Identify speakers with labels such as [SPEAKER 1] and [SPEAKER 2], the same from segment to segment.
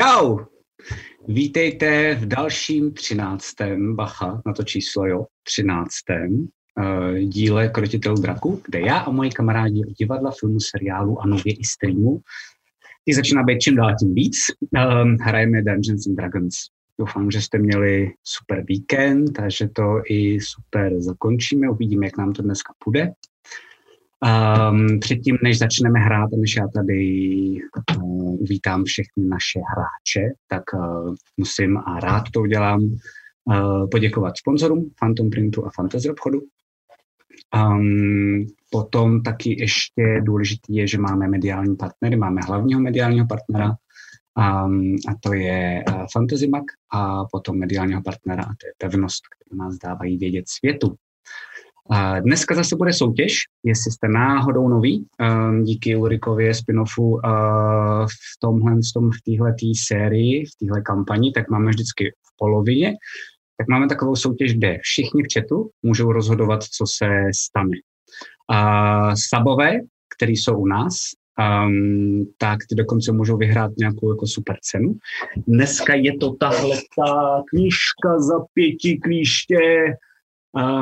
[SPEAKER 1] Čau! Vítejte v dalším třináctém, bacha na to číslo, jo, třináctém eh, díle Krotitelů draku, kde já a moji kamarádi od divadla, filmu, seriálu a nově i streamu, ty začíná být čím dál tím víc, ehm, hrajeme Dungeons and Dragons. Doufám, že jste měli super víkend a že to i super zakončíme. Uvidíme, jak nám to dneska půjde. Um, předtím, než začneme hrát, a než já tady uh, uvítám všechny naše hráče, tak uh, musím a rád to udělám uh, poděkovat sponzorům Phantom Printu a Fantasy obchodu. Um, potom taky ještě důležitý je, že máme mediální partnery, máme hlavního mediálního partnera, um, a to je uh, Fantasy Mag a potom mediálního partnera, a to je pevnost, kterou nás dávají vědět světu. A Dneska zase bude soutěž, jestli jste náhodou nový, ehm, díky Ulrikově spin-offu eh, v tomhle, v tom, v téhleté sérii, v téhle kampani, tak máme vždycky v polovině, tak máme takovou soutěž, kde všichni v chatu můžou rozhodovat, co se stane. A sabové, který jsou u nás, Um, tak ty dokonce můžou vyhrát nějakou jako super cenu. Dneska je to tahle ta knížka za pěti klíště,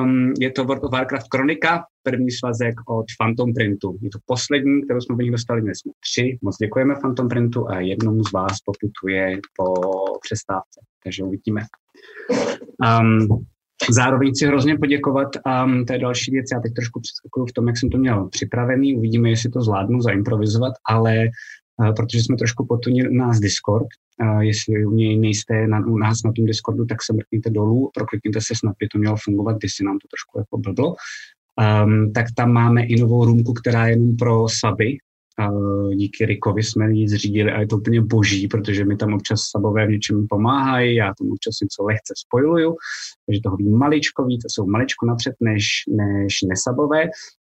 [SPEAKER 1] Um, je to World of Warcraft Kronika, první svazek od Phantom Printu. Je to poslední, kterou jsme od nich dostali dnes. jsme Tři. Moc děkujeme Phantom Printu a jednomu z vás poputuje po přestávce. Takže uvidíme. Um, zároveň chci hrozně poděkovat um, té další věci. Já teď trošku přeskakuju v tom, jak jsem to měl připravený. Uvidíme, jestli to zvládnu zaimprovizovat, ale uh, protože jsme trošku potunili nás Discord, a jestli u něj nejste na, u nás na tom Discordu, tak se mrkněte dolů, proklikněte se, snad by to mělo fungovat, když si nám to trošku jako blblo. Um, tak tam máme i novou roomku, která je jenom pro saby. Uh, díky Rikovi jsme ji zřídili a je to úplně boží, protože mi tam občas sabové v něčem pomáhají, já tam občas něco lehce spojuju, takže toho vím maličko víc, a jsou maličko napřed než, než nesabové,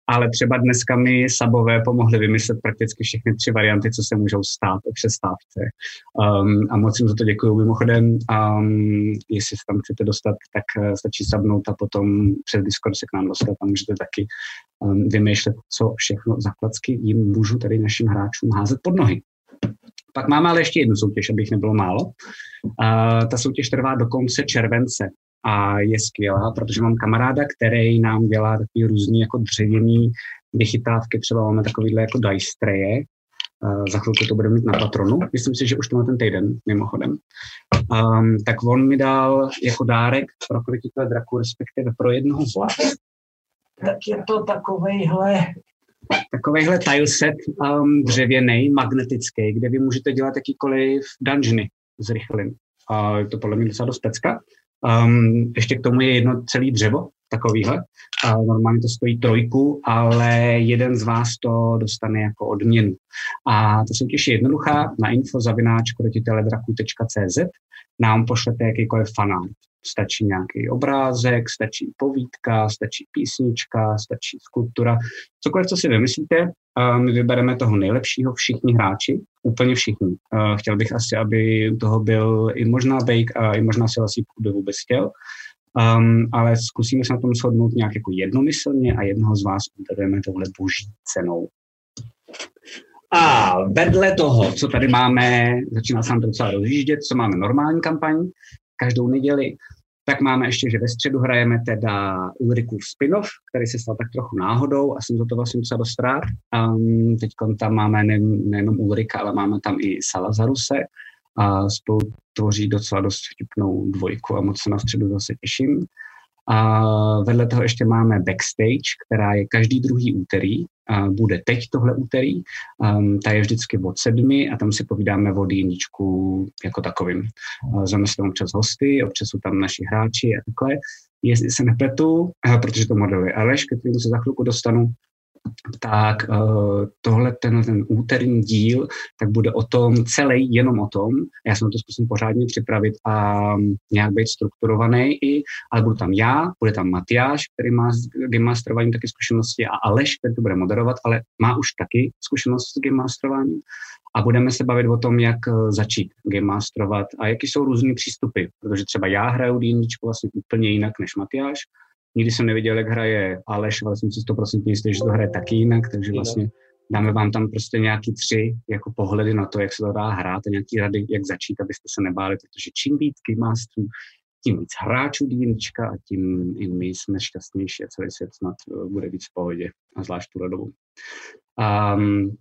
[SPEAKER 1] ale třeba dneska mi sabové pomohli vymyslet prakticky všechny tři varianty, co se můžou stát o přestávce. Um, a moc jim za to děkuju. Mimochodem, um, jestli se tam chcete dostat, tak eh, stačí sabnout a potom přes Discord se k nám dostat a můžete taky um, vymýšlet, co všechno za klacky jim můžu tady našim hráčům házet pod nohy. Pak máme ale ještě jednu soutěž, abych nebylo málo. Uh, ta soutěž trvá do konce července a je skvělá, protože mám kamaráda, který nám dělá takový různý jako dřevěný vychytávky, třeba máme takovýhle jako dice traye, Eh, za chvilku to budeme mít na patronu, myslím si, že už to má ten týden, mimochodem. Um, tak on mi dal jako dárek pro krotitele draku, respektive pro jednoho z vás,
[SPEAKER 2] tak je to takovejhle,
[SPEAKER 1] takovýhle tileset um, dřevěný, magnetický, kde vy můžete dělat jakýkoliv dungeony z rychlin. A je to podle mě docela dost pecka. Um, ještě k tomu je jedno celý dřevo, takovýhle. A normálně to stojí trojku, ale jeden z vás to dostane jako odměnu. A ta soutěž je jednoduchá na info.krotiteledraku.cz nám pošlete jakýkoliv fanát. Stačí nějaký obrázek, stačí povídka, stačí písnička, stačí skulptura, cokoliv, co si vymyslíte, a my vybereme toho nejlepšího, všichni hráči, úplně všichni. A Chtěl bych asi, aby u toho byl i možná Bake a i možná Silasík, kdo vůbec chtěl. Um, ale zkusíme se na tom shodnout nějak jako jednomyslně a jednoho z vás udarujeme touhle boží cenou. A vedle toho, co tady máme, začíná se nám to docela rozjíždět, co máme normální kampaň, každou neděli, tak máme ještě, že ve středu hrajeme teda Ulriku spin-off, který se stal tak trochu náhodou a jsem za to vlastně docela dost rád. Um, Teď tam máme ne, nejenom Ulrika, ale máme tam i Salazaruse a spolu tvoří docela dost vtipnou dvojku a moc se na středu zase těším. A vedle toho ještě máme backstage, která je každý druhý úterý, a bude teď tohle úterý, um, ta je vždycky od sedmi a tam si povídáme o dýničku jako takovým. A Zveme si tam občas hosty, občas jsou tam naši hráči a takhle. Jestli se nepletu, eh, protože to modeluje Aleš, ke kterému se za chvilku dostanu, tak eh, tohle ten, ten úterní díl, tak bude o tom celý, jenom o tom. Já jsem to zkusím pořádně připravit a nějak být strukturovaný i, ale budu tam já, bude tam Matyáš, který má s game masterováním taky zkušenosti a Aleš, který to bude moderovat, ale má už taky zkušenost s game masterováním. A budeme se bavit o tom, jak eh, začít game masterovat a jaký jsou různý přístupy, protože třeba já hraju D&D vlastně úplně jinak než Matyáš, Nikdy jsem neviděl, jak hraje Aleš, ale jsem si 100% jistý, že to hraje taky jinak, takže vlastně Dáme vám tam prostě nějaký tři jako pohledy na to, jak se to dá hrát a nějaký rady, jak začít, abyste se nebáli, protože čím víc Game Masterů, tím víc hráčů dýnička a tím i my jsme šťastnější a celý svět snad eh, bude víc v pohodě, a zvlášť tuhle dobu. Um,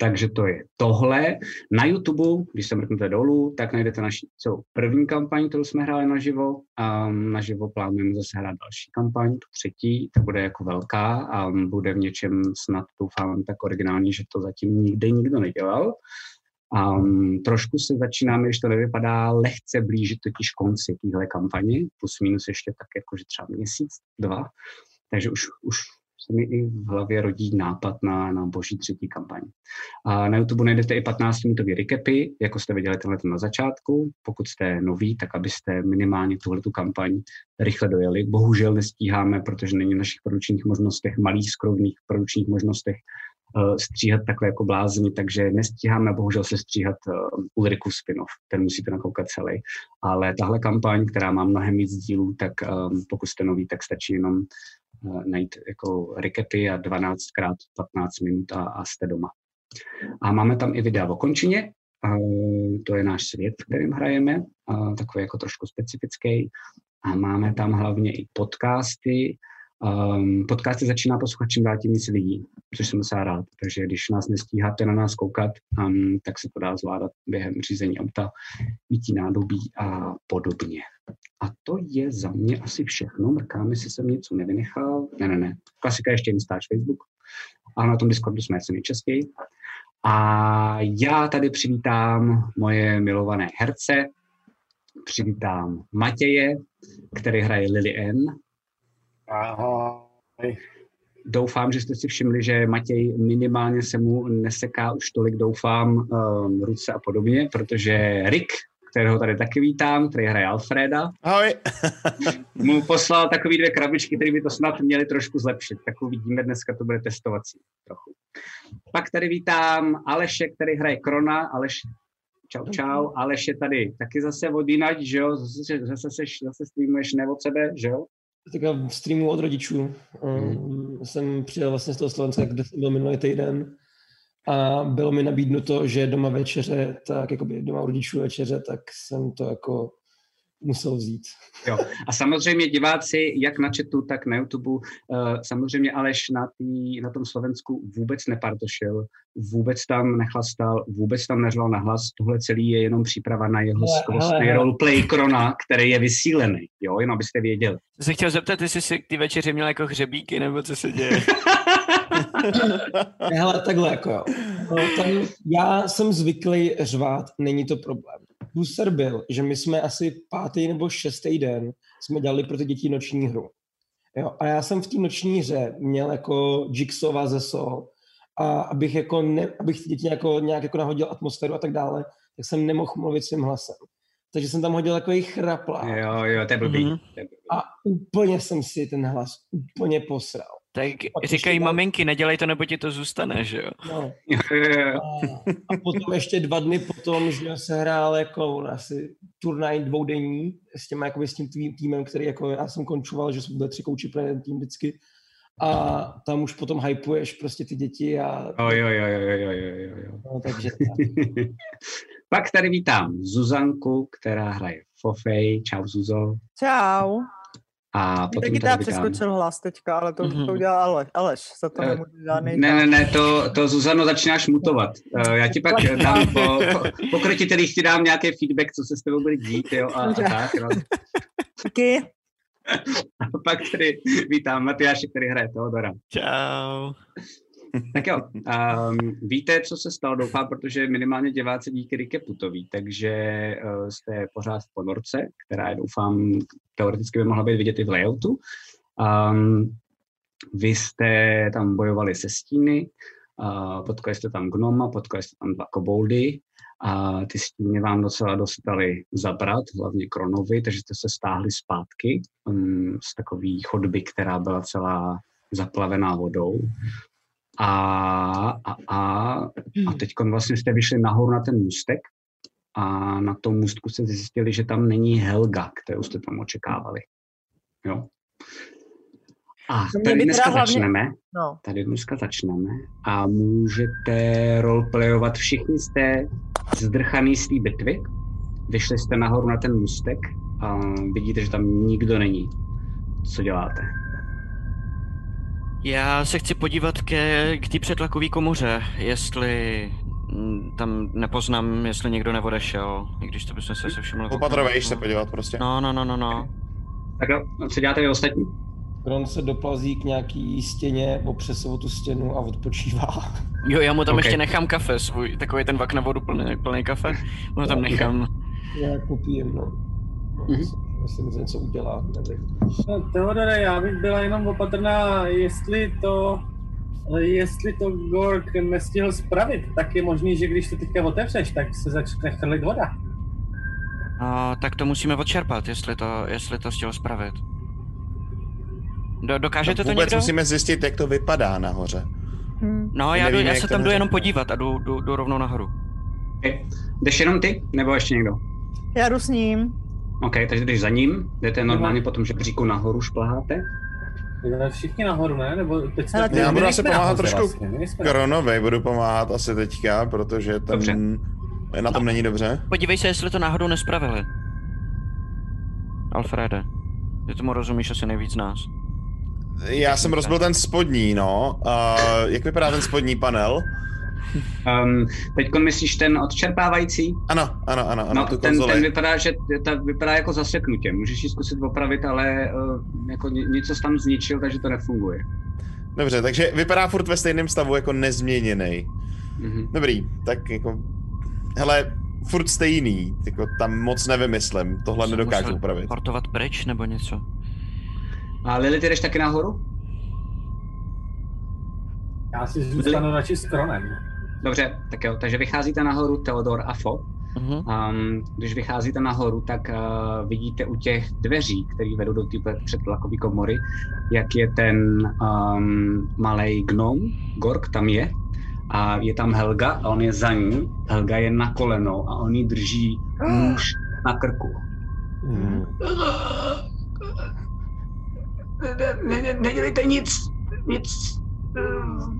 [SPEAKER 1] takže to je tohle. Na YouTube, když se mrknete dolů, tak najdete naši celou první kampaň, kterou jsme hráli naživo. Um, naživo plánujeme zase hrát další kampaň, tu třetí, ta bude jako velká a um, bude v něčem snad, doufám, tak originální, že to zatím nikde nikdo nedělal. Um, trošku se začínáme, když to nevypadá, lehce blížit totiž konci téhle kampaně, plus minus ještě tak jako, že třeba měsíc, dva. Takže už, už se mi i v hlavě rodí nápad na, na boží třetí kampaň. A na YouTube najdete i 15-minutové recapy, jako jste viděli tenhle na začátku. Pokud jste noví, tak abyste minimálně tuhle kampaň rychle dojeli. Bohužel nestíháme, protože není v našich produčních možnostech, malých skrovných produčních možnostech stříhat takhle jako blázni, takže nestíháme bohužel se stříhat Ulriku Spinov, ten musíte nakoukat celý. Ale tahle kampaň, která má mnohem víc dílů, tak ehm, pokud jste nový, tak stačí jenom najít jako recapy a 12 krát 15 minut a, a jste doma. A máme tam i videa o končině, Eh, to je náš svět, v kterém hrajeme, takový jako trošku specifický. A máme tam hlavně i podcasty. Ehm, Podcasty začíná poslouchat čím dál tím víc lidí, což jsem docela rád. Takže když nás nestíháte na nás koukat, um, tak se to dá zvládat během řízení auta, mítí nádobí a podobně. A to je za mě asi všechno. Mrkám, jestli jsem něco nevynechal. Ne, ne, ne. Klasika ještě Instač, Facebook. A na tom Discordu jsme ceny česky. A já tady přivítám moje milované herce. Přivítám Matěje, který hraje Lily N.
[SPEAKER 3] Ahoj.
[SPEAKER 1] Doufám, že jste si všimli, že Matěj minimálně se mu neseká už tolik, doufám, um, ruce a podobně, protože Rick kterého tady taky vítám, který hraje Alfreda.
[SPEAKER 3] Ahoj.
[SPEAKER 1] mu poslal takové dvě krabičky, které by to snad měly trošku zlepšit. Tak uvidíme, dneska to bude testovací trochu. Pak tady vítám Aleše, který hraje Krona. Aleš, čau, čau. Aleš je tady taky zase od jinať, že jo? Zase, zase, seš, zase streamuješ ne od sebe, že jo?
[SPEAKER 4] Tak já streamu od rodičů. Hmm. Jsem přijel vlastně z toho Slovenska, kde jsem byl minulý týden. A bylo mi nabídnuto, že doma večeře, tak jakoby doma u rodičů večeře, tak jsem to jako musel vzít.
[SPEAKER 1] Jo. A samozřejmě diváci, jak na chatu, tak na YouTube, uh, samozřejmě Aleš na, tý, na tom Slovensku vůbec nepartošil, vůbec tam nechlastal, vůbec tam neřval na hlas. Tohle celý je jenom příprava na jeho skvostný roleplay Krona, který je vysílený, jo, jenom abyste věděli.
[SPEAKER 5] Jsem chtěl zeptat, jestli si ty večeře měl jako hřebíky, nebo co se děje?
[SPEAKER 4] Hele, takhle jako jo. No, tam, já jsem zvyklý řvát, není to problém. Buser byl, že my jsme asi pátý nebo šestý den jsme dělali pro ty děti noční hru. Jo, a já jsem v té noční hře měl jako Jigsova ze Sol a abych, jako ne, abych ty děti jako, nějak jako nahodil atmosféru a tak dále, tak jsem nemohl mluvit svým hlasem. Takže jsem tam hodil takový chrapla.
[SPEAKER 1] Jo, jo, to je blbý. Mm-hmm.
[SPEAKER 4] A úplně jsem si ten hlas úplně posral.
[SPEAKER 5] Tak a říkají dál... maminky, nedělej to, nebo ti to zůstane, že jo?
[SPEAKER 4] No. A, a potom ještě dva dny potom, že se hrál jako asi turnaj dvoudenní s, těma, jakoby s tím tvým týmem, který jako já jsem končoval, že jsme byli tři kouči pro jeden tým vždycky. A tam už potom hypuješ prostě ty děti a...
[SPEAKER 1] Jo, jo, jo, jo, jo, jo, jo.
[SPEAKER 4] No, takže...
[SPEAKER 1] Pak tady vítám Zuzanku, která hraje Fofej. Čau, Zuzo.
[SPEAKER 6] Čau.
[SPEAKER 1] A potom
[SPEAKER 6] Taky teda přeskočil hlas teďka, ale to, mm-hmm. to udělal Ale, Aleš, za to nemůžu žádný...
[SPEAKER 1] Mhm. Eh, Ne, ne, ne, to, to Zuzano začínáš mutovat. Eh, Já ti pak dám po, po, po krotitelích ti dám nějaký feedback, co se s tebou bude dít, jo, a, a tak. No.
[SPEAKER 6] Díky.
[SPEAKER 1] A pak tady vítám Matyáše, který hraje Teodora.
[SPEAKER 5] Čau.
[SPEAKER 1] Tak jo, um, víte, co se stalo, doufám, protože minimálně diváci díky Rikepu to ví, takže uh, jste pořád v ponorce, která je, doufám, teoreticky by mohla být vidět i v layoutu. Um, vy jste tam bojovali se stíny, uh, potkali jste tam gnoma, potkali jste tam dva koboldy, a ty stíny vám docela dostali zabrat, hlavně Kronovi, takže jste se stáhli zpátky um, z takové chodby, která byla celá zaplavená vodou. A, a, a,
[SPEAKER 6] Hmm.
[SPEAKER 1] a teď vlastně jste vyšli nahoru na ten můstek a na tom můstku jste zjistili, že tam není Helga, kterou jste tam očekávali. Jo. A
[SPEAKER 6] mě
[SPEAKER 1] tady
[SPEAKER 6] by
[SPEAKER 1] dneska
[SPEAKER 6] teda hlavně-
[SPEAKER 1] začneme.
[SPEAKER 6] No,
[SPEAKER 1] Tady dneska začneme a můžete roleplayovat. Všichni jste zdrchaný z té bitvy. Vyšli jste nahoru na ten můstek a vidíte, že tam nikdo není. Co děláte?
[SPEAKER 3] Já se chci podívat ke, k té přetlakové komoře, jestli mm, tam nepoznám, jestli někdo neodešel, i když to bychom se asi všimli.
[SPEAKER 7] Opatrově, jíž se podívat prostě.
[SPEAKER 3] No, no, no, no, no.
[SPEAKER 1] Tak jo, no, co děláte vy ostatní?
[SPEAKER 4] Kron se doplazí k nějaký stěně, opřese o tu stěnu a odpočívá.
[SPEAKER 3] Jo, já mu tam
[SPEAKER 1] Ok.
[SPEAKER 3] okay. ještě nechám kafe svůj, takový ten vak na vodu plný, plný kafe, mu ho tam nechám.
[SPEAKER 4] Nějak popijem, no. Mm-hmm. Myslím, že něco udělá, nevím.
[SPEAKER 8] No, Teodore, já bych byla jenom opatrná, jestli to jestli to Gork nestihl spravit, tak je možný, že když to teďka otevřeš, tak se začne chrlit voda.
[SPEAKER 3] No, tak to musíme odčerpat, jestli to, jestli to chtěl spravit. Do, dokážete to
[SPEAKER 7] vůbec
[SPEAKER 3] někdo?
[SPEAKER 7] musíme zjistit, jak to vypadá nahoře.
[SPEAKER 6] hm.
[SPEAKER 3] No, já,
[SPEAKER 7] Nevíme,
[SPEAKER 3] jdu, já
[SPEAKER 7] jak
[SPEAKER 3] se
[SPEAKER 7] to
[SPEAKER 3] tam jdu jenom
[SPEAKER 7] neřekne.
[SPEAKER 3] podívat a jdu, jdu, jdu rovnou nahoru.
[SPEAKER 1] Jdeš jenom ty, nebo ještě někdo?
[SPEAKER 6] já jdu s ním.
[SPEAKER 1] OK, takže jdeš za ním, jdete normálně po tom žebříku nahoru, šplaháte.
[SPEAKER 8] Jdeme Všichni nahoru, ne? Nebo teď jsme...
[SPEAKER 6] Hele,
[SPEAKER 8] teď
[SPEAKER 6] Já
[SPEAKER 8] my
[SPEAKER 7] budu
[SPEAKER 8] nejsme
[SPEAKER 7] asi pomáhat
[SPEAKER 8] nahoře
[SPEAKER 7] trošku
[SPEAKER 8] vlastně, nejsme.
[SPEAKER 7] Kronovej budu pomáhat asi teďka, protože ten...
[SPEAKER 1] Dobře.
[SPEAKER 7] Na tom není dobře.
[SPEAKER 3] Podívej se, jestli to náhodou nespravili. Alfrede, ty tomu rozumíš asi nejvíc z nás.
[SPEAKER 7] Já jsem rozbil ten spodní, no. A jak vypadá ten spodní panel?
[SPEAKER 1] Um, Teď myslíš ten odčerpávající?
[SPEAKER 7] Ano, ano, ano, ano,
[SPEAKER 1] No,
[SPEAKER 7] tu
[SPEAKER 1] ten, ten
[SPEAKER 7] konzoli.
[SPEAKER 1] vypadá, že ta vypadá jako zaseknutě. Můžeš ji zkusit opravit, ale uh, jako ně, něco jsi tam zničil, takže to nefunguje.
[SPEAKER 7] Dobře, takže vypadá furt ve stejném stavu jako nezměněný.
[SPEAKER 1] Mhm.
[SPEAKER 7] Dobrý, tak jako... Hele, furt stejný, jako tam moc nevymyslím, tohle
[SPEAKER 3] Jsem
[SPEAKER 7] nedokážu
[SPEAKER 3] musel
[SPEAKER 7] upravit.
[SPEAKER 3] Portovat pryč nebo něco.
[SPEAKER 1] A Lily, ty jdeš taky nahoru?
[SPEAKER 8] Já si zůstanu radši s Kronem.
[SPEAKER 1] Dobře, tak jo, takže vycházíte nahoru Theodor a Fo.
[SPEAKER 3] Mhm.
[SPEAKER 1] Um, když vycházíte nahoru, tak uh, vidíte u těch dveří, které vedou do té předtlakové komory, jak je ten um, malý gnom, Gork tam je, a je tam Helga a on je za ní. Helga je na kolenou a on ji drží muž na krku.
[SPEAKER 4] Mm.
[SPEAKER 2] Ne, ne, ne, nedělejte nic, nic, eh,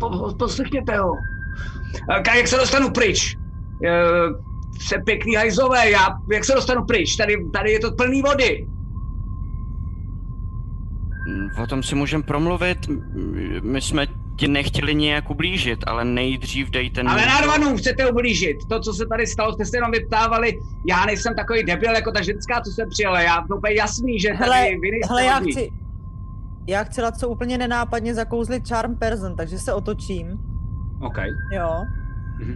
[SPEAKER 2] po, poslechněte ho.
[SPEAKER 1] Helga, Eh, jak se dostanu pryč? Uh, se pěkný hajzové, já jak se dostanu pryč? Tady, tady je to plný vody.
[SPEAKER 3] Mm, O tom si můžeme promluvit. M- My jsme ti nechtěli nějak ublížit, ale nejdřív dej ten...
[SPEAKER 1] Ale narvanou chcete ublížit. To, co se tady stalo, jste se jenom vyptávali. Já nejsem takový debil jako ta ženská, co jsem přijela. Já to úplně jasný, že tady
[SPEAKER 6] Hele,
[SPEAKER 1] vy nejste
[SPEAKER 6] Hele, já
[SPEAKER 1] hodní.
[SPEAKER 6] chci, já chci Laco úplně nenápadně zakouzlit Charm Person, takže se otočím,
[SPEAKER 1] OK.
[SPEAKER 6] jo.
[SPEAKER 1] Mhm.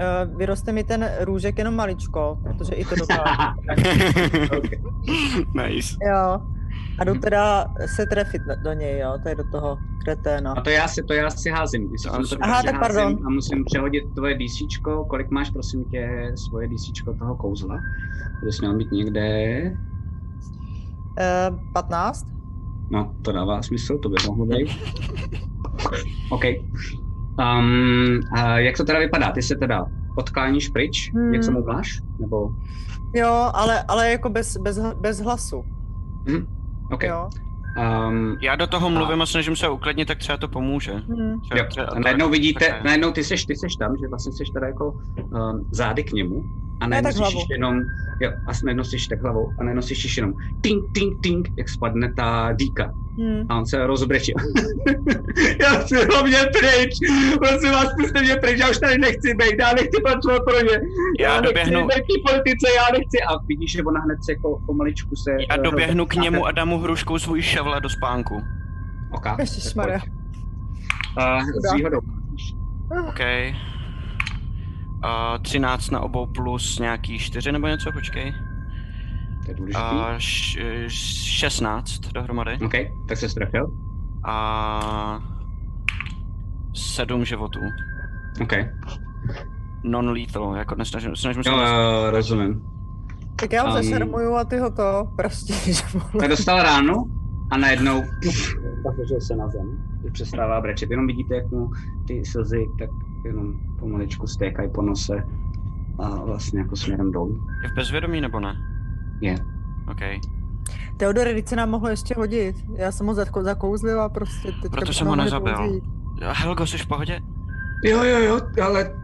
[SPEAKER 6] Eh, Vyroste mi ten růžek jenom maličko, protože i to dokážu.
[SPEAKER 3] nice.
[SPEAKER 6] Jo. A jdu teda se trefit na- do něj, jo, tady do toho kreténa.
[SPEAKER 1] A to já si, to já si házím. Jestli
[SPEAKER 3] To
[SPEAKER 1] jsem
[SPEAKER 3] asi-
[SPEAKER 1] to
[SPEAKER 6] Aha,
[SPEAKER 1] tak
[SPEAKER 6] tak
[SPEAKER 1] házím
[SPEAKER 6] pardon.
[SPEAKER 1] A musím přehodit tvoje DCčko. Kolik máš, prosím tě, svoje DCčko toho kouzla? To bys měl mít někde...
[SPEAKER 6] Eh, 15?
[SPEAKER 1] No, to dává smysl, to by mohlo být. OK. Um, a jak to teda vypadá? Ty se teda odkláníš pryč?
[SPEAKER 6] Hmm.
[SPEAKER 1] Něco mu máš? Nebo...
[SPEAKER 6] Jo, ale, ale jako bez, bez, bez hlasu,
[SPEAKER 1] OK.
[SPEAKER 6] jo.
[SPEAKER 1] Um,
[SPEAKER 3] Já do toho mluvím a snažím se uklidnit, tak třeba to pomůže.
[SPEAKER 6] Hm.
[SPEAKER 3] Třeba,
[SPEAKER 1] jo.
[SPEAKER 3] třeba
[SPEAKER 1] A
[SPEAKER 3] to-
[SPEAKER 1] najednou vidíte,
[SPEAKER 3] tak-
[SPEAKER 1] najednou ty seš, ty seš tam, že vlastně seš teda jako um, zády k němu a najednou
[SPEAKER 6] tak
[SPEAKER 1] slyšíš
[SPEAKER 6] hlavou.
[SPEAKER 1] jenom, jo, a s- najednou slyšíš tak hlavou a najednou slyšíš jenom ting, ting, ting, jak spadne ta dýka
[SPEAKER 6] Hm.
[SPEAKER 1] a on se rozbrečí. já chci hlavně pryč, prosím vás, puste mě pryč, já už tady nechci být, já nechci pracovat pro ně,
[SPEAKER 3] Já doběhnu,
[SPEAKER 1] nechci být v té politice, já nechci a vidíš, že ona hned se jako pomaličku se...
[SPEAKER 3] já
[SPEAKER 1] eh,
[SPEAKER 3] doběhnu k
[SPEAKER 1] rozbrečí.
[SPEAKER 3] němu a dám mu hruškou svůj šavla do spánku.
[SPEAKER 1] Ok,
[SPEAKER 6] Ježišmarja.
[SPEAKER 1] a Eh, s výhodou.
[SPEAKER 3] OK. Uh, 13 na obou plus nějaký 4 nebo něco, počkej.
[SPEAKER 1] To je důležitý.
[SPEAKER 3] Uh, š- eh, 16 dohromady.
[SPEAKER 1] OK, tak se strefil.
[SPEAKER 3] A 7 životů.
[SPEAKER 1] OK,
[SPEAKER 3] Non-lethal, jako nesnažím, snažím se...
[SPEAKER 1] jo, jo, rozumím.
[SPEAKER 6] Tak já ho
[SPEAKER 1] Am.
[SPEAKER 6] zašarmuju a ty ho to prostě, prostíš. vole.
[SPEAKER 1] Tak dostal ránu a najednou pohořil se na zem. Přestává brečet. Jenom vidíte, jak mu ty slzy tak jenom pomaličku stékají po nose a vlastně jako směrem dolů.
[SPEAKER 3] Je v bezvědomí nebo ne?
[SPEAKER 1] Je.
[SPEAKER 3] OK.
[SPEAKER 6] Teodore, když se nám mohl ještě hodit. Já jsem ho zatko- zakouzlila prostě. Teďka
[SPEAKER 3] Proto
[SPEAKER 6] bychom
[SPEAKER 3] jsem ho
[SPEAKER 6] mohli
[SPEAKER 3] nezabil.
[SPEAKER 6] použít.
[SPEAKER 3] Helgo, jsi v pohodě?
[SPEAKER 1] Jo, jo, jo, ale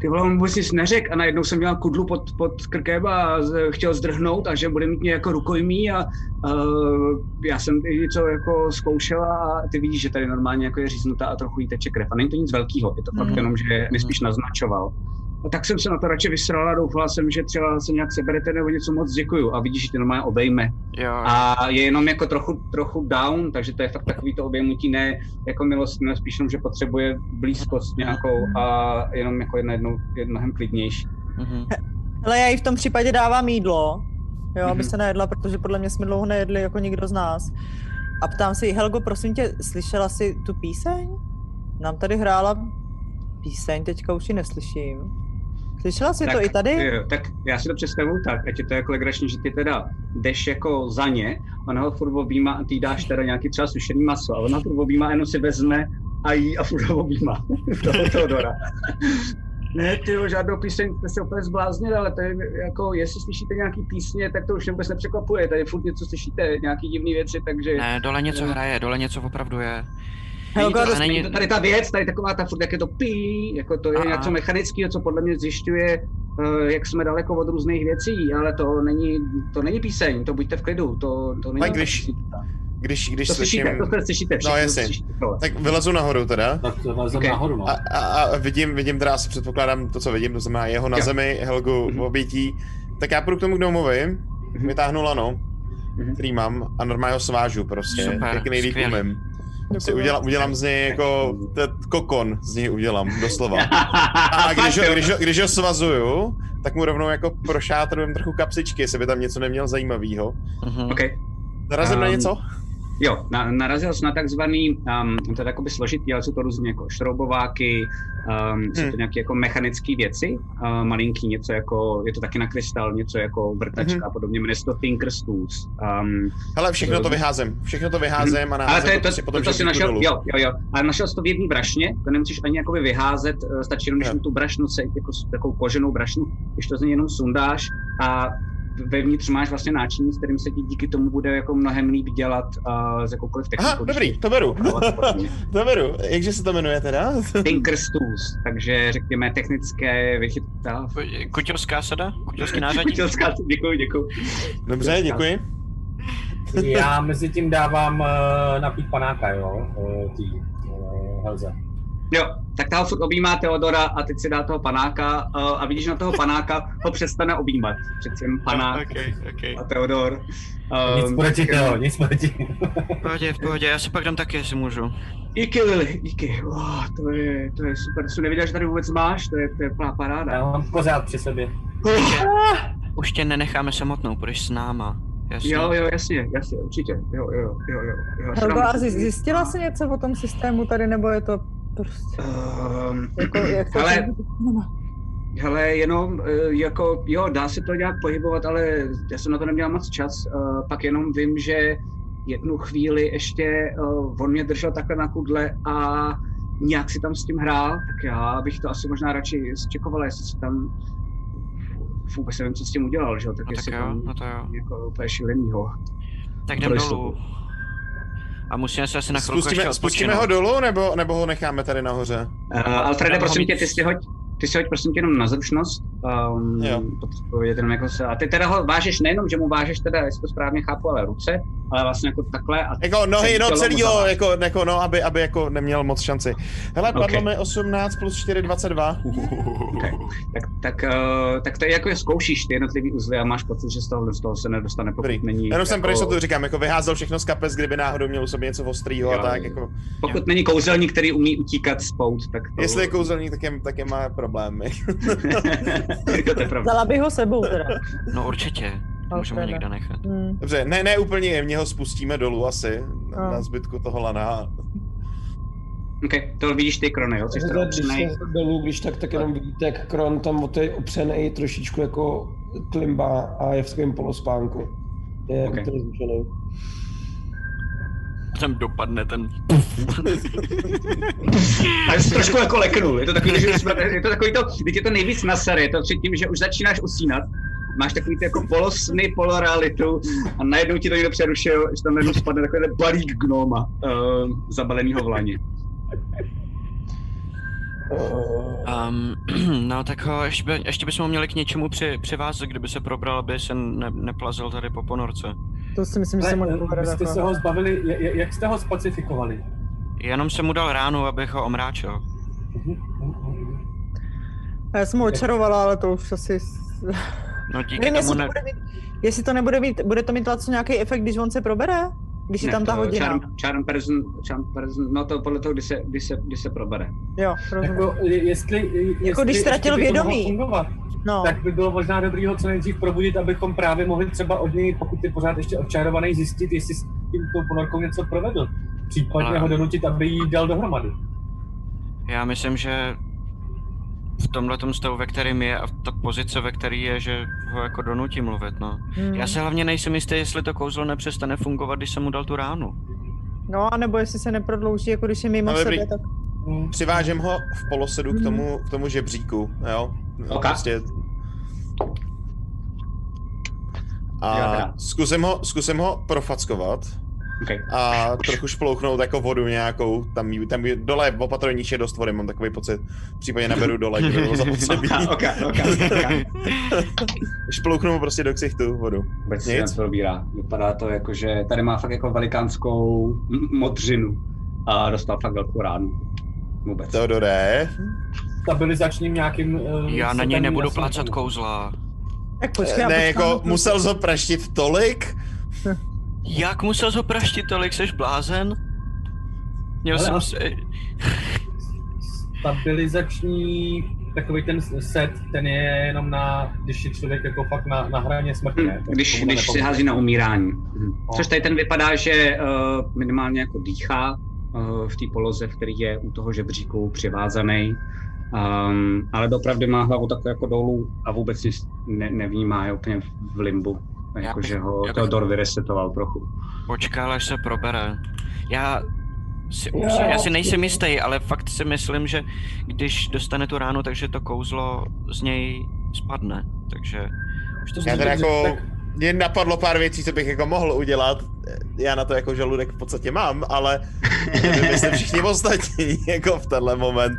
[SPEAKER 1] ty vole, on vůbec nic neřekl a najednou jsem měl kudlu pod, pod krkem a z, chtěl zdrhnout a že bude mít mě jako rukojmí a uh, já jsem i něco jako zkoušel a ty vidíš, že tady normálně jako je říznutá a trochu jí teče krev a není to nic velkého, je to fakt
[SPEAKER 6] Mhm.
[SPEAKER 1] jenom, že mi spíš naznačoval. A tak jsem se na to radši vysral a doufala jsem, že třeba se nějak seberete nebo něco moc děkuju a vidíš, že tě normálně obejme
[SPEAKER 3] Jo.
[SPEAKER 1] a je jenom jako trochu, trochu down, takže to je fakt takový to objemutí, ne jako milost, ne spíš jenom, že potřebuje blízkost nějakou a jenom jako je najednou je mnohem klidnější.
[SPEAKER 3] Mhm.
[SPEAKER 6] Hele, já jí v tom případě dávám jídlo, jo, aby
[SPEAKER 1] Mhm.
[SPEAKER 6] se najedla, protože podle mě jsme dlouho nejedli jako nikdo z nás. A ptám se jí, Helgo, prosím tě, slyšela jsi tu píseň? Nám tady hrála píseň, teďka už ji neslyším. Slyšela jsi
[SPEAKER 1] Tak,
[SPEAKER 6] to i tady?
[SPEAKER 1] Jo, tak já si to představuju tak, ať je to jako legrační, že ty teda jdeš jako za ně, ona ho furt objímá a ty jí dáš teda nějaký třeba sušený maso a ona furt objímá, jenom si vezme a jí a furt ho objímá. Toho Teodora. Ne, ty jo, žádnou píseň jste se úplně zbláznili, ale to je jako, jestli slyšíte nějaký písně, tak to už mě vůbec nepřekvapuje. Tady furt něco slyšíte, nějaký divný věci, takže...
[SPEAKER 3] Ne, dole něco
[SPEAKER 1] Jo.
[SPEAKER 3] hraje, dole něco opravdu je.
[SPEAKER 6] Helgo,
[SPEAKER 3] ale
[SPEAKER 1] to,
[SPEAKER 3] není-
[SPEAKER 1] není... tady ta věc, tady taková ta furt, jak je to pí, jako to je
[SPEAKER 3] Aha.
[SPEAKER 1] něco mechanického, co podle mě zjišťuje, eh, jak jsme daleko od různých věcí, ale to není, to není píseň, to buďte v klidu, to, to není...
[SPEAKER 7] Tak když- Když, když
[SPEAKER 1] to
[SPEAKER 7] slyším, No,
[SPEAKER 1] slyšíte, to jste slyšíte, všichni to
[SPEAKER 7] jasně.
[SPEAKER 1] slyšíte. tohle.
[SPEAKER 7] tak vylezu nahoru teda.
[SPEAKER 8] Tak to vás
[SPEAKER 1] Ok.
[SPEAKER 8] okay. nahoru, no.
[SPEAKER 7] A, a, a vidím, vidím teda asi předpokládám to, co vidím, to znamená jeho na
[SPEAKER 1] Jo.
[SPEAKER 7] zemi, Helgu
[SPEAKER 1] Mhm.
[SPEAKER 7] v obětí. Tak já půjdu k tomu gnomovi, vytáhnu lano,
[SPEAKER 1] Mhm.
[SPEAKER 7] který mám a normálně ho svážu prostě,
[SPEAKER 3] Super,
[SPEAKER 7] jak nejlíp
[SPEAKER 3] skvělý.
[SPEAKER 7] umím. Si udělám, udělám z něj jako t- kokon, z něj udělám, doslova. A když ho, když, ho, když ho svazuju, tak mu rovnou jako prošátrujem trochu kapsičky, jestli by tam něco neměl zajímavého.
[SPEAKER 3] Mhm.
[SPEAKER 1] okay.
[SPEAKER 7] Narazím na
[SPEAKER 1] Um,
[SPEAKER 7] něco?
[SPEAKER 1] Jo, na, narazil jsem na takzvaný, um, to je jakoby složitý, ale jsou to různě jako šroubováky, um, jsou to
[SPEAKER 7] Hmm.
[SPEAKER 1] nějaké jako mechanické věci, uh, malinký něco jako, je to taky na krystal, něco jako vrtačka
[SPEAKER 7] Mhm.
[SPEAKER 1] a podobně, jmenuje se to Tinker's Tools. Um,
[SPEAKER 7] Hele, všechno to vyházím. Všechno to vyházím a
[SPEAKER 1] Mhm. ale
[SPEAKER 7] naházím
[SPEAKER 1] to, je, to,
[SPEAKER 7] prostě
[SPEAKER 1] to,
[SPEAKER 7] potom
[SPEAKER 1] to si
[SPEAKER 7] žebříku
[SPEAKER 1] našel,
[SPEAKER 7] dolů.
[SPEAKER 1] jo, jo, jo, ale našel jsi to v jedné brašně, to nemusíš ani jakoby vyházet, eh, stačí jenom, když
[SPEAKER 7] Jo.
[SPEAKER 1] tu brašnu, se, jako s- takovou koženou brašnu, když to z ní jenom sundáš a vevnitř máš vlastně náčiní, s kterým se ti díky tomu bude jako mnohem líp dělat uh, z jakoukoliv technikou.
[SPEAKER 7] Aha,
[SPEAKER 1] když
[SPEAKER 7] dobrý, to beru.
[SPEAKER 1] Ale to podobně.
[SPEAKER 7] to beru. Jakže se to jmenuje teda?
[SPEAKER 1] Tinker's Tools, takže řekněme technické vychytá.
[SPEAKER 3] Kuťovská sada? Kuťovský nářadí?
[SPEAKER 1] Kutilská, děkuji, děkuji.
[SPEAKER 7] Dobře, děkuji.
[SPEAKER 8] Já mezi tím dávám uh, napít panáka, jo, uh, tý uh, Helze.
[SPEAKER 1] Jo, tak ta ho furt objímá Teodora a teď si dá toho panáka a, a vidíš na toho panáka, ho přestane objímat. Přeci jen panák
[SPEAKER 3] Okay, okay.
[SPEAKER 1] a Teodor.
[SPEAKER 8] Nic
[SPEAKER 1] Um,
[SPEAKER 8] proti toho, nic proti.
[SPEAKER 3] V pohodě, v pohodě, já si pak dám taky, jestli můžu.
[SPEAKER 1] Díky, Lili, díky. Oh, to, je, to je super, to jsem nevěděl, že tady vůbec máš, to je, to je plná paráda.
[SPEAKER 8] Já mám pořád při sobě.
[SPEAKER 3] Už tě nenecháme samotnou, půjdeš s náma. Jasně.
[SPEAKER 1] Jo, jo, jasně, jasně, určitě. Jo, jo, jo, jo. jo
[SPEAKER 6] Helgo,
[SPEAKER 1] Tam-
[SPEAKER 6] a zi- zjistila jsi něco o tom systému tady, nebo je to prostě...
[SPEAKER 1] Ehm,
[SPEAKER 6] Jako, jak to
[SPEAKER 1] Ale Hele, jenom eh, jako, jo, dá se to nějak pohybovat, ale já jsem na to neměl moc čas. Eh, Pak jenom vím, že jednu chvíli ještě eh, on mě držel takhle na kudle a nějak si tam s tím hrál, tak já bych to asi možná radši zčekoval, jestli si tam vůbec nevím, co s tím udělal, že jo, tak
[SPEAKER 3] No tak
[SPEAKER 1] jestli
[SPEAKER 3] jo,
[SPEAKER 1] tam
[SPEAKER 3] no to jo.
[SPEAKER 1] jako úplně šílenýho.
[SPEAKER 3] Tak jdem
[SPEAKER 1] Pro
[SPEAKER 3] dolů. A musíme se asi na chvilku
[SPEAKER 7] Spustíme,
[SPEAKER 3] ještě
[SPEAKER 7] spustíme ho
[SPEAKER 3] odpočinout.
[SPEAKER 7] dolů, nebo, nebo ho necháme tady nahoře?
[SPEAKER 1] Uh, Alfrede,
[SPEAKER 3] Já mám-
[SPEAKER 1] prosím tě, ty si hoď, ty si hoď prosím tě jenom na zručnost.
[SPEAKER 7] Jo.
[SPEAKER 1] Um, potřebuji jenom jako se, a ty teda ho vážeš nejenom, že mu vážeš teda, jestli to správně chápu, ale ruce, ale vlastně jako takhle a
[SPEAKER 7] Jako nohy,
[SPEAKER 1] Celý
[SPEAKER 7] no
[SPEAKER 1] tělo mu
[SPEAKER 7] celýho,
[SPEAKER 1] zaváž.
[SPEAKER 7] jako, jako no, aby, aby jako neměl moc šanci. Hele, padlo
[SPEAKER 1] Ok.
[SPEAKER 7] mi 18 plus 4, 22.
[SPEAKER 1] tak, tak, uh, tak to je jako je zkoušíš ty jednotlivý uzly a máš pocit, že z toho, z toho se nedostane, pokud
[SPEAKER 7] Dobrý.
[SPEAKER 1] není,
[SPEAKER 7] Jenom jsem pro
[SPEAKER 1] jako,
[SPEAKER 7] jistotu říkám, jako vyházel všechno z kapes, kdyby náhodou měl u sobě něco ostrýho
[SPEAKER 1] Jo.
[SPEAKER 7] a tak, jako,
[SPEAKER 1] pokud není kouzelník, který umí utíkat spout, tak to...
[SPEAKER 7] jestli jako- je kouzelník, tak je, tak je má problémy.
[SPEAKER 1] to je pravda.
[SPEAKER 6] Vzala bych ho sebou teda.
[SPEAKER 3] No určitě, můžeme ho
[SPEAKER 6] teda.
[SPEAKER 3] někde nechat.
[SPEAKER 6] Hmm.
[SPEAKER 7] Dobře, ne, ne úplně jemně ho spustíme dolů asi, na,
[SPEAKER 6] No.
[SPEAKER 7] na zbytku toho lana.
[SPEAKER 1] Okay, to vidíš ty krony, jo, jsi
[SPEAKER 4] Když
[SPEAKER 1] teda opřenej.
[SPEAKER 4] se dolů, když tak, tak jenom vidíte, jak Kron tam o té opřenej trošičku jako klimba a je v takovém polospánku. Je
[SPEAKER 1] Ok.
[SPEAKER 4] okay. úplně zničený.
[SPEAKER 8] No,
[SPEAKER 3] Tam dopadne ten...
[SPEAKER 1] A já se trošku jako leknu, je to takový, že jsme, je to takový to, teď je to nejvíc na sary, je to předtím, že už začínáš usínat máš takový ty jako polosny, polorealitu a najednou ti to někdo přerušil, že tam najednou spadne takový ten balík gnoma uh, zabalenýho v lani.
[SPEAKER 3] Um, no tak ho ještě, by, ještě bychom ho měli k něčemu při, přivázet, kdyby se probral, aby se ne, neplazil tady po ponorce.
[SPEAKER 6] To si myslím, že se mu
[SPEAKER 8] Ale, eh,
[SPEAKER 6] nepovede.
[SPEAKER 8] vy jste se
[SPEAKER 6] Jako.
[SPEAKER 8] ho zbavili, j- j- jak jste ho spacifikovali?
[SPEAKER 3] Jenom jsem mu dal ránu, abych ho omráčil.
[SPEAKER 6] A Já jsem ho očarovala, ale to už asi... s-
[SPEAKER 3] No díky
[SPEAKER 6] Nevím,
[SPEAKER 3] tomu
[SPEAKER 6] jestli
[SPEAKER 3] ne...
[SPEAKER 6] to bude mít, jestli to nebude mít, bude to mít vlastně nějaký efekt, když on se probere? Když je tam ta
[SPEAKER 1] to
[SPEAKER 6] hodina.
[SPEAKER 1] Charm, charm, person, charm person, no to podle toho, kdy se, kdy se, kdy se probere.
[SPEAKER 6] Jo, rozumím.
[SPEAKER 8] Jako, je- jestli, jestli,
[SPEAKER 6] Jako když ztratil
[SPEAKER 8] jestli by to mohlo
[SPEAKER 6] vědomí.
[SPEAKER 8] Fungovat,
[SPEAKER 6] No,
[SPEAKER 8] tak by bylo možná dobrý ho co nejdřív probudit, abychom právě mohli třeba od něj, pokud je pořád ještě očarovaný, zjistit, jestli s tím tou ponorkou něco provedl. Případně
[SPEAKER 3] Ale-
[SPEAKER 8] ho donutit, aby jí dal dohromady.
[SPEAKER 3] Já myslím, že v tomhle stavu, ve kterém je a v ta pozice, ve který je, že ho jako donutí mluvit, no.
[SPEAKER 6] hmm.
[SPEAKER 3] Já si hlavně nejsem jistý, jestli to kouzlo nepřestane fungovat, když jsem mu dal tu ránu.
[SPEAKER 6] no, anebo jestli se neprodlouží, jako když je mimo
[SPEAKER 7] Ale
[SPEAKER 6] sebe,
[SPEAKER 7] dobrý.
[SPEAKER 6] tak
[SPEAKER 8] Hm.
[SPEAKER 7] Přivážem ho v polosedu
[SPEAKER 6] Mhm.
[SPEAKER 7] k tomu, k tomu žebříku, jo?
[SPEAKER 1] Ok.
[SPEAKER 7] Prostě.
[SPEAKER 1] Jo,
[SPEAKER 7] A
[SPEAKER 1] teda.
[SPEAKER 7] zkusím ho, zkusím ho profackovat
[SPEAKER 1] Okay.
[SPEAKER 7] a trochu šplouchnout jako vodu nějakou, tam, jí- tam jí- dole v opatrníš je dost vody, mám takový pocit, případně naberu dole, kdyby bylo zapotřebí.
[SPEAKER 1] Okay, okay, okay, okay.
[SPEAKER 7] Šplouchnu mu prostě do ksichtu vodu.
[SPEAKER 1] Vůbec se
[SPEAKER 7] Nic.
[SPEAKER 1] neprobírá. Vypadá to jako, že tady má fakt jako velikánskou m- modřinu a dostal fakt velkou ránu. Vůbec.
[SPEAKER 7] Teodore,
[SPEAKER 8] Stabilizačním nějakým... eh,
[SPEAKER 3] Já na něj
[SPEAKER 8] sedaným
[SPEAKER 3] nebudu
[SPEAKER 8] nasazením.
[SPEAKER 3] plácat kouzla.
[SPEAKER 6] tak počkej, já
[SPEAKER 7] ne,
[SPEAKER 6] počkám.
[SPEAKER 7] jako musel zopraštit tolik,
[SPEAKER 3] Jak musel zopraštit tolik, seš blázen? Měl
[SPEAKER 8] Ale
[SPEAKER 3] jsem
[SPEAKER 8] a-
[SPEAKER 3] se...
[SPEAKER 8] Stabilizační takový ten set, ten je jenom na, když je člověk jako fakt na, na hraně smrti.
[SPEAKER 1] Hm,
[SPEAKER 8] Ne?
[SPEAKER 1] Když, když si hází na umírání. Hm. Což tady ten vypadá, že uh, minimálně jako dýchá uh, v té poloze, v který je u toho žebříku přivázaný. Um, ale opravdu má hlavu tak jako dolů a vůbec nic ne, nevnímá, je úplně v limbu.
[SPEAKER 3] Já bych-
[SPEAKER 1] Jakože
[SPEAKER 3] já
[SPEAKER 1] ho
[SPEAKER 3] bych-
[SPEAKER 1] Teodor vyresetoval trochu.
[SPEAKER 3] Počkal, až se probere. Já si,
[SPEAKER 8] Jo.
[SPEAKER 3] já si nejsem jistý, ale fakt si myslím, že když dostane tu ránu, takže to kouzlo z něj spadne. Takže už to
[SPEAKER 7] Já teda
[SPEAKER 3] znamená.
[SPEAKER 7] jako,
[SPEAKER 8] tak-
[SPEAKER 7] mě napadlo pár věcí, co bych jako mohl udělat. Já na to jako žaludek v podstatě mám, ale myslím všichni ostatní jako v tenhle moment.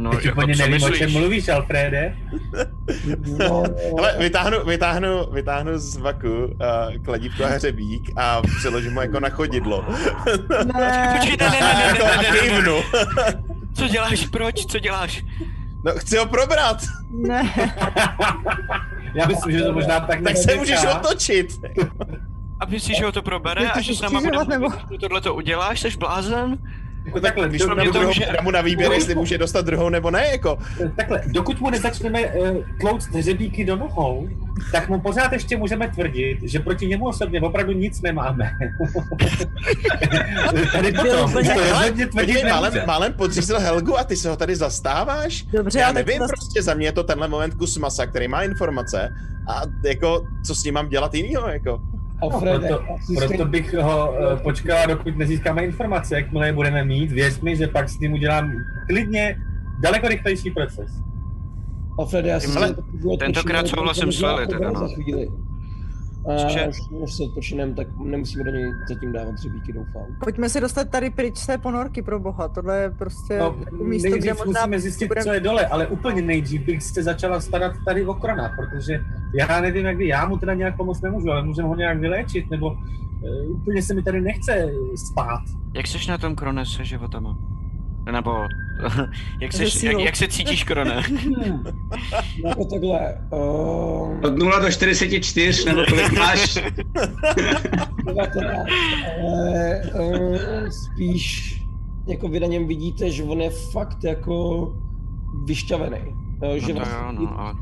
[SPEAKER 3] No,
[SPEAKER 8] Teď Jako úplně
[SPEAKER 3] co
[SPEAKER 8] nevím, o čem
[SPEAKER 3] myslíš?
[SPEAKER 8] mluvíš, Alfrede.
[SPEAKER 4] No,
[SPEAKER 7] Ale vytáhnu, vytáhnu, vytáhnu z vaku uh, kladívko a hřebík a přeložím ho jako na chodidlo.
[SPEAKER 6] Ne,
[SPEAKER 3] Počkej, ne, ne,
[SPEAKER 7] A
[SPEAKER 3] ne,
[SPEAKER 7] jako
[SPEAKER 3] ne,
[SPEAKER 7] a
[SPEAKER 3] ne, ne, ne, ne.
[SPEAKER 7] kývnu.
[SPEAKER 3] Co děláš? Proč? Co děláš?
[SPEAKER 7] No, chci ho probrat,
[SPEAKER 6] ne,
[SPEAKER 8] Já myslím, že to možná tak
[SPEAKER 7] tak se
[SPEAKER 8] neděká.
[SPEAKER 7] můžeš otočit.
[SPEAKER 3] A myslíš, že ho to probere
[SPEAKER 6] Ty to
[SPEAKER 3] a že s
[SPEAKER 6] chceš
[SPEAKER 3] náma bude
[SPEAKER 6] křižovat,
[SPEAKER 3] mluvit,
[SPEAKER 6] nebo?
[SPEAKER 3] že ty tohle to uděláš? Jsi blázen?
[SPEAKER 8] Jako takhle,
[SPEAKER 7] Když
[SPEAKER 8] do-
[SPEAKER 7] mu
[SPEAKER 3] mě
[SPEAKER 7] dám
[SPEAKER 3] to
[SPEAKER 7] druhou,
[SPEAKER 3] může-
[SPEAKER 7] dám mu na výběr, jestli může dostat druhou nebo ne, jako.
[SPEAKER 8] takhle, dokud mu nezačneme uh, tlouct hřebíky do nohou, tak mu pořád ještě můžeme tvrdit, že proti němu osobně opravdu nic nemáme. Tady potom,
[SPEAKER 6] úplně-
[SPEAKER 8] to
[SPEAKER 7] Hele,
[SPEAKER 8] rozhodně tvrdit
[SPEAKER 7] Podívej,
[SPEAKER 8] nemůže.
[SPEAKER 7] málem, málem podřízl Helgu a ty se ho tady zastáváš?
[SPEAKER 6] dobře,
[SPEAKER 7] Já
[SPEAKER 6] ale tak
[SPEAKER 7] nevím,
[SPEAKER 6] zas-
[SPEAKER 7] prostě za mě je to tenhle moment kus masa, který má informace a jako, co s ním mám dělat jinýho, jako.
[SPEAKER 4] Alfrede,
[SPEAKER 8] Proto,
[SPEAKER 4] já si
[SPEAKER 8] proto
[SPEAKER 4] stejně-
[SPEAKER 8] bych ho uh, počkala, dokud nezískáme informace. Jakmile je budeme mít, věř mi, že pak s ním udělám klidně daleko rychlejší proces.
[SPEAKER 4] Alfrede, já si
[SPEAKER 3] Ale
[SPEAKER 4] stejně jako taky budu odpočinout,
[SPEAKER 3] tentokrát
[SPEAKER 4] protože
[SPEAKER 3] souhlasím
[SPEAKER 4] to
[SPEAKER 3] s
[SPEAKER 4] možná
[SPEAKER 3] Lily teda,
[SPEAKER 4] probereme
[SPEAKER 3] no.
[SPEAKER 4] za chvíli. A
[SPEAKER 3] Cože?
[SPEAKER 4] až, až se odpočinem, tak nemusíme do něj zatím dávat dřebíky, doufám.
[SPEAKER 6] pojďme se dostat tady pryč z té ponorky, pro boha, tohle je prostě
[SPEAKER 8] No,
[SPEAKER 6] jako místo, kde
[SPEAKER 8] nejdřív
[SPEAKER 6] možná...
[SPEAKER 8] musíme zjistit,
[SPEAKER 6] budeme-
[SPEAKER 8] co je dole, ale úplně nejdřív bych se začala starat tady o Krona, protože já nevím, jak vy, já mu teda nějak pomoct nemůžu, ale můžeme ho nějak vyléčit, nebo uh, úplně se mi tady nechce spát.
[SPEAKER 3] Jak jsi na tom krone se životama? Nebo jak,
[SPEAKER 6] Se
[SPEAKER 3] seš, jak,
[SPEAKER 6] sílou.
[SPEAKER 3] jak se cítíš, krone?
[SPEAKER 4] No jako takhle, uh,
[SPEAKER 1] Od 0 do 44, nebo kolik máš?
[SPEAKER 4] 19, ale uh, spíš jako vy na něm vidíte, že on je fakt jako vyšťavený. No, že
[SPEAKER 3] to
[SPEAKER 4] vlastně
[SPEAKER 3] jo, no, ale-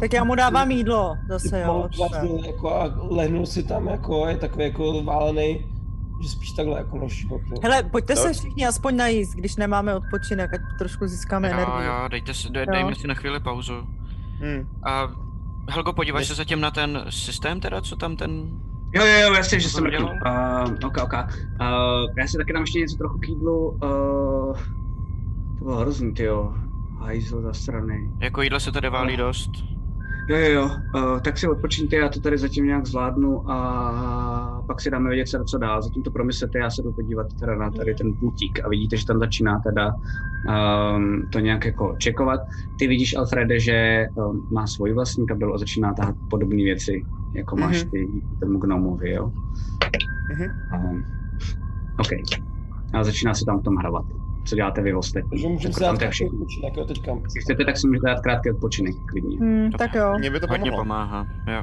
[SPEAKER 6] Tak já mu dávám jídlo, zase jo.
[SPEAKER 4] Typnul vlastně jako a lehnul si tam jako, je takový jako válený, že spíš takhle jako než jako.
[SPEAKER 6] Hele, pojďte
[SPEAKER 7] No.
[SPEAKER 6] se všichni aspoň najíst, když nemáme odpočinek, ať trošku získáme
[SPEAKER 3] Jo,
[SPEAKER 6] energii.
[SPEAKER 3] jo, dejte si, dej, dejme si na chvíli pauzu.
[SPEAKER 7] Hm.
[SPEAKER 3] A Helgo, podíváš se zatím na ten systém teda, co tam ten...
[SPEAKER 1] Jo, jo, jo, jasně, že
[SPEAKER 3] To
[SPEAKER 1] jsem
[SPEAKER 3] dělal.
[SPEAKER 1] řekl. Uh, ok, ok. Uh, já si taky dám ještě něco trochu k jídlu. Uh, to bylo hrozný, ty jo. Hajzl za strany.
[SPEAKER 3] Jako jídlo se tady válí dost.
[SPEAKER 1] Jo, jo, jo, uh, tak si odpočiňte, já to tady zatím nějak zvládnu a pak si dáme vědět, co- co dál. Zatím to promyslete, já se jdu podívat teda na tady ten pultík a vidíte, že tam začíná teda um, to nějak jako čekovat. Ty vidíš, Alfrede, že um, má svůj vlastní kabelu a začíná tahat podobné věci, jako máš ty tomu gnomovi, jo? Um, OK. A začíná se tam v tom hrabat. Co děláte vy ostatní?
[SPEAKER 4] Takže
[SPEAKER 1] Tak
[SPEAKER 4] můžeme si
[SPEAKER 1] tam
[SPEAKER 4] dát
[SPEAKER 1] to je
[SPEAKER 4] takový
[SPEAKER 1] všechno.
[SPEAKER 4] odpočinek, jo, teďka.
[SPEAKER 1] Jestli chcete, tak si můžete dát krátký odpočinek, klidně.
[SPEAKER 6] Hmm, tak jo.
[SPEAKER 7] Mně by to
[SPEAKER 3] Hodně
[SPEAKER 7] pomohlo.
[SPEAKER 3] pomáhá, jo.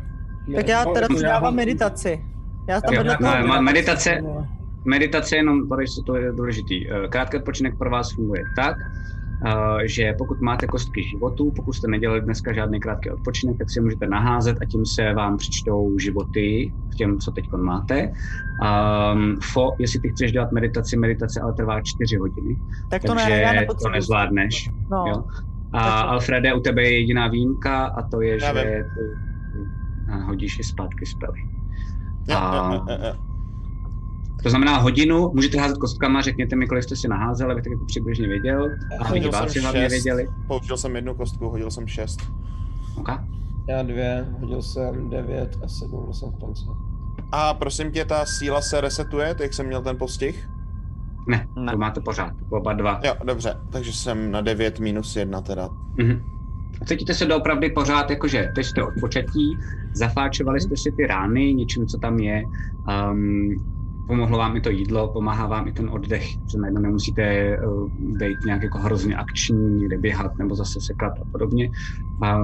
[SPEAKER 6] Tak já
[SPEAKER 8] No,
[SPEAKER 6] teda
[SPEAKER 8] jako
[SPEAKER 4] to
[SPEAKER 6] to dávám meditaci. Já jako- tam
[SPEAKER 1] Jo,
[SPEAKER 6] vedle
[SPEAKER 1] ne,
[SPEAKER 6] toho...
[SPEAKER 1] ne, ne, meditace-
[SPEAKER 8] no.
[SPEAKER 1] Meditace jenom, protože to je důležitý. Eh, Krátký odpočinek pro vás funguje tak, eh, že pokud máte kostky životů, pokud jste nedělali dneska žádný krátký odpočinek, tak si je můžete naházet a tím se vám přičtou životy v těm, co teď máte. Um, fo, jestli ty chceš dělat meditaci, meditace ale trvá čtyři hodiny,
[SPEAKER 6] Tak to ne,
[SPEAKER 1] takže
[SPEAKER 6] já
[SPEAKER 1] to
[SPEAKER 6] nepotřebuji.
[SPEAKER 1] nezvládneš.
[SPEAKER 6] No,
[SPEAKER 1] jo. A
[SPEAKER 6] Tak jo.
[SPEAKER 1] Alfrede, u tebe je jediná výjimka a to je,
[SPEAKER 7] Já
[SPEAKER 1] že
[SPEAKER 7] vím.
[SPEAKER 1] ty eh, hodíš i zpátky spely.
[SPEAKER 7] Jo, jo, jo, jo.
[SPEAKER 1] To znamená hodinu, můžete házet kostkama, řekněte mi, kolik jste si naházel, abych tak jako přibližně věděl. A
[SPEAKER 7] hodil
[SPEAKER 1] diváci
[SPEAKER 7] jsem
[SPEAKER 1] hlavně
[SPEAKER 7] šest.
[SPEAKER 1] věděli.
[SPEAKER 7] Použil jsem jednu kostku, hodil jsem šest.
[SPEAKER 1] Okay.
[SPEAKER 4] Já dvě, hodil jsem devět a sedm jsem v konci.
[SPEAKER 7] A prosím tě, ta síla se resetuje, tak jak jsem měl ten postih?
[SPEAKER 1] Ne,
[SPEAKER 3] Ne.
[SPEAKER 1] to máte pořád, oba dva.
[SPEAKER 7] Jo, dobře, takže jsem na 9 minus 1 teda.
[SPEAKER 1] Mhm. Cítíte se doopravdy pořád, jakože teď jste odpočatí, zafáčovali jste si ty rány něčím, co tam je. Um, pomohlo vám i to jídlo, pomáhá vám i ten oddech, že najednou nemusíte uh, být nějak jako hrozně akční, někde běhat nebo zase sekat a podobně.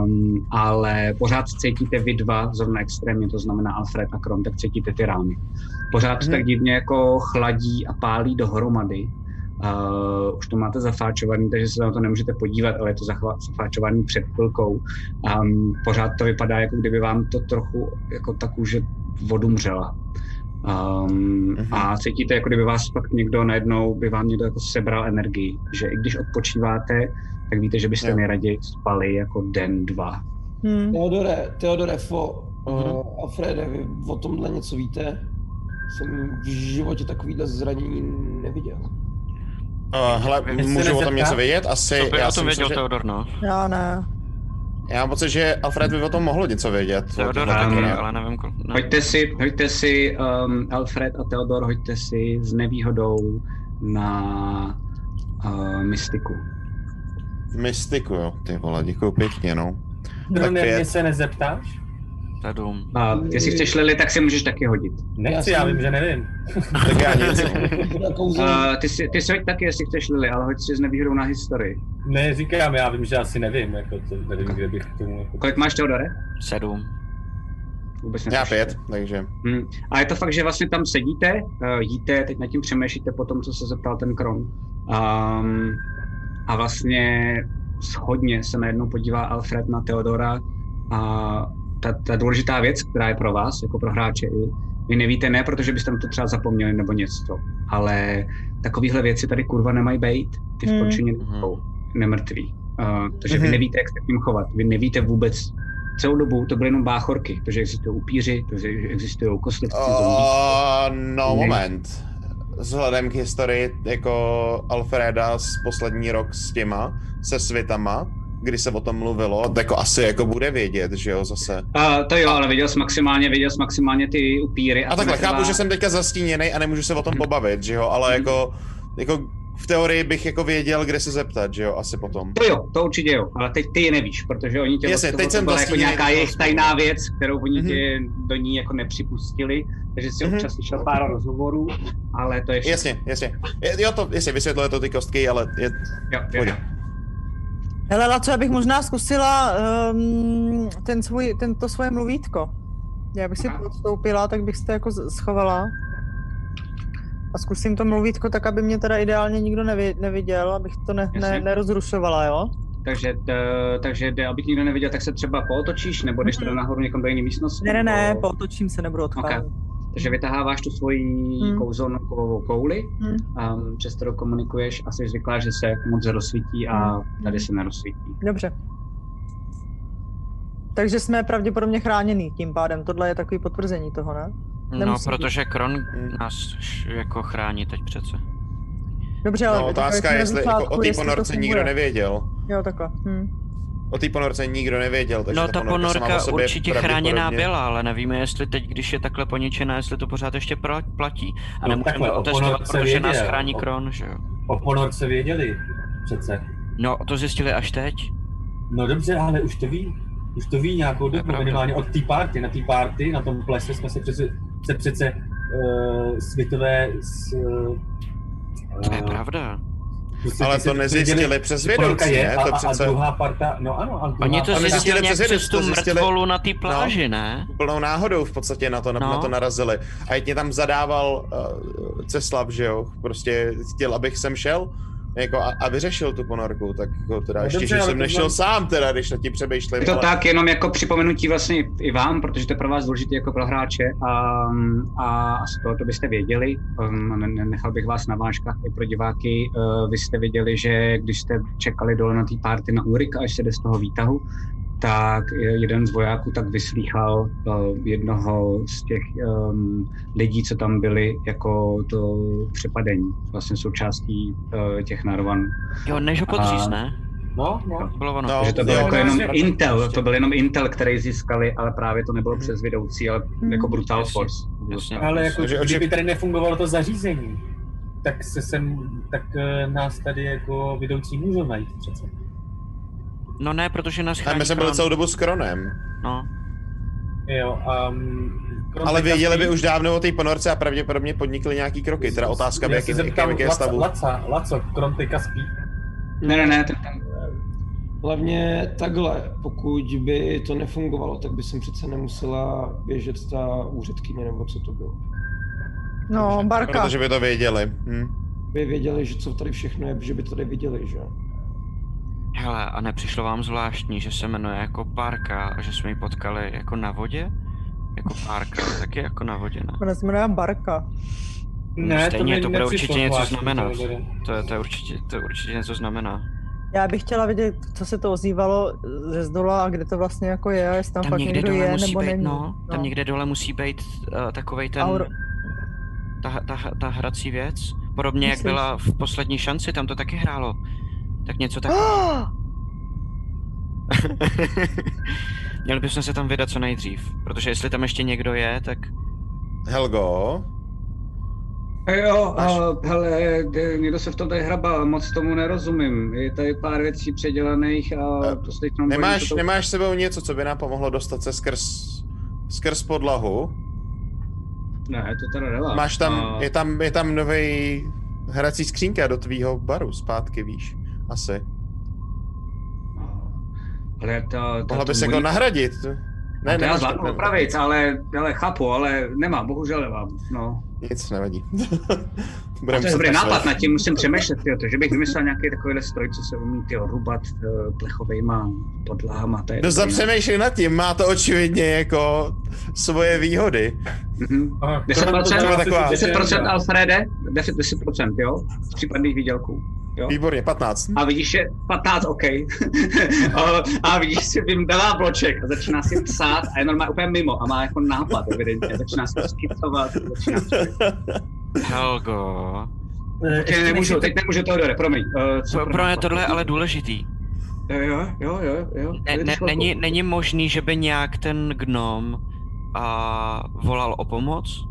[SPEAKER 1] Um, ale pořád cítíte vy dva, zrovna extrémně, to znamená Alfred a Kron, tak cítíte ty rány. Pořád
[SPEAKER 7] Mhm.
[SPEAKER 1] mm-hmm. tak divně jako chladí a pálí dohromady. Uh, už to máte zafáčovaný, takže se na to nemůžete podívat, ale je to zachva- zafáčovaný před chvilkou. Um, pořád to vypadá, jako kdyby vám to trochu jako ta kůže odumřela. Um,
[SPEAKER 7] Mhm.
[SPEAKER 1] a cítíte, jako kdyby vás pak někdo najednou, by vám někdo jako sebral energii, že i když odpočíváte, tak víte, že byste
[SPEAKER 7] Jo.
[SPEAKER 1] nejraději spali jako den, dva.
[SPEAKER 6] hm.
[SPEAKER 3] Mhm.
[SPEAKER 4] Teodore, Teodore Fo, uh, Alfrede, vy o tomhle něco víte? Jsem v životě takovýhle zranění neviděl.
[SPEAKER 7] Uh, hele,
[SPEAKER 3] Vy
[SPEAKER 7] můžu o tom
[SPEAKER 8] nezeptá?
[SPEAKER 7] něco vědět? Asi,
[SPEAKER 3] To by
[SPEAKER 7] já
[SPEAKER 3] o
[SPEAKER 7] si
[SPEAKER 3] tom věděl
[SPEAKER 7] myslím, že-
[SPEAKER 3] Teodor, no.
[SPEAKER 6] já ne.
[SPEAKER 7] Já mám pocit, že Alfred by o tom mohl něco vědět. O
[SPEAKER 3] Teodor
[SPEAKER 7] tomhle
[SPEAKER 3] taky,
[SPEAKER 7] taky,
[SPEAKER 1] ne.
[SPEAKER 3] ale nevím kol... ne-
[SPEAKER 1] Hoďte si, hoďte si um, Alfred a Theodor, hoďte si s nevýhodou na uh, mystiku.
[SPEAKER 7] Mystiku, jo. Ty vole, děkuju pěkně, no.
[SPEAKER 8] Kron,
[SPEAKER 7] pět.
[SPEAKER 8] mě se nezeptáš?
[SPEAKER 3] Sedm.
[SPEAKER 1] Uh, jestli chceš Lily, tak si můžeš taky hodit.
[SPEAKER 7] Mm.
[SPEAKER 8] Nechci,
[SPEAKER 4] Já
[SPEAKER 8] já
[SPEAKER 4] jsem-
[SPEAKER 8] vím, že nevím.
[SPEAKER 7] Tak já nic. no.
[SPEAKER 4] Teda kouzelní
[SPEAKER 3] Eh.
[SPEAKER 1] Uh, ty, si, ty si hoď taky, jestli chceš Lily, ale hoď si s nevýhodou na historii.
[SPEAKER 8] Ne, říkám, já vím, že asi nevím, jako to, nevím, kde bych k tomu... Jako...
[SPEAKER 1] Kolik máš, Teodore?
[SPEAKER 3] Sedm.
[SPEAKER 1] Vůbec
[SPEAKER 7] Já
[SPEAKER 1] netušíte.
[SPEAKER 7] pět, takže.
[SPEAKER 1] Hmm. A je to fakt, že vlastně tam sedíte, eh, jíte, teď nad tím přemýšlíte po tom, co se zeptal ten Kron. Um, a vlastně schodně se najednou podívá Alfred na Teodora a ta, ta důležitá věc, která je pro vás, jako pro hráče i, vy nevíte ne, protože byste na to třeba zapomněli nebo něco, ale takovéhle věci tady kurva nemají být, ty v
[SPEAKER 6] Hmm.
[SPEAKER 1] končině
[SPEAKER 3] Mhm.
[SPEAKER 1] nejsou nemrtví. Uh, takže vy
[SPEAKER 7] Mhm.
[SPEAKER 1] nevíte, jak se k ním chovat, vy nevíte vůbec, celou dobu to byly jenom báchorky, protože existují upíři, protože existují kostlivci, zombí.
[SPEAKER 7] Uh, no,
[SPEAKER 1] Mhm.
[SPEAKER 7] moment. Vzhledem k historii jako Alfreda z poslední rok s těma, se svitama, kdy se o tom mluvilo, tak jako asi jako bude vědět, že jo, zase.
[SPEAKER 1] A to jo, ale viděl jsi maximálně, viděl jsi maximálně ty upíry.
[SPEAKER 7] A
[SPEAKER 1] to
[SPEAKER 7] takhle,
[SPEAKER 1] netrvá-
[SPEAKER 7] chápu, že jsem teďka zastíněný a nemůžu se o tom
[SPEAKER 1] Mhm.
[SPEAKER 7] pobavit, že jo, ale
[SPEAKER 1] Mhm.
[SPEAKER 7] jako, jako v teorii bych jako věděl, kde se zeptat, že jo, asi potom.
[SPEAKER 1] To jo, to určitě jo, ale teď ty je nevíš, protože oni tě
[SPEAKER 7] Jasně,
[SPEAKER 1] od toho-
[SPEAKER 7] teď
[SPEAKER 1] to
[SPEAKER 7] jsem
[SPEAKER 1] byla jako
[SPEAKER 7] vlastně
[SPEAKER 1] nějaká
[SPEAKER 7] někdo-
[SPEAKER 1] jejich tajná věc, kterou oni
[SPEAKER 7] Mhm.
[SPEAKER 1] tě do ní jako nepřipustili, takže si
[SPEAKER 7] Mhm.
[SPEAKER 1] občas slyšel pár rozhovorů, ale to je všechno.
[SPEAKER 7] Jasně, jasně. Je- Jo, to, jasně, vysvětluje to ty kostky, ale je,
[SPEAKER 1] Jo, jo,
[SPEAKER 7] pojď.
[SPEAKER 1] jo.
[SPEAKER 6] Hele, Laco, já bych možná zkusila um, ten svůj, ten, to svoje mluvítko. Já bych si to odstoupila, tak bych se to jako z- schovala. A zkusím to mluvítko tak, aby mě teda ideálně nikdo nevi, neviděl, abych to ne, ne,
[SPEAKER 1] Jasně.
[SPEAKER 6] nerozrušovala, jo?
[SPEAKER 1] Takže, t, takže jde, abych nikdo neviděl, tak se třeba pootočíš, nebo jdeš
[SPEAKER 7] Mhm.
[SPEAKER 1] teda nahoru někam do jiné místnosti?
[SPEAKER 6] Ne, ne, ne,
[SPEAKER 1] nebo-
[SPEAKER 6] potočím se, nebudu odcházet.
[SPEAKER 1] Takže vytaháváš tu svoji
[SPEAKER 6] Hmm.
[SPEAKER 1] hmm. kouzelnou kovovou kouli,
[SPEAKER 6] Hmm.
[SPEAKER 1] um, přes kterou komunikuješ a jsi zvyklá, že se moc rozsvítí a tady se nerozsvítí.
[SPEAKER 6] Dobře. Takže jsme pravděpodobně chráněný tím pádem. Tohle je takový potvrzení toho, ne?
[SPEAKER 3] No,
[SPEAKER 6] Nemusí
[SPEAKER 3] protože Kron nás š- jako chrání teď přece.
[SPEAKER 6] Dobře, ale
[SPEAKER 7] No,
[SPEAKER 6] říkali
[SPEAKER 7] otázka
[SPEAKER 6] jsme
[SPEAKER 7] je,
[SPEAKER 6] na
[SPEAKER 7] jestli
[SPEAKER 6] začátku,
[SPEAKER 7] jako o té
[SPEAKER 6] jestli to
[SPEAKER 7] ponorce nikdo
[SPEAKER 6] funguje.
[SPEAKER 7] nevěděl.
[SPEAKER 6] Jo, takhle. Hm.
[SPEAKER 7] O té ponorce nikdo nevěděl, takže
[SPEAKER 3] No
[SPEAKER 7] ta
[SPEAKER 3] ta
[SPEAKER 7] ponorka, sama o
[SPEAKER 3] ponorka
[SPEAKER 7] sobě je
[SPEAKER 3] určitě chráněná
[SPEAKER 7] pravděpodobně-
[SPEAKER 3] byla, ale nevíme, jestli teď, když je takhle poničená, jestli to pořád ještě pra- platí. A
[SPEAKER 8] No,
[SPEAKER 3] nemůžeme
[SPEAKER 8] takhle, no. o
[SPEAKER 3] otestovat,
[SPEAKER 8] ponorce
[SPEAKER 3] protože nás
[SPEAKER 8] věděl.
[SPEAKER 3] chrání Kron, že jo.
[SPEAKER 8] O ponorce věděli přece.
[SPEAKER 3] No, to zjistili až teď.
[SPEAKER 8] No dobře, ale už to ví. Už to ví nějakou
[SPEAKER 3] To je
[SPEAKER 8] dobu,
[SPEAKER 3] pravda.
[SPEAKER 8] minimálně od té party. Na té party, na tom plese jsme se přece, se přece uh, světové s, eh, uh,
[SPEAKER 3] To je
[SPEAKER 7] No.
[SPEAKER 3] pravda.
[SPEAKER 8] prostě
[SPEAKER 7] Ale to nezjistili přes vědomci, ne?
[SPEAKER 8] a,
[SPEAKER 7] To
[SPEAKER 8] a, a
[SPEAKER 7] přece
[SPEAKER 8] druhá parta, no ano, a druhá
[SPEAKER 3] Oni to
[SPEAKER 8] parta,
[SPEAKER 7] ale zjistili
[SPEAKER 3] zjistili nějak
[SPEAKER 7] přes-
[SPEAKER 3] přes
[SPEAKER 7] to
[SPEAKER 3] tu
[SPEAKER 7] zjistili- no.
[SPEAKER 3] mrtvolu na té pláži, ne?
[SPEAKER 7] plnou náhodou v podstatě na to, na,
[SPEAKER 3] No.
[SPEAKER 7] na to narazili. A jedně tam zadával uh, Ceslav, že jo? Prostě chtěl, abych sem šel jako a, a vyřešil tu ponorku, tak jako teda
[SPEAKER 8] No
[SPEAKER 7] ještě,
[SPEAKER 8] dobře,
[SPEAKER 7] že
[SPEAKER 8] ale
[SPEAKER 7] jsem
[SPEAKER 8] to
[SPEAKER 7] nešel
[SPEAKER 8] znám-
[SPEAKER 7] sám teda, když na tím přemýšlím.
[SPEAKER 1] Je to
[SPEAKER 7] ale-
[SPEAKER 1] tak, jenom jako připomenutí vlastně i vám, protože to je pro vás důležité jako pro hráče a, a z toho to byste věděli. Um, ne- ne- nechal bych vás na vážkách i pro diváky. Uh, vy jste věděli, že když jste čekali dole na té párty na Ulrik, až se jde z toho výtahu, tak eh, jeden z vojáků tak vyslýchal eh, jednoho z těch um, lidí, co tam byli, jako to přepadení, vlastně součástí eh, těch narvan.
[SPEAKER 3] Jo, než ho podříz,
[SPEAKER 1] A-
[SPEAKER 3] ne?
[SPEAKER 8] No, no.
[SPEAKER 3] To bylo ono.
[SPEAKER 7] No,
[SPEAKER 1] Takže to bylo
[SPEAKER 7] jo,
[SPEAKER 1] jako
[SPEAKER 7] no,
[SPEAKER 1] jenom
[SPEAKER 7] jasně.
[SPEAKER 1] Intel, to byl jenom Intel, který získali, ale právě to nebylo přes vedoucí, ale jako Brutal
[SPEAKER 3] Jasně,
[SPEAKER 1] Force.
[SPEAKER 3] jasně.
[SPEAKER 8] Ale jako,
[SPEAKER 7] Takže oček-
[SPEAKER 8] kdyby tady nefungovalo to zařízení, tak se sem, tak eh, nás tady jako vedoucí můžou najít přece.
[SPEAKER 3] No ne, protože nás
[SPEAKER 7] A
[SPEAKER 3] chrání
[SPEAKER 7] my jsme byli
[SPEAKER 3] Kron.
[SPEAKER 7] celou dobu s Kronem.
[SPEAKER 3] No.
[SPEAKER 8] Jo, a... mm, krom
[SPEAKER 7] Ale
[SPEAKER 8] teďka
[SPEAKER 7] věděli by
[SPEAKER 8] spí-
[SPEAKER 7] už dávno o té ponorce a pravděpodobně podnikli nějaký kroky. Teda otázka, v
[SPEAKER 8] Já se
[SPEAKER 7] jakém
[SPEAKER 8] zeptám
[SPEAKER 7] jakém je
[SPEAKER 8] Laca-
[SPEAKER 7] stavu.
[SPEAKER 8] Laca, Laco, krom teďka spí.
[SPEAKER 1] Ne, ne, ne, ten, ten,
[SPEAKER 4] Hlavně takhle, pokud by to nefungovalo, tak by jsem přece nemusela běžet ta úředkyně, nebo co to bylo.
[SPEAKER 6] No, barka.
[SPEAKER 7] Protože by to věděli. Hm.
[SPEAKER 4] By věděli, že co tady všechno je, že by to neviděli, že jo.
[SPEAKER 3] Hele, a nepřišlo vám zvláštní, že se jmenuje jako Parka a že jsme ji potkali jako na vodě? Jako Parka, taky jako na vodě, ne?
[SPEAKER 6] Ona se jmenuje Barka.
[SPEAKER 3] No, Stejně,
[SPEAKER 8] mi
[SPEAKER 3] to bude
[SPEAKER 8] nepřišlo
[SPEAKER 3] určitě něco
[SPEAKER 8] zvláštní,
[SPEAKER 3] znamenat.
[SPEAKER 8] to bude.
[SPEAKER 3] To, je, to, je určitě, to určitě něco znamená.
[SPEAKER 6] Já bych chtěla vědět, co se to ozývalo ze zdola a kde to vlastně jako je, jestli tam,
[SPEAKER 3] Tam
[SPEAKER 6] fakt
[SPEAKER 3] někde
[SPEAKER 6] někdo
[SPEAKER 3] dole
[SPEAKER 6] je
[SPEAKER 3] musí
[SPEAKER 6] nebo
[SPEAKER 3] být,
[SPEAKER 6] není.
[SPEAKER 3] no, tam někde dole musí být uh, takovej ten,
[SPEAKER 6] Aur-
[SPEAKER 3] ta, ta, ta hrací věc. Podobně jak
[SPEAKER 6] Myslím
[SPEAKER 3] byla v poslední šanci, tam to taky hrálo. Tak něco tak. Měli bychom se tam vydat co nejdřív, protože jestli tam ještě někdo je, tak
[SPEAKER 7] Helgo,
[SPEAKER 1] Eh, Jo,
[SPEAKER 7] Máš-
[SPEAKER 1] a, hele, d- někdo se v tom tady hrabá, moc tomu nerozumím. Je tady pár věcí předělaných
[SPEAKER 7] Eh,
[SPEAKER 1] a to se teď jenom bojím,
[SPEAKER 7] nemáš,
[SPEAKER 1] co to...
[SPEAKER 7] nemáš s sebou něco, co by nám pomohlo dostat se skrz, skrz podlahu?
[SPEAKER 1] Ne, to teda nemám.
[SPEAKER 7] Máš tam,
[SPEAKER 1] A-
[SPEAKER 7] je tam, je tam nový hrací skřínka do tvýho baru zpátky, víš? Asi.
[SPEAKER 1] Ale to, to,
[SPEAKER 7] Mohla
[SPEAKER 1] to
[SPEAKER 7] bys jako
[SPEAKER 1] můj-
[SPEAKER 7] nahradit.
[SPEAKER 1] Ne,
[SPEAKER 7] Ne,
[SPEAKER 1] to já
[SPEAKER 7] nemáš
[SPEAKER 1] zvládnu
[SPEAKER 7] to-
[SPEAKER 1] opravit, ale, ale chápu, ale nemám, bohužel nemám. No.
[SPEAKER 7] Nic nevadí.
[SPEAKER 1] A
[SPEAKER 7] Budeme
[SPEAKER 1] to je
[SPEAKER 7] muset
[SPEAKER 1] dobrý
[SPEAKER 7] pracovat.
[SPEAKER 1] nápad, nad tím musím přemýšlet, tyjo, to, že bych vymyslel nějaký takovýhle stroj, co se umí tyjo, rubat eh, plechovejma podlahama. To je
[SPEAKER 7] No
[SPEAKER 1] dobrý, no.
[SPEAKER 7] zapřemýšlej nad tím, má to očivně jako svoje výhody.
[SPEAKER 1] Mhm.
[SPEAKER 8] Aha,
[SPEAKER 1] Deset
[SPEAKER 8] krom
[SPEAKER 1] procent?
[SPEAKER 8] toho, co si
[SPEAKER 7] Taková-
[SPEAKER 8] teď
[SPEAKER 1] 10%
[SPEAKER 8] dělá.
[SPEAKER 1] Alfrede, 10, 10% jo, z případných výdělků. Jo.
[SPEAKER 7] Výborně, 15.
[SPEAKER 1] A vidíš, že 15, OK. A- a vidíš, si vyndává bloček a začíná si psát a je normálně úplně mimo a má jako nápad, evidentně. Začíná si skicovat, začíná
[SPEAKER 3] Helgo.
[SPEAKER 8] Eh,
[SPEAKER 1] Teď nemůžu, teď nemůžu to dole, promiň. Uh,
[SPEAKER 3] Pro,
[SPEAKER 6] no,
[SPEAKER 3] pro mě tohle je ale důležitý.
[SPEAKER 1] Jo, jo, jo, jo.
[SPEAKER 3] Ne, ne, není, není možný, že by nějak ten gnom a, volal o pomoc?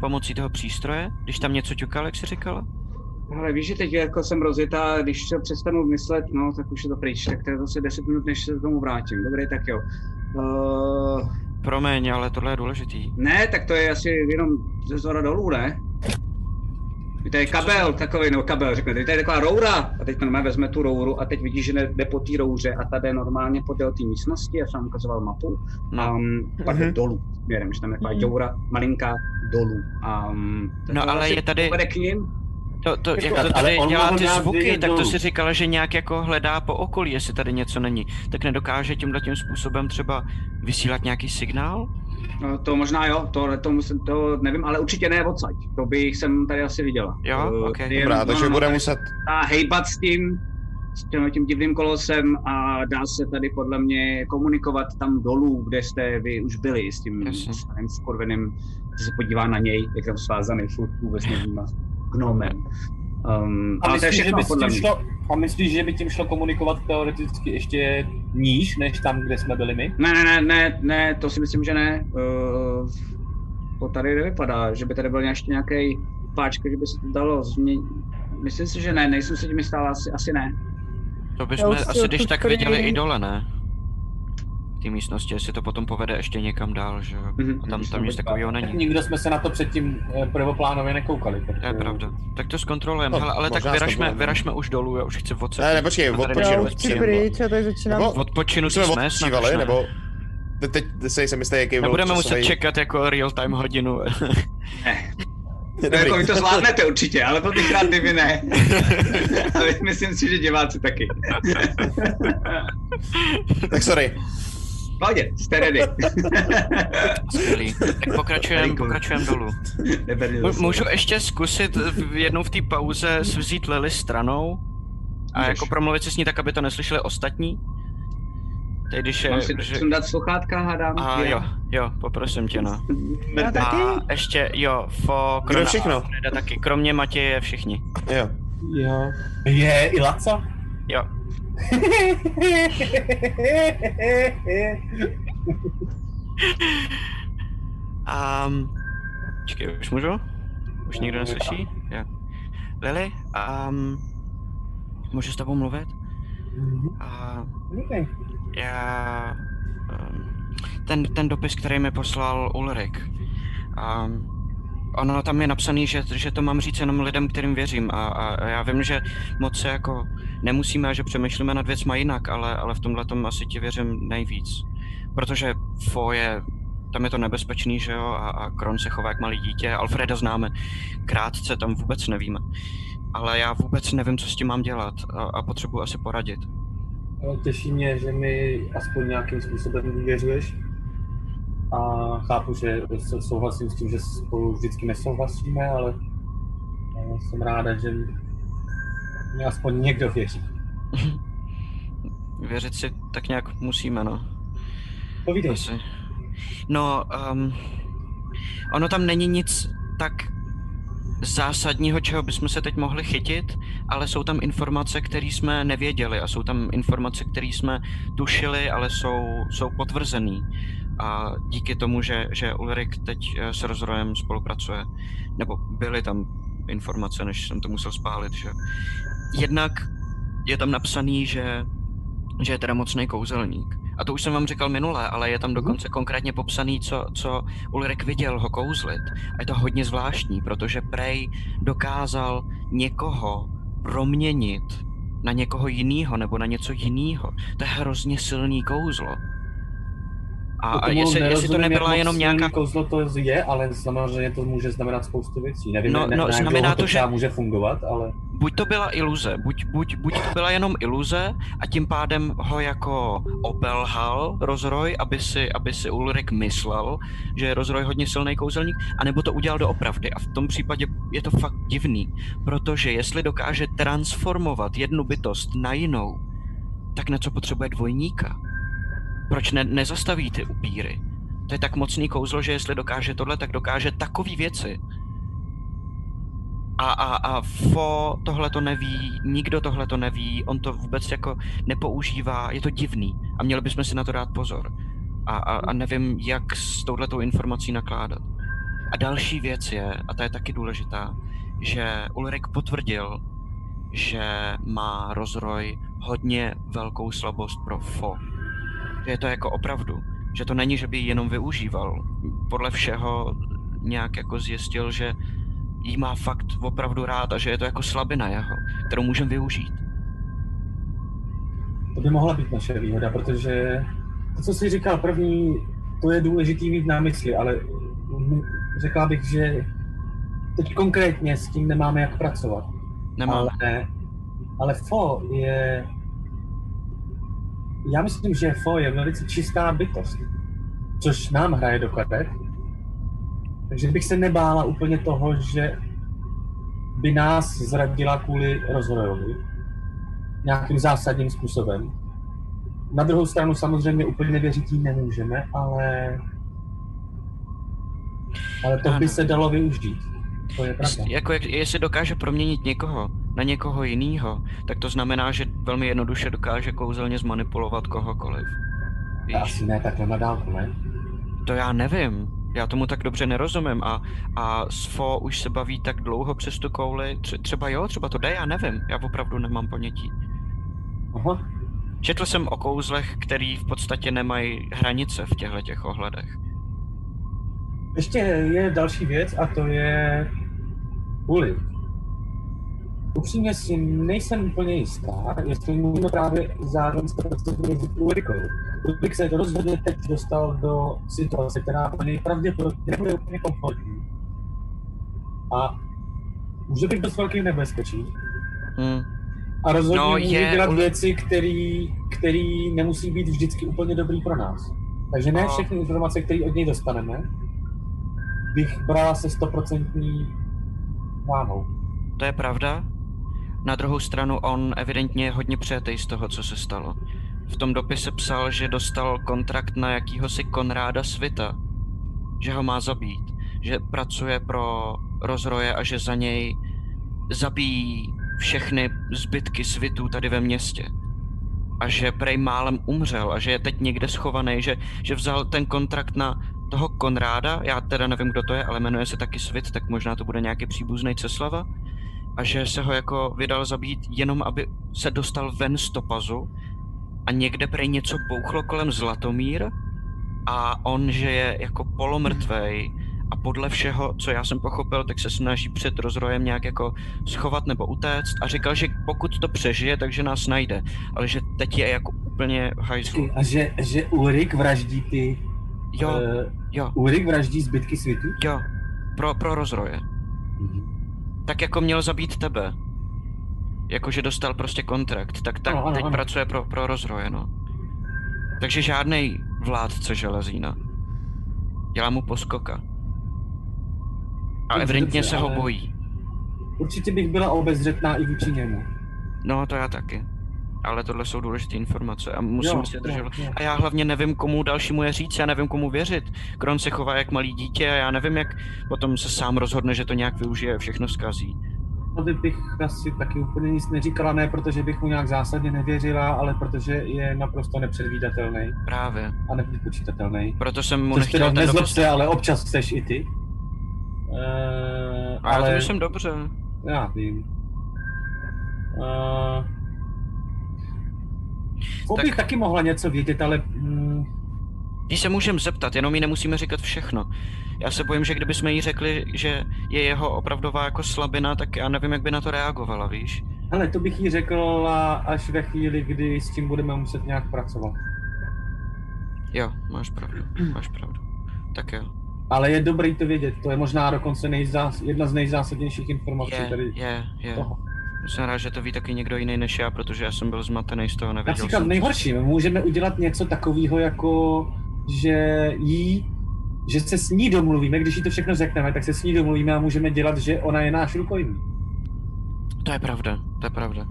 [SPEAKER 3] Pomocí toho přístroje? Když tam něco ťukal, jak jsi říkala?
[SPEAKER 1] Ale víš, že teď jako jsem rozjetá, když se přestanu myslet, no, tak už je to pryč, tak to je zase 10 minut, než se k tomu vrátím. Dobrý, tak jo. Uh,
[SPEAKER 3] Promiň, ale tohle je důležitý.
[SPEAKER 1] ne, tak to je asi jenom ze zhora dolů, ne? To je kabel, takový, no kabel, řekne, to je taková roura, a teď normálně vezme tu rouru a teď vidí, že ne- jde po té rouře a tady normálně podél té místnosti, já jsem vám ukazoval mapu, a
[SPEAKER 3] No,
[SPEAKER 1] um, pak
[SPEAKER 7] Mhm.
[SPEAKER 1] mm-hmm. dolů směrem, že tam je taková
[SPEAKER 6] Mhm.
[SPEAKER 1] děura malinká dolů. A, um,
[SPEAKER 3] No, ale je tady-
[SPEAKER 1] Vede k ním?
[SPEAKER 3] to, to, jak
[SPEAKER 8] Jako ale
[SPEAKER 3] to tady
[SPEAKER 8] on
[SPEAKER 3] dělá
[SPEAKER 8] mohl
[SPEAKER 3] ty
[SPEAKER 8] dát
[SPEAKER 3] zvuky,
[SPEAKER 8] vědět
[SPEAKER 3] tak to
[SPEAKER 8] dolů.
[SPEAKER 3] si říkala, že nějak jako hledá po okolí, jestli tady něco není. Tak nedokáže tímhle tím způsobem třeba vysílat nějaký signál?
[SPEAKER 1] No, to možná jo, to, to, musím, to nevím, ale určitě ne odsaď, to bych jsem tady asi viděla.
[SPEAKER 3] Jo,
[SPEAKER 1] Eh,
[SPEAKER 3] ok.
[SPEAKER 1] jen-
[SPEAKER 7] Dobrá, takže bude
[SPEAKER 1] tady
[SPEAKER 7] muset...
[SPEAKER 1] A hejbat s tím, s tím, tím divným kolosem a dá se tady podle mě komunikovat tam dolů, kde jste vy už byli s tím
[SPEAKER 3] Jasně.
[SPEAKER 1] starým skurveným, co se podívá na něj, jak tam svázaný furt vůbec nevnímá gnomem.
[SPEAKER 2] Um,
[SPEAKER 8] A
[SPEAKER 2] ale to je
[SPEAKER 8] myslíš, že by
[SPEAKER 2] všechno
[SPEAKER 8] s
[SPEAKER 2] podle
[SPEAKER 8] tím
[SPEAKER 2] mě.
[SPEAKER 8] šlo, a myslíš, že by tím šlo komunikovat teoreticky ještě níž, než tam, kde jsme byli my?
[SPEAKER 2] Ne, ne, ne, ne, ne, to si myslím, že ne. Uh, to tady nevypadá, že by tady byl ještě nějaký páčka, že by se to dalo změnit. Myslím si, že ne, nejsem si tím stále, asi, asi ne.
[SPEAKER 3] To
[SPEAKER 6] Já
[SPEAKER 3] bychom
[SPEAKER 6] už si
[SPEAKER 3] asi když
[SPEAKER 6] odtud
[SPEAKER 3] tak
[SPEAKER 6] pryč.
[SPEAKER 3] viděli i dole, ne? V té místnosti, jestli to potom povede ještě někam dál, že jo?
[SPEAKER 2] Mhm.
[SPEAKER 3] A tam, tam nic takového není.
[SPEAKER 8] Nikdo jsme se na to předtím eh, prvoplánově nekoukali. Tak...
[SPEAKER 3] To je pravda. Tak to zkontrolujeme,
[SPEAKER 7] Hmm. No,
[SPEAKER 3] hele, ale tak
[SPEAKER 7] možná
[SPEAKER 3] vyražme,
[SPEAKER 7] zkontrolujeme.
[SPEAKER 3] vyražme už dolů, já už chci odset.
[SPEAKER 7] Ne, ne, počkej,
[SPEAKER 3] Jsme tady
[SPEAKER 7] odpočinu.
[SPEAKER 6] Já
[SPEAKER 7] Počkej,
[SPEAKER 6] už chci
[SPEAKER 7] počkej.
[SPEAKER 6] pryč a
[SPEAKER 1] No.
[SPEAKER 6] tak začínám...
[SPEAKER 7] Nebo-
[SPEAKER 3] Odpočinu
[SPEAKER 7] Už no, jsme
[SPEAKER 3] jsme, snad už
[SPEAKER 7] odpočívali,
[SPEAKER 3] ne.
[SPEAKER 7] nebo... Te- Teď se jsem jistý, jaký byl
[SPEAKER 3] Nebudeme muset
[SPEAKER 7] časový-
[SPEAKER 3] čekat jako real time hodinu.
[SPEAKER 2] No, jako vy
[SPEAKER 7] Dobrý.
[SPEAKER 2] to zvládnete určitě, ale byl bych rád, kdyby ne. ale myslím si, že diváci taky.
[SPEAKER 7] Tak sorry.
[SPEAKER 2] Pohodě, jste ready.
[SPEAKER 3] Skvělý. Tak pokračujeme
[SPEAKER 2] Veliko.
[SPEAKER 3] pokračujem dolů.
[SPEAKER 2] Neberli
[SPEAKER 3] Mů-
[SPEAKER 2] zase.
[SPEAKER 3] Můžu ještě zkusit v- jednou v té pauze si vzít Lily stranou a
[SPEAKER 2] Můžeš.
[SPEAKER 3] jako promluvit si s ní tak, aby to neslyšeli ostatní? Teď když je...
[SPEAKER 2] Mám si
[SPEAKER 3] že-
[SPEAKER 2] sundat sluchátka, hádám.
[SPEAKER 3] A
[SPEAKER 2] Já.
[SPEAKER 3] jo, jo, poprosím tě, no.
[SPEAKER 6] Já
[SPEAKER 2] Mrte.
[SPEAKER 6] taky?
[SPEAKER 3] A ještě, jo, fo,
[SPEAKER 7] Kdo všechno?
[SPEAKER 3] Freda taky, kromě Matěje všichni.
[SPEAKER 7] Jo.
[SPEAKER 4] Jo.
[SPEAKER 8] Je, i Laco?
[SPEAKER 3] Jo. A... Čekej, už můžu? Už nikdo neslyší? Jo. Lily, a... Můžu s tebou mluvit? A... Já... ehm, Ten, ten dopis, který mi poslal Ulrik. A ono tam je napsaný, že, že to mám říct jenom lidem, kterým věřím. A, a a já vím, že moc se jako nemusíme a že přemýšlíme nad věcma jinak, ale, ale v tomhle tom asi ti věřím nejvíc. Protože Fo je, tam je to nebezpečný, že jo, a, a Kron se chová jak malý dítě, Alfreda známe, krátce tam vůbec nevíme. Ale já vůbec nevím, co s tím mám dělat a, a potřebuji asi poradit.
[SPEAKER 8] No, Těší mě, že mi aspoň nějakým způsobem důvěřuješ. A chápu, že se- souhlasím s tím, že spolu vždycky nesouhlasíme, ale eh, jsem ráda, že mi aspoň někdo věří.
[SPEAKER 3] Věřit si tak nějak musíme, no.
[SPEAKER 8] Povídej.
[SPEAKER 3] Asi. No, um, ono tam není nic tak zásadního, čeho bychom se teď mohli chytit, ale jsou tam informace, které jsme nevěděli a jsou tam informace, které jsme tušili, ale jsou, jsou potvrzený. A díky tomu, že, že Ulrik teď eh, s Rozrojem spolupracuje, nebo byly tam informace, než jsem to musel spálit, že jednak je tam napsaný, že, že je teda mocný kouzelník. A to už jsem vám říkal minule, ale
[SPEAKER 8] Mhm.
[SPEAKER 3] je tam dokonce konkrétně popsaný, co, co Ulrik viděl ho kouzlit. A je to hodně zvláštní, protože Prej dokázal někoho proměnit na někoho jiného nebo na něco jiného. To je hrozně silný kouzlo. A, a
[SPEAKER 8] Tomu
[SPEAKER 3] jestli, jestli to
[SPEAKER 8] nerozumím,
[SPEAKER 3] nebyla
[SPEAKER 8] jak
[SPEAKER 3] jenom
[SPEAKER 8] moc
[SPEAKER 3] nějaká
[SPEAKER 8] silný Kouzlo to je, ale samozřejmě to může znamenat spoustu věcí. Nevím,
[SPEAKER 3] No,
[SPEAKER 8] no, ne,
[SPEAKER 3] no,
[SPEAKER 8] no, jak
[SPEAKER 3] znamená
[SPEAKER 8] dlouho
[SPEAKER 3] to,
[SPEAKER 8] to,
[SPEAKER 3] že-
[SPEAKER 8] třeba může fungovat, ale...
[SPEAKER 3] buď to byla iluze, buď, buď, buď to byla jenom iluze a tím pádem ho jako obelhal rozroj, aby si, aby si Ulrik myslel, že je rozroj hodně silný kouzelník, anebo to udělal doopravdy. A v tom případě je to fakt divný, protože jestli dokáže transformovat jednu bytost na jinou, tak na co potřebuje dvojníka? Proč ne, nezastaví ty upíry? To je tak mocný kouzlo, že jestli dokáže tohle, tak dokáže takové věci. A, a, a Fo tohle to neví, nikdo tohle to neví, on to vůbec jako nepoužívá, je to divný a měli bychom si na to dát pozor. A, a, a nevím, jak s touhletou informací nakládat. A další věc je, a ta je taky důležitá, že Ulrik potvrdil, že má rozroj hodně velkou slabost pro Fo. Že je to jako opravdu, že to není, že by ji jenom využíval. Podle všeho nějak jako zjistil, že jí má fakt opravdu rád a že je to jako slabina jeho, kterou můžeme využít.
[SPEAKER 8] To by mohla být naše výhoda, protože to, co jsi říkal první, to je důležitý mít na mysli, ale m- řekla bych, že teď konkrétně s tím nemáme jak pracovat.
[SPEAKER 3] Nemá. Ale...
[SPEAKER 8] Ale, ale Fo je... Já myslím, že Fo je velice čistá bytost, což nám hraje do karet. Takže bych se nebála úplně toho, že by nás zradila kvůli rozvojovi nějakým zásadním způsobem. Na druhou stranu samozřejmě úplně věřit jí nemůžeme, ale ale to by
[SPEAKER 3] Ano.
[SPEAKER 8] se dalo využít. To je pravda.
[SPEAKER 3] Jest- Jako jak, jestli dokáže proměnit někoho na někoho jiného, tak to znamená, že velmi jednoduše dokáže kouzelně zmanipulovat kohokoliv.
[SPEAKER 8] To
[SPEAKER 3] Víš,
[SPEAKER 8] Asi ne, takhle na dálku, ne?
[SPEAKER 3] to já nevím. Já tomu tak dobře nerozumím a, a Sfo už se baví tak dlouho přes tu kouli. Tře- třeba jo, třeba to jde, já nevím. Já opravdu nemám ponětí.
[SPEAKER 8] Aha.
[SPEAKER 3] Četl jsem o kouzlech, který v podstatě nemají hranice v těchto těch ohledech.
[SPEAKER 8] Ještě je další věc a to je puli. Upřímně si nejsem úplně jistá, jestli můžeme právě zároveň zpracovat s Ulrikou. Ulrik se rozhodně teď dostal do situace, která pro něj pravděpodobně nebude úplně komfortní. A může být dost velký nebezpečí.
[SPEAKER 3] Hmm.
[SPEAKER 8] A rozhodně
[SPEAKER 3] No,
[SPEAKER 8] no, může
[SPEAKER 3] je-
[SPEAKER 8] dělat
[SPEAKER 3] Ulrik-
[SPEAKER 8] věci, který, který nemusí být vždycky úplně dobrý pro nás. Takže ne
[SPEAKER 3] No.
[SPEAKER 8] všechny informace, které od něj dostaneme, bych brala se stoprocentní váhou.
[SPEAKER 3] To je pravda. Na druhou stranu on evidentně je hodně přetej z toho, co se stalo. V tom dopise psal, že dostal kontrakt na jakýhosi Konráda Svita, že ho má zabít, že pracuje pro rozroje a že za něj zabíjí všechny zbytky svitů tady ve městě. A že prej málem umřel a že je teď někde schovaný, že, že vzal ten kontrakt na toho Konráda, já teda nevím, kdo to je, ale jmenuje se taky Svit, tak možná to bude nějaký příbuzný Ceslava a že se ho jako vydal zabít jenom, aby se dostal ven z topazu a někde prej něco bouchlo kolem Zlatomír a on, že je jako polomrtvej a podle všeho, co já jsem pochopil, tak se snaží před rozrojem nějak jako schovat nebo utéct a říkal, že pokud to přežije, takže nás najde, ale že teď je jako úplně v hajzlu.
[SPEAKER 8] A že, že Ulrik vraždí ty...
[SPEAKER 3] Jo,
[SPEAKER 8] eh,
[SPEAKER 3] jo,
[SPEAKER 8] Ulrik vraždí zbytky světu?
[SPEAKER 3] jo, pro, pro rozroje. Tak jako měl zabít tebe. Jakože dostal prostě kontrakt, tak, tak
[SPEAKER 8] Ano, ano,
[SPEAKER 3] teď
[SPEAKER 8] ano.
[SPEAKER 3] pracuje pro, pro rozroje, no. Takže žádný vládce železína. Dělá mu poskoka. A
[SPEAKER 8] Dobře,
[SPEAKER 3] evidentně
[SPEAKER 8] dobře,
[SPEAKER 3] se ho
[SPEAKER 8] ale-
[SPEAKER 3] bojí.
[SPEAKER 8] Určitě bych byla obezřetná i vůči němu.
[SPEAKER 3] No, to já taky. Ale tohle jsou důležité informace a
[SPEAKER 8] Jo,
[SPEAKER 3] musím si je
[SPEAKER 8] jo,
[SPEAKER 3] držet.
[SPEAKER 8] jo.
[SPEAKER 3] A já hlavně nevím, komu dalšímu je říct, já nevím, komu věřit. Kron se chová jak malý dítě a já nevím, jak potom se sám rozhodne, že to nějak využije, všechno zkazí.
[SPEAKER 8] Tady bych asi taky úplně nic neříkala, ne protože bych mu nějak zásadně nevěřila, ale protože je naprosto nepředvídatelný
[SPEAKER 3] Právě.
[SPEAKER 8] a nevypočítatelný.
[SPEAKER 3] Proto jsem mu
[SPEAKER 8] Což teda
[SPEAKER 3] nechtěl ten
[SPEAKER 8] nezlob
[SPEAKER 3] dopis
[SPEAKER 8] se, ale občas chceš i ty. Uh,
[SPEAKER 3] A ale... já to
[SPEAKER 8] ale
[SPEAKER 3] myslím dobře.
[SPEAKER 8] já vím. Uh, tak...
[SPEAKER 3] Tak-
[SPEAKER 8] bych taky mohla něco vědět, ale mm,
[SPEAKER 3] Jí se můžeme zeptat, jenom jí nemusíme říkat všechno. Já se bojím, že kdybychom jí řekli, že je jeho opravdová jako slabina, tak já nevím, jak by na to reagovala, víš?
[SPEAKER 8] hele, to bych jí řekla až ve chvíli, kdy s tím budeme muset nějak pracovat.
[SPEAKER 3] Jo, máš pravdu, máš pravdu. Tak jo,
[SPEAKER 8] Ale je dobrý to vědět, to je možná dokonce nejzás, jedna z nejzásadnějších informací
[SPEAKER 3] je,
[SPEAKER 8] tady.
[SPEAKER 3] je, je.
[SPEAKER 8] toho.
[SPEAKER 3] Jsem rád, že to ví taky někdo jiný než já, protože já jsem byl zmatený z toho, nevěděl
[SPEAKER 8] Například
[SPEAKER 3] jsem.
[SPEAKER 8] nejhorší, můžeme udělat něco takového, jako že jí, že se s ní domluvíme, když jí to všechno řekneme, tak se s ní domluvíme a můžeme dělat, že ona je náš rukojmí.
[SPEAKER 3] To je pravda, to je pravda.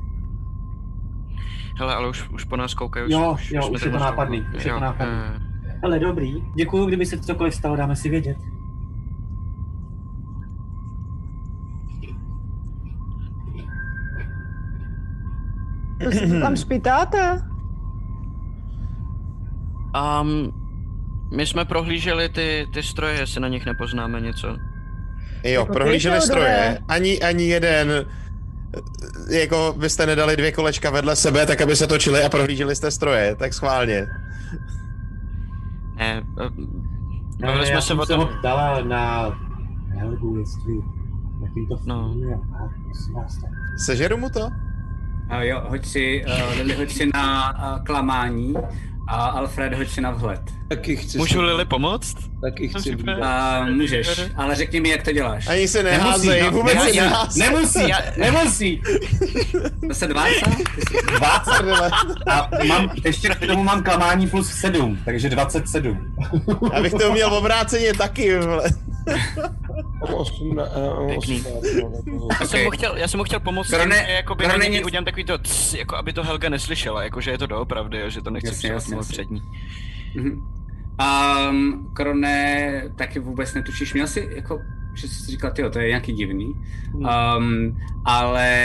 [SPEAKER 3] Hele, ale už, už po nás koukají, už,
[SPEAKER 8] Jo,
[SPEAKER 3] už,
[SPEAKER 8] jo,
[SPEAKER 3] jsme
[SPEAKER 8] už je to
[SPEAKER 3] téměř dlouho.
[SPEAKER 8] nápadný, už je to
[SPEAKER 3] Jo,
[SPEAKER 8] nápadný.
[SPEAKER 3] eh,
[SPEAKER 8] Ale dobrý, děkuju, kdyby se cokoliv stalo, dáme si vědět.
[SPEAKER 6] To se tam špitáte?
[SPEAKER 3] Um, my jsme prohlíželi ty, ty stroje, jestli na nich nepoznáme něco.
[SPEAKER 7] Jo,
[SPEAKER 6] Jako
[SPEAKER 7] prohlíželi
[SPEAKER 6] pěknou
[SPEAKER 7] stroje.
[SPEAKER 6] dole.
[SPEAKER 7] Ani, ani jeden jako byste nedali dvě kolečka vedle sebe, tak aby se točili a prohlíželi jste stroje, tak schválně.
[SPEAKER 3] Ne, ehm, bavili jsme se o tom,
[SPEAKER 8] ptala na Helgu, jestli jakým to
[SPEAKER 3] No.
[SPEAKER 8] funguje. A prosím vás, tak-
[SPEAKER 7] Sežeru mu to?
[SPEAKER 2] A jo, hoď si, uh, Lili, hoď si na uh, klamání a Alfred hoď si na vhled.
[SPEAKER 4] Taky chci,
[SPEAKER 3] můžu Lili pomoct?
[SPEAKER 4] taky
[SPEAKER 5] Jsem
[SPEAKER 4] chci
[SPEAKER 5] připraven.
[SPEAKER 4] být.
[SPEAKER 2] Uh, můžeš, ale řekni mi, jak to děláš.
[SPEAKER 7] Ani se
[SPEAKER 2] Nemusí,
[SPEAKER 7] neházej,
[SPEAKER 2] no,
[SPEAKER 7] vůbec se
[SPEAKER 2] nemusí,
[SPEAKER 7] neházej.
[SPEAKER 2] Nemusí,
[SPEAKER 3] Já,
[SPEAKER 2] nemusí. Zase 20? Ty jsi-
[SPEAKER 7] 20,
[SPEAKER 2] A mám,
[SPEAKER 8] Ještě k tomu mám klamání plus 7, takže 27.
[SPEAKER 7] Abych to uměl obráceně taky, vole.
[SPEAKER 4] O 18, o
[SPEAKER 3] Pěkný.
[SPEAKER 4] 18, eh, no,
[SPEAKER 3] já, jsem mu chtěl, já jsem mu chtěl pomoct,
[SPEAKER 2] Krone-
[SPEAKER 3] Krone, tím, že jakoby na
[SPEAKER 2] Krone
[SPEAKER 3] něj
[SPEAKER 2] nic-
[SPEAKER 3] udělám takový to cs, jako aby to Helga neslyšela, jako že je to doopravdy, jo, že to nechci
[SPEAKER 2] Jasně,
[SPEAKER 3] přijat
[SPEAKER 2] jasně,
[SPEAKER 3] moc
[SPEAKER 2] jasně.
[SPEAKER 3] před ní.
[SPEAKER 2] Mhm. Um, Krone, taky vůbec netušíš, měl jsi jako
[SPEAKER 1] že jsem si říkal, tyjo, to je nějaký divný. Um, ale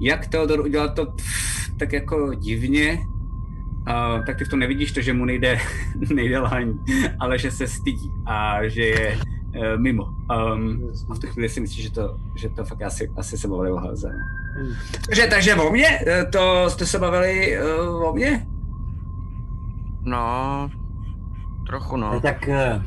[SPEAKER 1] jak Theodor udělal to pff, tak jako divně, uh, tak ty v tom nevidíš to, že mu nejde, nejde laň, ale že se stydí a že je uh, mimo. Um, a v tu chvíli si myslím, že to, že to fakt asi, asi se bavili o Helze. no. Takže, takže o mně? Eh, To jste se bavili uh, o mně?
[SPEAKER 3] No, trochu
[SPEAKER 8] No
[SPEAKER 3] no.
[SPEAKER 8] tak eh,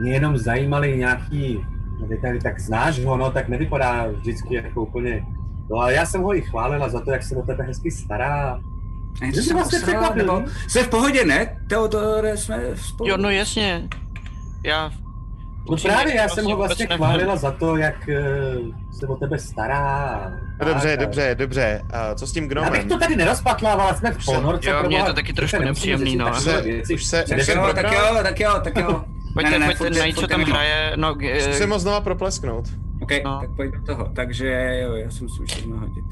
[SPEAKER 8] mě jenom zajímaly nějaký detaily, tak znáš ho, no, tak nevypadá vždycky jako úplně. No a já jsem ho i chválila za to, jak se o tebe hezky stará. No,
[SPEAKER 1] A něco
[SPEAKER 8] Že
[SPEAKER 1] jsem
[SPEAKER 8] jsem vlastně
[SPEAKER 1] posral,
[SPEAKER 8] překvapil.
[SPEAKER 1] nebo- Jste v pohodě, ne? Teodore, jsme spolu.
[SPEAKER 3] Jo, no jasně. Já...
[SPEAKER 8] No
[SPEAKER 3] upřímně,
[SPEAKER 8] právě, já jsem
[SPEAKER 3] vlastně
[SPEAKER 8] ho
[SPEAKER 3] vůbec
[SPEAKER 8] vlastně
[SPEAKER 3] nevím.
[SPEAKER 8] chválila za to, jak eh, se o tebe stará.
[SPEAKER 7] No, dobře,
[SPEAKER 8] Tak, a-
[SPEAKER 7] dobře, dobře. A co s tím
[SPEAKER 8] Já bych
[SPEAKER 7] gnomem?
[SPEAKER 8] to tady nerozpatlával, jsme v
[SPEAKER 7] se-
[SPEAKER 8] ponorce.
[SPEAKER 3] jo,
[SPEAKER 8] proboha.
[SPEAKER 3] mně je to taky
[SPEAKER 8] Přece
[SPEAKER 3] trošku
[SPEAKER 8] nemusíme
[SPEAKER 3] nepříjemný,
[SPEAKER 8] řešit
[SPEAKER 3] no.
[SPEAKER 8] takové
[SPEAKER 7] Už se-
[SPEAKER 8] věci.
[SPEAKER 7] už se-
[SPEAKER 8] Předem
[SPEAKER 1] Tak jo, no, tak
[SPEAKER 7] program?
[SPEAKER 1] jo, tak jo, tak jo.
[SPEAKER 3] Pojďte,
[SPEAKER 1] ne,
[SPEAKER 3] pojďte
[SPEAKER 1] furt je-
[SPEAKER 3] najít, co
[SPEAKER 1] furt je
[SPEAKER 3] tam
[SPEAKER 1] mimo.
[SPEAKER 3] hraje. No, k-
[SPEAKER 7] Zkusím ho znova proplesknout.
[SPEAKER 1] OK,
[SPEAKER 3] No.
[SPEAKER 1] tak pojď do toho. Takže jo, já jsem si už to měl hodit.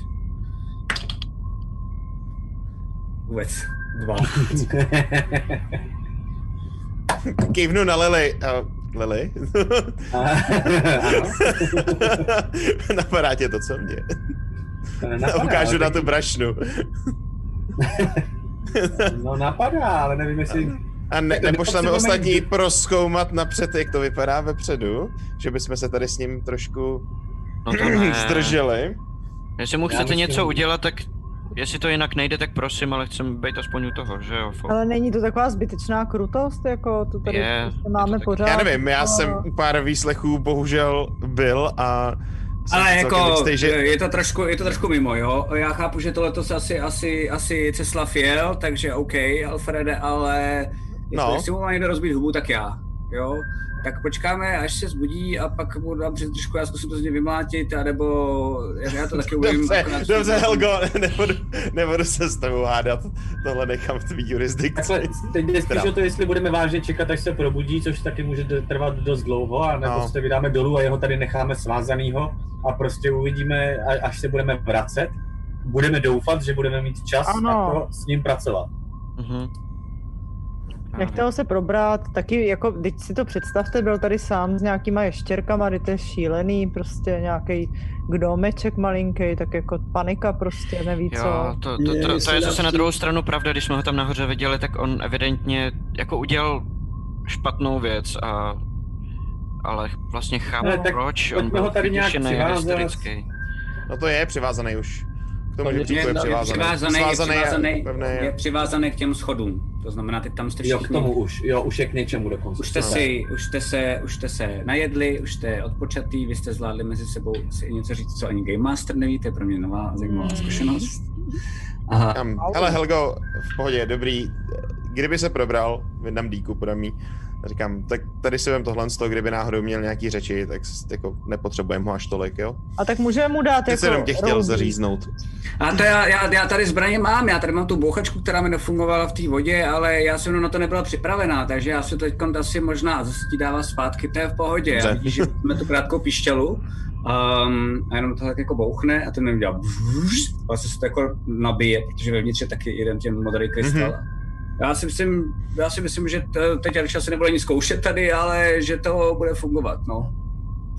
[SPEAKER 1] Vůbec. Dva.
[SPEAKER 7] Kývnu na Lily. A, Lily?
[SPEAKER 8] Ano,
[SPEAKER 7] Napadá tě to, co mě?
[SPEAKER 8] napadá,
[SPEAKER 7] Ukážu
[SPEAKER 8] ale
[SPEAKER 7] na
[SPEAKER 8] tak-
[SPEAKER 7] tu brašnu.
[SPEAKER 8] No napadá, ale nevím, jestli...
[SPEAKER 7] A ne,
[SPEAKER 8] Tak to
[SPEAKER 7] nepošleme
[SPEAKER 8] nepotřebujeme
[SPEAKER 7] ostatní
[SPEAKER 8] nikdy.
[SPEAKER 7] proskoumat napřed, jak to vypadá vepředu, že bychom se tady s ním trošku
[SPEAKER 3] no to ne.
[SPEAKER 7] zdrželi.
[SPEAKER 3] Jestli mu
[SPEAKER 8] Já
[SPEAKER 3] chcete
[SPEAKER 8] myslím-
[SPEAKER 3] něco udělat, tak jestli to jinak nejde, tak prosím, ale chcem být aspoň u toho, že jo? fo-
[SPEAKER 6] Ale není to taková zbytečná krutost, jako to tady
[SPEAKER 3] Je,
[SPEAKER 6] prostě
[SPEAKER 3] je to
[SPEAKER 6] máme
[SPEAKER 3] taky.
[SPEAKER 6] pořád.
[SPEAKER 7] Já nevím, já
[SPEAKER 6] no.
[SPEAKER 7] jsem u pár výslechů bohužel byl a jsem
[SPEAKER 1] Ale
[SPEAKER 7] celkem
[SPEAKER 1] jako,
[SPEAKER 7] jistý, že
[SPEAKER 1] je to, trošku, je to trošku mimo, jo? Já chápu, že tohle to se asi, asi, asi Ceslav jel, takže OK, Alfrede, ale
[SPEAKER 7] No.
[SPEAKER 1] no. jestli mu má někdo rozbít hubu, tak já, jo? Tak počkáme, až se zbudí a pak mu dám přes držku, já zkusím to z něj vymlátit, anebo já- já to taky umím. jako
[SPEAKER 7] Dobře,
[SPEAKER 1] akorát-
[SPEAKER 7] dobře Helgo, nebudu, nebudu se s tebou hádat, tohle nechám v tvý jurisdikci.
[SPEAKER 8] Takhle, teď je spíš
[SPEAKER 7] Teda.
[SPEAKER 8] o to, jestli budeme vážně čekat, až se probudí, což taky může d- trvat dost dlouho, a nebo
[SPEAKER 7] No.
[SPEAKER 8] no. se vydáme dolů a jeho tady necháme svázanýho a prostě uvidíme, a- až se budeme vracet. Budeme doufat, že budeme mít čas
[SPEAKER 6] Ano.
[SPEAKER 8] na to s ním pracovat.
[SPEAKER 3] Mhm. Já
[SPEAKER 6] Nechte ho se probrat, taky jako, teď si to představte, byl tady sám s nějakýma ještěrkama, teď to je šílený, prostě nějaký gnomeček malinký, tak jako panika prostě, neví co.
[SPEAKER 3] Jo, to, to,
[SPEAKER 9] Je,
[SPEAKER 3] to, to, to
[SPEAKER 9] jestli
[SPEAKER 3] je
[SPEAKER 9] nám
[SPEAKER 3] zase na
[SPEAKER 9] přijde-
[SPEAKER 3] druhou stranu pravda, když jsme ho tam nahoře viděli, tak on evidentně jako udělal špatnou věc a ale vlastně chápu
[SPEAKER 8] Ale tak
[SPEAKER 3] proč, on
[SPEAKER 8] pojďme
[SPEAKER 3] byl
[SPEAKER 8] ho tady nějak
[SPEAKER 3] vyděšený a
[SPEAKER 8] přivázat.
[SPEAKER 3] hysterický.
[SPEAKER 7] No to je přivázaný už. K tomu
[SPEAKER 9] Podle mě
[SPEAKER 7] žebříku je
[SPEAKER 1] No,
[SPEAKER 7] přivázaný.
[SPEAKER 1] přivázaný, je
[SPEAKER 7] Svázaný a
[SPEAKER 1] přivázaný,
[SPEAKER 7] pevný je.
[SPEAKER 1] je přivázaný k těm schodům. To znamená, teď tam jste
[SPEAKER 8] Jo, k
[SPEAKER 1] všichni.
[SPEAKER 8] tomu už, jo, už je k něčemu dokonce.
[SPEAKER 1] Už jste, si, už, jste se, už jste se najedli, už jste odpočatý, vy jste zvládli mezi sebou si i něco říct, co ani Game Master neví, to je pro mě nová zajímavá zkušenost. Aha,
[SPEAKER 7] Tam. Hele Helgo, v pohodě, dobrý. Kdyby se probral, vydám díku, podám jí. Říkám, tak tady si vem tohle z toho, kdyby náhodou měl nějaký řeči, tak s- jako nepotřebujeme ho až tolik, jo?
[SPEAKER 6] A tak můžeme mu dát
[SPEAKER 7] Ty
[SPEAKER 6] jako
[SPEAKER 7] jsi jenom tě chtěl
[SPEAKER 6] roubí.
[SPEAKER 7] zaříznout.
[SPEAKER 1] a to já, já, já tady zbraně mám, já tady mám tu bouchačku, která mi nefungovala v té vodě, ale já jsem na to nebyla připravená, takže já se teď asi možná a zase ti dává zpátky, to je v pohodě. Já
[SPEAKER 7] Dobře.
[SPEAKER 1] vidíš, že máme tu krátkou pišťalu um, a jenom to tak jako bouchne a ten mi udělá vůž, vlastně se to jako nabije, protože vevnitř je taky jeden ten modrý krystal. Mm-hmm. Já si myslím, já si myslím že t- teď Arša se nebude nic zkoušet tady, ale že to bude fungovat, no.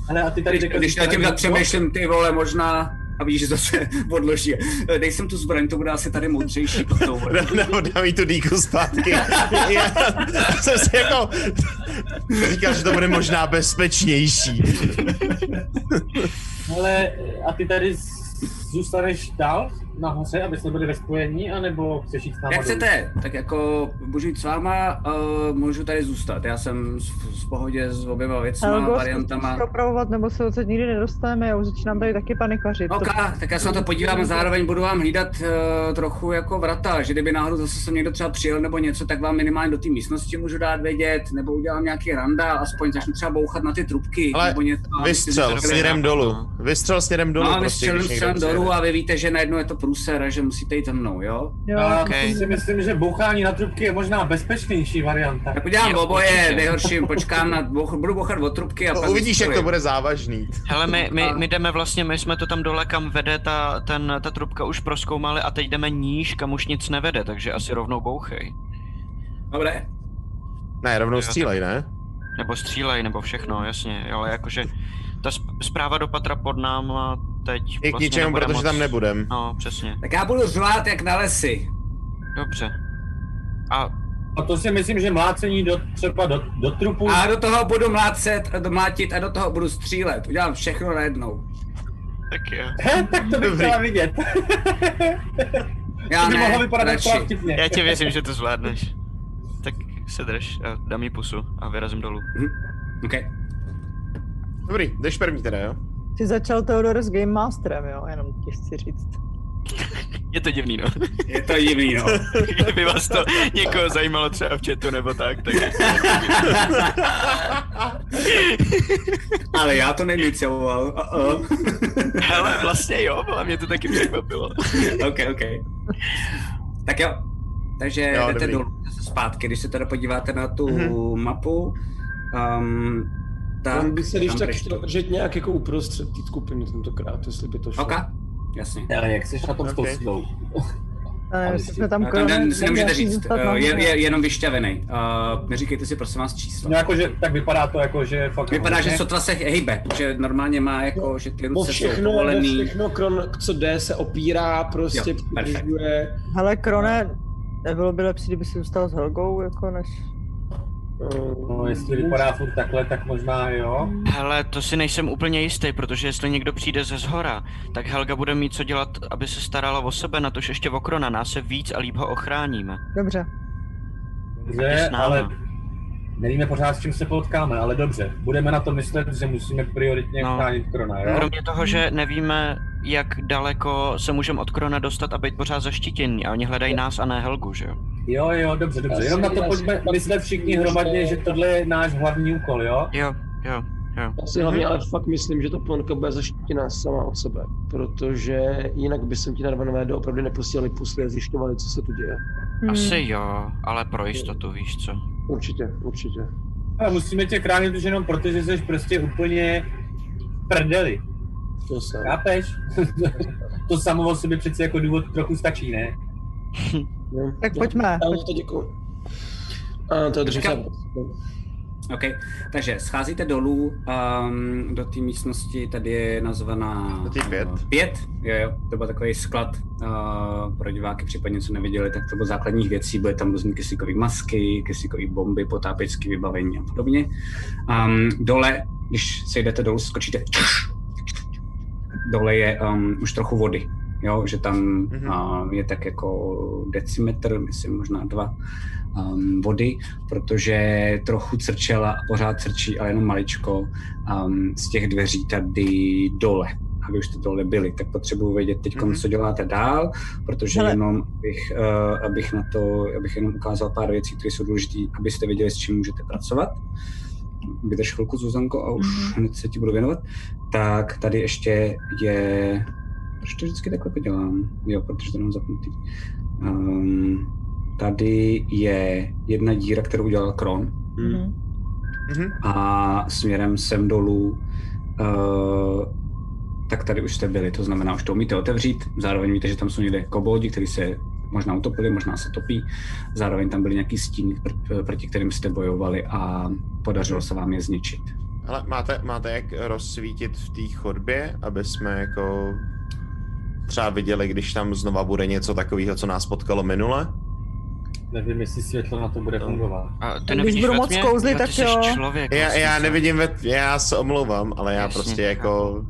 [SPEAKER 8] Ale a ty tady řekl,
[SPEAKER 1] Když
[SPEAKER 8] že
[SPEAKER 1] na
[SPEAKER 8] tady
[SPEAKER 1] tím tak
[SPEAKER 8] něco?
[SPEAKER 1] přemýšlím, ty vole, možná a vidíš, že zase odloží. Dej jsem tu zbraň, to bude asi tady moudřejší. potom.
[SPEAKER 7] Nebo dám jí tu dýku zpátky. Já jsem si jako říkal, že to bude možná bezpečnější.
[SPEAKER 1] No,
[SPEAKER 8] No, Ale a ty tady z- zůstaneš dál nahoře, aby jsme byli ve spojení, anebo chceš jít s náma
[SPEAKER 1] Jak
[SPEAKER 8] dolů?
[SPEAKER 1] chcete, tak jako můžu jít s váma, uh, můžu tady zůstat. Já jsem v, v pohodě s oběma věcma,
[SPEAKER 6] Helgo,
[SPEAKER 1] variantama.
[SPEAKER 6] zkus to opravovat, nebo se odsaď nikdy nedostaneme, já už začínám tady taky panikařit.
[SPEAKER 1] OK,
[SPEAKER 6] To-
[SPEAKER 1] tak já se na to podívám a zároveň budu vám hlídat uh, trochu jako vrata, že kdyby náhodou zase sem někdo třeba přijel nebo něco, tak vám minimálně do té místnosti můžu dát vědět, nebo udělám nějaký randa, aspoň začnu třeba bouchat na ty trubky,
[SPEAKER 7] Ale
[SPEAKER 1] nebo něco. abyste
[SPEAKER 7] Vystřel
[SPEAKER 1] zjistili-
[SPEAKER 7] směrem dolů. Vystřel směrem dolů.
[SPEAKER 1] No,
[SPEAKER 7] prostě,
[SPEAKER 1] vystřelím
[SPEAKER 7] když někdo
[SPEAKER 1] směrem
[SPEAKER 7] přijede.
[SPEAKER 1] dolů a vy víte, že najednou je to průser a že musíte jít za mnou, jo?
[SPEAKER 6] Jo,
[SPEAKER 8] Já
[SPEAKER 3] Okay.
[SPEAKER 8] si myslím, že bouchání na trubky je možná bezpečnější varianta.
[SPEAKER 1] Tak udělám
[SPEAKER 3] Jo,
[SPEAKER 1] oboje,
[SPEAKER 3] určitě.
[SPEAKER 1] nejhorším, počkám na, boch, budu bouchat od trubky a
[SPEAKER 7] No,
[SPEAKER 1] pak
[SPEAKER 7] Uvidíš, jak to
[SPEAKER 1] vystřelím.
[SPEAKER 7] bude závažný.
[SPEAKER 3] Hele, my, my, my jdeme vlastně, my jsme to tam dole, kam vede ta, ten, ta trubka už proskoumali a teď jdeme níž, kam už nic nevede, takže asi rovnou bouchej.
[SPEAKER 1] Dobré.
[SPEAKER 7] Ne, rovnou
[SPEAKER 3] Jo,
[SPEAKER 7] střílej, ne?
[SPEAKER 3] Nebo střílej, nebo všechno, jasně, jo, ale jakože ta sp- zpráva do patra pod náma teď vlastně
[SPEAKER 7] Je
[SPEAKER 1] Vlastně
[SPEAKER 7] k ničemu,
[SPEAKER 3] nebude
[SPEAKER 7] protože
[SPEAKER 3] moc-
[SPEAKER 7] tam nebudem.
[SPEAKER 3] No, přesně,
[SPEAKER 1] Tak já budu řvát jak na lesy.
[SPEAKER 3] dobře. A
[SPEAKER 8] A to si myslím, že mlácení do, třeba do, do trupu...
[SPEAKER 1] A do toho budu mlácet, mlátit a do toho budu střílet. Udělám všechno najednou.
[SPEAKER 3] tak jo.
[SPEAKER 8] He, tak to bych
[SPEAKER 7] Dobrý.
[SPEAKER 8] chtěla vidět.
[SPEAKER 1] Já
[SPEAKER 8] to by
[SPEAKER 1] ne,
[SPEAKER 8] mohlo
[SPEAKER 7] jako
[SPEAKER 8] vypadat jako
[SPEAKER 1] radši.
[SPEAKER 8] docela vtipně.
[SPEAKER 3] Já tě věřím, že to zvládneš. Tak se drž a dám jí pusu a vyrazím dolů.
[SPEAKER 1] Okay.
[SPEAKER 7] Dobrý, jdeš první teda, jo?
[SPEAKER 6] Ty začal Theodor s Game Masterem, jo, jenom ti chci říct.
[SPEAKER 3] Je to divný, no.
[SPEAKER 1] Je to divný, no.
[SPEAKER 3] Kdyby vás to někoho zajímalo třeba v chatu nebo tak, tak...
[SPEAKER 1] Ale já to neinicioval. Uh-oh.
[SPEAKER 3] Hele, vlastně jo, ale mě to taky překvapilo.
[SPEAKER 1] OK, OK. Tak jo. Takže
[SPEAKER 7] Jo,
[SPEAKER 1] jdete
[SPEAKER 7] dobrý.
[SPEAKER 1] dolů zase zpátky. Když se teda podíváte na tu
[SPEAKER 7] Mhm.
[SPEAKER 1] mapu, um, tak...
[SPEAKER 4] On by se když
[SPEAKER 1] tam
[SPEAKER 4] tak
[SPEAKER 1] budeš
[SPEAKER 4] šel
[SPEAKER 1] tu.
[SPEAKER 4] držet nějak jako uprostřed té skupiny tentokrát, jestli by to šlo.
[SPEAKER 1] OK, jasně.
[SPEAKER 10] Ale jak jsi na tom s tou
[SPEAKER 7] Okay.
[SPEAKER 10] silou?
[SPEAKER 6] Já nevím,
[SPEAKER 10] Ale
[SPEAKER 6] jestli
[SPEAKER 10] si-
[SPEAKER 6] jsme tam
[SPEAKER 1] Ten den
[SPEAKER 6] kromě-
[SPEAKER 1] si Eh, nemůžete
[SPEAKER 6] kromě
[SPEAKER 1] říct,
[SPEAKER 6] zůstat na
[SPEAKER 1] eh, je,
[SPEAKER 6] hlavě.
[SPEAKER 1] je jenom vyšťavený. Uh, neříkejte si prosím vás číslo.
[SPEAKER 8] No jako, že, tak vypadá to jako, že fakt...
[SPEAKER 1] Vypadá, že
[SPEAKER 8] ne?
[SPEAKER 1] sotva se hejbe, že normálně má jako, že ty
[SPEAKER 4] O
[SPEAKER 1] ruce jsou
[SPEAKER 4] No všechno, o
[SPEAKER 1] povolený.
[SPEAKER 4] všechno, kron, co jde, se opírá, prostě
[SPEAKER 1] Jo, perfekt.
[SPEAKER 4] přidružuje.
[SPEAKER 6] Hele,
[SPEAKER 1] No.
[SPEAKER 6] Krone, nebylo by lepší, kdyby si zůstal s Helgou, jako než...
[SPEAKER 4] Eh,
[SPEAKER 8] No, jestli vypadá furt takhle, tak možná jo.
[SPEAKER 3] Hele, to si nejsem úplně jistý, protože jestli někdo přijde ze zhora, tak Helga bude mít co dělat, aby se starala o sebe, na tož ještě o Krona, nás se víc a líp ho ochráníme.
[SPEAKER 6] Dobře.
[SPEAKER 3] Jdi
[SPEAKER 8] Dobře,
[SPEAKER 3] s náma.
[SPEAKER 8] ale nevíme pořád, s čím se potkáme, ale dobře. Budeme na to myslet, že musíme prioritně
[SPEAKER 3] No.
[SPEAKER 8] chránit Krona, jo?
[SPEAKER 3] Kromě toho, že nevíme, jak daleko se můžeme od Krona dostat a být pořád zaštítění, a oni hledají nás a ne Helgu, že jo?
[SPEAKER 8] Jo, jo, dobře, dobře.
[SPEAKER 4] Já
[SPEAKER 8] Jenom
[SPEAKER 4] si-
[SPEAKER 8] na to
[SPEAKER 4] já si
[SPEAKER 8] pojďme
[SPEAKER 4] fakt
[SPEAKER 8] myslet všichni
[SPEAKER 4] myslím,
[SPEAKER 8] hromadně,
[SPEAKER 4] že-
[SPEAKER 8] že tohle je náš hlavní úkol, jo?
[SPEAKER 3] Jo, jo, jo.
[SPEAKER 4] Já si vlastně hlavně ale fakt myslím, že ta plonka bude zaštítěná sama od sebe, protože jinak by jsem ti narvanové doopravdy nepustili pusli a zjišťovali, co se tu děje.
[SPEAKER 6] Hmm.
[SPEAKER 3] Asi jo, ale pro jistotu, víš co.
[SPEAKER 4] Určitě, určitě.
[SPEAKER 8] Ale musíme tě chránit už jenom proto, že jsi prostě úplně v prdeli.
[SPEAKER 4] To jsem.
[SPEAKER 8] Chápeš? to samo o sobě přeci jako důvod trochu stačí, ne?
[SPEAKER 4] Jo.
[SPEAKER 6] Tak
[SPEAKER 4] Jo.
[SPEAKER 6] pojďme,
[SPEAKER 4] Já to děkuju. A to je
[SPEAKER 1] Počkej.
[SPEAKER 4] držka.
[SPEAKER 1] OK, takže scházíte dolů um, do té místnosti, tady je nazvaná...
[SPEAKER 7] Do té pět?
[SPEAKER 1] eh, Pět, jo, jo, to byl takový sklad uh, pro diváky, případně co neviděli, tak to bylo základních věcí, byly tam různé kyslíkové masky, kyslíkové bomby, potápěcké vybavení a podobně. Um, dole, když se jdete dolů, skočíte... Dole je um, už trochu vody, jo, že tam
[SPEAKER 7] Mhm.
[SPEAKER 1] uh, je tak jako decimetr, myslím možná dva um, vody, protože trochu crčela a pořád crčí, ale jenom maličko um, z těch dveří tady dole. A vy už jste dole byli, tak potřebuji vědět teď,
[SPEAKER 7] Mhm.
[SPEAKER 1] co děláte dál, protože
[SPEAKER 6] Hele.
[SPEAKER 1] jenom abych, uh, abych na to, abych jenom ukázal pár věcí, které jsou důležité, abyste věděli, s čím můžete pracovat. Vydrž chvilku, Zuzanko, a už
[SPEAKER 6] Mhm.
[SPEAKER 1] hned se ti budu věnovat. Tak tady ještě je... Proč to vždycky takhle podělám? Jo, protože to mám zapnutý. Um, tady je jedna díra, kterou udělal Kron
[SPEAKER 3] Hmm.
[SPEAKER 6] Mhm.
[SPEAKER 7] Mhm.
[SPEAKER 1] a směrem sem dolů uh, tak tady už jste byli, to znamená, už to umíte otevřít, zároveň víte, že tam jsou někde koboldi, kteří se možná utopili, možná se topí, zároveň tam byly nějaký stíny, pr- proti kterým jste bojovali a podařilo se vám je zničit.
[SPEAKER 7] Hele, máte, máte jak rozsvítit v té chodbě, aby jsme jako třeba viděli, když tam znova bude něco takového, co nás potkalo minule?
[SPEAKER 8] Nevím, jestli světlo na to bude fungovat.
[SPEAKER 3] A ty
[SPEAKER 6] Když
[SPEAKER 3] nevidíš
[SPEAKER 6] budu
[SPEAKER 3] ve
[SPEAKER 6] moc
[SPEAKER 3] tmě?
[SPEAKER 6] kouzlit,
[SPEAKER 3] Jo,
[SPEAKER 6] tak
[SPEAKER 3] ty jsi
[SPEAKER 6] jo.
[SPEAKER 3] člověk.
[SPEAKER 7] Já,
[SPEAKER 3] vlastně,
[SPEAKER 7] já
[SPEAKER 3] co?
[SPEAKER 7] nevidím, ve, já se omlouvám, ale já
[SPEAKER 3] Jasně,
[SPEAKER 7] prostě jako...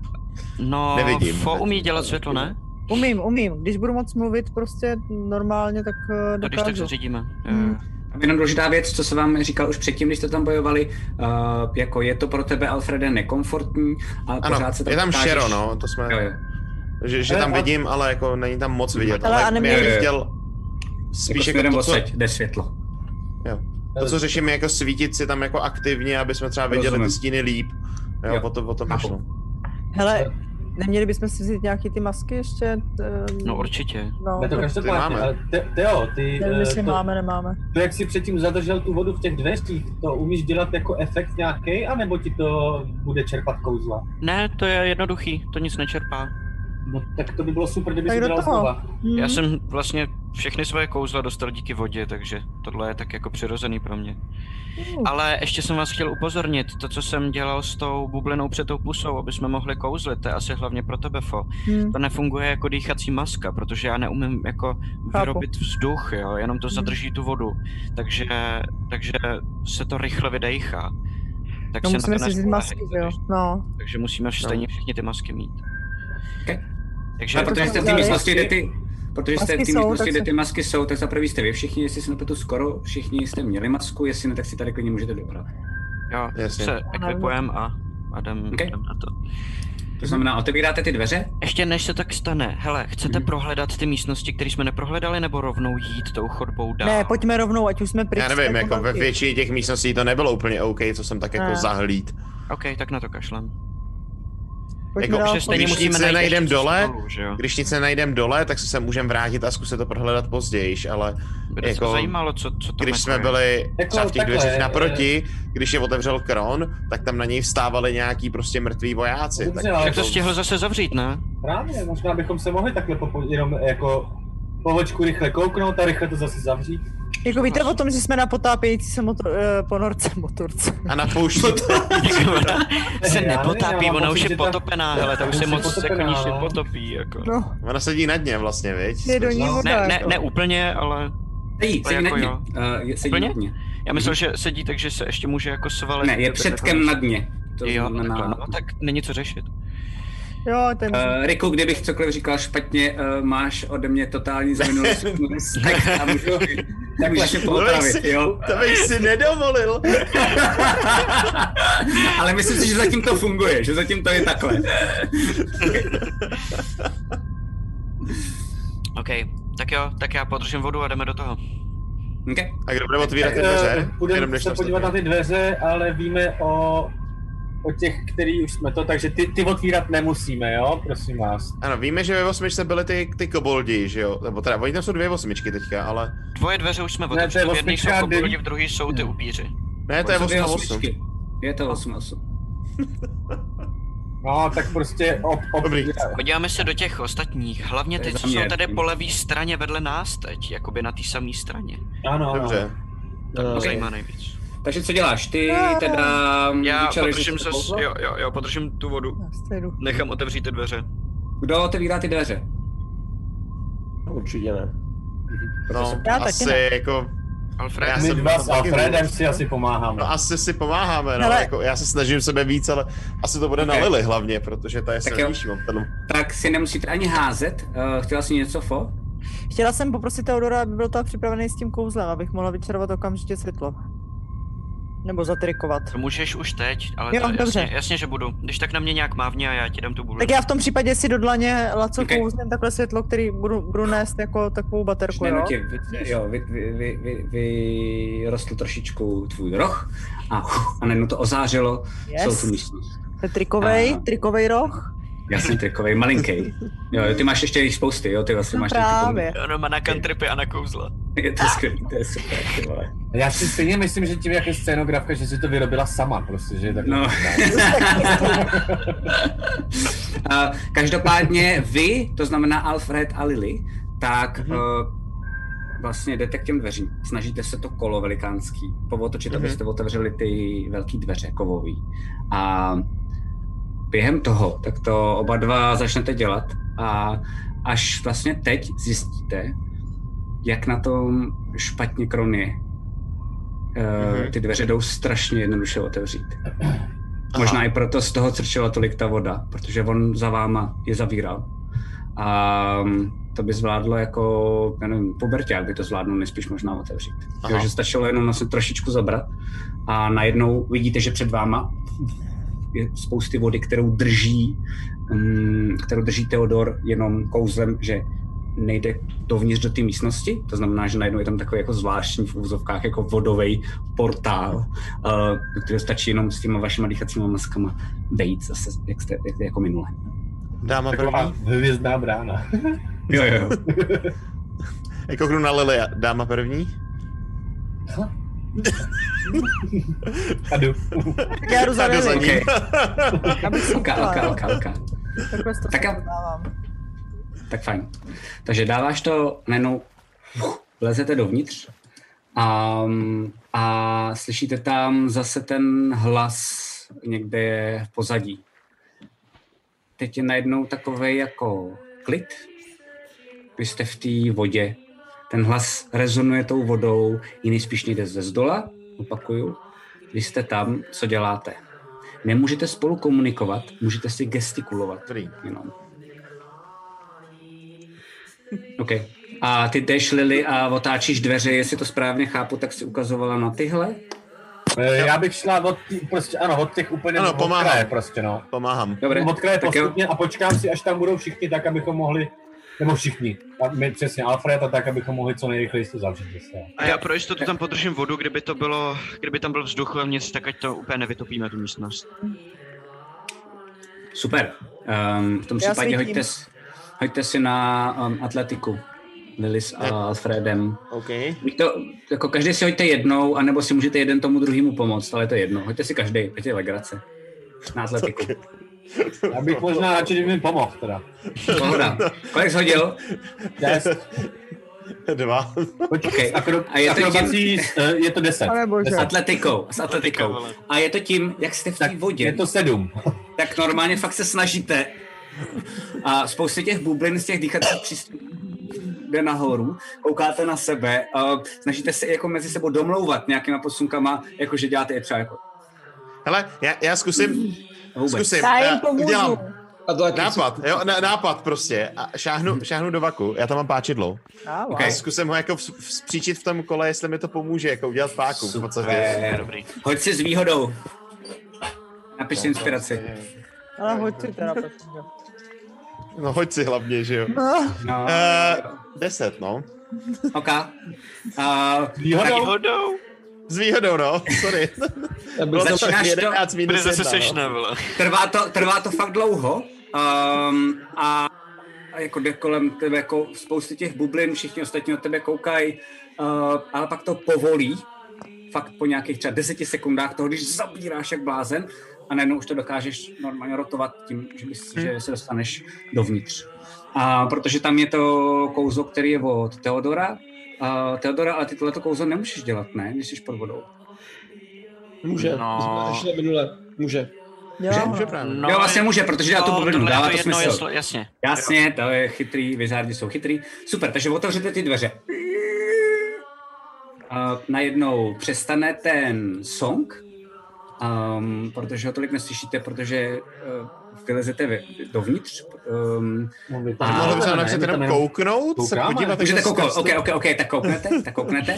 [SPEAKER 3] No,
[SPEAKER 7] nevidím.
[SPEAKER 3] Fo umí dělat světlo, ne?
[SPEAKER 6] Umím, umím. Když budu moc mluvit prostě normálně, tak eh,
[SPEAKER 3] To když tak
[SPEAKER 6] dokážu.
[SPEAKER 3] zařídíme. Eh, Jo,
[SPEAKER 6] Mhm.
[SPEAKER 3] jo.
[SPEAKER 1] A Jenom důležitá věc, co se vám říkal už předtím, když jste tam bojovali, uh, jako je to pro tebe, Alfrede, nekomfortní, ale
[SPEAKER 7] Ano,
[SPEAKER 1] pořád se tam
[SPEAKER 7] je tam
[SPEAKER 1] dokážeš-
[SPEAKER 7] šero, no, to jsme...
[SPEAKER 1] Jo, jo.
[SPEAKER 7] Že, že
[SPEAKER 8] Ale
[SPEAKER 7] tam
[SPEAKER 8] on-
[SPEAKER 7] vidím, ale jako není tam moc vidět.
[SPEAKER 6] Ale a
[SPEAKER 7] Ale
[SPEAKER 6] neměli-
[SPEAKER 7] já bych chtěl
[SPEAKER 1] Spíš
[SPEAKER 7] spíš
[SPEAKER 1] jako směrem
[SPEAKER 7] jako to, co,
[SPEAKER 1] odsaď jde světlo.
[SPEAKER 7] to, co řeším, je jako svítit si tam jako aktivně, aby jsme třeba viděli
[SPEAKER 1] Rozumím.
[SPEAKER 7] ty stíny líp. Jo,
[SPEAKER 1] Jo.
[SPEAKER 7] jo. potom, potom
[SPEAKER 1] Chápu.
[SPEAKER 7] šlo.
[SPEAKER 6] Hele, neměli bychom si vzít nějaký ty masky ještě? eh,
[SPEAKER 3] No určitě.
[SPEAKER 6] No,
[SPEAKER 8] Ne, to každopádně,
[SPEAKER 7] máme.
[SPEAKER 8] ale te, Teo, ty,
[SPEAKER 6] nevím,
[SPEAKER 8] eh,
[SPEAKER 6] jestli
[SPEAKER 8] to,
[SPEAKER 6] máme, nemáme.
[SPEAKER 8] to, jak jsi předtím zadržel tu vodu v těch dveřích, to umíš dělat jako efekt nějaký, anebo ti to bude čerpat kouzla?
[SPEAKER 3] Ne, to je jednoduchý, to nic nečerpá.
[SPEAKER 8] No tak to by bylo super, kdyby
[SPEAKER 6] Tak
[SPEAKER 8] si
[SPEAKER 6] do
[SPEAKER 8] dělal
[SPEAKER 6] toho.
[SPEAKER 8] znova.
[SPEAKER 6] Mhm.
[SPEAKER 3] Já jsem vlastně všechny své kouzla dostal díky vodě, takže tohle je tak jako přirozený pro mě.
[SPEAKER 6] Mm.
[SPEAKER 3] Ale ještě jsem vás chtěl upozornit, to, co jsem dělal s tou bublinou před tou pusou, aby jsme mohli kouzlit, to je asi hlavně pro tebe, Fo.
[SPEAKER 6] Hmm.
[SPEAKER 3] To nefunguje jako dýchací maska, protože já neumím jako vyrobit vzduch, jo, jenom
[SPEAKER 6] Mhm.
[SPEAKER 3] to zadrží tu vodu. Takže, takže se to rychle vydejchá. Tak
[SPEAKER 6] No
[SPEAKER 3] se
[SPEAKER 6] musíme
[SPEAKER 3] na to
[SPEAKER 6] si vzít
[SPEAKER 3] nespoléhej,
[SPEAKER 6] masky, že jo?
[SPEAKER 3] takže-
[SPEAKER 6] No.
[SPEAKER 3] Takže musíme stejně všichni ty masky mít.
[SPEAKER 1] Okay.
[SPEAKER 3] Takže
[SPEAKER 1] A No, protože jste v té
[SPEAKER 6] udělali
[SPEAKER 1] místnosti, kde ty, protože jste
[SPEAKER 6] Masky
[SPEAKER 1] v té
[SPEAKER 6] jsou,
[SPEAKER 1] místnosti,
[SPEAKER 6] tak
[SPEAKER 1] kde
[SPEAKER 6] se-
[SPEAKER 1] ty masky jsou, tak za prvý jste vy všichni, jestli se nepletu skoro, všichni jste měli masku, jestli ne, tak si tady klidně můžete dobrat.
[SPEAKER 3] jo,
[SPEAKER 7] Jasně.
[SPEAKER 3] se ekvipujeme a, a jdem,
[SPEAKER 1] Okay.
[SPEAKER 3] jdem na to.
[SPEAKER 1] To znamená, otevíráte ty dveře?
[SPEAKER 3] Ještě než se tak stane, hele, chcete
[SPEAKER 1] Mhm.
[SPEAKER 3] prohledat ty místnosti, které jsme neprohledali, nebo rovnou jít tou chodbou dál?
[SPEAKER 6] Ne, pojďme rovnou, ať už jsme pryč.
[SPEAKER 7] Já
[SPEAKER 6] z
[SPEAKER 7] nevím,
[SPEAKER 6] té
[SPEAKER 7] jako ve
[SPEAKER 6] komnaty.
[SPEAKER 7] většině těch místností to nebylo úplně OK, co jsem tak jako
[SPEAKER 6] Ne.
[SPEAKER 7] zahlíd.
[SPEAKER 3] OK, tak na to kašlem.
[SPEAKER 6] Pojďme
[SPEAKER 7] jako
[SPEAKER 6] dál,
[SPEAKER 3] Že stejně
[SPEAKER 7] No, když
[SPEAKER 6] pojďme.
[SPEAKER 7] nic
[SPEAKER 3] musíme najít
[SPEAKER 7] nenajdem
[SPEAKER 3] ještě co
[SPEAKER 7] dole,
[SPEAKER 3] spolu, že jo?
[SPEAKER 7] Když nic nenajdem dole, tak se můžeme vrátit a zkusit to prohledat později, ale
[SPEAKER 3] By jako,
[SPEAKER 7] jako-
[SPEAKER 3] se zajímalo, co, co to
[SPEAKER 7] když
[SPEAKER 3] jako
[SPEAKER 7] jsme
[SPEAKER 3] je.
[SPEAKER 7] byli
[SPEAKER 8] Jako
[SPEAKER 7] třeba v těch
[SPEAKER 8] takhle,
[SPEAKER 7] dveřích
[SPEAKER 8] eh,
[SPEAKER 7] naproti, když je otevřel Kron, tak tam na něj vstávali nějaký prostě mrtví vojáci.
[SPEAKER 8] Dobře,
[SPEAKER 7] Tak
[SPEAKER 8] ale
[SPEAKER 3] Tak to stihl zase zavřít, ne?
[SPEAKER 8] Právě, možná bychom se mohli takhle popo- jenom jako povočku rychle kouknout a rychle to zase zavřít.
[SPEAKER 6] Jako víte o tom, že jsme na potápějící se motor, eh, ponorce, motorce.
[SPEAKER 7] a na poušti
[SPEAKER 3] Jako, ona se
[SPEAKER 8] Já nevím,
[SPEAKER 3] nepotápí,
[SPEAKER 8] já mám
[SPEAKER 3] ona už
[SPEAKER 8] pocit,
[SPEAKER 3] je
[SPEAKER 8] že ta-
[SPEAKER 3] potopená, hele, ta
[SPEAKER 8] ta
[SPEAKER 3] už se
[SPEAKER 8] už je
[SPEAKER 3] moc jako
[SPEAKER 8] potopená,
[SPEAKER 3] níž
[SPEAKER 8] no.
[SPEAKER 3] nepotopí, jako.
[SPEAKER 6] No,
[SPEAKER 7] Ona sedí na dně vlastně, viď?
[SPEAKER 6] je do ní
[SPEAKER 8] No.
[SPEAKER 6] voda.
[SPEAKER 3] Ne, ne,
[SPEAKER 6] jako.
[SPEAKER 3] ne úplně, ale
[SPEAKER 1] Sedí,
[SPEAKER 3] To
[SPEAKER 1] sedí na
[SPEAKER 3] jako
[SPEAKER 1] dně.
[SPEAKER 3] jo.
[SPEAKER 1] Uh, je- sedí
[SPEAKER 3] Úplně?
[SPEAKER 1] na dně.
[SPEAKER 3] já
[SPEAKER 8] Mhm.
[SPEAKER 3] myslel, že sedí, takže se ještě může jako svalit.
[SPEAKER 1] Ne, je
[SPEAKER 3] Tak
[SPEAKER 1] předkem na dně. To
[SPEAKER 3] Jo, takhle,
[SPEAKER 1] znamená...
[SPEAKER 3] no tak není co řešit.
[SPEAKER 6] Jo,
[SPEAKER 3] Eh,
[SPEAKER 6] ten...
[SPEAKER 1] Uh, Riku, kdybych cokoliv říkal špatně, uh, máš ode mě totální zavinulý respekt a můžu, můžeš mě poopravit, jo?
[SPEAKER 7] To bych si nedovolil.
[SPEAKER 1] Ale myslím si, že zatím to funguje, že zatím to je takhle.
[SPEAKER 3] OK, tak jo, tak já podržím vodu a jdeme do toho.
[SPEAKER 1] Okay?
[SPEAKER 7] A kdo bude otvírat ty
[SPEAKER 8] eh,
[SPEAKER 7] dveře? Jenom
[SPEAKER 8] Budeme
[SPEAKER 7] než
[SPEAKER 8] se
[SPEAKER 7] tam
[SPEAKER 8] podívat na
[SPEAKER 7] vstoupíme.
[SPEAKER 8] ty dveře, ale víme o, o těch, který už jsme to, takže ty, ty otvírat nemusíme, jo? Prosím vás.
[SPEAKER 7] Ano, víme, že ve osmičce byly ty, ty koboldi, že jo? Nebo teda, oni tam jsou dvě osmičky teďka, ale...
[SPEAKER 3] Dvoje dveře už jsme
[SPEAKER 8] Ne, to je
[SPEAKER 3] otevřeli, v jedné jsou
[SPEAKER 8] osmička a
[SPEAKER 3] koboldi,
[SPEAKER 8] devět.
[SPEAKER 3] v druhé jsou ty upíři.
[SPEAKER 7] Ne, to je
[SPEAKER 1] Jsou dvě
[SPEAKER 7] 8 8.
[SPEAKER 1] osmičky. Je to 8 8.
[SPEAKER 8] No, tak prostě ob, ob,
[SPEAKER 7] Dobrý.
[SPEAKER 3] Podíváme se do těch ostatních, hlavně
[SPEAKER 1] To je
[SPEAKER 3] ty,
[SPEAKER 1] za
[SPEAKER 3] co
[SPEAKER 1] mě.
[SPEAKER 3] jsou tady po levé straně vedle nás teď, jakoby na té samé straně.
[SPEAKER 8] Ano,
[SPEAKER 7] Dobře.
[SPEAKER 3] Tak to
[SPEAKER 4] Eh,
[SPEAKER 1] Ok.
[SPEAKER 3] zajímá nejvíc.
[SPEAKER 1] Takže co děláš? Ty teda...
[SPEAKER 3] No, Já
[SPEAKER 1] vyčaruješ
[SPEAKER 3] podržím
[SPEAKER 1] něco
[SPEAKER 3] se, s-
[SPEAKER 1] kouzlo?
[SPEAKER 3] jo, jo, jo, podržím tu vodu,
[SPEAKER 6] Já se jdu.
[SPEAKER 3] nechám otevřít ty dveře.
[SPEAKER 1] Kdo otevírá ty dveře?
[SPEAKER 4] Určitě ne.
[SPEAKER 7] No,
[SPEAKER 6] Já taky
[SPEAKER 7] asi
[SPEAKER 6] ne.
[SPEAKER 7] jako...
[SPEAKER 3] Alfred,
[SPEAKER 7] Já
[SPEAKER 8] My
[SPEAKER 7] jsem
[SPEAKER 8] dva
[SPEAKER 7] to
[SPEAKER 8] s
[SPEAKER 7] taky
[SPEAKER 8] Alfredem
[SPEAKER 7] mluvil.
[SPEAKER 8] si asi pomáháme.
[SPEAKER 7] No asi si pomáháme, no,
[SPEAKER 6] Hele.
[SPEAKER 7] jako já se snažím sebe víc, ale asi to bude na
[SPEAKER 1] Ok.
[SPEAKER 7] Lily hlavně, protože ta je
[SPEAKER 1] Tak jo.
[SPEAKER 7] silnější, mám ten...
[SPEAKER 1] Tak si nemusíte ani házet. Uh, chtěla jsi něco, Fo?
[SPEAKER 6] Chtěla jsem poprosit Teodora, aby byl tam připravený s tím kouzlem, abych mohla vyčarovat okamžitě světlo. Nebo zatrikovat.
[SPEAKER 3] to můžeš už teď, ale
[SPEAKER 6] Jo,
[SPEAKER 3] to,
[SPEAKER 6] dobře.
[SPEAKER 3] jasně, jasně, že budu. Když tak na mě nějak mávně a já ti dám tu bulu.
[SPEAKER 6] Tak já v tom případě si do dlaně laco
[SPEAKER 1] Okay.
[SPEAKER 6] okay. kouzlem takhle světlo, který budu, budu nést jako takovou baterku, jo?
[SPEAKER 1] Šnénu ti no, vy- jo, vy, vy, vy, vy, vyrostl trošičku tvůj roh a, a najednou to ozářilo yes. celou tu
[SPEAKER 6] Yes.
[SPEAKER 1] místnost.
[SPEAKER 6] To je trikovej,
[SPEAKER 1] A-
[SPEAKER 6] trikovej roh.
[SPEAKER 1] Jasně, trikovej, malinký. Jo, ty máš ještě jich spousty, jo, ty vlastně
[SPEAKER 6] No
[SPEAKER 1] máš
[SPEAKER 6] právě.
[SPEAKER 3] Ona má na kantripy a na kouzla.
[SPEAKER 1] Ty, je to skvělý, to je super, ty vole.
[SPEAKER 8] Já si stejně myslím, že tím, jak je scénografka, že si to vyrobila sama, prostě, že je tak.
[SPEAKER 1] No. A Každopádně vy, to znamená Alfred a Lily, tak
[SPEAKER 7] Mhm.
[SPEAKER 1] eh, vlastně jdete k těm dveřím. Snažíte se to kolo velikánský povotočit,
[SPEAKER 7] Mhm.
[SPEAKER 1] abyste otevřeli ty velké dveře kovový. A během toho, tak to oba dva začnete dělat a až vlastně teď zjistíte, jak na tom špatně Kron je. Eh,
[SPEAKER 7] Mhm.
[SPEAKER 1] Ty dveře jdou strašně jednoduše otevřít. Možná i proto z toho crčela tolik ta voda, protože on za váma je zavíral. A mm, to by zvládlo jako, já nevím, puberták by to zvládnul nejspíš možná otevřít.
[SPEAKER 7] Aha.
[SPEAKER 1] Jo, že stačilo jenom vlastně trošičku zabrat a najednou vidíte, že před váma je spousty vody, kterou drží, mm, kterou drží Teodor jenom kouzlem, že nejde dovnitř do té místnosti, to znamená, že najednou je tam takový jako zvláštní v úzovkách jako vodový portál, eh, do kterého stačí jenom s těma vašima dýchacíma maskama vejít zase, jak jste, jak, jako minule.
[SPEAKER 7] Dáma
[SPEAKER 8] Taková
[SPEAKER 7] první.
[SPEAKER 8] hvězdná brána.
[SPEAKER 1] Jo, jo, jo.
[SPEAKER 7] Jako kdo na Lily, dáma první?
[SPEAKER 8] A jdu.
[SPEAKER 6] Tak já jdu za
[SPEAKER 7] A jdu za
[SPEAKER 6] Lily.
[SPEAKER 7] ní.
[SPEAKER 1] Alka, alka, alka, alka.
[SPEAKER 6] Takhle si to
[SPEAKER 1] Tak já-
[SPEAKER 6] dávám.
[SPEAKER 1] tak fajn. Takže dáváš to, najednou uf, lezete dovnitř a, a slyšíte tam zase ten hlas někde v pozadí. Teď je najednou takový jako klid. Vy jste v té vodě. Ten hlas rezonuje tou vodou, jiný spíš někde ze zdola, opakuju. Vy jste tam, co děláte. Nemůžete spolu komunikovat, můžete si gestikulovat.
[SPEAKER 7] Dobrý.
[SPEAKER 1] Jenom. OK. A ty jdeš, Lily, a otáčíš dveře, jestli to správně chápu, tak si ukazovala na tyhle.
[SPEAKER 8] Eh, Já bych šla od, tý, prostě, ano, od těch úplně
[SPEAKER 7] Ano,
[SPEAKER 8] od
[SPEAKER 7] pomáhá.
[SPEAKER 8] kraje prostě, no.
[SPEAKER 7] Pomáhám.
[SPEAKER 1] Dobré,
[SPEAKER 8] Od kraje
[SPEAKER 1] tak jo.
[SPEAKER 8] postupně a počkám si, až tam budou všichni tak, abychom mohli, nebo všichni, a my přesně Alfred a tak, abychom mohli co nejrychleji to zavřít. zase.
[SPEAKER 3] A já pro jistotu tam podržím vodu, kdyby to bylo, kdyby tam byl vzduch vevnitř, tak ať to úplně nevytopíme tu místnost.
[SPEAKER 1] Super. Um, v tom
[SPEAKER 6] Já
[SPEAKER 1] případě
[SPEAKER 6] svítím.
[SPEAKER 1] hoďte, s- hoďte si na um, atletiku. Lily s
[SPEAKER 7] Ne.
[SPEAKER 1] a Fredem.
[SPEAKER 7] OK.
[SPEAKER 1] Buď To, jako každý si hoďte jednou, anebo si můžete jeden tomu druhému pomoct, ale to je jedno. Hoďte si každý, ať je legrace. Na atletiku.
[SPEAKER 8] Já bych možná radši, kdyby mi pomohl teda.
[SPEAKER 1] Pohoda.
[SPEAKER 6] No.
[SPEAKER 1] Kolik jsi hodil?
[SPEAKER 8] Yes.
[SPEAKER 7] Dva.
[SPEAKER 8] Počkej, akro,
[SPEAKER 1] A je to tím-
[SPEAKER 8] akrobací, eh, je to deset.
[SPEAKER 6] Ale bože.
[SPEAKER 1] S atletikou. S atletikou.
[SPEAKER 5] vole.
[SPEAKER 1] A je to tím, jak jste v té vodě.
[SPEAKER 8] Je to sedm.
[SPEAKER 1] tak normálně fakt se snažíte. A spousta těch bublin z těch dýchacích přístrojů jde nahoru, koukáte na sebe, a snažíte se jako mezi sebou domlouvat nějakýma posunkama, jako že děláte je třeba jako
[SPEAKER 7] Hele, já, já zkusím,
[SPEAKER 1] vůbec.
[SPEAKER 7] zkusím.
[SPEAKER 6] Já jim
[SPEAKER 7] Já
[SPEAKER 6] pomůžu.
[SPEAKER 7] udělám
[SPEAKER 4] A to taky
[SPEAKER 7] nápad, jo, ná- nápad prostě. A šáhnu, šáhnu do vaku, já tam mám páčidlo.
[SPEAKER 6] Ah, wow.
[SPEAKER 7] A zkusím ho jako vs- vzpříčit v tom kole, jestli mi to pomůže, jako udělat páku. V podstatě.
[SPEAKER 1] Super.
[SPEAKER 5] Dobrý.
[SPEAKER 1] Eh, Hoď si s výhodou. Napiš si inspiraci.
[SPEAKER 6] Ale hoď si teda, prosím. tě.
[SPEAKER 7] No hoď si hlavně, že jo.
[SPEAKER 6] Ah,
[SPEAKER 1] No,
[SPEAKER 7] Uh, deset, no.
[SPEAKER 1] OK. Eh, A
[SPEAKER 8] Výhodou?
[SPEAKER 5] Hodou!
[SPEAKER 7] S výhodou, no. Sorry.
[SPEAKER 4] Já bych
[SPEAKER 7] Bylo to
[SPEAKER 1] Začínáš to-
[SPEAKER 7] 11
[SPEAKER 5] Bude
[SPEAKER 7] minus
[SPEAKER 5] zase
[SPEAKER 7] jedna, no.
[SPEAKER 5] sešna, vole.
[SPEAKER 1] trvá, to, trvá to fakt dlouho. Um, a a jako jde kolem tebe jako spousty těch bublin, všichni ostatní od tebe koukají, uh, ale pak to povolí, fakt po nějakých třeba deseti sekundách toho, když zabíráš jak blázen a najednou už to dokážeš normálně rotovat tím, že, bys, že se dostaneš dovnitř. A protože tam je to kouzlo, který je od Teodora, uh, Teodora, ale ty tohleto kouzlo nemůžeš dělat, ne, když jsi pod vodou.
[SPEAKER 4] Může,
[SPEAKER 5] No.
[SPEAKER 4] no. jsme řešili minule. Může.
[SPEAKER 6] dělám.
[SPEAKER 7] Může právě.
[SPEAKER 1] No, jo, vlastně může, protože dá tu bublinu,
[SPEAKER 5] tohle je
[SPEAKER 1] dává to,
[SPEAKER 5] to jedno,
[SPEAKER 1] smysl.
[SPEAKER 5] jasno, jasně.
[SPEAKER 1] Jasně, to je chytrý, vizardi jsou chytrý. Super, takže otevřete ty dveře. A najednou přestane ten song, um, protože ho tolik neslyšíte, protože uh, vylezete vy, dovnitř. Um,
[SPEAKER 7] Že mohl bys nám napsat jenom kouknout, se
[SPEAKER 8] Koukáme.
[SPEAKER 7] podívat,
[SPEAKER 1] můžete
[SPEAKER 7] jak to
[SPEAKER 1] kouknout,
[SPEAKER 7] skrz-
[SPEAKER 1] ok, ok, ok, tak kouknete, tak kouknete.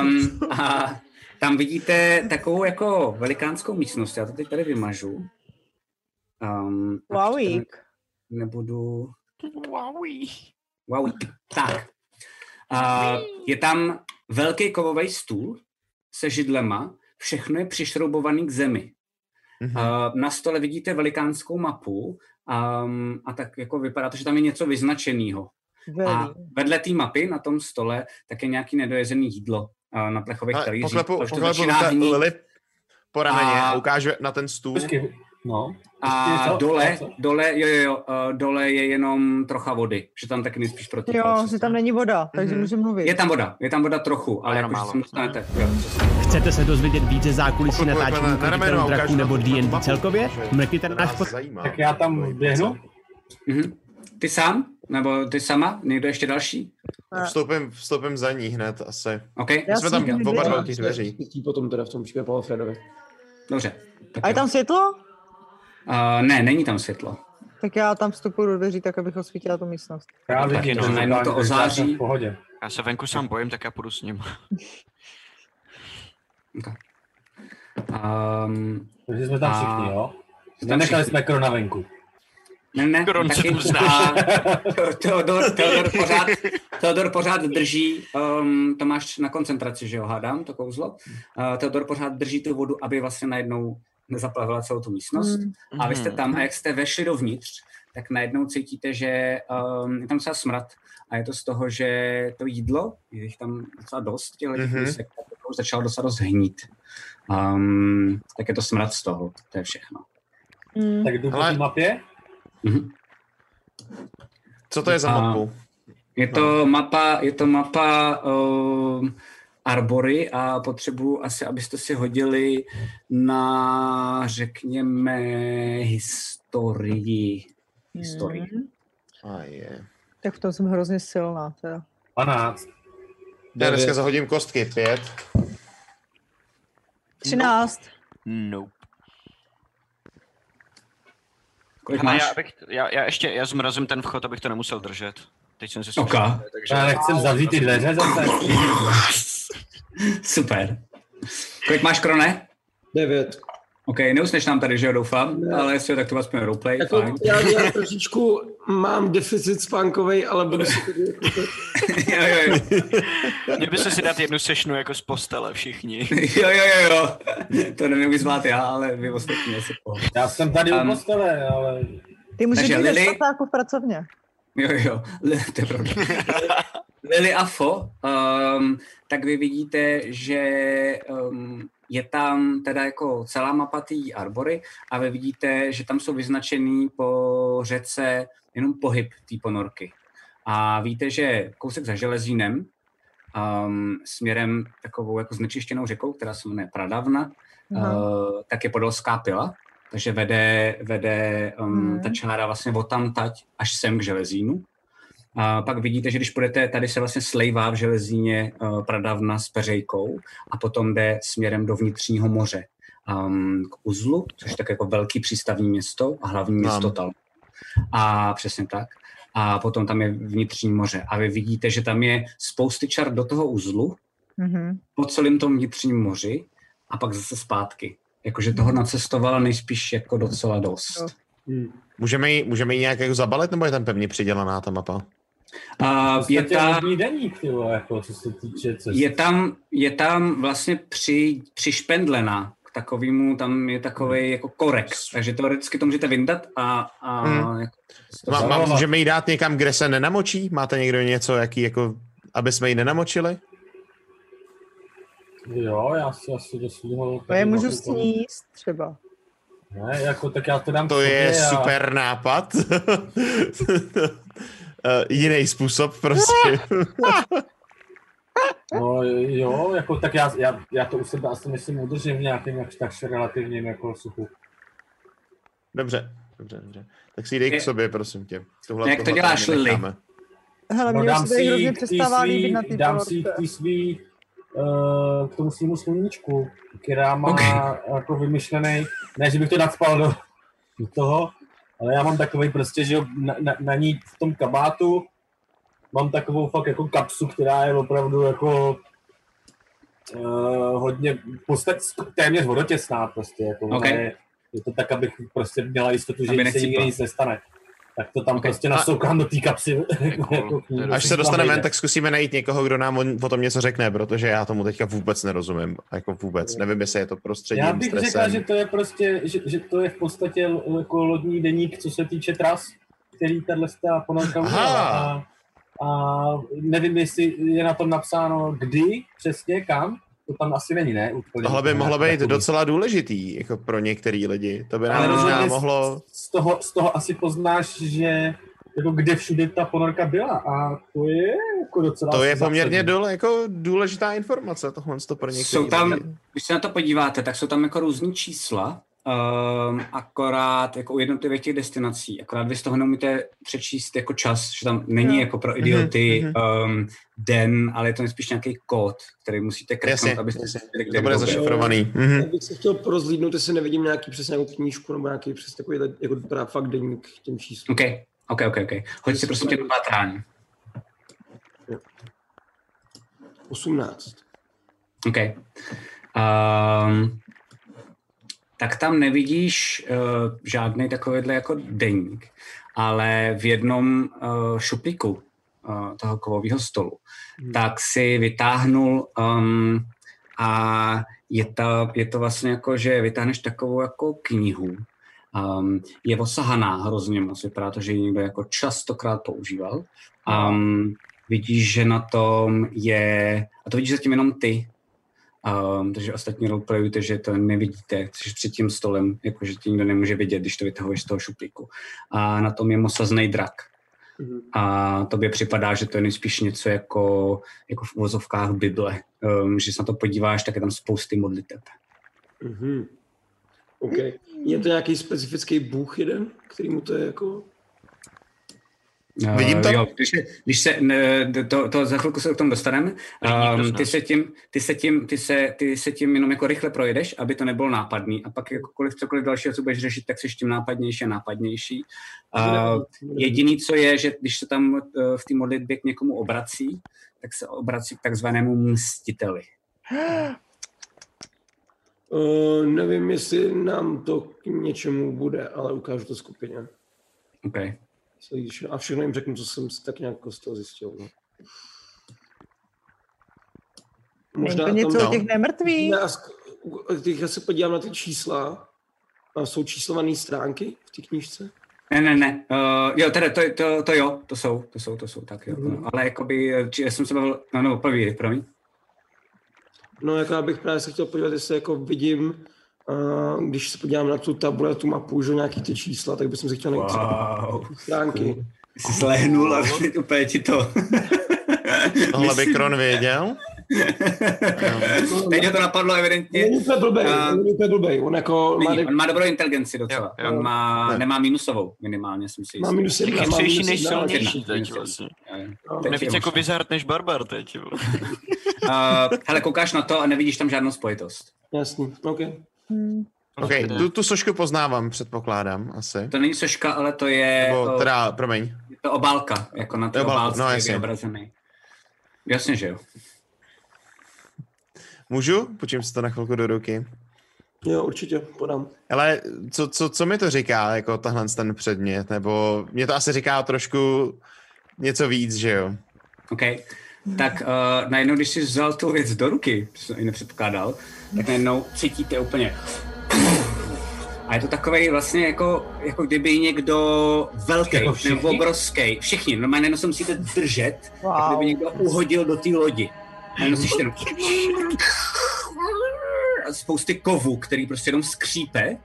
[SPEAKER 1] Um, a tam vidíte takovou jako velikánskou místnost, já to teď tady vymažu. Um, a teď to
[SPEAKER 6] Wowie.
[SPEAKER 1] Nebudu...
[SPEAKER 5] Wowie.
[SPEAKER 1] Wow. Tak. A je tam velký kovový stůl se židlema, všechno je přišroubovaný k zemi.
[SPEAKER 7] Mhm.
[SPEAKER 1] A na stole vidíte velikánskou mapu um, a tak jako vypadá to, že tam je něco vyznačeného. A
[SPEAKER 6] Velí.
[SPEAKER 1] vedle té mapy na tom stole tak je nějaký nedojezený jídlo a na plechových
[SPEAKER 7] Ale
[SPEAKER 1] talířích.
[SPEAKER 7] Poklepu,
[SPEAKER 1] Už to
[SPEAKER 7] poklepu
[SPEAKER 1] začíná hnít.
[SPEAKER 7] Lili po rameně
[SPEAKER 1] A-
[SPEAKER 7] a ukážu na ten stůl.
[SPEAKER 8] Počkej, No,
[SPEAKER 1] A
[SPEAKER 8] Co?
[SPEAKER 1] dole,
[SPEAKER 8] Co?
[SPEAKER 1] dole, jo, jo, jo, a dole je jenom trocha vody, že tam taky nejspíš pro ty
[SPEAKER 6] Jo,
[SPEAKER 1] palce.
[SPEAKER 6] že tam není voda, takže
[SPEAKER 7] Mhm.
[SPEAKER 6] můžu mluvit.
[SPEAKER 1] Je tam voda, je tam voda trochu, ale
[SPEAKER 5] Ano,
[SPEAKER 1] jakože
[SPEAKER 5] málo.
[SPEAKER 1] se dostanete. Jo,
[SPEAKER 11] Chcete se dozvědět více zákulisí
[SPEAKER 7] Poklepu jako
[SPEAKER 11] natáčení Krotitelů draků nebo D&D
[SPEAKER 7] mapu,
[SPEAKER 11] celkově?
[SPEAKER 7] že
[SPEAKER 11] Mrkněte
[SPEAKER 7] to
[SPEAKER 11] na náš
[SPEAKER 7] nás
[SPEAKER 11] pod...
[SPEAKER 7] zajímá.
[SPEAKER 8] tak já tam běhnu.
[SPEAKER 1] Mhm. Ty sám? Nebo ty sama? Někdo ještě další?
[SPEAKER 7] Vstoupím, vstoupím za ní hned asi.
[SPEAKER 1] OK,
[SPEAKER 6] Já
[SPEAKER 7] jsme
[SPEAKER 6] si
[SPEAKER 7] tam
[SPEAKER 6] nikdy
[SPEAKER 7] oba dva
[SPEAKER 6] nebyla.
[SPEAKER 7] u těch dveří.
[SPEAKER 4] Cítí potom teda v tom případě po Alfredovi.
[SPEAKER 1] dobře. Tak
[SPEAKER 6] A je
[SPEAKER 1] jo.
[SPEAKER 6] tam světlo?
[SPEAKER 1] Uh, ne, není tam světlo.
[SPEAKER 6] Tak já tam vstupuji do dveří, tak abych osvítila tu místnost.
[SPEAKER 8] Já
[SPEAKER 5] Tak
[SPEAKER 8] vidím, no,
[SPEAKER 5] jenom
[SPEAKER 8] že
[SPEAKER 1] najednou to
[SPEAKER 8] jsem v
[SPEAKER 1] ozáří.
[SPEAKER 8] pohodě.
[SPEAKER 5] Já se venku sám bojím, tak já půjdu s ním.
[SPEAKER 1] Um,
[SPEAKER 8] Takže jsme tam všichni, jo? Nenechali jsme krona venku.
[SPEAKER 1] ne, ne,
[SPEAKER 5] Kron se tu zná.
[SPEAKER 1] a Teodor, Teodor, pořád, Teodor pořád drží, um, to máš na koncentraci, že jo, hádám, to kouzlo. Uh, Teodor pořád drží tu vodu, aby vlastně najednou nezaplavila celou tu místnost.
[SPEAKER 6] Mm.
[SPEAKER 1] A vy jste tam a jak jste vešli dovnitř, tak najednou cítíte, že um, je tam docela smrad. A je to z toho, že to jídlo, je jich tam docela dost, těch
[SPEAKER 7] Mhm.
[SPEAKER 1] mm-hmm. tak to už začalo docela dost hnít. Um, tak je to smrad z toho, to je všechno.
[SPEAKER 6] Mm.
[SPEAKER 8] Tak jdu po
[SPEAKER 7] Ale-
[SPEAKER 8] té mapě.
[SPEAKER 1] Mhm.
[SPEAKER 7] Co to je za
[SPEAKER 1] A-
[SPEAKER 7] mapu?
[SPEAKER 1] Je
[SPEAKER 3] No.
[SPEAKER 1] to mapa, je to mapa um, Arbory a potřebuju asi, abyste si hodili na, řekněme, historii. historii.
[SPEAKER 6] Hmm.
[SPEAKER 7] A je.
[SPEAKER 6] Tak v tom jsem hrozně silná teda.
[SPEAKER 8] 12.
[SPEAKER 7] Já dneska zahodím kostky, pět.
[SPEAKER 6] 13.
[SPEAKER 5] Nope.
[SPEAKER 1] Kolik
[SPEAKER 3] Hele,
[SPEAKER 1] máš?
[SPEAKER 3] já, bych, já, já, ještě, já zmrazím ten vchod, abych to nemusel držet. Teď jsem si
[SPEAKER 1] Ok.
[SPEAKER 3] zkusil, takže...
[SPEAKER 8] Já nechcem zavřít ty dveře zase.
[SPEAKER 1] Super. Kolik máš, Krone?
[SPEAKER 4] 9.
[SPEAKER 1] OK, neusneš nám tady, že jo, doufám, ale jestli jo, tak to vás půjde roleplay,
[SPEAKER 4] Jako,
[SPEAKER 1] fajn.
[SPEAKER 4] já, já trošičku mám deficit spánkovej, ale budu si
[SPEAKER 1] jo, jo, jo.
[SPEAKER 5] Měli byste si dát jednu sešnu jako z postele všichni.
[SPEAKER 1] jo, jo, jo, jo. To nevím, zvát já, ale vy ostatní asi po.
[SPEAKER 8] Já jsem tady
[SPEAKER 1] Tam.
[SPEAKER 8] u postele, ale...
[SPEAKER 6] Ty můžeš
[SPEAKER 1] Takže
[SPEAKER 6] být ve
[SPEAKER 1] Lily-
[SPEAKER 6] špatáku v pracovně.
[SPEAKER 1] Jo, jo, Li- to je pravda. Lily a Fo, um, tak vy vidíte, že um, je tam teda jako celá mapa té arbory a vy vidíte, že tam jsou vyznačený po řece jenom pohyb té ponorky. A víte, že kousek za železínem, um, směrem takovou jako znečištěnou řekou, která se jmenuje Pradavna,
[SPEAKER 6] Aha.
[SPEAKER 1] Uh, tak je podolská pila, takže vede, vede um,
[SPEAKER 6] Mhm.
[SPEAKER 1] ta čára vlastně od tam tať až sem k železínu. A pak vidíte, že když půjdete, tady se vlastně slejvá v železíně uh, pradavna s peřejkou a potom jde směrem do vnitřního moře um, k Uzlu, což je tak jako velký přístavní město a hlavní
[SPEAKER 7] Znám.
[SPEAKER 1] město Tal. A přesně tak. A potom tam je vnitřní moře. A vy vidíte, že tam je spousty čar do toho uzlu,
[SPEAKER 6] Mhm.
[SPEAKER 1] po celém tom vnitřním moři a pak zase zpátky. Jakože toho nacestovala nejspíš jako docela dost.
[SPEAKER 6] Jo.
[SPEAKER 7] Můžeme ji, můžeme ji nějak jako zabalit, nebo je tam pevně přidělaná ta mapa?
[SPEAKER 1] A je, ta,
[SPEAKER 8] Ostatně deník, ty vole, jako, co se týče cest.
[SPEAKER 1] je, tam, je tam vlastně při, přišpendlená k takovému, tam je takový jako korek, takže teoreticky to můžete vyndat a, a
[SPEAKER 7] Hmm.
[SPEAKER 1] jako,
[SPEAKER 7] Má, má,
[SPEAKER 8] Zabalovat.
[SPEAKER 7] můžeme ji dát někam, kde se nenamočí? Máte někdo něco, jaký jako, aby jsme ji nenamočili?
[SPEAKER 8] Jo, já si asi do svýho...
[SPEAKER 6] To je můžu
[SPEAKER 8] tady-
[SPEAKER 6] sníst třeba.
[SPEAKER 8] Ne, jako, tak já to dám
[SPEAKER 7] To
[SPEAKER 8] sobě
[SPEAKER 7] je
[SPEAKER 8] a-
[SPEAKER 7] super nápad. Eh, Jiný způsob, prostě.
[SPEAKER 8] No jo, jako, tak já, já, já to u sebe asi myslím udržím v nějakém jakž takž relativním jako suchu.
[SPEAKER 7] Dobře, dobře, dobře. Tak si ji dej
[SPEAKER 1] Je-
[SPEAKER 7] k sobě, prosím tě. Tohle,
[SPEAKER 1] Jak to
[SPEAKER 7] tohle
[SPEAKER 1] děláš,
[SPEAKER 7] tady
[SPEAKER 1] Lily?
[SPEAKER 7] necháme.
[SPEAKER 8] No,
[SPEAKER 6] Hele, mě už se tady hrozně přestává líbit na ty
[SPEAKER 8] dám si k
[SPEAKER 6] ponorce.
[SPEAKER 8] tý svý, eh, k tomu svýmu sluníčku, která má jako vymyšlený, ne, že bych to nadspal do, do toho, ale já mám takový prostě, že jo, na, na, na, ní v tom kabátu mám takovou fakt jako kapsu, která je opravdu jako uh, hodně, podstat téměř vodotěsná prostě, jako
[SPEAKER 1] Ok.
[SPEAKER 8] ona je, je, to tak, abych prostě měla jistotu, že
[SPEAKER 1] Aby
[SPEAKER 8] jí se nikdy
[SPEAKER 1] nechcípal.
[SPEAKER 8] nic nestane. Tak to tam
[SPEAKER 1] Ok.
[SPEAKER 8] prostě
[SPEAKER 7] A-
[SPEAKER 8] nasoukám do té kapsy.
[SPEAKER 5] cool.
[SPEAKER 8] jako k ní.
[SPEAKER 5] To je
[SPEAKER 7] Až se dostaneme ven, tak zkusíme najít někoho, kdo nám o, o tom něco řekne, protože já tomu teďka vůbec nerozumím. Jako vůbec. Nevím, jestli je to prostředím,
[SPEAKER 8] Já bych
[SPEAKER 7] stresem.
[SPEAKER 8] řekl, že to je prostě, že, že to je v podstatě l- jako lodní deník, co se týče tras, který tahle ta ponorka
[SPEAKER 7] Aha.
[SPEAKER 8] udělala. A, a nevím, jestli je na tom napsáno kdy, přesně, kam. To tam asi není, ne? Úplně.
[SPEAKER 7] Tohle by
[SPEAKER 8] Úplně
[SPEAKER 7] mohlo být
[SPEAKER 8] takový.
[SPEAKER 7] docela důležitý jako pro některý lidi. To by
[SPEAKER 8] Ale
[SPEAKER 7] nám možná
[SPEAKER 8] rozhodně
[SPEAKER 7] mohlo...
[SPEAKER 8] mohlo... z, toho, z toho asi poznáš, že jako kde všude ta ponorka byla a to je jako docela...
[SPEAKER 7] To je
[SPEAKER 8] asi
[SPEAKER 7] poměrně
[SPEAKER 8] zásadní.
[SPEAKER 7] dole, jako důležitá informace, tohle to pro některé
[SPEAKER 1] Jsou tam-
[SPEAKER 7] lidi.
[SPEAKER 1] Když se na to podíváte, tak jsou tam jako různý čísla, um, akorát jako u jednotlivých těch destinací, akorát vy z toho neumíte přečíst jako čas, že tam není
[SPEAKER 6] Jo.
[SPEAKER 1] jako pro idioty
[SPEAKER 7] mhm.
[SPEAKER 1] um, den, ale je to nejspíš nějaký kód, který musíte
[SPEAKER 7] Jasně,
[SPEAKER 1] kreknout, abyste
[SPEAKER 7] jasně.
[SPEAKER 1] zjistili, kde
[SPEAKER 7] To bude
[SPEAKER 1] kdo byl.
[SPEAKER 7] zašifrovaný. Mhm.
[SPEAKER 4] Já bych se chtěl prozlídnout, jestli nevidím nějaký přesně nějakou knížku nebo nějaký přesně takový jako teda fakt deník k těm číslům.
[SPEAKER 1] OK, OK, OK, OK. Hoď si prosím tě do pátrání.
[SPEAKER 4] 18.
[SPEAKER 1] OK. Ehm, Um, tak tam nevidíš uh, žádný takovýhle jako deník, ale v jednom uh, šuplíku uh, toho kovového stolu, tak si vytáhnul um, a je to, je to vlastně jako, že vytáhneš takovou jako knihu. Um, je osahaná hrozně moc, vypadá to, že ji někdo jako častokrát používal. Um, vidíš, že na tom je, a to vidíš zatím jenom ty, um, takže ostatní roleplayujte, že to nevidíte, což před tím stolem, jakože ti nikdo nemůže vidět, když to vytahuješ z toho šuplíku. A na tom je mosaznej drak. A tobě připadá, že to je nejspíš něco jako, jako v uvozovkách Bible. Um, že se na to podíváš, tak je tam spousty modliteb.
[SPEAKER 4] Mhm. OK. Je to nějaký specifický bůh jeden, který mu to je jako...
[SPEAKER 1] Uh,
[SPEAKER 7] Vidím tam-
[SPEAKER 1] Jo, když, když se, ne, to, to, za chvilku se k tomu dostaneme.
[SPEAKER 3] nikdo z
[SPEAKER 1] Um, ty,
[SPEAKER 3] nás.
[SPEAKER 1] se tím, ty, se tím, ty, se, ty se tím jenom jako rychle projedeš, aby to nebylo nápadný. A pak jakkoliv cokoliv dalšího, co budeš řešit, tak jsi tím nápadnější a nápadnější. Uh, jediný, co je, že když se tam eh, v té modlitbě k někomu obrací, tak se obrací k takzvanému mstiteli.
[SPEAKER 4] Uh, nevím, jestli nám to k něčemu bude, ale ukážu to skupině.
[SPEAKER 1] Okay.
[SPEAKER 4] Co jí vše- A všechno jim řeknu, co jsem si tak nějak z toho zjistil. No.
[SPEAKER 6] Možná to něco
[SPEAKER 7] tam-
[SPEAKER 6] o těch nemrtvých.
[SPEAKER 4] Já, sk- u- těch- já se podívám na ty čísla. A jsou číslované stránky v té knížce?
[SPEAKER 1] Ne, ne, ne. Uh, jo, teda to, to, to, jo, to jsou, to jsou, to jsou, tak jo. Mm. Ale jakoby, eh, či, já jsem se bavil, no, no, povídej, promiň.
[SPEAKER 4] No, jako já bych právě se chtěl podívat, jestli jako vidím, uh, když se podívám na tu tabuli, na tu mapu, že nějaký ty čísla, tak bych se chtěl najít wow.
[SPEAKER 1] Wow.
[SPEAKER 4] stránky.
[SPEAKER 1] Jsi slehnul a teď úplně ti to...
[SPEAKER 7] Tohle by Kron věděl.
[SPEAKER 1] teď ho to napadlo evidentně.
[SPEAKER 4] Není úplně blbej,
[SPEAKER 1] A-
[SPEAKER 4] není úplně blbej. On jako má,
[SPEAKER 1] Není, on má dobrou inteligenci docela.
[SPEAKER 3] Jo, jo.
[SPEAKER 1] On má,
[SPEAKER 7] Ne.
[SPEAKER 1] nemá minusovou minimálně, jsem si
[SPEAKER 4] má
[SPEAKER 1] jistý.
[SPEAKER 4] minus jedna, má
[SPEAKER 5] Chytřejší
[SPEAKER 4] minus
[SPEAKER 5] než
[SPEAKER 4] jedna,
[SPEAKER 1] silný.
[SPEAKER 5] silnější
[SPEAKER 1] jedna.
[SPEAKER 5] teď vlastně.
[SPEAKER 1] Jo, jo.
[SPEAKER 4] no.
[SPEAKER 1] Teď
[SPEAKER 5] Nevíc
[SPEAKER 1] je
[SPEAKER 5] jako
[SPEAKER 1] možná.
[SPEAKER 5] Wizard než Barbar teď. vole.
[SPEAKER 1] Uh, hele, koukáš na to a nevidíš tam žádnou spojitost.
[SPEAKER 4] Jasný, OK.
[SPEAKER 6] Hm.
[SPEAKER 7] OK,
[SPEAKER 5] Prostě
[SPEAKER 7] tu, tu sošku poznávám, předpokládám asi.
[SPEAKER 1] To není soška, ale to je,
[SPEAKER 7] Nebo,
[SPEAKER 1] to,
[SPEAKER 7] teda, promiň.
[SPEAKER 1] je to obálka, jako na té
[SPEAKER 7] Obálka,
[SPEAKER 1] obálce
[SPEAKER 7] no
[SPEAKER 1] no, je
[SPEAKER 7] jasně.
[SPEAKER 1] vyobrazený. Jasně, že jo.
[SPEAKER 7] Můžu? Počím si to na chvilku do ruky.
[SPEAKER 4] Jo, určitě, podám.
[SPEAKER 7] Ale co, co, co mi to říká, jako tahle ten předmět? Nebo mě to asi říká trošku něco víc, že jo?
[SPEAKER 1] OK. Tak uh, najednou, když jsi vzal tu věc do ruky, což jsem ani nepředpokládal, tak najednou cítíte úplně. A je to takový vlastně jako, jako kdyby někdo velký
[SPEAKER 8] Jako
[SPEAKER 1] jako
[SPEAKER 8] všichni?
[SPEAKER 1] nebo obrovský, všichni, normálně jenom se musíte držet, wow. Jako kdyby
[SPEAKER 6] Wow.
[SPEAKER 1] někdo uhodil do té lodi. A jenom slyšíte jenom a spousty kovů, který prostě jenom skřípe.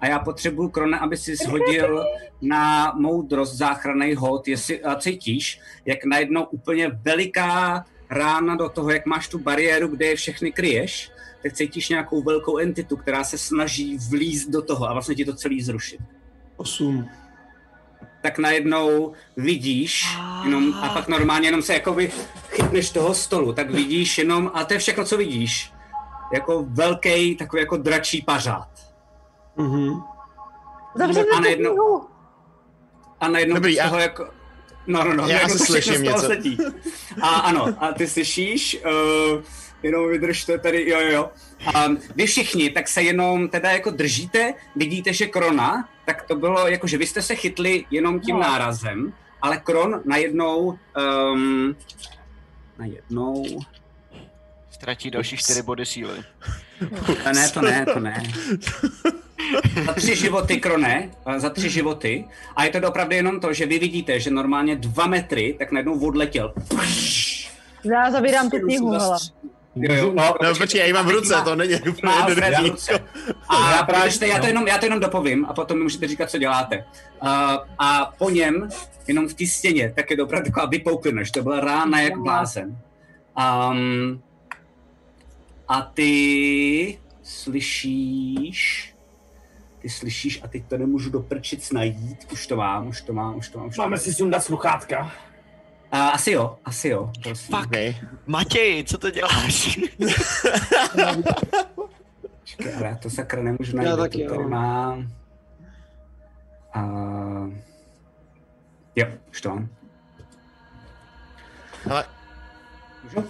[SPEAKER 1] A já potřebuju, Krona, aby si shodil na moudrost záchranný hod, jestli a cítíš, jak najednou úplně veliká rána do toho, jak máš tu bariéru, kde je všechny kryješ, tak cítíš nějakou velkou entitu, která se snaží vlízt do toho a vlastně ti to celý zrušit.
[SPEAKER 4] Osm.
[SPEAKER 1] Tak najednou vidíš, jenom, a pak normálně jenom se jakoby chytneš toho stolu, tak vidíš jenom, a to je všechno, co vidíš, jako velký, takový jako dračí pařád.
[SPEAKER 4] Mhm.
[SPEAKER 6] Zavřeme
[SPEAKER 1] A
[SPEAKER 6] tu
[SPEAKER 1] najednou-
[SPEAKER 6] knihu.
[SPEAKER 1] A najednou
[SPEAKER 7] Dobrý,
[SPEAKER 1] Dobrý, z
[SPEAKER 7] a-
[SPEAKER 1] toho jako... No, no, no.
[SPEAKER 7] Já
[SPEAKER 1] jako
[SPEAKER 7] asi
[SPEAKER 1] to všechno
[SPEAKER 7] slyším
[SPEAKER 1] z toho
[SPEAKER 7] něco.
[SPEAKER 1] Setí. A ano, a ty slyšíš, uh, jenom vydržte tady, jo, jo, jo. A vy všichni, tak se jenom teda jako držíte, vidíte, že Krona, tak to bylo jako, že vy jste se chytli jenom tím
[SPEAKER 6] No.
[SPEAKER 1] nárazem, ale Kron najednou, um, najednou,
[SPEAKER 3] Ztratí další čtyři body síly.
[SPEAKER 1] a ne, to ne, to ne. Za tři životy, Krone, eh, za tři životy. A je to opravdu jenom to, že vy vidíte, že normálně dva metry, tak najednou odletěl.
[SPEAKER 6] Já zabírám tu knihu, hele.
[SPEAKER 1] Jo, jo.
[SPEAKER 7] No, no počkej, já ji mám v ruce, to není úplně
[SPEAKER 1] Má Alfred v
[SPEAKER 7] jednoduchý.
[SPEAKER 1] ruce. A vydržte, já to, jenom, já to jenom dopovím a potom mi můžete říkat, co děláte. A, a po něm, jenom v té stěně, tak je to opravdu taková vypouklina, že to byla rána jak blázen. Um, a ty slyšíš, ty slyšíš, a teď to nemůžu do prčic najít, už to mám, už to mám, už to mám, už to mám.
[SPEAKER 8] Máme si sundat sluchátka.
[SPEAKER 1] A, asi jo, asi jo, prosím.
[SPEAKER 3] Fuck.
[SPEAKER 7] Okay.
[SPEAKER 3] Matěj, co to děláš?
[SPEAKER 1] Počkej, ale já to sakra nemůžu najít, já
[SPEAKER 4] taky,
[SPEAKER 1] to tady
[SPEAKER 4] jo.
[SPEAKER 1] mám. A... Jo, už to mám.
[SPEAKER 7] Hele,
[SPEAKER 1] Můžu?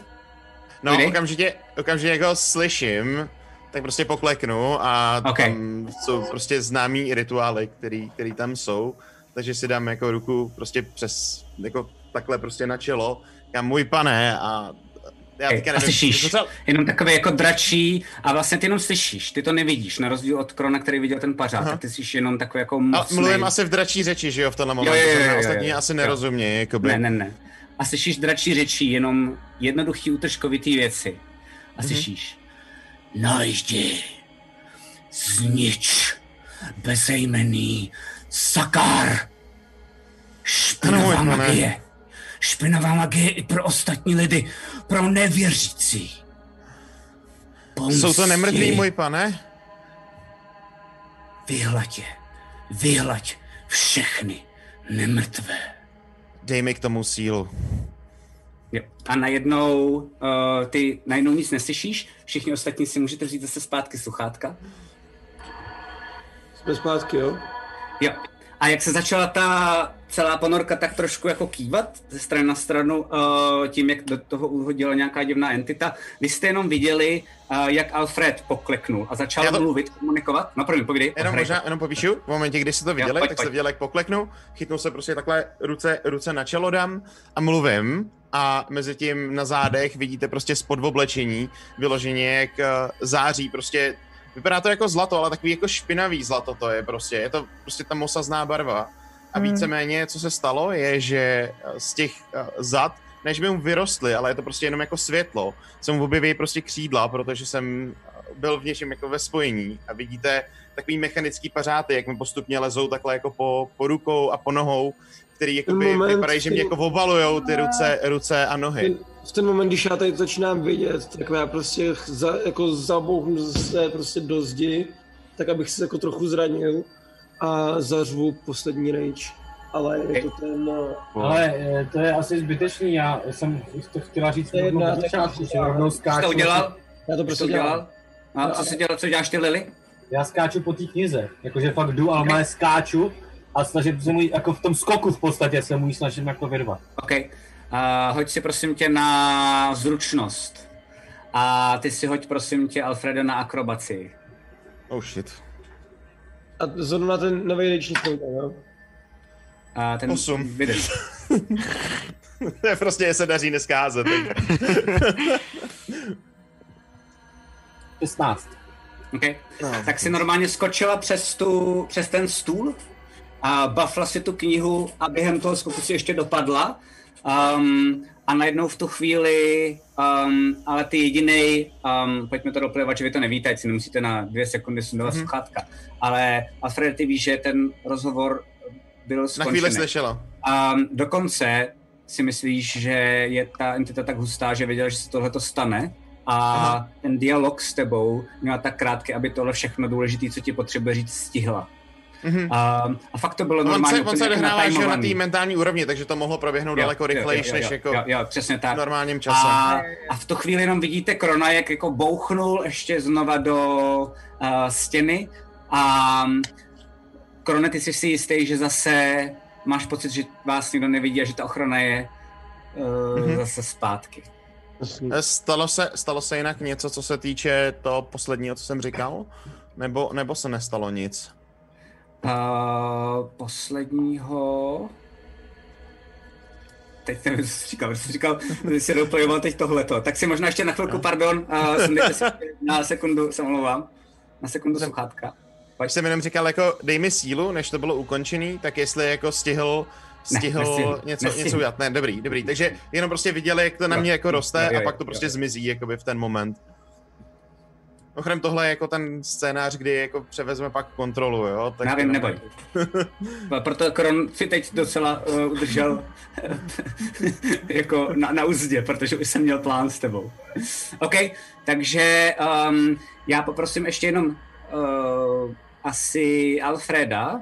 [SPEAKER 7] no,
[SPEAKER 1] Pojdi.
[SPEAKER 7] okamžitě, okamžitě jako slyším, tak prostě pokleknu a
[SPEAKER 1] Ok.
[SPEAKER 7] tam jsou prostě známý rituály, který, který tam jsou, takže si dám jako ruku prostě přes, jako takhle prostě na čelo, já můj pane a já
[SPEAKER 1] Hej,
[SPEAKER 7] teďka
[SPEAKER 1] a
[SPEAKER 7] nevím,
[SPEAKER 1] slyšíš?
[SPEAKER 7] co-
[SPEAKER 1] Jenom takový jako dračí a vlastně ty jenom slyšíš, ty to nevidíš, na rozdíl od Krona, který viděl ten pařád,
[SPEAKER 7] Aha.
[SPEAKER 1] tak ty slyšíš jenom takový jako
[SPEAKER 7] A
[SPEAKER 1] mocný...
[SPEAKER 7] mluvím asi v dračí řeči, že jo, v tenhle momentu,
[SPEAKER 1] jo, jo,
[SPEAKER 7] jo,
[SPEAKER 1] jo, jo,
[SPEAKER 7] ostatní
[SPEAKER 1] jo.
[SPEAKER 7] asi
[SPEAKER 1] Jo.
[SPEAKER 7] nerozumějí, jakoby.
[SPEAKER 1] Ne, ne, ne. A slyšíš dračí řečí, jenom jednoduchý útržkovitý věci.
[SPEAKER 7] Mhm.
[SPEAKER 1] A slyšíš. Najdi, znič, bezejmený, sakár, šp,
[SPEAKER 7] Ano,
[SPEAKER 12] Špinavá
[SPEAKER 7] ano, No, ne.
[SPEAKER 12] magie. Špinavá magie i pro ostatní lidi, pro nevěřící. Pomsti.
[SPEAKER 7] Jsou to nemrtví, můj pane?
[SPEAKER 12] Vyhlaď je. Vyhlaď všechny nemrtvé.
[SPEAKER 7] Dej mi k tomu sílu.
[SPEAKER 1] Jo. A najednou uh, ty najednou nic neslyšíš, všichni ostatní si můžete vzít zase zpátky sluchátka.
[SPEAKER 4] Jsme zpátky, jo?
[SPEAKER 1] Jo. A jak se začala ta celá ponorka tak trošku jako kývat ze strany na stranu uh, tím, jak do toho uhodila nějaká divná entita, vy jste jenom viděli, uh, jak Alfred pokleknul a začal
[SPEAKER 7] Já
[SPEAKER 1] to...
[SPEAKER 7] to-
[SPEAKER 1] mluvit, komunikovat. No první, povídej.
[SPEAKER 7] Jenom
[SPEAKER 1] Alfred.
[SPEAKER 7] možná, jenom popíšu, v momentě, kdy jste to viděli,
[SPEAKER 1] pojď,
[SPEAKER 7] tak
[SPEAKER 1] pojď.
[SPEAKER 7] se viděl, jak pokleknu, chytnu se prostě takhle ruce, ruce na čelo dám a mluvím a mezi tím na zádech vidíte prostě spod oblečení vyloženě jak eh, září prostě Vypadá to jako zlato, ale takový jako špinavý zlato to je prostě. Je to prostě ta mosazná barva. A
[SPEAKER 6] Hmm.
[SPEAKER 7] víceméně, co se stalo, je, že eh, z těch eh, zad, než by mu vyrostly, ale je to prostě jenom jako světlo, se mu objeví prostě křídla, protože jsem eh, byl v něčem jako ve spojení a vidíte takový mechanický pařáty, jak mi postupně lezou takhle jako po, po rukou a po nohou, který jakoby
[SPEAKER 4] Moment,
[SPEAKER 7] vypadají, že mě
[SPEAKER 4] ty-
[SPEAKER 7] jako obalujou ty ruce, ruce a nohy.
[SPEAKER 4] Ten- V ten moment, když já tady to začínám vidět, tak já prostě ch- za, jako zabouchnu se prostě do zdi, tak abych se jako trochu zranil a zařvu poslední rage. Ale je to ten... eh,
[SPEAKER 8] Ale eh, to je asi zbytečný, já jsem to chtěla říct
[SPEAKER 4] To je
[SPEAKER 8] rovnou na
[SPEAKER 4] jedna
[SPEAKER 8] začátku, že
[SPEAKER 4] taková-
[SPEAKER 8] rovnou
[SPEAKER 1] Co jsi
[SPEAKER 8] skáču.
[SPEAKER 1] to udělal? Co
[SPEAKER 4] Já to
[SPEAKER 1] jsi
[SPEAKER 4] prostě
[SPEAKER 1] to
[SPEAKER 4] dělám.
[SPEAKER 1] udělal? A co se dělal, co děláš ty Lily?
[SPEAKER 8] Já skáču po té knize, jakože fakt jdu, ale okay. skáču a snažím se mu ji- jako v tom skoku v podstatě se mu ji snažím jako vyrvat.
[SPEAKER 1] OK. Uh, hoď si prosím tě na zručnost. A ty si hoď prosím tě Alfredo na akrobaci.
[SPEAKER 7] Oh shit.
[SPEAKER 4] A zrovna ten nový rage nic neudělal, jo?
[SPEAKER 1] A Eh, ten
[SPEAKER 7] Osm.
[SPEAKER 1] Vydrž.
[SPEAKER 7] To je prostě se daří dneska házet. takže.
[SPEAKER 8] 16.
[SPEAKER 1] Okay.
[SPEAKER 7] No,
[SPEAKER 1] Tak si normálně skočila přes, tu, přes ten stůl a bafla si tu knihu a během toho skoku si ještě dopadla. Um, a najednou v tu chvíli, um, ale ty jedinej, um, pojďme to doplivat, že vy to nevíte, ať si nemusíte na dvě sekundy
[SPEAKER 7] Mhm.
[SPEAKER 1] sundovat mm-hmm. sluchátka, ale Alfred, ty víš, že ten rozhovor byl
[SPEAKER 7] Na
[SPEAKER 1] skončený.
[SPEAKER 7] chvíli slyšela.
[SPEAKER 1] A dokonce si myslíš, že je ta entita tak hustá, že věděla, že se tohle to stane a
[SPEAKER 7] Aha.
[SPEAKER 1] Aha. ten dialog s tebou měla tak krátký, aby tohle všechno důležité, co ti potřebuje říct, stihla.
[SPEAKER 7] Mhm.
[SPEAKER 1] A, a fakt to bylo
[SPEAKER 7] On
[SPEAKER 1] normálně
[SPEAKER 7] se, on se
[SPEAKER 1] úplně jako
[SPEAKER 7] odehrává že jo, na
[SPEAKER 1] natajmovaný.
[SPEAKER 7] té mentální úrovni, takže to mohlo proběhnout
[SPEAKER 1] Jo,
[SPEAKER 7] daleko
[SPEAKER 1] jo, jo,
[SPEAKER 7] rychlejší
[SPEAKER 1] jo,
[SPEAKER 7] než
[SPEAKER 1] jo,
[SPEAKER 7] jako
[SPEAKER 1] jo, jo, přesně
[SPEAKER 7] v
[SPEAKER 1] tak.
[SPEAKER 7] normálním čase.
[SPEAKER 1] A, a v tu chvíli jenom vidíte Krona, jak jako bouchnul ještě znova do uh, stěny a mm, Krone, ty jsi si jistý, že zase máš pocit, že vás nikdo nevidí a že ta ochrana je uh,
[SPEAKER 7] Mhm.
[SPEAKER 1] mm-hmm. zase zpátky.
[SPEAKER 7] Stalo se, stalo se jinak něco, co se týče toho posledního, co jsem říkal? Nebo, nebo se nestalo nic?
[SPEAKER 1] Uh, posledního... Teď nevím, co jsi říkal, protože jsi říkal, že jsi doplňoval teď tohleto. Tak si možná ještě na chvilku, pardon, uh, sundejte si na sekundu, se omlouvám, na sekundu sluchátka.
[SPEAKER 7] Pak jsem jenom říkal, jako dej mi sílu, než to bylo ukončený, tak jestli jako stihl
[SPEAKER 1] Ne,
[SPEAKER 7] stihl
[SPEAKER 1] nestihl,
[SPEAKER 7] něco,
[SPEAKER 1] nestihl.
[SPEAKER 7] něco udělat. Ne, dobrý, dobrý. Takže jenom prostě viděli, jak to na
[SPEAKER 1] Jo,
[SPEAKER 7] mě jako
[SPEAKER 1] jo,
[SPEAKER 7] roste
[SPEAKER 1] jo, jo,
[SPEAKER 7] a pak to
[SPEAKER 1] jo,
[SPEAKER 7] prostě
[SPEAKER 1] jo.
[SPEAKER 7] zmizí jakoby v ten moment. Ochrem tohle je jako ten scénář, kdy jako převezme pak kontrolu, jo?
[SPEAKER 1] Tak Já vím, neboj. Proto Kron si teď docela uh, udržel jako na, na úzdě, protože už jsem měl plán s tebou. OK, takže um, já poprosím ještě jenom uh, asi Alfreda,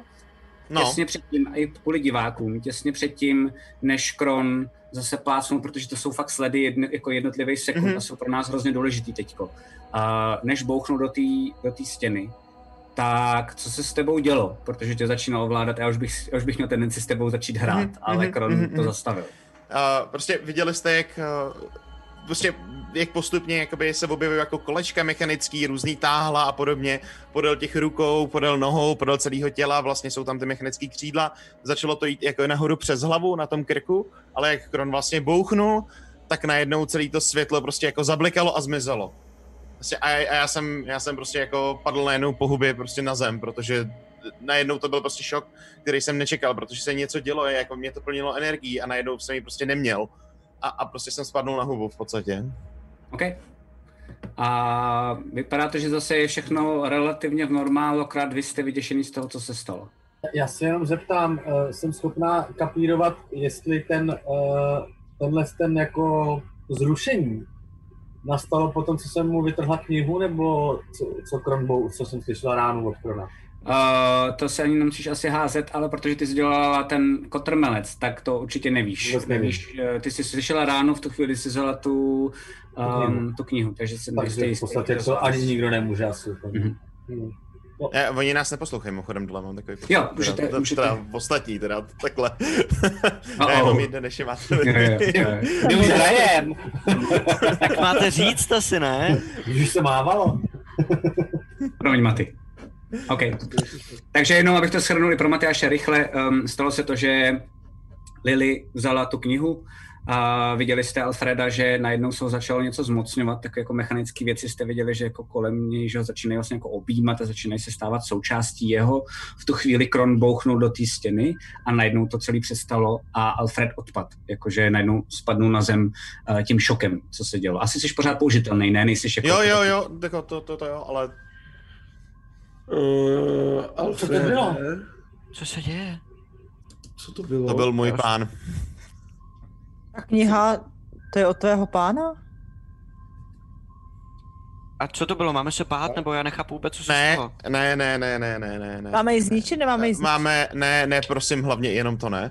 [SPEAKER 1] no.
[SPEAKER 7] No,
[SPEAKER 1] těsně předtím, i kvůli divákům, těsně předtím, než Kron zase plácnou, protože to jsou fakt sledy jedno, jako jednotlivých sekund
[SPEAKER 7] Mhm.
[SPEAKER 1] mm-hmm. a jsou pro nás hrozně důležitý teďko. A než bouchnou do té do té stěny, tak co se s tebou dělo? Protože tě začínalo ovládat a já už bych, já už bych měl tendenci s tebou začít hrát,
[SPEAKER 7] Mhm,
[SPEAKER 1] mm-hmm. ale
[SPEAKER 7] mhm,
[SPEAKER 1] Kron
[SPEAKER 7] mhm,
[SPEAKER 1] mm-hmm. to
[SPEAKER 7] mhm.
[SPEAKER 1] zastavil.
[SPEAKER 7] Uh, prostě viděli jste, jak uh, prostě jak postupně jakoby se objevují jako kolečka mechanický, různý táhla a podobně, podél těch rukou, podél nohou, podél celého těla, vlastně jsou tam ty mechanické křídla, začalo to jít jako nahoru přes hlavu na tom krku, ale jak Kron vlastně bouchnul, tak najednou celé to světlo prostě jako zablikalo a zmizelo. Prostě a, a já, jsem, já jsem prostě jako padl najednou po hubě prostě na zem, protože najednou to byl prostě šok, který jsem nečekal, protože se něco dělo, jako mě to plnilo energií a najednou jsem ji prostě neměl. A, a prostě jsem spadnul na hubu v podstatě.
[SPEAKER 1] OK. A vypadá to, že zase je všechno relativně v normálu, akorát vy jste vyděšený z toho, co se stalo.
[SPEAKER 8] Já se jenom zeptám, eh, jsem schopná kapírovat, jestli ten, eh, tenhle ten jako zrušení nastalo potom, co jsem mu vytrhla knihu, nebo co, co Kronbou, co jsem slyšela ránu od Krona.
[SPEAKER 1] Uh, to se ani nemusíš asi házet, ale protože ty jsi dělala ten kotrmelec, tak to určitě nevíš.
[SPEAKER 8] Vůbec nevím.
[SPEAKER 1] nevíš eh, ty jsi slyšela ráno, v tu chvíli jsi vzala tu, um, tu knihu, takže jsem nejste
[SPEAKER 8] Takže v
[SPEAKER 1] jistý.
[SPEAKER 8] podstatě to ani nikdo nemůže asi.
[SPEAKER 1] Mhm.
[SPEAKER 8] Mm.
[SPEAKER 7] Ne, oni nás neposlouchají, mimochodem dole mám takový pocit.
[SPEAKER 1] Jo, můžete-
[SPEAKER 7] teda,
[SPEAKER 1] můžete.
[SPEAKER 7] teda, ostatní, teda takhle.
[SPEAKER 1] Oh,
[SPEAKER 7] Já
[SPEAKER 1] oh.
[SPEAKER 7] jenom jde, než je máte.
[SPEAKER 1] Jo, jo, jo.
[SPEAKER 5] My už hrajem. tak máte říct asi, ne?
[SPEAKER 8] Když se mávalo.
[SPEAKER 1] Promiň, Maty. OK. Takže jenom, abych to shrnul i pro Matyáše rychle, um, stalo se to, že Lily vzala tu knihu a viděli jste Alfreda, že najednou se ho začalo něco zmocňovat, tak jako mechanické věci jste viděli, že jako kolem něj, že ho začínají vlastně jako objímat a začínají se stávat součástí jeho. V tu chvíli Kron bouchnul do té stěny a najednou to celé přestalo a Alfred odpad, jakože najednou spadnul na zem eh, tím šokem, co se dělo. Asi jsi pořád použitelný, ne? Nejsi jako...
[SPEAKER 7] Jo, jo, jo, jako to, to, to jo, ale
[SPEAKER 13] Uh,
[SPEAKER 8] Co to bylo?
[SPEAKER 3] Co se děje?
[SPEAKER 13] Co to bylo?
[SPEAKER 7] to byl můj pán.
[SPEAKER 6] A kniha, to je od tvého pána?
[SPEAKER 3] A co to bylo? Máme se bát? Nebo já nechápu vůbec, co se
[SPEAKER 7] Ne,
[SPEAKER 3] stalo?
[SPEAKER 7] ne, ne, ne, ne, ne, ne, ne.
[SPEAKER 6] Máme ji zničit, nemáme ji zničit?
[SPEAKER 7] Máme, ne, ne, prosím, hlavně jenom to ne.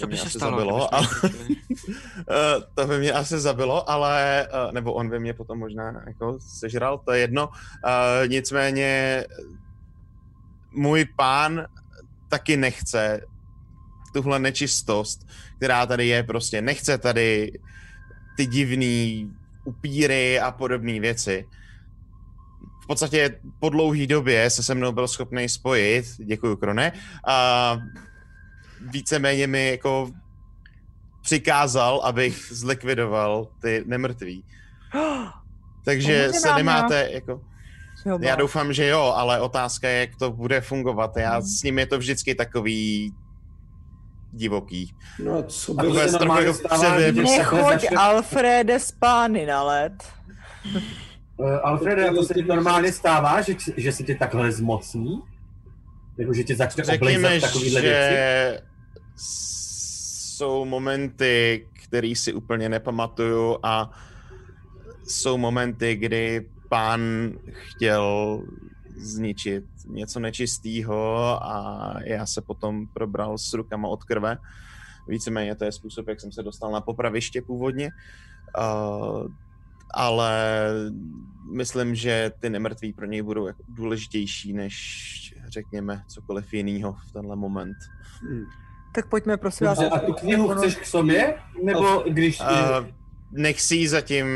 [SPEAKER 3] Co by
[SPEAKER 7] mě
[SPEAKER 3] se
[SPEAKER 7] asi
[SPEAKER 3] stalo?
[SPEAKER 7] zabilo,
[SPEAKER 3] kdybyste
[SPEAKER 7] ale-
[SPEAKER 3] zničili?
[SPEAKER 7] Eh, to by mě asi zabilo, ale, eh, nebo on by mě potom možná jako sežral, to je jedno. Eh, Nicméně můj pán taky nechce tuhle nečistost, která tady je prostě, nechce tady ty divný upíry a podobné věci. V podstatě po dlouhý době se se mnou byl schopný spojit, děkuju Krone, a víceméně mi jako přikázal, abych zlikvidoval ty nemrtví. Takže
[SPEAKER 6] Pomůže
[SPEAKER 7] se
[SPEAKER 6] nám,
[SPEAKER 7] nemáte, jako,
[SPEAKER 6] Čeho
[SPEAKER 7] já
[SPEAKER 6] bát?
[SPEAKER 7] doufám, že jo, ale otázka je, jak to bude fungovat. Já s ním je to vždycky takový divoký.
[SPEAKER 13] No a co
[SPEAKER 8] A to
[SPEAKER 13] bylo?
[SPEAKER 7] Takové
[SPEAKER 8] se normálně
[SPEAKER 7] trochu jako
[SPEAKER 8] stává,
[SPEAKER 7] převy-
[SPEAKER 8] že-
[SPEAKER 6] Nechoď,
[SPEAKER 8] Zašle-
[SPEAKER 6] Alfrede, spány na led.
[SPEAKER 8] Eh, Alfrede, a to se ti normálně stává, že, že se tě takhle zmocní? Jako, že tě začne
[SPEAKER 7] Řekněme,
[SPEAKER 8] oblejzat takovýhle věci?
[SPEAKER 7] že jsou momenty, který si úplně nepamatuju a jsou momenty, kdy pán chtěl zničit něco nečistého a já se potom probral s rukama od krve. Víceméně to je způsob, jak jsem se dostal na popraviště původně. Uh, ale myslím, že ty nemrtví pro něj budou jako důležitější než, řekněme, cokoliv jiného v tenhle moment.
[SPEAKER 6] Tak pojďme, prosím vás.
[SPEAKER 8] Dobře, a tu knihu chceš k sobě? Nebo když...
[SPEAKER 7] Uh, nech si ji zatím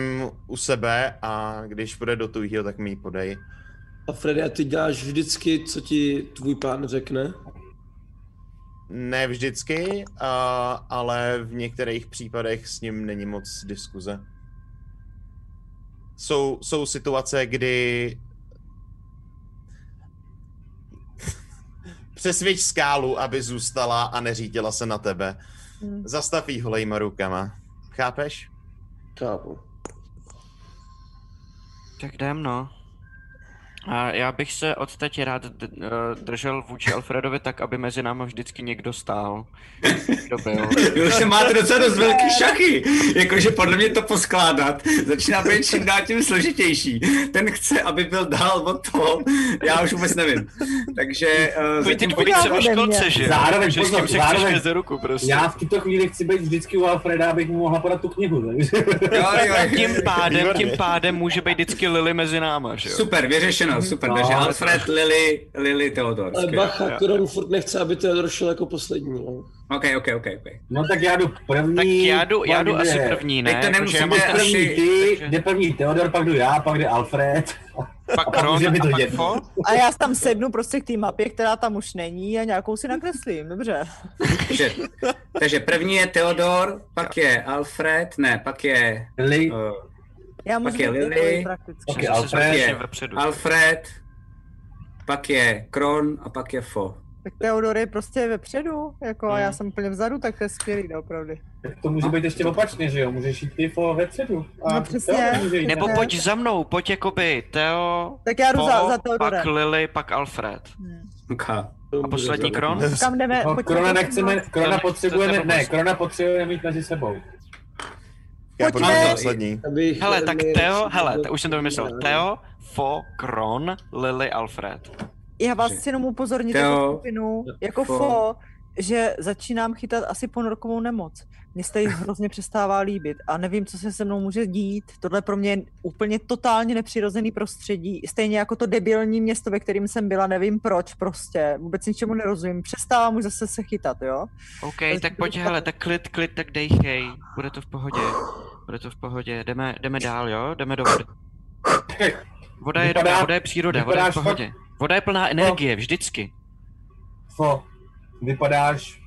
[SPEAKER 7] u sebe a když bude do tuhýho, tak mi ji podej.
[SPEAKER 13] A Freddy, a ty děláš vždycky, co ti tvůj pán řekne?
[SPEAKER 7] Ne vždycky, uh, ale v některých případech s ním není moc diskuze. Jsou, jsou situace, kdy přesvědč skálu, aby zůstala a neřítila se na tebe.
[SPEAKER 6] Hmm.
[SPEAKER 7] Zastav jí holejma rukama. Chápeš?
[SPEAKER 13] Chápu.
[SPEAKER 3] Tak jdem, no. A já bych se od teď rád d- eh, držel vůči Alfredovi tak, aby mezi námi vždycky někdo stál. Kdo byl.
[SPEAKER 1] Vy už se máte docela dost velký šachy. Jakože podle mě to poskládat začíná být čím dál tím složitější. Ten chce, aby byl dál od toho. Já už vůbec nevím. Takže uh,
[SPEAKER 5] Vy ty
[SPEAKER 1] zatím
[SPEAKER 5] dvojice
[SPEAKER 6] ode
[SPEAKER 5] ve
[SPEAKER 6] mě.
[SPEAKER 5] školce, že? jo?
[SPEAKER 8] Zároveň,
[SPEAKER 5] že s tím
[SPEAKER 8] pozor,
[SPEAKER 5] se
[SPEAKER 8] zároveň.
[SPEAKER 5] chceš za ruku, prostě.
[SPEAKER 8] Já v tuto chvíli chci být vždycky u Alfreda, abych mu mohla podat tu knihu. Takže...
[SPEAKER 1] jo, jo,
[SPEAKER 3] A tím pádem,
[SPEAKER 7] Výborně.
[SPEAKER 3] tím pádem může být vždycky Lily mezi náma, že jo?
[SPEAKER 1] Super, vyřešeno, super. Takže
[SPEAKER 8] No.
[SPEAKER 1] Alfred, Lily, Lily, Theodor.
[SPEAKER 13] Ale
[SPEAKER 3] prostě.
[SPEAKER 1] Skvělé.
[SPEAKER 13] bacha, Kron furt nechce, aby Teodor šel jako poslední. No.
[SPEAKER 1] OK, OK, OK. okay.
[SPEAKER 8] No tak já jdu první.
[SPEAKER 3] Tak já jdu, já jdu
[SPEAKER 8] pak
[SPEAKER 3] asi
[SPEAKER 8] jde-
[SPEAKER 3] první,
[SPEAKER 1] Teď
[SPEAKER 3] ne?
[SPEAKER 1] to
[SPEAKER 3] Jakože
[SPEAKER 1] nemusíme-
[SPEAKER 3] já mám-
[SPEAKER 8] Jde první
[SPEAKER 1] Asi-
[SPEAKER 8] ty,
[SPEAKER 3] takže-
[SPEAKER 8] jde první Teodor, pak jdu já, pak jde Alfred.
[SPEAKER 3] pak
[SPEAKER 8] pak
[SPEAKER 3] Kron
[SPEAKER 8] může
[SPEAKER 3] a
[SPEAKER 8] být to
[SPEAKER 3] pak
[SPEAKER 8] jedno.
[SPEAKER 3] Fo.
[SPEAKER 6] A já tam sednu prostě k té mapě, která tam už není a nějakou si nakreslím, dobře.
[SPEAKER 1] Takže, takže první je Theodor, pak je Alfred, ne, pak je
[SPEAKER 8] Lily,
[SPEAKER 1] uh,
[SPEAKER 6] Já můžu
[SPEAKER 1] Pak je
[SPEAKER 6] být
[SPEAKER 1] Lily.
[SPEAKER 6] takový prakticky.
[SPEAKER 8] pak
[SPEAKER 3] Že
[SPEAKER 8] je
[SPEAKER 3] se
[SPEAKER 8] Alfred.
[SPEAKER 3] zvedne
[SPEAKER 1] je
[SPEAKER 3] vepředu.
[SPEAKER 1] Alfred, pak je Kron a pak je Fo.
[SPEAKER 6] Tak Teodor je prostě vepředu, jako a já
[SPEAKER 1] Hmm.
[SPEAKER 6] jsem úplně vzadu, tak to je skvělý, doopravdy.
[SPEAKER 8] Tak to může být ještě opačně, že jo? Můžeš jít ty po vepředu.
[SPEAKER 6] No přesně.
[SPEAKER 8] Teodor může jít
[SPEAKER 3] Nebo
[SPEAKER 8] na-
[SPEAKER 3] pojď za mnou, pojď jakoby Teo,
[SPEAKER 6] Tak já jdu za,
[SPEAKER 8] No,
[SPEAKER 3] Fo,
[SPEAKER 6] za
[SPEAKER 3] pak
[SPEAKER 6] Teodorem.
[SPEAKER 3] Lily, pak Alfred.
[SPEAKER 1] Okay.
[SPEAKER 3] A poslední kron?
[SPEAKER 6] Kam jdeme?
[SPEAKER 8] No,
[SPEAKER 6] Pojďme
[SPEAKER 8] krona
[SPEAKER 6] to
[SPEAKER 8] nechceme,
[SPEAKER 6] srovnat.
[SPEAKER 8] krona
[SPEAKER 3] To- to-
[SPEAKER 8] potřebujeme,
[SPEAKER 3] to-
[SPEAKER 8] ne, krona potřebujeme mít mezi sebou.
[SPEAKER 7] Já
[SPEAKER 6] Pojďme.
[SPEAKER 7] pojďme poslední.
[SPEAKER 4] Abych
[SPEAKER 3] Hele, tak
[SPEAKER 4] mi-
[SPEAKER 3] Teo, hele, to už jsem to vymyslel. Teo, Fo, Kron, Lily, Alfred.
[SPEAKER 6] Já vás chci jenom upozornit
[SPEAKER 1] Teo,
[SPEAKER 6] jako skupinu, jako
[SPEAKER 1] fo.
[SPEAKER 6] fo, že začínám chytat asi ponorkovou nemoc. Mně se tady hrozně přestává líbit a nevím, co se se mnou může dít. Tohle pro mě je úplně totálně nepřirozený prostředí. Stejně jako to debilní město, ve kterým jsem byla, nevím proč prostě. Vůbec ničemu nerozumím. Přestávám už zase se chytat, jo?
[SPEAKER 3] OK,
[SPEAKER 6] Ale
[SPEAKER 3] tak
[SPEAKER 6] to-
[SPEAKER 3] pojď, hele, tak klid, klid, tak dejchej. Bude to v pohodě. Bude to v pohodě. Jdeme, jdeme dál, jo? Jdeme do vody. Voda je
[SPEAKER 8] Vypadá-
[SPEAKER 3] dobrá, voda je příroda, voda je v
[SPEAKER 8] vypadáš
[SPEAKER 3] pohodě. Voda je plná energie, vždycky.
[SPEAKER 8] Fo, vypadáš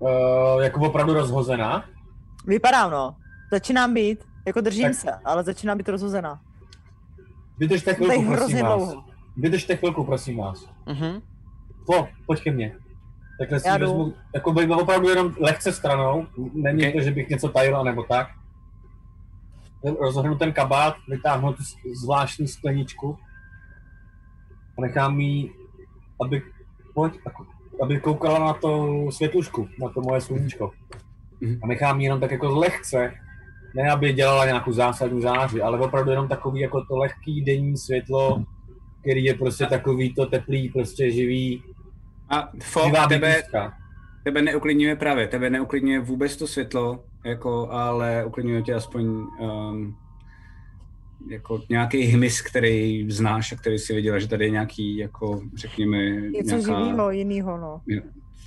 [SPEAKER 8] uh, jako opravdu rozhozená.
[SPEAKER 6] Vypadám, no. Začínám být, jako držím
[SPEAKER 8] Tak.
[SPEAKER 6] se, ale začínám být rozhozená.
[SPEAKER 8] Vydržte
[SPEAKER 6] To je
[SPEAKER 8] chvilku, prosím
[SPEAKER 6] hrozně
[SPEAKER 8] vás.
[SPEAKER 6] dlouho.
[SPEAKER 8] Vydržte chvilku, prosím vás.
[SPEAKER 3] Mhm.
[SPEAKER 8] Fo, pojď ke mně. Takhle si
[SPEAKER 6] Já jdu.
[SPEAKER 8] vezmu, jako bych opravdu jenom lehce stranou, není
[SPEAKER 3] Ok.
[SPEAKER 8] to, že bych něco tajil, nebo tak. Rozhrnu ten kabát, vytáhnu tu s- zvláštní skleničku a nechám jí, aby, pojď, ako- aby koukala na to světlušku, na to moje sluníčko.
[SPEAKER 1] Mhm.
[SPEAKER 8] A nechám ji jenom tak jako lehce, ne aby dělala nějakou zásadní záři, ale opravdu jenom takový jako to lehký denní světlo, který je prostě takový to teplý, prostě živý,
[SPEAKER 1] A fo,
[SPEAKER 8] živá
[SPEAKER 1] tebe,
[SPEAKER 8] bytůstka.
[SPEAKER 1] tebe neuklidňuje právě, tebe neuklidňuje vůbec to světlo, jako, ale uklidňuje tě aspoň um, jako nějaký hmyz, který znáš a který si viděla, že tady je nějaký, jako řekněme,
[SPEAKER 6] Něco
[SPEAKER 1] nějaká
[SPEAKER 6] živého, jinýho, no.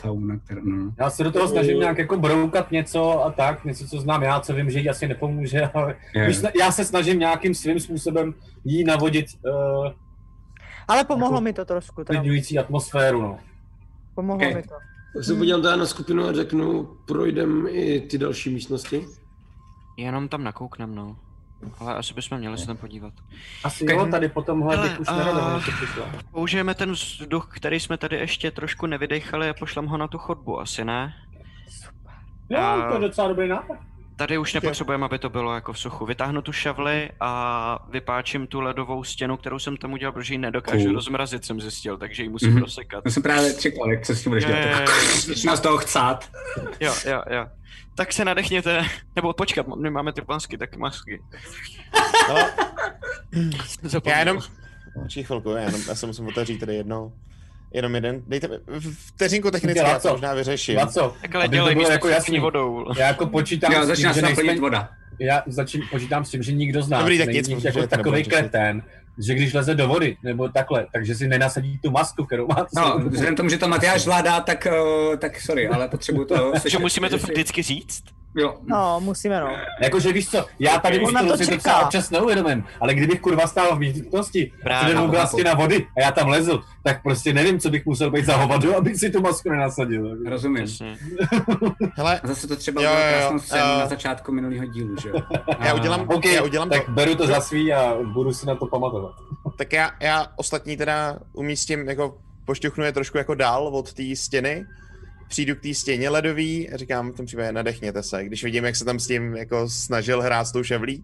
[SPEAKER 1] fauna, která, no.
[SPEAKER 8] Já se do toho snažím nějak jako broukat něco a tak, něco, co znám já, co vím, že jí asi nepomůže, ale
[SPEAKER 1] Je.
[SPEAKER 8] víš, já se snažím nějakým svým způsobem jí navodit uh,
[SPEAKER 6] Ale pomohlo
[SPEAKER 8] Jako-
[SPEAKER 6] mi to trošku, teda.
[SPEAKER 8] klidňující atmosféru, no.
[SPEAKER 6] Pomohlo
[SPEAKER 1] Ok.
[SPEAKER 6] mi to.
[SPEAKER 13] Tak se podívám teda na skupinu a řeknu, projdem i ty další místnosti.
[SPEAKER 3] Jenom tam nakouknem, no. Ale asi bychom měli se tam podívat.
[SPEAKER 8] Asi jo, tady po tomhle
[SPEAKER 3] Hele,
[SPEAKER 8] bych už
[SPEAKER 3] a-
[SPEAKER 8] nerada něco přišla.
[SPEAKER 3] Použijeme ten vzduch, který jsme tady ještě trošku nevydechali a pošlem ho na tu chodbu, asi ne?
[SPEAKER 8] No, to je docela dobrý nápad.
[SPEAKER 3] Tady už nepotřebujeme, aby to bylo jako v suchu. Vytáhnu tu šavli a vypáčím tu ledovou stěnu, kterou jsem tam udělal, protože ji nedokážu
[SPEAKER 1] Cool.
[SPEAKER 3] rozmrazit, jsem zjistil, takže ji musím
[SPEAKER 1] Mhm.
[SPEAKER 3] rozsekat.
[SPEAKER 1] Já jsem právě čekal, jak co s tím budeš
[SPEAKER 3] Jo,
[SPEAKER 1] dělat.
[SPEAKER 3] jo, jo,
[SPEAKER 1] tak
[SPEAKER 3] jo.
[SPEAKER 1] Začíná z toho chcát.
[SPEAKER 3] Jo, jo, jo. Tak se nadechněte, nebo počkat, my máme ty masky, tak masky.
[SPEAKER 7] No,
[SPEAKER 3] Zapomněl.
[SPEAKER 7] já jenom... Počkej chvilku, já, jenom, já se musím otevřít tady jednou. Jenom jeden, dejte mi vteřinku technické,
[SPEAKER 8] Dělá
[SPEAKER 7] já to
[SPEAKER 8] co?
[SPEAKER 7] možná vyřeším.
[SPEAKER 8] A co?
[SPEAKER 3] Takhle
[SPEAKER 8] Aby to
[SPEAKER 3] dělej,
[SPEAKER 8] bylo
[SPEAKER 3] místo
[SPEAKER 8] jako
[SPEAKER 3] jako
[SPEAKER 8] jasný.
[SPEAKER 3] vodou.
[SPEAKER 8] Já jako počítám
[SPEAKER 1] Jo,
[SPEAKER 8] s tím,
[SPEAKER 1] začíná se
[SPEAKER 8] že
[SPEAKER 1] tam plnit
[SPEAKER 8] nejsme,
[SPEAKER 1] voda.
[SPEAKER 8] já začím, počítám s tím, že nikdo z nás
[SPEAKER 7] Dobrý, tak
[SPEAKER 8] není
[SPEAKER 7] nic, protože
[SPEAKER 8] jako
[SPEAKER 7] to nebude
[SPEAKER 8] takový
[SPEAKER 7] řešit.
[SPEAKER 8] kretén, že když leze do vody, nebo takhle, takže si nenasadí tu masku, kterou má.
[SPEAKER 1] No, vzhledem k tomu, že to Matyáš zvládá, tak, eh, tak sorry, ale potřebuju to
[SPEAKER 3] Takže
[SPEAKER 1] slyšet.
[SPEAKER 3] musíme to
[SPEAKER 1] Že si-
[SPEAKER 3] vždycky říct?
[SPEAKER 1] Jo,
[SPEAKER 6] No, musíme, no.
[SPEAKER 8] Jakože víš co, já tady už
[SPEAKER 6] Ona
[SPEAKER 8] to
[SPEAKER 6] to
[SPEAKER 8] si to
[SPEAKER 6] čeká.
[SPEAKER 8] třeba občas neuvědomím, ale kdybych kurva stál v místnosti,
[SPEAKER 3] Právě,
[SPEAKER 8] v
[SPEAKER 1] chápu,
[SPEAKER 8] oblasti na vody a já tam lezl, tak prostě nevím, co bych musel být za hovado, abych si tu masku nenasadil.
[SPEAKER 1] rozumím.
[SPEAKER 3] Jasně.
[SPEAKER 7] Hele,
[SPEAKER 1] A zase to třeba
[SPEAKER 7] Jo,
[SPEAKER 1] bylo
[SPEAKER 7] jo, jo,
[SPEAKER 1] krásnou scénu
[SPEAKER 7] eh.
[SPEAKER 1] na začátku minulého dílu, že jo?
[SPEAKER 7] já
[SPEAKER 1] A-
[SPEAKER 7] udělám,
[SPEAKER 8] OK,
[SPEAKER 7] já udělám
[SPEAKER 8] tak
[SPEAKER 7] to.
[SPEAKER 8] beru to za svý a budu si na to pamatovat.
[SPEAKER 7] Tak já, já ostatní teda umístím, jako pošťuchnu je trošku jako dál od té stěny. Přijdu k té stěně ledový, říkám v tom případě nadechněte se, když vidím, jak se tam s tím jako snažil hrát s tou ševlí.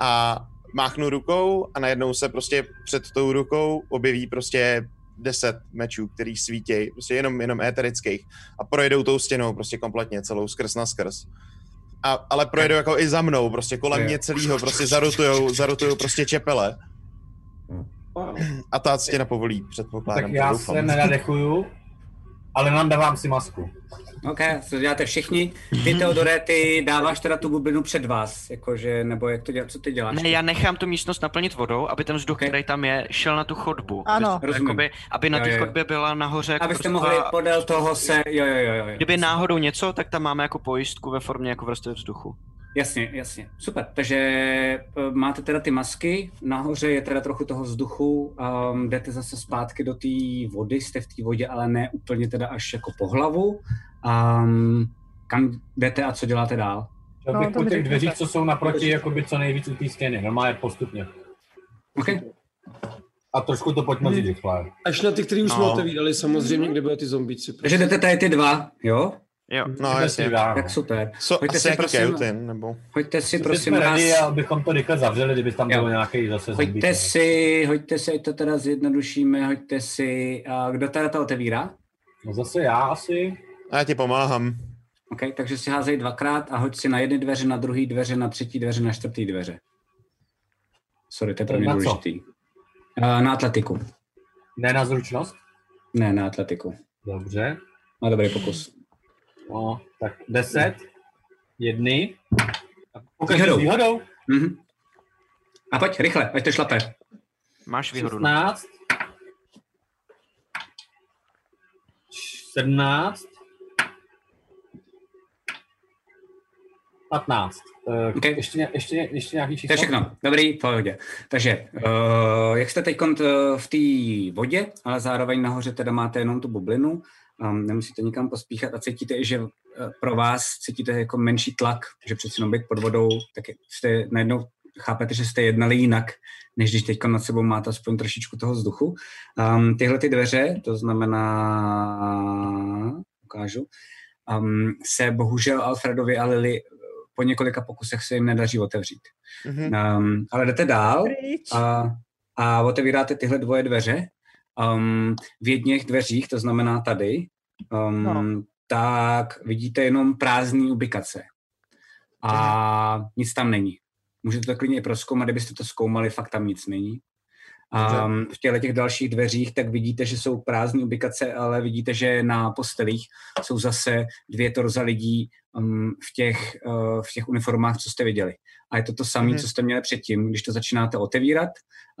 [SPEAKER 7] A máchnu rukou a najednou se prostě před tou rukou objeví prostě 10 mečů, který svítějí, prostě jenom, jenom éterických a projedou tou stěnou prostě kompletně celou skrz na skrz. A, ale projedou jako i za mnou, prostě kolem
[SPEAKER 1] Jo.
[SPEAKER 7] mě celýho, prostě zarotujou, zarotujou prostě čepele. A ta stěna povolí, předpokládám.
[SPEAKER 8] tak já
[SPEAKER 7] doufám.
[SPEAKER 8] se nenadechuju, ale nandavám si masku.
[SPEAKER 1] OK, co děláte všichni.
[SPEAKER 3] Mhm.
[SPEAKER 1] Ty, Teodore, ty dáváš teda tu bublinu před vás, jakože, nebo jak to dělá, co ty děláš?
[SPEAKER 3] Ne, já nechám tu místnost naplnit vodou, aby ten vzduch,
[SPEAKER 1] Ok.
[SPEAKER 3] který tam je, šel na tu chodbu.
[SPEAKER 6] Ano.
[SPEAKER 3] Aby,
[SPEAKER 1] Rozumím.
[SPEAKER 3] jakoby, aby na
[SPEAKER 1] Jo,
[SPEAKER 3] té
[SPEAKER 1] jo, jo.
[SPEAKER 3] chodbě byla nahoře jako
[SPEAKER 1] Abyste
[SPEAKER 3] vrstva-
[SPEAKER 1] mohli podél toho se, jo, jo, jo, jo, jo.
[SPEAKER 3] Kdyby náhodou něco, tak tam máme jako pojistku ve formě jako vrstvy vzduchu.
[SPEAKER 1] Jasně, jasně, super. Takže eh, máte teda ty masky, nahoře je teda trochu toho vzduchu, um, jdete zase zpátky do té vody, jste v té vodě, ale ne úplně teda až jako po hlavu. Um, kam jdete a co děláte dál?
[SPEAKER 8] Chtěl
[SPEAKER 6] No,
[SPEAKER 8] bych
[SPEAKER 6] to
[SPEAKER 8] po
[SPEAKER 6] mi
[SPEAKER 8] těch
[SPEAKER 6] řekněte.
[SPEAKER 8] dveřích, co jsou naproti, jakoby co nejvíc u té stěny, normálně postupně.
[SPEAKER 1] OK,
[SPEAKER 8] A trošku to
[SPEAKER 6] Hmm.
[SPEAKER 8] pojďme říct
[SPEAKER 1] No,
[SPEAKER 8] rychle.
[SPEAKER 13] Až na ty, který už jsme
[SPEAKER 7] No.
[SPEAKER 13] otevírali, samozřejmě,
[SPEAKER 3] Mhm.
[SPEAKER 13] kde byly ty zombíci.
[SPEAKER 1] takže jdete tady ty dva, jo?
[SPEAKER 3] Jo.
[SPEAKER 1] Hm.
[SPEAKER 7] No, jasně.
[SPEAKER 1] Tak super.
[SPEAKER 7] Co,
[SPEAKER 1] Pojďte
[SPEAKER 7] asi
[SPEAKER 1] si,
[SPEAKER 7] jako
[SPEAKER 1] prosím.
[SPEAKER 7] Keutin, nebo...
[SPEAKER 1] Hoďte si,
[SPEAKER 8] Prosím
[SPEAKER 1] prosím
[SPEAKER 8] jsme
[SPEAKER 1] vás,
[SPEAKER 8] rádi, abychom to rychle zavřeli, kdyby tam
[SPEAKER 1] Jo.
[SPEAKER 8] bylo nějaký zase zombík.
[SPEAKER 1] hoďte si, hoďte si, ať to teda zjednodušíme, hoďte si, a kdo teda to otevírá?
[SPEAKER 8] No zase já asi.
[SPEAKER 7] A já ti pomáhám.
[SPEAKER 1] OK, takže si házej dvakrát a hoď si na jedné dveře, na druhé dveře, na třetí dveře, na čtvrtý dveře. Sorry, to je pro mě
[SPEAKER 8] Na co?
[SPEAKER 1] důležitý. Uh, na atletiku.
[SPEAKER 8] Ne na zručnost?
[SPEAKER 1] Ne, na atletiku.
[SPEAKER 8] Dobře.
[SPEAKER 1] Má dobrý pokus.
[SPEAKER 8] No, tak deset. Jedny. A Pokaždé
[SPEAKER 1] Výhodou.
[SPEAKER 8] s výhodou.
[SPEAKER 1] Mhm. A pojď, rychle, ať to šlape.
[SPEAKER 3] Máš výhodu. no.
[SPEAKER 8] 16. 17. 15. Uh,
[SPEAKER 1] Okay.
[SPEAKER 8] ještě, ně- ještě, ně- ještě nějaký číslo?
[SPEAKER 1] To je všechno. Dobrý, v pohodě. Takže, uh, jak jste teď v té vodě, ale zároveň nahoře teda máte jenom tu bublinu, um, nemusíte nikam pospíchat a cítíte, že eh, pro vás cítíte jako menší tlak, že přeci jenom být pod vodou, tak jste najednou chápete, že jste jednali jinak, než když teď nad sebou máte aspoň trošičku toho vzduchu. Um, tyhle ty dveře, to znamená, ukážu, um, se bohužel Alfredovi a Lily eh, po několika pokusech se jim nedaří otevřít.
[SPEAKER 7] Mhm.
[SPEAKER 1] Um, ale jdete dál a, a otevíráte tyhle dvoje dveře. Um, v jedněch dveřích, to znamená tady, um,
[SPEAKER 6] No.
[SPEAKER 1] tak vidíte jenom prázdné ubikace. A nic tam není. Můžete to klidně i proskoumat, kdybyste to zkoumali, fakt tam nic není. Um, v těchto těch dalších dveřích tak vidíte, že jsou prázdné ubikace, ale vidíte, že na postelích jsou zase dvě torza lidí um, v, těch, uh, v těch uniformách, co jste viděli. A je to to samé,
[SPEAKER 7] Mhm.
[SPEAKER 1] co jste měli předtím, když to začínáte otevírat.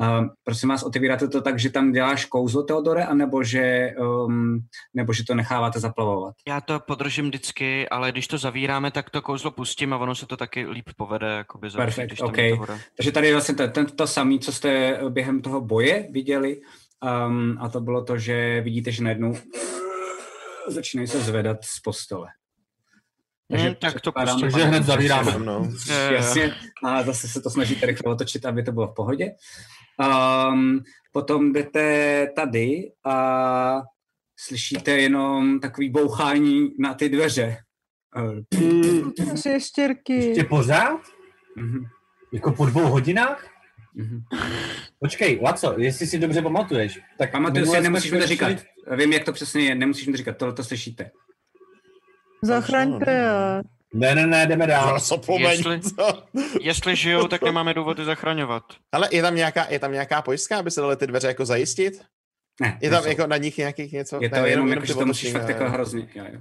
[SPEAKER 1] Um, prosím vás, otevíráte to tak, že tam děláš kouzlo, Teodore, anebo že, um, nebo že to necháváte zaplavovat?
[SPEAKER 3] Já to podržím vždycky, ale když to zavíráme, tak to kouzlo pustím a ono se to taky líp povede, jakoby zavřít,
[SPEAKER 1] Perfekt,
[SPEAKER 3] když tam
[SPEAKER 1] ok.
[SPEAKER 3] je to voda.
[SPEAKER 1] Takže tady je vlastně to, ten, to samé, co jste během toho boje viděli. Um, a to bylo to, že vidíte, že najednou začínají se zvedat z postele.
[SPEAKER 3] Hmm, tak to
[SPEAKER 1] předpokládám,
[SPEAKER 3] pustím.
[SPEAKER 8] Takže hned zavíráme.
[SPEAKER 7] Jsem, no.
[SPEAKER 3] Eh,
[SPEAKER 1] Jasně. A zase se to snažíte rychle otočit, aby to bylo v pohodě. Um, potom jdete tady a slyšíte jenom takový bouchání na ty dveře. Eh,
[SPEAKER 6] Naše štěrky.
[SPEAKER 8] Ještě pořád?
[SPEAKER 1] mhm,
[SPEAKER 8] Jako po dvou hodinách?
[SPEAKER 1] mhm.
[SPEAKER 8] Počkej, Laco, jestli si dobře pamatuješ, tak
[SPEAKER 1] Pamatuju
[SPEAKER 8] minule
[SPEAKER 1] si,
[SPEAKER 8] jsme
[SPEAKER 1] nemusíš mi to
[SPEAKER 8] přešli-
[SPEAKER 1] říkat. Vím, jak to přesně je, nemusíš mi to říkat, tohle to slyšíte.
[SPEAKER 6] Zachraňte je.
[SPEAKER 8] Ne, ne, ne, jdeme dál.
[SPEAKER 7] Ale co pomeň,
[SPEAKER 3] Jestli-
[SPEAKER 7] co?
[SPEAKER 3] Jestli žijou, tak nemáme důvody zachraňovat.
[SPEAKER 7] Ale je tam, nějaká, je tam nějaká pojistka, aby se daly ty dveře jako zajistit?
[SPEAKER 1] Ne,
[SPEAKER 7] Je tam
[SPEAKER 1] nejsou.
[SPEAKER 7] jako na nich nějakých něco?
[SPEAKER 1] je to
[SPEAKER 7] Ne,
[SPEAKER 1] jenom, jenom jako,
[SPEAKER 7] ty
[SPEAKER 1] že to musíš
[SPEAKER 7] otočení,
[SPEAKER 1] fakt
[SPEAKER 7] ne.
[SPEAKER 1] jako hrozně. Jo, jo.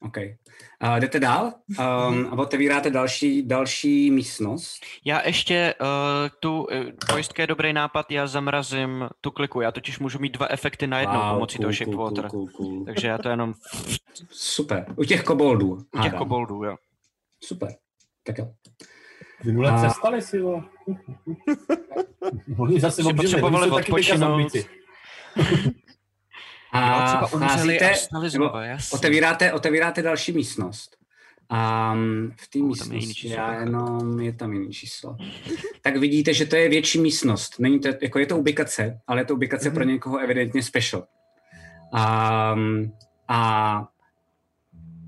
[SPEAKER 1] OK. A jdete dál um, a otevíráte další, další místnost.
[SPEAKER 3] Já ještě uh, tu uh, pojistké je dobrý nápad, já zamrazím tu kliku. Já totiž můžu mít dva efekty najednou wow, pomocí toho Shapewater. Cool, cool,
[SPEAKER 1] cool, cool, cool.
[SPEAKER 3] Takže já to jenom
[SPEAKER 1] Super. U těch koboldů.
[SPEAKER 3] u těch
[SPEAKER 1] hádám.
[SPEAKER 3] koboldů, jo.
[SPEAKER 1] Super. Tak jo.
[SPEAKER 8] Minule
[SPEAKER 1] A-
[SPEAKER 8] přestali si ho. Oni zase
[SPEAKER 3] Si
[SPEAKER 8] obžili, oni
[SPEAKER 3] potřebovali
[SPEAKER 8] jsou taky teďka
[SPEAKER 3] odpočinout.
[SPEAKER 8] zombíci.
[SPEAKER 3] A
[SPEAKER 1] A
[SPEAKER 3] třeba umřeli
[SPEAKER 1] vcházíte,
[SPEAKER 3] a vstali
[SPEAKER 1] nebo
[SPEAKER 3] znova, jasně.
[SPEAKER 1] otevíráte, otevíráte další místnost. A um, v té
[SPEAKER 3] je jiný
[SPEAKER 1] místnosti,
[SPEAKER 3] číslo,
[SPEAKER 1] já
[SPEAKER 3] tak.
[SPEAKER 1] jenom, je tam jiný číslo. Tak vidíte, že to je větší místnost. Není to, jako je to ubikace, ale je to ubikace
[SPEAKER 3] Mhm.
[SPEAKER 1] pro někoho evidentně special. A, a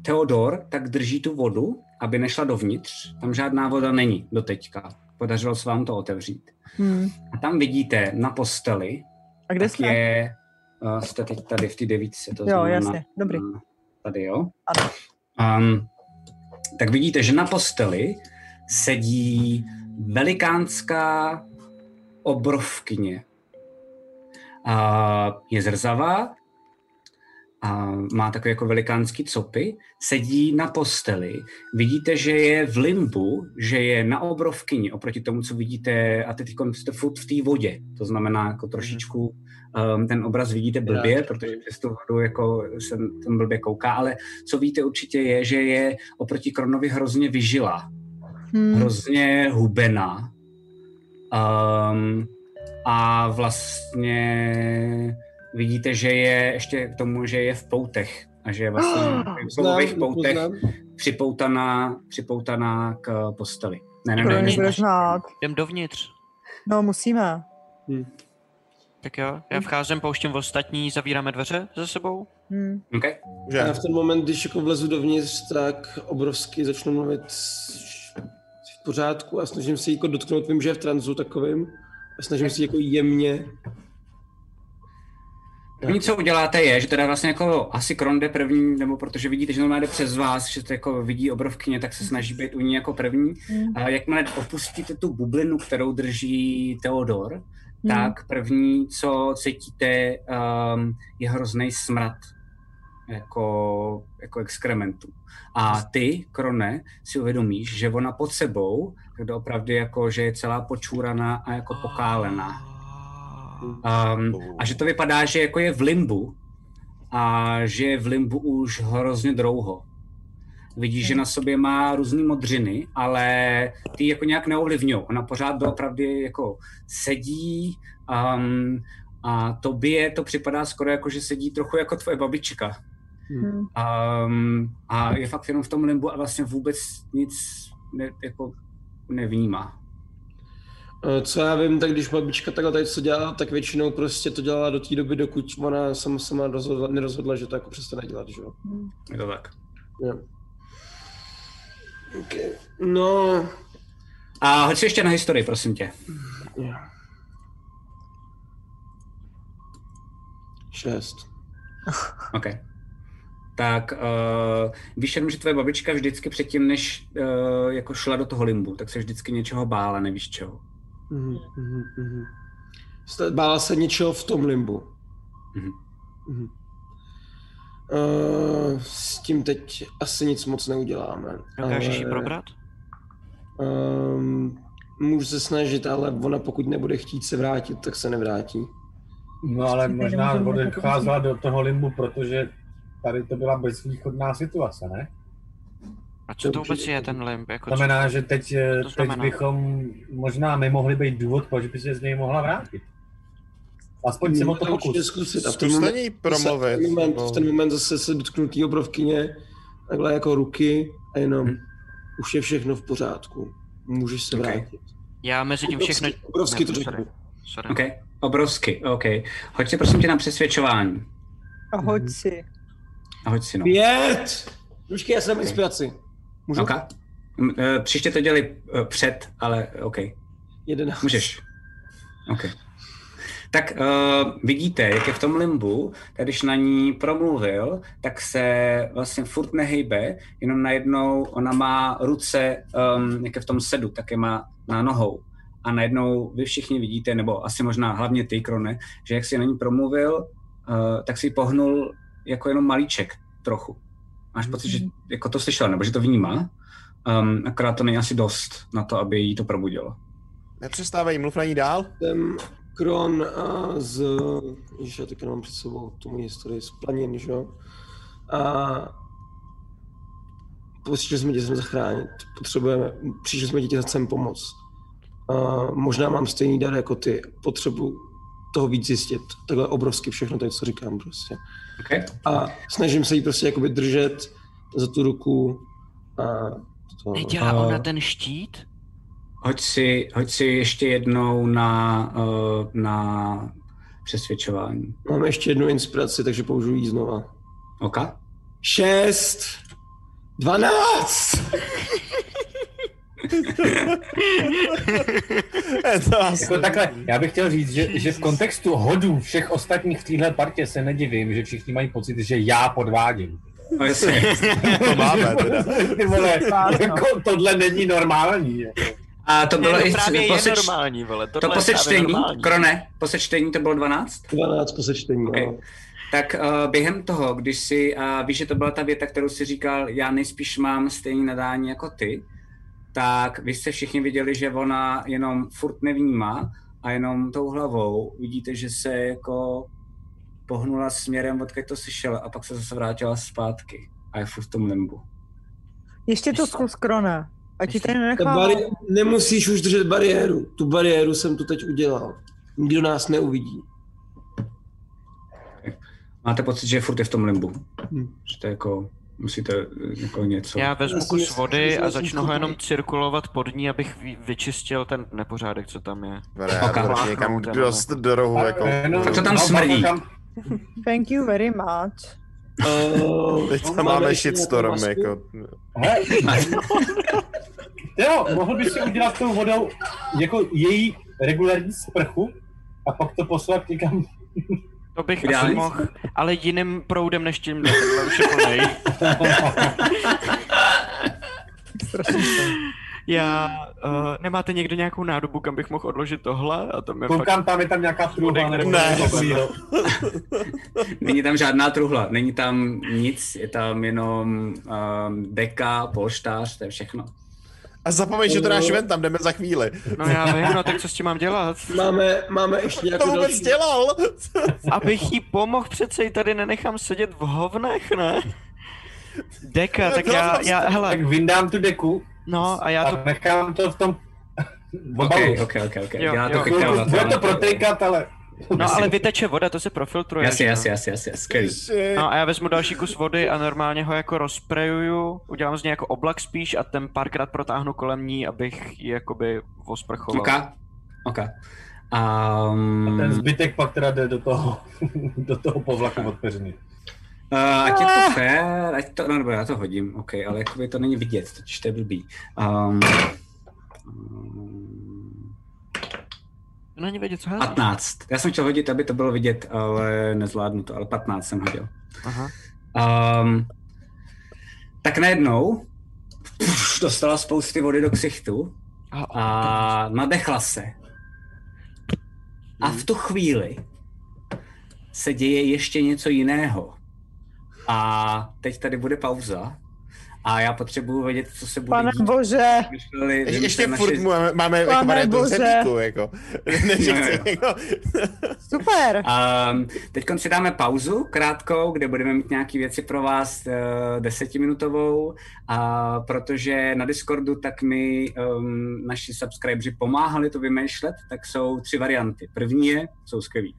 [SPEAKER 1] Teodor tak drží tu vodu, aby nešla dovnitř. Tam žádná voda není doteďka. Podařilo se vám to otevřít.
[SPEAKER 6] Hmm.
[SPEAKER 1] A tam vidíte na posteli
[SPEAKER 6] A kde
[SPEAKER 1] tak
[SPEAKER 6] jsme?
[SPEAKER 1] je, uh, jste teď tady v té devítce, to
[SPEAKER 6] Jo,
[SPEAKER 1] znamená,
[SPEAKER 6] jasně, dobrý.
[SPEAKER 1] eh, Tady, jo?
[SPEAKER 6] Ano.
[SPEAKER 1] Um, tak vidíte, že na posteli sedí velikánská obrovkyně. Uh, je zrzavá, a má takové jako velikánský copy, sedí na posteli. Vidíte, že je v limbu, že je na obrovkyni oproti tomu, co vidíte, a teď jste furt v té vodě. To znamená, jako trošičku um, ten obraz vidíte blbě, protože přes tu vodu jako se ten blbě kouká, ale co víte určitě je, že je oproti Kronovi hrozně vyžila
[SPEAKER 6] Hmm.
[SPEAKER 1] hrozně hubená. Um, a vlastně vidíte, že je ještě k tomu, že je v poutech a že je vlastně v kovových poutech připoutaná, připoutaná k posteli. Ne, ne,
[SPEAKER 6] Kdo
[SPEAKER 1] ne,
[SPEAKER 3] Kromě-
[SPEAKER 1] ne,
[SPEAKER 6] nebude znát.
[SPEAKER 3] Jdem dovnitř.
[SPEAKER 6] No, musíme.
[SPEAKER 3] Tak jo,
[SPEAKER 1] Hm.
[SPEAKER 3] já vcházím, pouštím ostatní, zavíráme dveře za sebou.
[SPEAKER 6] Hmm.
[SPEAKER 1] okay.
[SPEAKER 7] Že?
[SPEAKER 13] A já v ten moment, když jako vlezu dovnitř, tak obrovsky začnu mluvit v pořádku a snažím se jí jako dotknout, vím, že je v tranzu takovým, a snažím se jí jako jemně
[SPEAKER 1] První, co uděláte, je, že teda vlastně jako asi Kronde první, nebo protože vidíte, že normálně jde přes vás, že to jako vidí obrovkyně, tak se snaží být u ní jako první. A jakmile opustíte tu bublinu, kterou drží Teodor, hmm. tak první, co cítíte, um, je hrozný smrad jako, jako exkrementu. A ty, Krone, si uvědomíš, že ona pod sebou, kde opravdu jako, že je celá počúraná a jako pokálená. Um, a že to vypadá, že jako je v limbu a že je v limbu už hrozně dlouho. Vidíš, že na sobě má různé modřiny, ale ty jako nějak neovlivňují. Ona pořád doopravdy jako sedí um, a tobě to připadá skoro jako, že sedí trochu jako tvoje babička. Hmm. Um, a je fakt jenom v tom limbu a vlastně vůbec nic ne, jako nevnímá.
[SPEAKER 4] Eh, Co já vím, tak když babička takhle tady co dělala, tak většinou prostě to dělala do té doby, dokud ona sama sama rozhodla, nerozhodla, že to jako přestane dělat, že jo?
[SPEAKER 1] Je to tak.
[SPEAKER 4] Jo. Okay. No,
[SPEAKER 1] A hoď si ještě na historii, prosím tě.
[SPEAKER 4] jo. Šest.
[SPEAKER 1] OK. Tak uh, víš jenom, že tvoje babička vždycky předtím, než uh, jako šla do toho limbu, tak se vždycky něčeho bála, nevíš čeho.
[SPEAKER 4] Mhm, mhm, mhm. Jste- Bála se něčeho v tom limbu.
[SPEAKER 1] Mhm.
[SPEAKER 4] Mhm. Eh, s tím teď asi nic moc neuděláme.
[SPEAKER 3] Dokážeš ji
[SPEAKER 1] Eh,
[SPEAKER 3] probrat?
[SPEAKER 4] Um, můžu se snažit, ale ona pokud nebude chtít se vrátit, tak se nevrátí.
[SPEAKER 8] No ale
[SPEAKER 14] Přesně,
[SPEAKER 8] možná
[SPEAKER 14] nemůžeme na to
[SPEAKER 8] odcházela do toho limbu, protože tady to byla bezvýchodná situace, ne?
[SPEAKER 3] A co to vůbec je ten limb? Jako
[SPEAKER 8] To znamená, že teď, eh,
[SPEAKER 3] to
[SPEAKER 8] teď
[SPEAKER 3] znamená?
[SPEAKER 8] bychom možná nemohli být důvod, proč by se z něj mohla vrátit. Aspoň jsem o to
[SPEAKER 4] Můžeme Hmm, určitě
[SPEAKER 8] Hmm, pokus.
[SPEAKER 4] zkusit. A v ten
[SPEAKER 7] Zkuste
[SPEAKER 4] moment-
[SPEAKER 7] ní promluvit, no.
[SPEAKER 4] zase- V ten moment,
[SPEAKER 7] nebo-
[SPEAKER 4] v ten moment zase se dotknu té obrovkyně, takhle jako ruky a jenom už je všechno v pořádku. Můžeš se
[SPEAKER 1] Ok.
[SPEAKER 4] vrátit.
[SPEAKER 3] Já mezi tím
[SPEAKER 4] Obrovsky-
[SPEAKER 3] všechno...
[SPEAKER 4] obrovsky to
[SPEAKER 3] Ne,
[SPEAKER 4] řeknu.
[SPEAKER 3] sorry, Sorry.
[SPEAKER 1] OK, obrovsky, OK. Hoď si prosím tě na přesvědčování.
[SPEAKER 6] A hoď si.
[SPEAKER 1] A hoď si no.
[SPEAKER 4] Pět! Počkej, já jsem mám inspiraci. Můžu?
[SPEAKER 1] OK. M, eh, Příště to dělej eh, před, ale OK.
[SPEAKER 4] Jedenáct.
[SPEAKER 1] Můžeš. OK. Tak uh, vidíte, jak je v tom limbu, tak když na ní promluvil, tak se vlastně furt nehybe, jenom najednou ona má ruce, um, jak je v tom sedu, tak je má na nohou. A najednou vy všichni vidíte, nebo asi možná hlavně ty, Krone, že jak si na ní promluvil, uh, tak si ji pohnul jako jenom malíček trochu. Máš pocit, že jako to slyšela, nebo že to vnímá, um, akorát to není asi dost na to, aby jí to probudilo.
[SPEAKER 7] Nepřestávej, mluv na ní dál.
[SPEAKER 4] Jsem Kron a z... Ježiš, já teďka nemám před sebou tu moji historii z planin, že jo? A... Potřebovali jsme tě sem zachránit. Potřebujeme... Přišli jsme ti sem pomoct. A možná mám stejný dar jako ty. Potřebuji toho víc zjistit. Takhle obrovsky všechno tady, co říkám prostě.
[SPEAKER 1] Okay?
[SPEAKER 4] A snažím se jí prostě jakoby držet za tu ruku a to.
[SPEAKER 3] Nedělá
[SPEAKER 1] A-
[SPEAKER 3] ona ten štít?
[SPEAKER 1] Hoď si, hoď si ještě jednou na, eh, na přesvědčování.
[SPEAKER 4] Mám ještě jednu inspiraci, takže použiju ji znova.
[SPEAKER 1] OK?
[SPEAKER 15] Hm.
[SPEAKER 4] Šest! Dvanáct!
[SPEAKER 7] to asi...
[SPEAKER 8] Jako takhle, já bych chtěl říct, že, že v kontextu hodů všech ostatních v téhle partě se nedivím, že všichni mají pocit, že já podvádím.
[SPEAKER 1] No, jasně.
[SPEAKER 7] To máme teda.
[SPEAKER 8] Ty vole, jako tohle není normální. jako.
[SPEAKER 1] A to bylo
[SPEAKER 15] Ne,
[SPEAKER 1] i
[SPEAKER 15] to právě je
[SPEAKER 1] poseč,
[SPEAKER 15] normální, vole.
[SPEAKER 1] to
[SPEAKER 15] Tohle je právě
[SPEAKER 1] posečtení,
[SPEAKER 15] normální.
[SPEAKER 1] krone, posečtení to bylo 12?
[SPEAKER 4] Dvanáct po sečtení, no.
[SPEAKER 1] Okay.
[SPEAKER 4] okay.
[SPEAKER 1] Tak uh, během toho, když si, uh, víš, že to byla ta věta, kterou si říkal, já nejspíš mám stejný nadání jako ty, tak vy jste všichni viděli, že ona jenom furt nevnímá a jenom tou hlavou vidíte, že se jako pohnula směrem, odkud to slyšela a pak se zase vrátila zpátky a je furt v tom limbu.
[SPEAKER 6] Ještě to zkus krona. A ti tady
[SPEAKER 4] Ta
[SPEAKER 6] nenechám.
[SPEAKER 4] bari- nemusíš už držet bariéru. Tu bariéru jsem tu teď udělal. Nikdo nás neuvidí.
[SPEAKER 1] Máte pocit, že furt je v tom limbu?
[SPEAKER 4] Hm.
[SPEAKER 1] Že to je jako, musíte eh, jako něco.
[SPEAKER 3] Já
[SPEAKER 4] Já
[SPEAKER 3] vezmu
[SPEAKER 4] si
[SPEAKER 3] kus
[SPEAKER 4] myslím,
[SPEAKER 3] vody
[SPEAKER 4] že
[SPEAKER 3] a
[SPEAKER 4] já jsem
[SPEAKER 3] začnu ho jenom
[SPEAKER 4] schopný.
[SPEAKER 3] cirkulovat pod ní, abych vy- vyčistil ten nepořádek, co tam je.
[SPEAKER 7] Vole, já
[SPEAKER 1] Oka.
[SPEAKER 7] to radši někam dost do rohu, jako.
[SPEAKER 8] No,
[SPEAKER 1] Tak to tam
[SPEAKER 8] no,
[SPEAKER 1] smrdí.
[SPEAKER 8] tam-
[SPEAKER 6] Thank you very much.
[SPEAKER 4] Uh,
[SPEAKER 7] Teď tam máme shitstorm, jako.
[SPEAKER 8] Hele, jo, mohl bys si udělat s tou vodou jako její regulární sprchu a pak to poslat někam
[SPEAKER 3] To bych asi mohl, ale jiným proudem než tím, tohle už je plnej. Já, uh, nemáte někdo nějakou nádobu, kam bych mohl odložit tohle? A tam je
[SPEAKER 8] Koukám,
[SPEAKER 3] fakt...
[SPEAKER 8] tam je tam nějaká truhla. nebo
[SPEAKER 7] Ne,
[SPEAKER 8] něco
[SPEAKER 7] dobrý,
[SPEAKER 8] takového.
[SPEAKER 1] Není tam žádná truhla, není tam nic, je tam jenom um, deka, polštář, to je všechno.
[SPEAKER 7] A zapomeň, že to dáš ven, tam jdeme za chvíli.
[SPEAKER 3] No já vím, no tak co s tím mám dělat?
[SPEAKER 4] Máme, máme ještě
[SPEAKER 7] To
[SPEAKER 3] Jako
[SPEAKER 4] nějakou
[SPEAKER 7] vůbec
[SPEAKER 4] další...
[SPEAKER 7] dělal?
[SPEAKER 3] Abych jí pomohl, přece ji tady nenechám sedět v hovnech, ne? Deka, tak já, já, hele,
[SPEAKER 8] Tak vyndám tu deku
[SPEAKER 3] no a já
[SPEAKER 8] a
[SPEAKER 3] to,
[SPEAKER 8] nechám to v tom
[SPEAKER 1] OK,
[SPEAKER 8] obalu.
[SPEAKER 1] OK, OK, OK.
[SPEAKER 3] Jo,
[SPEAKER 1] Dělá to
[SPEAKER 3] jo.
[SPEAKER 1] kytel na
[SPEAKER 8] Bude to
[SPEAKER 1] na
[SPEAKER 8] protékat, ale...
[SPEAKER 3] no ale vyteče voda, to se profiltruje.
[SPEAKER 1] Jasně,
[SPEAKER 3] že jo?
[SPEAKER 1] jasně, jasně, jasně, skvělý.
[SPEAKER 3] No a já vezmu další kus vody a normálně ho jako rozprejuju, udělám z něj jako oblak spíš a ten párkrát protáhnu kolem ní, abych ji jakoby osprchoval.
[SPEAKER 1] OK, OK. Um,
[SPEAKER 8] Ten zbytek pak teda jde do toho, do toho povlaku od peřiny.
[SPEAKER 1] Uh, ať je to fair, ať to, no nebo já to hodím, OK, ale jakoby to není vidět, totiž to je blbý. Um, um,
[SPEAKER 3] To není vědět, co hází.
[SPEAKER 1] 15. Já jsem chtěl hodit, aby to bylo vidět, ale nezvládnu to, ale 15 jsem hodil.
[SPEAKER 3] Aha.
[SPEAKER 1] Um, tak najednou pff, dostala spousty vody do ksichtu
[SPEAKER 3] A,
[SPEAKER 1] a nadechla se. A v tu chvíli se děje ještě něco jiného. A teď tady bude pauza. A já potřebuji vědět, co se bude
[SPEAKER 6] Pane
[SPEAKER 1] dít.
[SPEAKER 6] bože,
[SPEAKER 1] Vymysleli-
[SPEAKER 7] Je, ještě
[SPEAKER 1] vymysleli
[SPEAKER 7] furt
[SPEAKER 1] naši-
[SPEAKER 7] mu máme, máme jako
[SPEAKER 6] Pane
[SPEAKER 7] marionetu
[SPEAKER 6] bože.
[SPEAKER 7] řepíku, jako. Ne, že
[SPEAKER 1] Ne,
[SPEAKER 7] chce
[SPEAKER 1] jo.
[SPEAKER 7] jako.
[SPEAKER 6] super.
[SPEAKER 1] Um, Teď si dáme pauzu krátkou, kde budeme mít nějaké věci pro vás uh, desetiminutovou, a protože na Discordu tak mi um, naši subscriberi pomáhali to vymýšlet, tak jsou tři varianty. První je, jsou skvělý.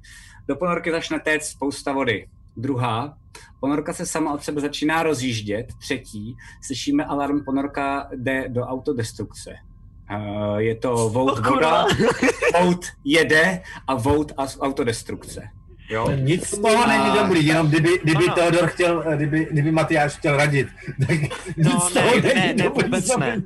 [SPEAKER 1] Do ponorky začne téct spousta vody. Druhá, ponorka se sama od sebe začíná rozjíždět. Třetí, slyšíme alarm, ponorka jde do autodestrukce. Uh, je to vout voda, vout jede a vout a autodestrukce. Jo?
[SPEAKER 8] Nic z toho není dobrý, jenom kdyby, kdyby
[SPEAKER 3] No. Ano.
[SPEAKER 8] Teodor chtěl, eh, kdyby, kdyby Matyáš chtěl radit, tak nic
[SPEAKER 3] No
[SPEAKER 8] z toho
[SPEAKER 3] ne,
[SPEAKER 8] není
[SPEAKER 3] ne, ne,
[SPEAKER 8] dobrý.
[SPEAKER 3] vůbec ne.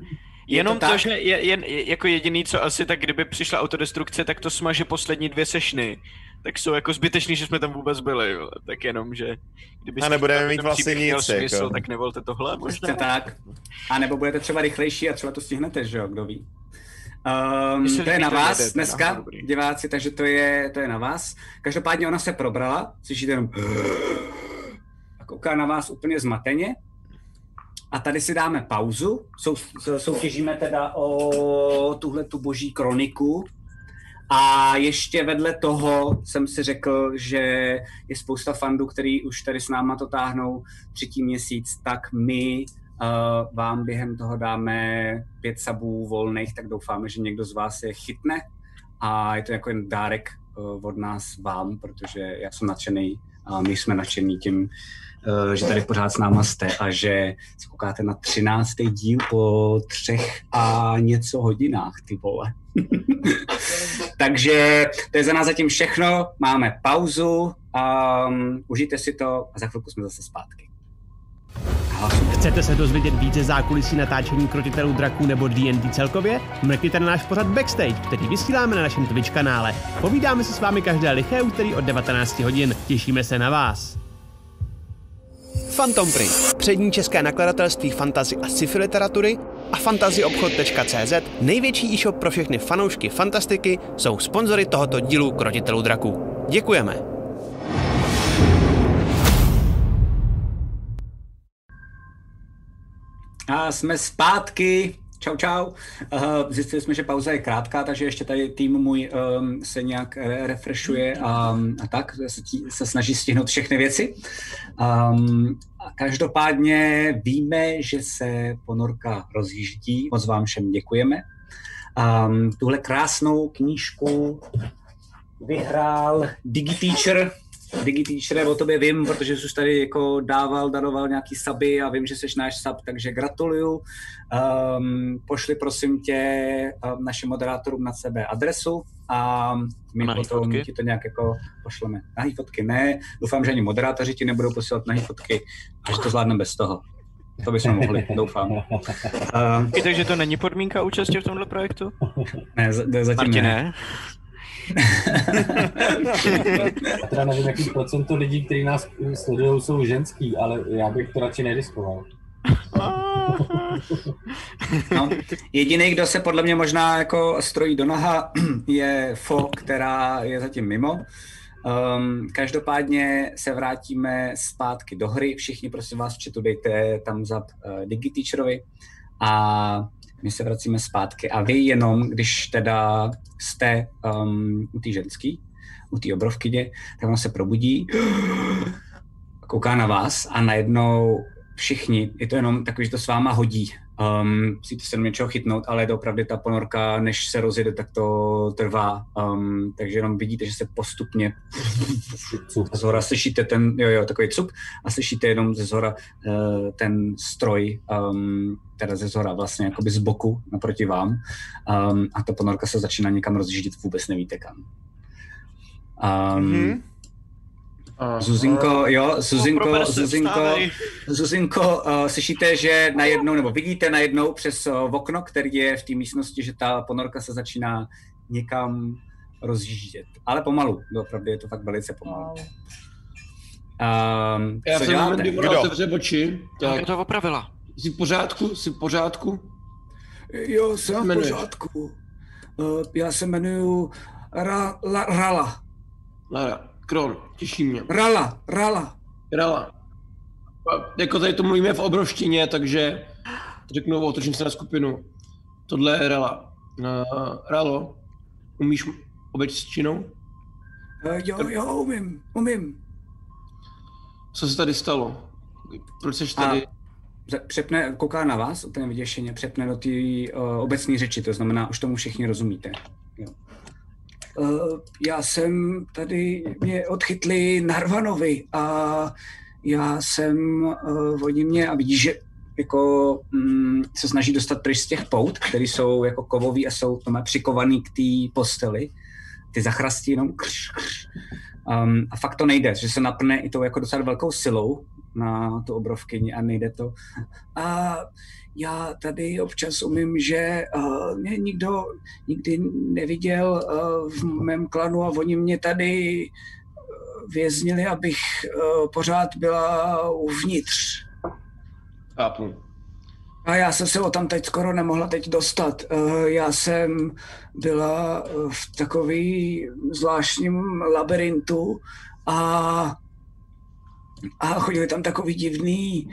[SPEAKER 3] Jenom to,
[SPEAKER 1] tak?
[SPEAKER 3] že je, jen, jako jediný, co asi tak, kdyby přišla autodestrukce, tak to smaže poslední dvě sešny. Tak jsou jako zbytečný, že jsme tam vůbec byli, jo. Tak jenom, že... Kdyby
[SPEAKER 7] A nebudeme mít vlastně
[SPEAKER 3] měl
[SPEAKER 7] nic,
[SPEAKER 3] smysl,
[SPEAKER 7] jako.
[SPEAKER 3] tak nevolte tohle možná.
[SPEAKER 1] Přesně Prostě tak. A nebo budete třeba rychlejší a třeba to stihnete, že jo, kdo ví. Um,
[SPEAKER 3] Jestli
[SPEAKER 1] to je
[SPEAKER 3] vy
[SPEAKER 1] na
[SPEAKER 3] to
[SPEAKER 1] vás
[SPEAKER 3] jedete,
[SPEAKER 1] dneska,
[SPEAKER 3] aha, dobrý.
[SPEAKER 1] diváci, takže to je, to je na vás. Každopádně ona se probrala, slyšíte jenom a kouká na vás úplně zmateně. A tady si dáme pauzu, sou, soutěžíme teda o tuhle tu boží kroniku. A ještě vedle toho jsem si řekl, že je spousta fandů, který už tady s náma to táhnou třetí měsíc, tak my Uh, vám během toho dáme pět sabů volných, tak doufáme, že někdo z vás je chytne a je to jako jen dárek uh, od nás vám, protože já jsem nadšený a my jsme nadšení tím, uh, že tady pořád s náma jste a že se koukáte na třináctý díl po třech a něco hodinách, ty vole. Takže to je za nás zatím všechno, máme pauzu, um, užijte si to a za chvilku jsme zase zpátky. Hlasujte.
[SPEAKER 16] Chcete se dozvědět více zákulisí natáčení krotitelů draků nebo D&D celkově? Mrkněte na náš pořad Backstage, který vysíláme na našem Twitch kanále. Povídáme se s vámi každé liché úterý od 19 hodin. Těšíme se na vás.
[SPEAKER 17] Phantom Print, přední české nakladatelství fantazy a sci-fi literatury a fantazyobchod.cz, největší e-shop pro všechny fanoušky fantastiky, jsou sponzory tohoto dílu Krotitelů draků. Děkujeme!
[SPEAKER 1] A jsme zpátky. Čau, čau. Uh, Zjistili jsme, že pauza je krátká, takže ještě tady tým můj um, se nějak re- refreshuje a, a tak se, tí, se snaží stihnout všechny věci. Um, a každopádně víme, že se ponorka rozjíždí. Moc vám všem děkujeme. Um, tuhle krásnou knížku vyhrál DigiTeacher. DigiTeacher, o tobě vím, protože jsi už tady jako dával, daroval nějaký suby a vím, že jsi náš sub, takže gratuluju. Um, pošli prosím tě um, našim moderátorům na sebe adresu a my
[SPEAKER 3] A nahý
[SPEAKER 1] potom
[SPEAKER 3] fotky?
[SPEAKER 1] ti to nějak jako pošleme. Nahý fotky ne, doufám, že ani moderátoři ti nebudou posílat nahý fotky a že to zvládneme bez toho. To bychom mohli, doufám. Um,
[SPEAKER 3] Takže to není podmínka účasti v tomhle projektu?
[SPEAKER 1] ne, za- zatím
[SPEAKER 3] Martine,
[SPEAKER 1] ne.
[SPEAKER 3] ne.
[SPEAKER 8] Já teda nevím, jaký procento lidí, kteří nás sledují, jsou ženský, ale já bych to radši neriskoval.
[SPEAKER 1] No, jediný, kdo se podle mě možná jako strojí do noha, je Fo, která je zatím mimo. Um, každopádně se vrátíme zpátky do hry. Všichni, prosím vás, v chatu dejte tam za uh, DigiTeacherovi a my se vracíme zpátky. A vy jenom, když teda jste um, u té ženský, u té obrovkyně, tak ona se probudí, kouká na vás a najednou všichni, je to jenom takový, že to s váma hodí. Um, musíte se do něčeho chytnout, ale opravdu ta ponorka, než se rozjede, tak to trvá. Um, takže jenom vidíte, že se postupně z hora slyšíte ten, jo, jo, takový cup a slyšíte jenom ze zhora uh, ten stroj, um, teda ze zhora vlastně jakoby z boku naproti vám um, a ta ponorka se začíná někam rozjíždět, vůbec nevíte kam. Um, mm-hmm. Zuzinko, jo, Zuzinko, Zuzinko, Zuzinko, uh, slyšíte, že najednou, nebo vidíte najednou přes uh, okno, který je v té místnosti, že ta ponorka se začíná někam rozjíždět. Ale pomalu, opravdu je to fakt velice pomalu. Um,
[SPEAKER 4] Já
[SPEAKER 1] co
[SPEAKER 4] jsem moment,
[SPEAKER 1] děláte?
[SPEAKER 4] kdy ona otevře oči, tak
[SPEAKER 3] Tak to opravila.
[SPEAKER 4] jsi v pořádku, jsi v pořádku.
[SPEAKER 1] Jo, jsem v
[SPEAKER 4] Jmenuje.
[SPEAKER 1] pořádku. Uh, já se jmenuji Ra, la, Rala.
[SPEAKER 4] Lara, Kron, těší mě.
[SPEAKER 1] Rala, Rala.
[SPEAKER 4] Rala. A Jako tady to mluvíme v obrovštině, takže řeknu, otočím se na skupinu. Tohle je Rala. Uh, Ralo, umíš obečtinou?
[SPEAKER 1] Uh, jo, jo, umím, umím.
[SPEAKER 4] Co se tady stalo? Proč jsi
[SPEAKER 1] A
[SPEAKER 4] tady?
[SPEAKER 1] pře- přepne, kouká na vás, ten vyděšeně přepne do té uh, obecné řeči, to znamená, už tomu všichni rozumíte. Jo. Uh, já jsem tady, mě odchytli Narvanovi a já jsem, uh, oni mě, a vidíš, že jako mm, se snaží dostat pryč z těch pout, které jsou jako kovový a jsou tam přikovaný k té posteli. Ty zachrastí jenom kř, kř. Um, a fakt to nejde, že se napne i tou jako docela velkou silou na tu obrovkyni a nejde to. A já tady občas umím, že uh, mě nikdo nikdy neviděl uh, v mém klanu a oni mě tady uh, věznili, abych uh, pořád byla uvnitř.
[SPEAKER 4] Chápu.
[SPEAKER 1] A já jsem se o tam teď skoro nemohla teď dostat. Eh, Já jsem byla eh, v takový zvláštním labirintu a, a chodili tam takový divný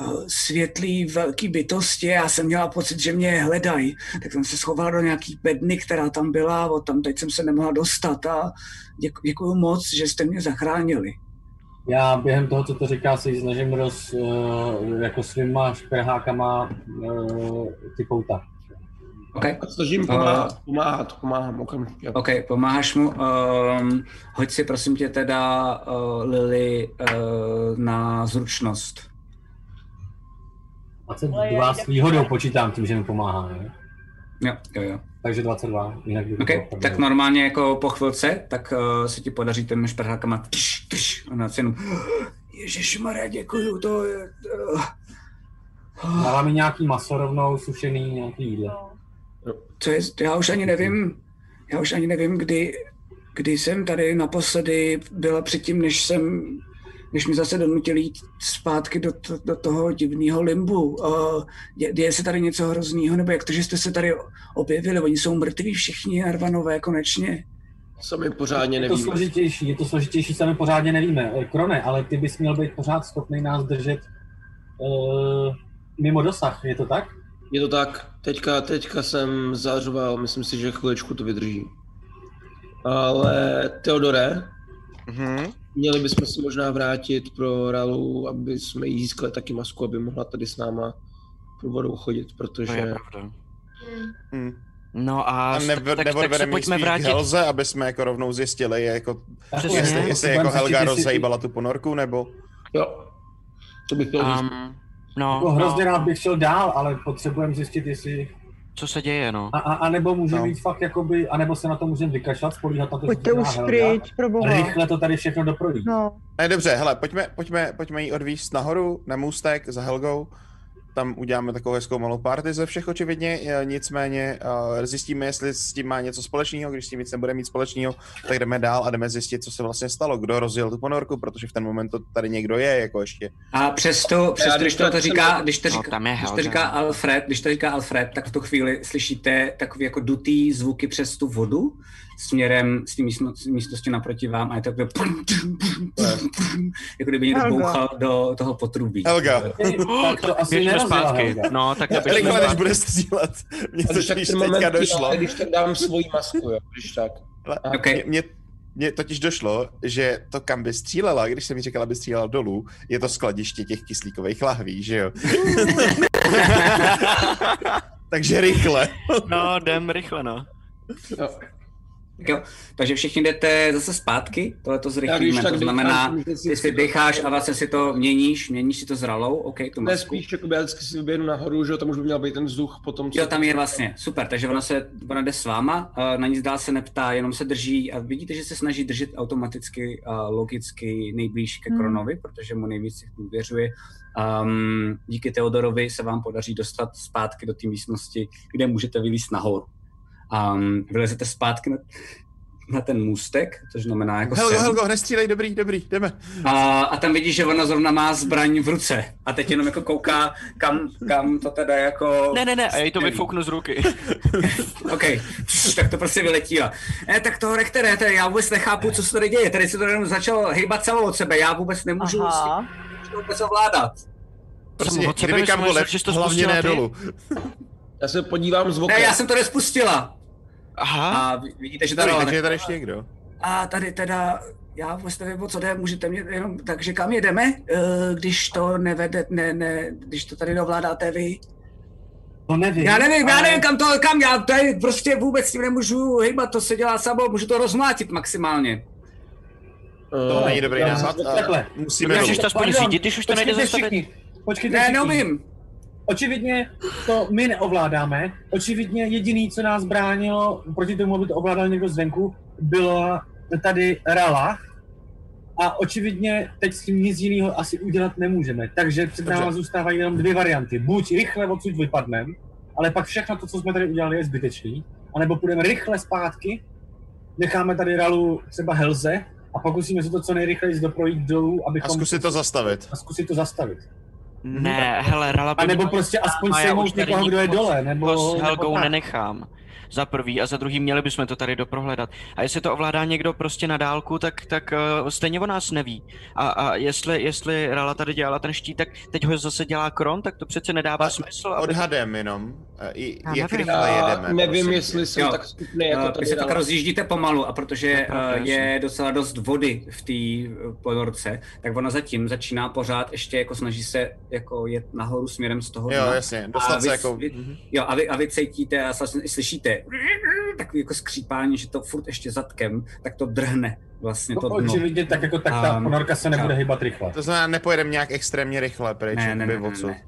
[SPEAKER 1] eh, světlý velký bytosti. Já jsem měla pocit, že mě hledají. Tak jsem se schovala do nějaký bedny, která tam byla, od tam teď jsem se nemohla dostat a děku, děkuju moc, že jste mě zachránili.
[SPEAKER 8] Já během toho, co to říká, se jí snažím roz, eh, jako svýma šperhákama eh, ty pouta.
[SPEAKER 1] Okay.
[SPEAKER 4] A Snažím pomáhat, pomáhat, pomáhám okamžitě.
[SPEAKER 1] OK, pomáháš mu. Um, hoď si prosím tě teda, uh, Lily, uh, na zručnost.
[SPEAKER 8] 22 s výhodou počítám tím, že mi pomáhá, ne?
[SPEAKER 1] Jo, jo, jo.
[SPEAKER 8] Takže 22, jinak by to
[SPEAKER 1] OK,
[SPEAKER 8] bylo
[SPEAKER 1] tak normálně jako po chvilce, tak uh, se ti podaří ten šperhákama tš, tš, a na cenu. Ježíš Maria, děkuju, to je... Uh,
[SPEAKER 8] Dává mi nějaký maso rovnou, sušený, nějaký jídlo.
[SPEAKER 1] co je, já už ani nevím, já už ani nevím, kdy, kdy jsem tady naposledy byla předtím, než jsem, než mi zase donutil jít zpátky do, to, do toho divného limbu. Uh, dě- děje se tady něco hroznýho, nebo jak to, že jste se tady objevili? Oni jsou mrtví všichni, Arvanové, konečně.
[SPEAKER 4] Sami pořádně
[SPEAKER 8] Je to
[SPEAKER 4] nevíme.
[SPEAKER 8] složitější, je to složitější, sami pořádně nevíme. Eh, Krone, ale ty bys měl být pořád schopný nás držet eh, mimo dosah, je to tak?
[SPEAKER 4] Je to tak, teďka, teďka jsem zařval, myslím si, že chviličku to vydrží. Ale Teodore,
[SPEAKER 7] Mhm.
[SPEAKER 4] měli bychom se možná vrátit pro Ralu, aby jsme jí získali taky masku, aby mohla tady s náma pro vodou chodit,
[SPEAKER 3] To
[SPEAKER 1] No
[SPEAKER 3] je
[SPEAKER 4] protože
[SPEAKER 3] pravda.
[SPEAKER 7] Hm.
[SPEAKER 3] No a,
[SPEAKER 7] A
[SPEAKER 3] s-
[SPEAKER 7] nebo,
[SPEAKER 3] tak, tak, tak se
[SPEAKER 7] neodvedeme
[SPEAKER 3] pojďme
[SPEAKER 7] pojďme
[SPEAKER 3] vrátit.
[SPEAKER 7] Helze, aby jsme jako rovnou zjistili, jako,
[SPEAKER 3] Přesně.
[SPEAKER 7] jestli, jestli
[SPEAKER 4] Budeme
[SPEAKER 7] jako
[SPEAKER 4] řešit,
[SPEAKER 7] Helga
[SPEAKER 4] jestli-
[SPEAKER 7] rozhejbala tu ponorku, nebo...
[SPEAKER 4] jo, to bych chtěl říct.
[SPEAKER 3] Um, no,
[SPEAKER 8] Jako hrozně rád
[SPEAKER 3] no,
[SPEAKER 8] bych šel dál, ale potřebujeme zjistit, jestli
[SPEAKER 3] co se děje, no.
[SPEAKER 8] A, a, a nebo může
[SPEAKER 7] No.
[SPEAKER 8] no. být fakt jakoby, a nebo se na to můžeme vykašlat, spolíhat na to, že
[SPEAKER 6] Pojďte
[SPEAKER 8] to dělá
[SPEAKER 6] už
[SPEAKER 8] Helga.
[SPEAKER 6] pryč, pro
[SPEAKER 8] A
[SPEAKER 6] boha.
[SPEAKER 8] Rychle to tady všechno doprojí.
[SPEAKER 6] No,
[SPEAKER 7] Ne, dobře, hele, pojďme, pojďme, pojďme jí odvíst nahoru, na můstek, za Helgou. tam uděláme takovou hezkou malou party ze všech očividně, eh, nicméně eh, zjistíme, jestli s tím má něco společného, když s tím nic nebude mít společného, tak jdeme dál a jdeme zjistit, co se vlastně stalo, kdo rozjel tu ponorku, protože v ten moment to tady někdo je, jako ještě.
[SPEAKER 1] A přesto, přesto když to, to říká, když to
[SPEAKER 3] No,
[SPEAKER 1] říká,
[SPEAKER 3] tam je
[SPEAKER 1] když to
[SPEAKER 3] Helga.
[SPEAKER 1] říká Alfred, když to říká Alfred, tak v tu chvíli slyšíte takový jako dutý zvuky přes tu vodu směrem s tím místno, s místností naproti vám a je to jako, jako kdyby někdo
[SPEAKER 6] Helga.
[SPEAKER 1] bouchal do toho potrubí.
[SPEAKER 7] Helga,
[SPEAKER 8] Tak to asi
[SPEAKER 3] Běžme
[SPEAKER 8] nerazila
[SPEAKER 3] zpátky.
[SPEAKER 8] Helga.
[SPEAKER 3] No, tak to běžme
[SPEAKER 7] Jako rychle, než
[SPEAKER 3] zpátky.
[SPEAKER 7] bude střílet, mě
[SPEAKER 4] A
[SPEAKER 7] to
[SPEAKER 4] když tak
[SPEAKER 7] když
[SPEAKER 4] ten moment,
[SPEAKER 7] teďka došlo.
[SPEAKER 4] Já, když tak dám svoji masku, jo, když tak.
[SPEAKER 7] Ale
[SPEAKER 1] Okay.
[SPEAKER 7] mě, mě, mě totiž došlo, že to, kam by střílela, když jsem mi říkala, by střílela dolů, je to skladiště těch kyslíkových lahví, že jo? Takže rychle.
[SPEAKER 5] No, jdem rychle, no.
[SPEAKER 4] Jo.
[SPEAKER 1] Tak jo. Takže všichni jdete zase zpátky, tohle to
[SPEAKER 4] Já když
[SPEAKER 1] zrychlíme,
[SPEAKER 4] tak
[SPEAKER 1] to
[SPEAKER 4] dýchám,
[SPEAKER 1] znamená,
[SPEAKER 4] že
[SPEAKER 1] ty si dýcháš a vlastně si to měníš, měníš si to zralou, OK, tu
[SPEAKER 4] Ne,
[SPEAKER 1] masku.
[SPEAKER 4] spíš jakoby já vždycky si vyběhnu nahoru, že jo, tam už by měl být ten vzduch potom.
[SPEAKER 1] Jo, tam je vlastně, super, takže ona se, ona jde s váma, eh, na nic dál se neptá, jenom se drží a vidíte, že se snaží držet automaticky, eh, logicky nejblíž ke
[SPEAKER 6] Hmm.
[SPEAKER 1] Kronovi, protože mu nejvíc důvěřuje. Um, díky Teodorovi se vám podaří dostat zpátky do té místnosti, kde můžete vylíst nahoru. Um, vylezete zpátky na, na ten můstek, což znamená jako
[SPEAKER 7] Helgo,
[SPEAKER 1] sem.
[SPEAKER 7] Helgo, nestřílej, dobrý, dobrý, jdeme.
[SPEAKER 1] A, a tam vidíš, že ona zrovna má zbraň v ruce. A teď jenom jako kouká, kam, kam to teda jako...
[SPEAKER 5] Ne, ne, ne, a já jí to
[SPEAKER 1] Skvělý.
[SPEAKER 5] vyfouknu z ruky.
[SPEAKER 1] OK, tak to prostě vyletí. a, E, tak to rektere, tady já vůbec nechápu, co se tady děje. Tady se to jenom začalo hýbat celo od sebe. Já vůbec nemůžu s tím
[SPEAKER 6] Aha.
[SPEAKER 1] to vůbec ovládat.
[SPEAKER 7] Prostě,
[SPEAKER 3] od sebe
[SPEAKER 7] kdyby
[SPEAKER 3] myslím,
[SPEAKER 7] kam
[SPEAKER 3] že
[SPEAKER 7] vole,
[SPEAKER 3] jsi to
[SPEAKER 7] hlavně
[SPEAKER 3] spustila
[SPEAKER 7] ne
[SPEAKER 3] ty.
[SPEAKER 7] dolů.
[SPEAKER 4] Já se podívám z oka.
[SPEAKER 1] Ne, já jsem to nespustila.
[SPEAKER 3] Aha,
[SPEAKER 1] A vy- vidíte, že tady...
[SPEAKER 7] Dobrý, takže je tady ještě někdo.
[SPEAKER 1] A tady teda, já vůbec nevím, o co jde, můžete mě jenom, takže kam jedeme, eh, když to nevede, ne, ne, když to tady ovládáte vy.
[SPEAKER 8] To No, nevím.
[SPEAKER 1] Já nevím, já
[SPEAKER 8] Mhm. ale
[SPEAKER 1] nevím, kam to, kam, já tady prostě vůbec s tím nemůžu hýbat, to se dělá samo, můžu to rozmlátit maximálně.
[SPEAKER 4] Eh,
[SPEAKER 7] To není dobrý
[SPEAKER 8] já-
[SPEAKER 7] nápad. a
[SPEAKER 8] takhle.
[SPEAKER 7] Musíme dolů.
[SPEAKER 5] Můžeš to aspoň
[SPEAKER 8] Pardon,
[SPEAKER 5] řídit, když už to nejde
[SPEAKER 8] počkejte
[SPEAKER 5] zastavit.
[SPEAKER 8] všichni, Počkejte
[SPEAKER 1] Ne, no,
[SPEAKER 8] všichni.
[SPEAKER 1] neumím.
[SPEAKER 8] Očividně to my neovládáme. Očividně jediný, co nás bránilo proti tomu, aby to ovládal někdo zvenku, byla tady rala. A očividně teď s tím nic jiného asi udělat nemůžeme. Takže před
[SPEAKER 7] Dobře.
[SPEAKER 8] námi zůstávají jenom dvě varianty. Buď rychle odsud vypadneme, ale pak všechno to, co jsme tady udělali, je zbytečný. A nebo půjdeme rychle zpátky, necháme tady ralu třeba Helze a pokusíme se to co nejrychleji doprojít dolů,
[SPEAKER 7] A
[SPEAKER 8] abychom...
[SPEAKER 7] zkusit to zastavit.
[SPEAKER 8] a zkusit to zastavit.
[SPEAKER 3] ne, hele, Rala by
[SPEAKER 8] A nebo
[SPEAKER 3] měla-
[SPEAKER 8] prostě aspoň
[SPEAKER 3] A já už
[SPEAKER 8] sejmout
[SPEAKER 3] tady
[SPEAKER 8] někoho, kdo je
[SPEAKER 3] nikoho-
[SPEAKER 8] dole, nebo...
[SPEAKER 3] nikoho s Helgou
[SPEAKER 8] nebo tak.
[SPEAKER 3] nenechám. Za prvý a za druhý měli bychom to tady doprohledat. A jestli to ovládá někdo prostě na dálku, tak, tak uh, stejně o nás neví. A, a jestli, jestli Rala tady dělala ten štít, tak teď ho zase dělá Kron, tak to přece nedává
[SPEAKER 7] A-
[SPEAKER 3] smysl. aby-
[SPEAKER 7] Odhadem jenom, e, i,
[SPEAKER 3] Já
[SPEAKER 7] jak
[SPEAKER 3] nevím.
[SPEAKER 7] rychle
[SPEAKER 4] Já
[SPEAKER 7] jedeme.
[SPEAKER 4] nevím,
[SPEAKER 7] prosím.
[SPEAKER 4] jestli jsem
[SPEAKER 1] Jo.
[SPEAKER 4] tak schopný
[SPEAKER 1] Eh,
[SPEAKER 4] jako
[SPEAKER 1] Vy se
[SPEAKER 4] tady.
[SPEAKER 1] tak
[SPEAKER 4] ale-
[SPEAKER 1] rozjíždíte pomalu a protože
[SPEAKER 3] Naprosto,
[SPEAKER 1] eh, je
[SPEAKER 3] jasně.
[SPEAKER 1] docela dost vody v té eh, ponorce, tak ona zatím začíná pořád ještě jako snaží se jako jet nahoru směrem z toho
[SPEAKER 7] Jo,
[SPEAKER 1] dna.
[SPEAKER 7] jasně, dostat se jako...
[SPEAKER 1] vy, jo, a, vy, a vy cítíte a vlastně i slyšíte takový jako skřípání, že to furt ještě zadkem, tak to drhne vlastně
[SPEAKER 8] No,
[SPEAKER 1] to dno.
[SPEAKER 8] očividně tak jako tak ta
[SPEAKER 1] Um,
[SPEAKER 8] ponorka se nebude hýbat rychle.
[SPEAKER 7] To znamená, nepojedeme nějak extrémně rychle pryč,
[SPEAKER 1] Ne, ne, ne,
[SPEAKER 7] by
[SPEAKER 1] ne,
[SPEAKER 7] odsud.
[SPEAKER 1] ne.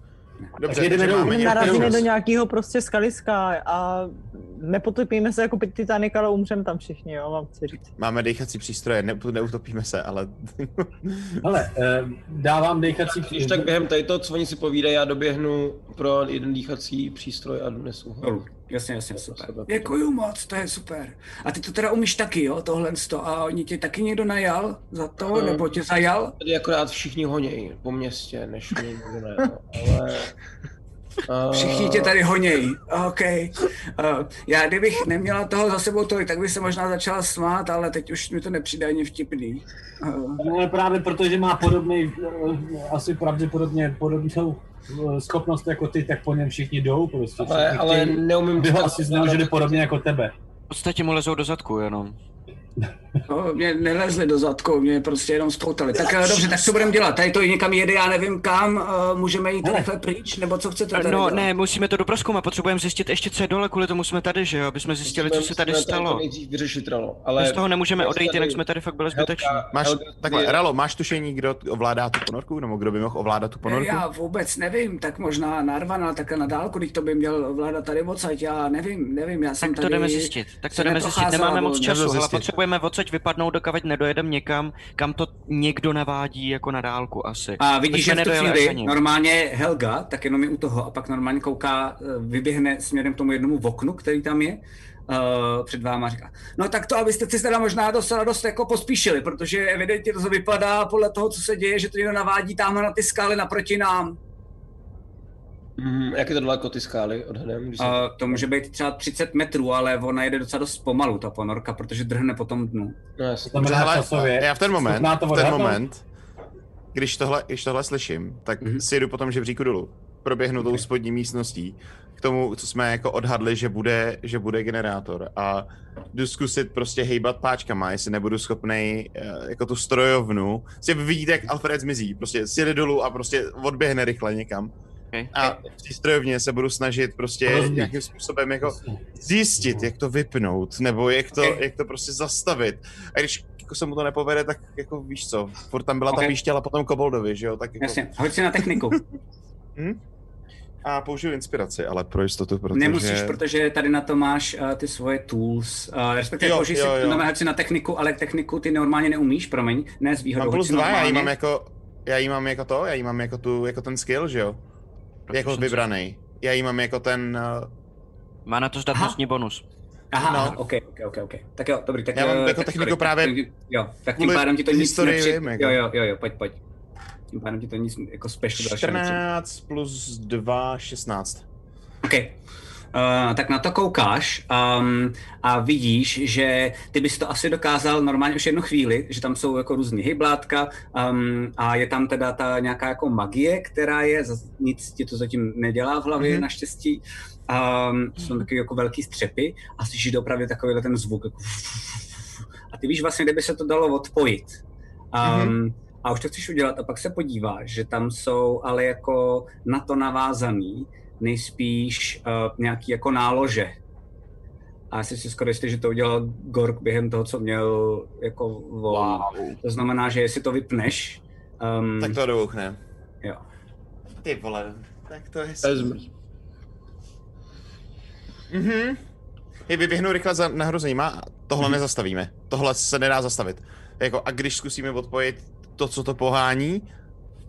[SPEAKER 7] Dobře,
[SPEAKER 8] Tak jedeme
[SPEAKER 7] takže
[SPEAKER 8] dolů.
[SPEAKER 7] máme nějaký
[SPEAKER 8] Narazíme
[SPEAKER 6] Narazíme
[SPEAKER 7] čas.
[SPEAKER 6] do nějakého prostě skaliska a nepotopíme se jako Titanic, ale umřeme tam všichni, jo, vám chci říct.
[SPEAKER 7] Máme dýchací přístroje, ne, neutopíme se, ale...
[SPEAKER 8] Hele, eh, dávám dechací
[SPEAKER 4] Když tak během tady toho, co oni si povídají, já doběhnu pro jeden dýchací přístroj a donesu ho.
[SPEAKER 1] Dolů. Jasně, jasně, super.
[SPEAKER 4] sebe.
[SPEAKER 1] Děkuju moc, to je super. A ty to teda umíš taky, jo, tohle to. A oni tě taky někdo najal za to,
[SPEAKER 4] Eh.
[SPEAKER 1] nebo tě zajal?
[SPEAKER 4] Tady akorát všichni honějí po městě, než mě nikdo ne, no, ale... eh, A-
[SPEAKER 1] Všichni tě tady honějí, OK. Uh, já kdybych neměla toho za sebou tolik, tak bych se možná začala smát, ale teď už mi to nepřijde ani vtipný. Uh,
[SPEAKER 8] No, právě protože má podobný, eh, asi pravděpodobně podobnou eh, schopnost jako ty, tak po něm všichni jdou prostě.
[SPEAKER 4] Ale,
[SPEAKER 8] Všichni
[SPEAKER 4] ale
[SPEAKER 8] chtějí,
[SPEAKER 4] neumím
[SPEAKER 8] aby ho
[SPEAKER 4] tak-
[SPEAKER 8] asi zneužili podobně jako tebe.
[SPEAKER 3] V podstatě mu lezou do zadku jenom.
[SPEAKER 1] no, mě nelezli do zadku, mě prostě jenom spoutali. Tak uh, dobře, tak co budeme dělat? Tady to někam jede, já nevím kam, uh, můžeme jít rychle pryč, nebo co chcete tady
[SPEAKER 3] No
[SPEAKER 1] dělat?
[SPEAKER 3] ne, musíme to doproskoumat, potřebujeme zjistit ještě co je dole, kvůli tomu jsme tady, že jo, aby jsme zjistili, co se tady
[SPEAKER 4] Musíme to
[SPEAKER 3] stalo.
[SPEAKER 4] Nejdřív vyřešit ralo, ale...
[SPEAKER 3] Z toho nemůžeme
[SPEAKER 4] Tady-
[SPEAKER 3] odejít, jinak jsme tady fakt byli zbyteční.
[SPEAKER 4] Helga-
[SPEAKER 7] Máš,
[SPEAKER 4] Helga
[SPEAKER 7] takhle,
[SPEAKER 4] je-
[SPEAKER 7] Ralo, máš tušení, kdo t- ovládá tu ponorku, nebo kdo by mohl ovládat tu ponorku?
[SPEAKER 1] Já vůbec nevím, tak možná narvaná takhle na dálku, když to by měl vládat tady odsaď, já nevím, nevím, já jsem
[SPEAKER 3] Tak to
[SPEAKER 1] tady...
[SPEAKER 3] jdeme zjistit, tak
[SPEAKER 1] se
[SPEAKER 3] to jdeme zjistit,
[SPEAKER 1] neprocházela
[SPEAKER 3] nemáme moc
[SPEAKER 1] volně.
[SPEAKER 3] času,
[SPEAKER 7] Jdeme
[SPEAKER 3] ale
[SPEAKER 7] zjistit.
[SPEAKER 3] potřebujeme odsaď muset vypadnout, dokud nedojedeme někam, kam to někdo navádí jako na dálku asi.
[SPEAKER 1] A vidíš, že v tu chvíli normálně Helga, tak jenom je u toho a pak normálně kouká, eh, vyběhne směrem k tomu jednomu oknu, který tam je, Uh, před váma říká, no tak to, abyste si teda možná dost, dost jako pospíšili, protože evidentně to vypadá podle toho, co se děje, že to někdo navádí tamhle na ty skály naproti nám.
[SPEAKER 4] Mm, jak je to daleko ty skály odhadem?
[SPEAKER 1] Když se... uh, to může být třeba 30 metrů, ale ona jede docela dost pomalu, ta ponorka, protože drhne po tom dnu.
[SPEAKER 4] Jako-
[SPEAKER 7] No, jasný. Dobře, hele, časově, já v ten moment, v ten moment, když tohle, když tohle slyším, tak mm-hmm. si jdu potom žebříku dolů. Proběhnu okay. tou spodní místností k tomu, co jsme jako odhadli, že bude, že bude generátor a jdu zkusit prostě hejbat páčkama, jestli nebudu schopný jako tu strojovnu. Si vidíte, jak Alfred zmizí, prostě si jde dolů a prostě odběhne rychle někam. Okay. A v té strojovně se budu snažit prostě Rozumím. nějakým způsobem jako zjistit, jak to vypnout, nebo jak to, okay. jak to prostě zastavit. A když jako se mu to nepovede, tak jako víš co, furt tam byla okay. ta výštěla potom Koboldovi, že jo? Tak jako...
[SPEAKER 1] Jasně, hoď si na techniku.
[SPEAKER 7] hm? A použiju inspiraci, ale pro jistotu, protože...
[SPEAKER 1] Nemusíš, protože tady na to máš uh, ty svoje tools. Uh, respektive jo, použij jo, si, jo. si na techniku, ale techniku ty normálně neumíš, promiň, ne s výhodou.
[SPEAKER 7] Mám plus dva, normálně. já ji mám jako, já ji mám jako to, já ji mám jako, tu, jako ten skill, že jo? Proto jako vybraný. Já ji mám jako ten... Uh...
[SPEAKER 3] Má na to zdatnostní bonus.
[SPEAKER 1] Aha, no. OK, OK, OK, OK. Tak jo, dobrý, tak...
[SPEAKER 7] Já mám jako techniku sorry, právě... Tak,
[SPEAKER 1] jo, tak tím pádem ti to nic nepři...
[SPEAKER 7] jako.
[SPEAKER 1] Jo, jo, jo, jo, pojď, pojď tím pádem ti to nic jako special
[SPEAKER 7] další 14 věci. plus 2, 16.
[SPEAKER 1] OK. Uh, tak na to koukáš um, a vidíš, že ty bys to asi dokázal normálně už jednu chvíli, že tam jsou jako různý hyblátka um, a je tam teda ta nějaká jako magie, která je, nic ti to zatím nedělá v hlavě mm-hmm. naštěstí, um, jsou tam takové jako velký střepy a slyšíš opravdu takovýhle ten zvuk jako a ty víš vlastně, kde by se to dalo odpojit. Um, mm-hmm a už to chceš udělat a pak se podíváš, že tam jsou ale jako na to navázaný nejspíš uh, nějaký jako nálože. A já si si skoro jistý, že to udělal Gork během toho, co měl jako volno. Wow. To znamená, že jestli to vypneš...
[SPEAKER 7] Um, tak to douchne.
[SPEAKER 1] Jo.
[SPEAKER 7] Ty vole, tak to je... Vezmi. Mhm. Je, vyběhnu rychle za nahrozeníma, tohle mm-hmm. nezastavíme. Tohle se nedá zastavit. Jako, a když zkusíme odpojit to, co to pohání,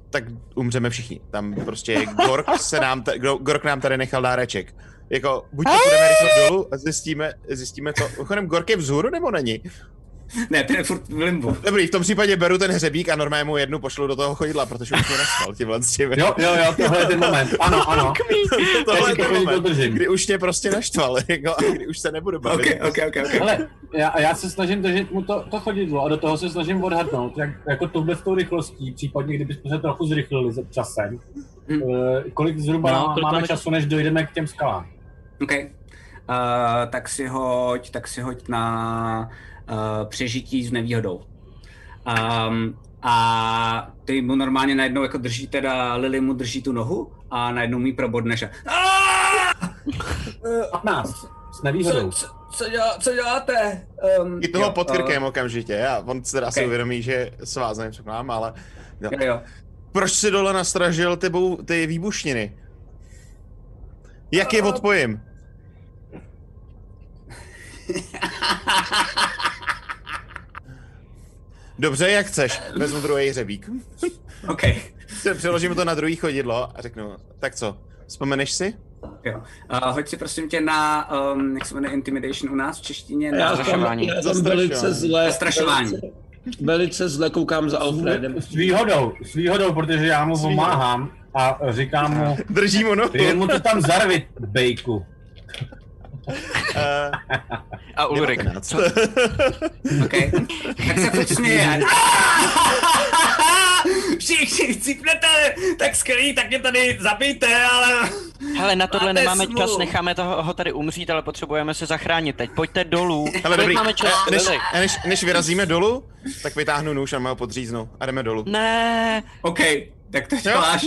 [SPEAKER 7] tak umřeme všichni. Tam prostě Gork, se nám, t- Gork nám tady nechal dáreček. Jako, buď to půjdeme rychle dolů a zjistíme, zjistíme to. Uchodem, Gork je vzhůru nebo není?
[SPEAKER 1] Ne, ten je furt v limbu.
[SPEAKER 7] Dobrý, v tom případě beru ten hřebík a normálně mu jednu pošlu do toho chodidla, protože už mě nastal tímhle s tím.
[SPEAKER 8] Jo, jo, jo, tohle je ten moment. Ano, ano.
[SPEAKER 7] tohle je ten moment, kdy už mě prostě naštval, jako, a kdy už se nebudu bavit.
[SPEAKER 1] Okay, okay, okay, okay.
[SPEAKER 8] Ale já, já se snažím držet mu to, to chodidlo a do toho se snažím odhadnout, jak, jako tohle s tou rychlostí, případně kdybychom se trochu zrychlili za časem, hmm. kolik zhruba no, kolik máme času, než dojdeme k těm skalám.
[SPEAKER 1] Okay. Uh, Eh, tak si hoď, tak si hoď na uh, přežití s nevýhodou. Um, a ty mu normálně najednou jako drží teda, Lily mu drží tu nohu a najednou mi probodneš a...
[SPEAKER 8] 15. S nevýhodou.
[SPEAKER 1] Co, co, dělá, co děláte?
[SPEAKER 7] Um, I toho jo, pod krkem
[SPEAKER 1] eh,
[SPEAKER 7] uh, okamžitě a on se teda okay. si uvědomí, že svázaným nám, ale... Jo. Jo, jo. Proč si dole nastražil ty, bou, ty výbušniny? Jak je odpojím? Dobře, jak chceš. Vezmu druhý hřebík.
[SPEAKER 1] OK.
[SPEAKER 7] Přeložím to na druhý chodidlo a řeknu, tak co, vzpomeneš si?
[SPEAKER 1] Jo. Uh, hoď si prosím tě na, um, jak se jmenuje Intimidation u nás v češtině? Na
[SPEAKER 4] já zastrašování. Tam, já tam velice zle.
[SPEAKER 1] Zastrašování.
[SPEAKER 4] Velice, velice zle koukám za Alfredem.
[SPEAKER 8] S výhodou, s výhodou, protože já mu pomáhám a říkám mu...
[SPEAKER 7] Drží mu nohu.
[SPEAKER 8] mu to tam zarvit, bejku.
[SPEAKER 7] Eh,
[SPEAKER 3] Uh, a Ulrik.
[SPEAKER 1] okay. Tak se pojď směje. Všichni chcípnete, tak skvělý, tak mě tady zabijte, ale...
[SPEAKER 3] Hele, na tohle Máte nemáme smůl. čas, necháme toho, ho tady umřít, ale potřebujeme se zachránit teď. Pojďte dolů.
[SPEAKER 7] Hele, dobrý. Eh, Máme čas, a, než, a než, než, vyrazíme dolů, tak vytáhnu nůž a ho podříznu a jdeme
[SPEAKER 3] No.
[SPEAKER 7] dolů.
[SPEAKER 3] Ne.
[SPEAKER 1] OK, tak to děláš.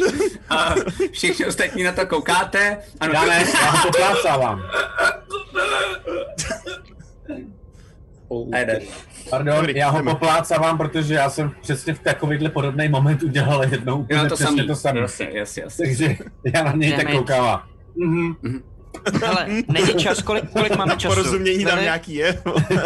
[SPEAKER 1] A všichni ostatní na to koukáte.
[SPEAKER 8] Ano, já ne, já ho poklácávám.
[SPEAKER 1] Oh, okay.
[SPEAKER 8] Pardon, Dobrý, já ho poplácávám, protože já jsem přesně v takovýhle podobný moment udělal jednou úplně
[SPEAKER 1] jo, to
[SPEAKER 8] přesně
[SPEAKER 1] samý.
[SPEAKER 8] to samé.
[SPEAKER 1] Jasně, jasně, jasně.
[SPEAKER 8] Takže já na něj tak koukávám. Mhm.
[SPEAKER 3] Hele, není čas, kolik, kolik máme času?
[SPEAKER 7] Porozumění tam nějaký je.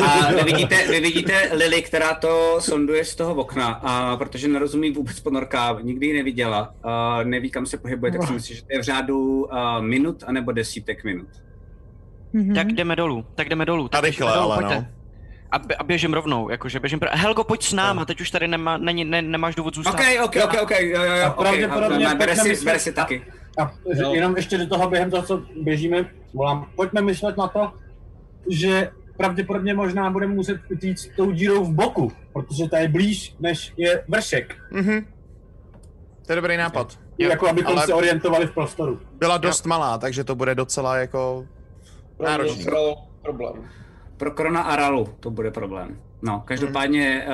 [SPEAKER 1] A vy vidíte, vy vidíte Lily, která to sonduje z toho okna, a protože nerozumí vůbec ponorkám, nikdy ji neviděla, a neví, kam se pohybuje, tak si myslím, že to je v řádu a, minut anebo desítek minut.
[SPEAKER 3] Mm-hmm. Tak jdeme dolů, tak jdeme dolů. Tak
[SPEAKER 7] a rychle,
[SPEAKER 3] dolů,
[SPEAKER 7] ale pojďte. no.
[SPEAKER 3] A, b- a běžím rovnou, jakože běžím pro... Helgo, pojď s náma, teď už tady nemá, není, ne, nemáš důvod zůstat.
[SPEAKER 1] OK, OK, OK, OK, jo, jo,
[SPEAKER 8] A
[SPEAKER 1] jo, OK,
[SPEAKER 8] pravděpodobně
[SPEAKER 1] a- bere
[SPEAKER 8] pojďme
[SPEAKER 1] si,
[SPEAKER 8] myslet-
[SPEAKER 1] bere si taky.
[SPEAKER 8] A že- jenom ještě do toho během toho, co běžíme, volám, pojďme myslet na to, že pravděpodobně možná budeme muset utíct tou dírou v boku, protože ta je blíž, než je vršek.
[SPEAKER 7] Mhm. To je dobrý nápad.
[SPEAKER 8] Jo, jako abychom
[SPEAKER 7] ale-
[SPEAKER 8] ale... se orientovali v prostoru.
[SPEAKER 7] Byla dost malá, takže to bude docela jako náročný.
[SPEAKER 18] Pro problém.
[SPEAKER 1] Pro Krona a Ralu to bude problém. No, každopádně,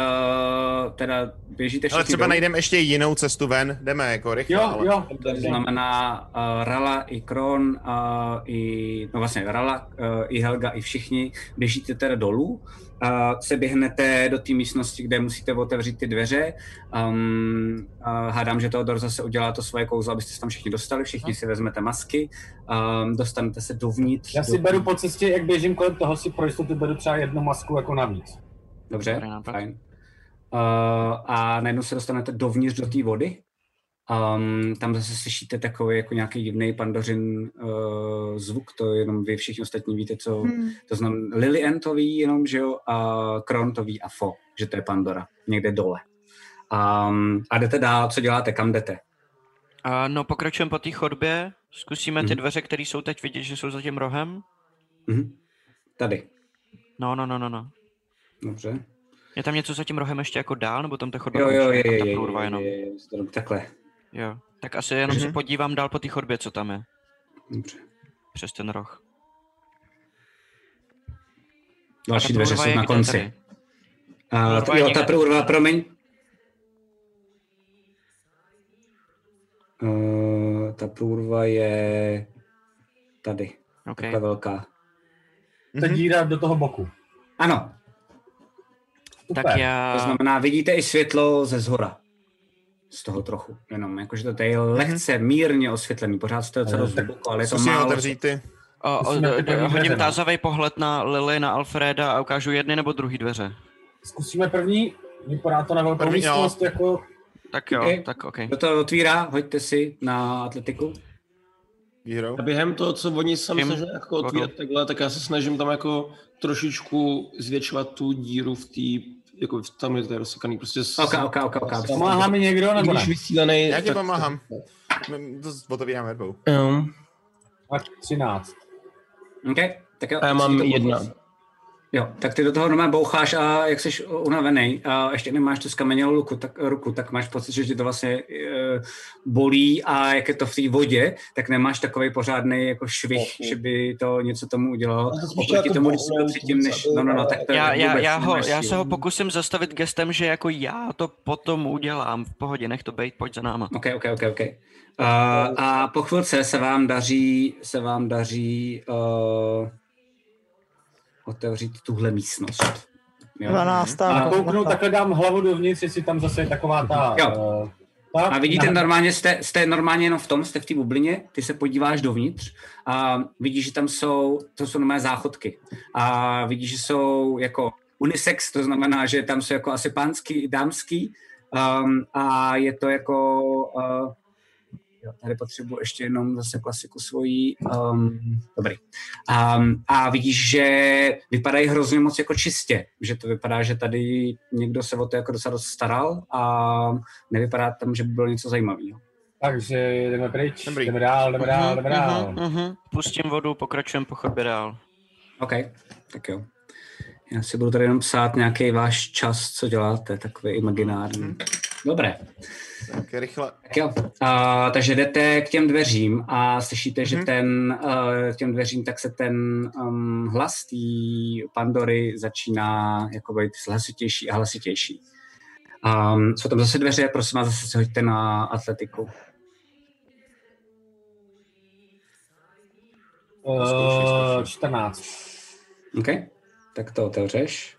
[SPEAKER 1] uh, teda běžíte všichni
[SPEAKER 7] Ale třeba
[SPEAKER 1] dolů.
[SPEAKER 7] najdeme ještě jinou cestu ven, jdeme jako rychle.
[SPEAKER 8] Jo,
[SPEAKER 7] ale...
[SPEAKER 8] jo.
[SPEAKER 1] To znamená uh, Rala i Kron, uh, i, no vlastně Rala, uh, i Helga, i všichni běžíte teda dolů, uh, se běhnete do té místnosti, kde musíte otevřít ty dveře. Um, uh, hádám, že Teodor zase udělá to svoje kouzlo, abyste se tam všichni dostali, všichni si vezmete masky, um, dostanete se dovnitř.
[SPEAKER 8] Já si
[SPEAKER 1] do-
[SPEAKER 8] beru po cestě, jak běžím kolem toho, si pro jistotu beru třeba jednu masku jako navíc.
[SPEAKER 1] Dobře,
[SPEAKER 3] Dobrý nápad.
[SPEAKER 1] fajn. Uh, a najednou se dostanete dovnitř do té vody. Um, tam zase slyšíte takový jako nějaký divný pandořin uh, zvuk, to jenom vy všichni ostatní víte, co
[SPEAKER 6] Hmm.
[SPEAKER 1] to znamená. Lily Ann to ví jenom, že jo, a Kron to ví a Fo, že to je Pandora, někde dole. Um, a jdete dál, co děláte, kam jdete?
[SPEAKER 3] A no, pokračujeme po té chodbě, zkusíme ty
[SPEAKER 1] Mhm.
[SPEAKER 3] dveře, které jsou teď vidět, že jsou za tím rohem.
[SPEAKER 1] Mhm. Tady,
[SPEAKER 3] No, no, no, no, no.
[SPEAKER 1] dobře.
[SPEAKER 3] Je tam něco za tím rohem ještě jako dál, nebo tam ta chodba
[SPEAKER 1] Jo, jo,
[SPEAKER 3] končí?
[SPEAKER 1] je,
[SPEAKER 3] Tam
[SPEAKER 1] je,
[SPEAKER 3] ta
[SPEAKER 1] je,
[SPEAKER 3] průrva jenom.
[SPEAKER 1] je, je, je, takhle.
[SPEAKER 3] Jo. Tak asi jenom se
[SPEAKER 7] Mhm.
[SPEAKER 3] podívám dál po té chodbě, co tam je.
[SPEAKER 1] Dobře.
[SPEAKER 3] Přes ten roh. A
[SPEAKER 1] Další
[SPEAKER 3] ta
[SPEAKER 1] dveře
[SPEAKER 3] průrva
[SPEAKER 1] jsou
[SPEAKER 3] je
[SPEAKER 1] na
[SPEAKER 3] kde
[SPEAKER 1] konci.
[SPEAKER 3] tady?
[SPEAKER 1] A,
[SPEAKER 3] Průrva je
[SPEAKER 1] jo, ta
[SPEAKER 3] někde-
[SPEAKER 1] průrva, promiň. Uh, ta průrva je tady,
[SPEAKER 3] Okay.
[SPEAKER 1] takhle velká.
[SPEAKER 8] Ta díra do toho boku.
[SPEAKER 1] Ano,
[SPEAKER 8] Super.
[SPEAKER 3] Tak
[SPEAKER 1] to
[SPEAKER 3] já...
[SPEAKER 1] znamená, vidíte i světlo ze zhora. Z toho trochu, jenom jakože to tady je
[SPEAKER 4] Mhm.
[SPEAKER 1] lehce, mírně osvětlený, pořád jste docela dost hluboko, ale je to
[SPEAKER 7] Zkusíme
[SPEAKER 1] málo.
[SPEAKER 7] otevřít ty.
[SPEAKER 3] O, o,
[SPEAKER 8] Musíme
[SPEAKER 3] d-
[SPEAKER 8] teprve
[SPEAKER 3] d-
[SPEAKER 8] mít
[SPEAKER 3] hodím
[SPEAKER 8] dveře, no.
[SPEAKER 3] tázavý pohled na Lily, na Alfreda a ukážu jedny nebo druhý dveře.
[SPEAKER 8] Zkusíme první, vypadá to na velkou
[SPEAKER 7] První, jo.
[SPEAKER 8] místnost, jako
[SPEAKER 3] Tak jo,
[SPEAKER 1] Ok.
[SPEAKER 3] tak OK.
[SPEAKER 1] Kdo to otvírá, hoďte si na atletiku.
[SPEAKER 7] Hero.
[SPEAKER 4] A během toho, co oni sami
[SPEAKER 3] Jim-
[SPEAKER 4] snaží jako otvírat takhle, tak já se snažím tam jako trošičku zvětšovat tu díru v té, jako v- tam je to rozsekaný, prostě s,
[SPEAKER 1] Ok, ok, ok, ok.
[SPEAKER 8] pomáhá mi někdo nebo ne?
[SPEAKER 4] když vysílaný.
[SPEAKER 7] Já ti
[SPEAKER 4] tak-
[SPEAKER 7] pomáhám. My to z- otevíráme dvou.
[SPEAKER 4] Jo.
[SPEAKER 1] Ehm,
[SPEAKER 8] Tak 13.
[SPEAKER 1] okay. Tak jo,
[SPEAKER 4] A já mám
[SPEAKER 1] si to-
[SPEAKER 4] jedna.
[SPEAKER 1] Jo, tak ty do toho normálně boucháš a jak jsi unavený a ještě nemáš tu skamenělou ruku, tak, ruku, tak máš pocit, že tě to vlastně e, bolí a jak je to v té vodě, tak nemáš takový pořádný jako švih, že by to něco tomu udělalo.
[SPEAKER 4] to spíš
[SPEAKER 1] Oproti
[SPEAKER 4] jako
[SPEAKER 1] tomu, když
[SPEAKER 4] bohnout,
[SPEAKER 1] jsme předtím, než... No, no, no, tak to
[SPEAKER 3] Já, já,
[SPEAKER 1] vůbec
[SPEAKER 3] já, ho,
[SPEAKER 1] nemáš
[SPEAKER 3] já se
[SPEAKER 1] sílu.
[SPEAKER 3] ho pokusím zastavit gestem, že jako já to potom udělám. V pohodě, nech to bejt, pojď za náma.
[SPEAKER 1] OK, OK, OK, OK. Uh, a po chvilce se vám daří, se vám daří uh, otevřít tuhle místnost. Jo.
[SPEAKER 6] 12.
[SPEAKER 8] A
[SPEAKER 6] tak-
[SPEAKER 8] kouknu,
[SPEAKER 6] tak-
[SPEAKER 8] takhle dám hlavu dovnitř, jestli tam zase je taková ta...
[SPEAKER 1] Jo.
[SPEAKER 8] eh, ta
[SPEAKER 1] A vidíte, normálně jste, jste normálně jenom v tom, jste v té bublině, ty se podíváš dovnitř a vidíš, že tam jsou, to jsou normálně záchodky a vidíš, že jsou jako unisex, to znamená, že tam jsou jako asi pánský, i dámský um, a je to jako, uh, jo, tady potřebuji ještě jenom zase klasiku svojí, um, dobrý. Um, a vidíš, že vypadají hrozně moc jako čistě, že to vypadá, že tady někdo se o to jako docela dost staral a nevypadá tam, že by bylo něco zajímavého.
[SPEAKER 8] Takže jdeme pryč,
[SPEAKER 7] Dobrý.
[SPEAKER 8] jdeme dál, jdeme dál, jdeme dál.
[SPEAKER 3] mhm. Pustím vodu, pokračujeme po chodbě dál.
[SPEAKER 1] OK, tak jo. Já si budu tady jenom psát nějaký váš čas, co děláte, takový imaginární. Dobré,
[SPEAKER 7] Tak rychle.
[SPEAKER 1] tak jo. Uh, takže jdete k těm dveřím a slyšíte, že
[SPEAKER 7] Mhm.
[SPEAKER 1] ten, uh, k těm dveřím tak se ten um, hlas té Pandory začíná jako být hlasitější a hlasitější. Um, jsou tam zase dveře, prosím vás, zase se hoďte na atletiku. Zkoušej,
[SPEAKER 8] Eh,
[SPEAKER 1] zkoušej.
[SPEAKER 8] 14.
[SPEAKER 1] OK, tak to otevřeš.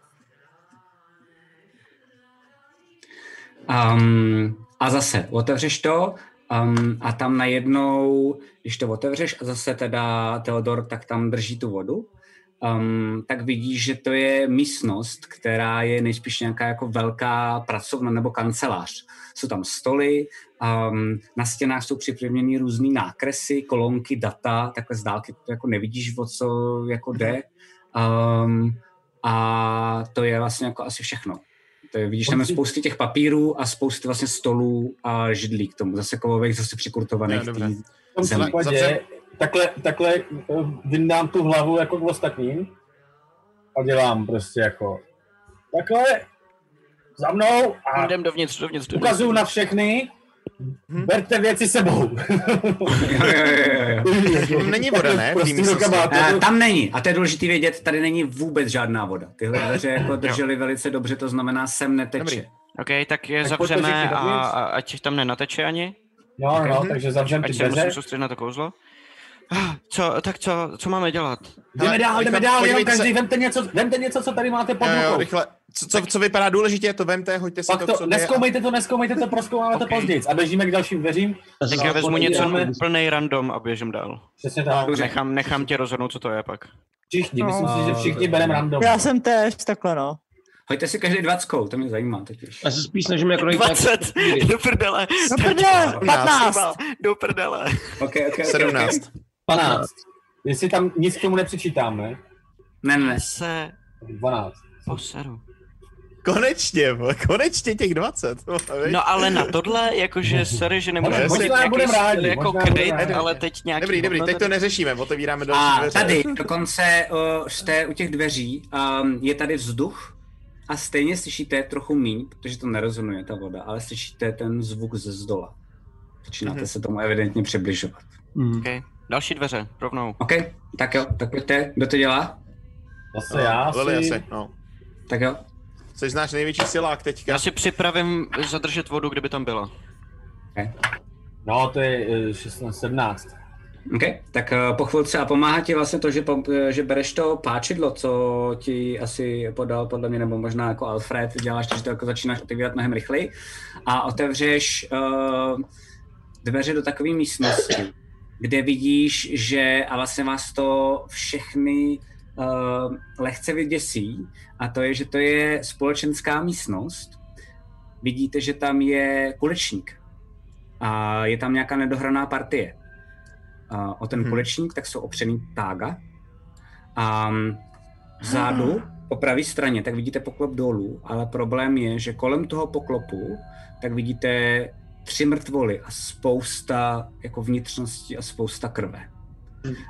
[SPEAKER 1] Um, a zase otevřeš to Um, a tam najednou, když to otevřeš a zase teda Teodor, tak tam drží tu vodu, um, tak vidíš, že to je místnost, která je nejspíš nějaká jako velká pracovna nebo kancelář. Jsou tam stoly, um, na stěnách jsou připravený různé nákresy, kolonky, data, takhle z dálky to jako nevidíš, o co jako jde. Um, a to je vlastně jako asi všechno. To je, vidíš tam spousty těch papírů a spousty vlastně stolů a židlí k tomu, zase kovových, zase přikurtovaných.
[SPEAKER 7] Jo,
[SPEAKER 1] k tý
[SPEAKER 7] dobré.
[SPEAKER 1] zemi.
[SPEAKER 7] Zavře-
[SPEAKER 8] Takhle, takhle eh, vyndám tu hlavu jako k ostatním a dělám prostě jako takhle za mnou a
[SPEAKER 5] Jdem dovnitř, dovnitř, dovnitř.
[SPEAKER 8] ukazuju na všechny, berte věci sebou.
[SPEAKER 7] No, Není voda, ne? v té
[SPEAKER 8] Prostě do
[SPEAKER 7] místnosti?
[SPEAKER 8] kabátu.
[SPEAKER 1] Eh, tam není. A to je důležité vědět, tady není vůbec žádná voda. Tyhle dveře jako držely velice dobře, to znamená, sem neteče.
[SPEAKER 7] Dobrý.
[SPEAKER 3] OK, tak je
[SPEAKER 8] Tak pojď to
[SPEAKER 3] zavřeme
[SPEAKER 8] řekni,
[SPEAKER 3] a,
[SPEAKER 8] dovnitř.
[SPEAKER 3] a ať tam nenateče ani.
[SPEAKER 8] No, no,
[SPEAKER 3] Mhm.
[SPEAKER 8] takže zavřem ty
[SPEAKER 3] Ať se musím
[SPEAKER 8] dveře.
[SPEAKER 3] soustředit na to kouzlo. Ah, Co, tak co, co máme dělat?
[SPEAKER 8] Jdeme dál, jdeme
[SPEAKER 7] Rychle,
[SPEAKER 8] dál, jenom
[SPEAKER 7] podívejte se-
[SPEAKER 8] každý, vemte něco, vemte něco, co tady máte pod
[SPEAKER 7] Jo, jo,
[SPEAKER 8] rukou.
[SPEAKER 7] rychle. Co, co, co vypadá důležitě, to vemte, hoďte si
[SPEAKER 8] Pak
[SPEAKER 7] to,
[SPEAKER 8] to,
[SPEAKER 7] co
[SPEAKER 8] neskoumejte to, neskoumejte to, proskoumáme to
[SPEAKER 3] Okay.
[SPEAKER 8] později. A běžíme k dalším dveřím.
[SPEAKER 3] Tak já vezmu něco
[SPEAKER 8] podíváme.
[SPEAKER 3] úplnej random a běžím dál.
[SPEAKER 8] Přesně tak.
[SPEAKER 3] Nechám, nechám tě rozhodnout, co to je pak.
[SPEAKER 8] Všichni, myslím
[SPEAKER 6] No.
[SPEAKER 8] si, že všichni bereme random.
[SPEAKER 6] Já jsem též takhle, no.
[SPEAKER 1] Hoďte si každý dvackou, to mě zajímá totiž.
[SPEAKER 13] Já se spíš snažím jako dojít nějak-
[SPEAKER 5] 20, do prdele,
[SPEAKER 6] No prdele, 15.
[SPEAKER 5] do prdele.
[SPEAKER 1] Ok, ok, ok.
[SPEAKER 7] 17.
[SPEAKER 8] 12. Jestli tam nic k tomu nepřičítáme.
[SPEAKER 1] Ne, ne, ne.
[SPEAKER 3] Se
[SPEAKER 8] 12.
[SPEAKER 3] poseru.
[SPEAKER 7] Konečně, vole, konečně těch 20. vole, viď?
[SPEAKER 3] No ale na tohle, jakože sorry, že nemůžu
[SPEAKER 7] Ale
[SPEAKER 3] hodit
[SPEAKER 8] možná
[SPEAKER 3] nějaký
[SPEAKER 8] budem rádi,
[SPEAKER 3] styl jako
[SPEAKER 8] možná budem
[SPEAKER 3] kredit,
[SPEAKER 8] rádi.
[SPEAKER 3] ale teď nějaký...
[SPEAKER 7] Dobrý, dobrý, teď to
[SPEAKER 3] hodnota-
[SPEAKER 7] neřešíme, otevíráme
[SPEAKER 1] A
[SPEAKER 7] další dveře.
[SPEAKER 1] tady dokonce uh, jste u těch dveří, um, je tady vzduch a stejně slyšíte trochu míň, protože to nerezonuje ta voda, ale slyšíte ten zvuk ze zdola. Začínáte se tomu evidentně přibližovat.
[SPEAKER 3] OK, další dveře, rovnou.
[SPEAKER 1] OK, tak jo, tak pojďte, kdo to dělá?
[SPEAKER 8] Zase já
[SPEAKER 7] Lili
[SPEAKER 8] si...
[SPEAKER 7] asi, no.
[SPEAKER 1] Tak jo.
[SPEAKER 7] Jsi náš největší silák teďka.
[SPEAKER 3] Já si připravím zadržet vodu, kdyby tam byla.
[SPEAKER 8] No, to je eh, 16, 17.
[SPEAKER 1] OK, tak eh, po chvilce a pomáhá ti vlastně to, že, po, eh, že bereš to páčidlo, co ti asi podal podle mě, nebo možná jako Alfred, děláš to, že to jako začínáš otevírat mnohem rychleji a otevřeš uh, dveře do takové místnosti, kde vidíš, že a vlastně vás to všechny uh, lehce vyděsí a to je, že to je společenská místnost. Vidíte, že tam je kulečník a je tam nějaká nedohraná partie uh, o ten
[SPEAKER 7] Mhm.
[SPEAKER 1] kulečník, tak jsou opřený tága. A vzadu, po pravé straně, tak vidíte poklop dolů, ale problém je, že kolem toho poklopu, tak vidíte tři mrtvoly a spousta jako vnitřnosti a spousta krve.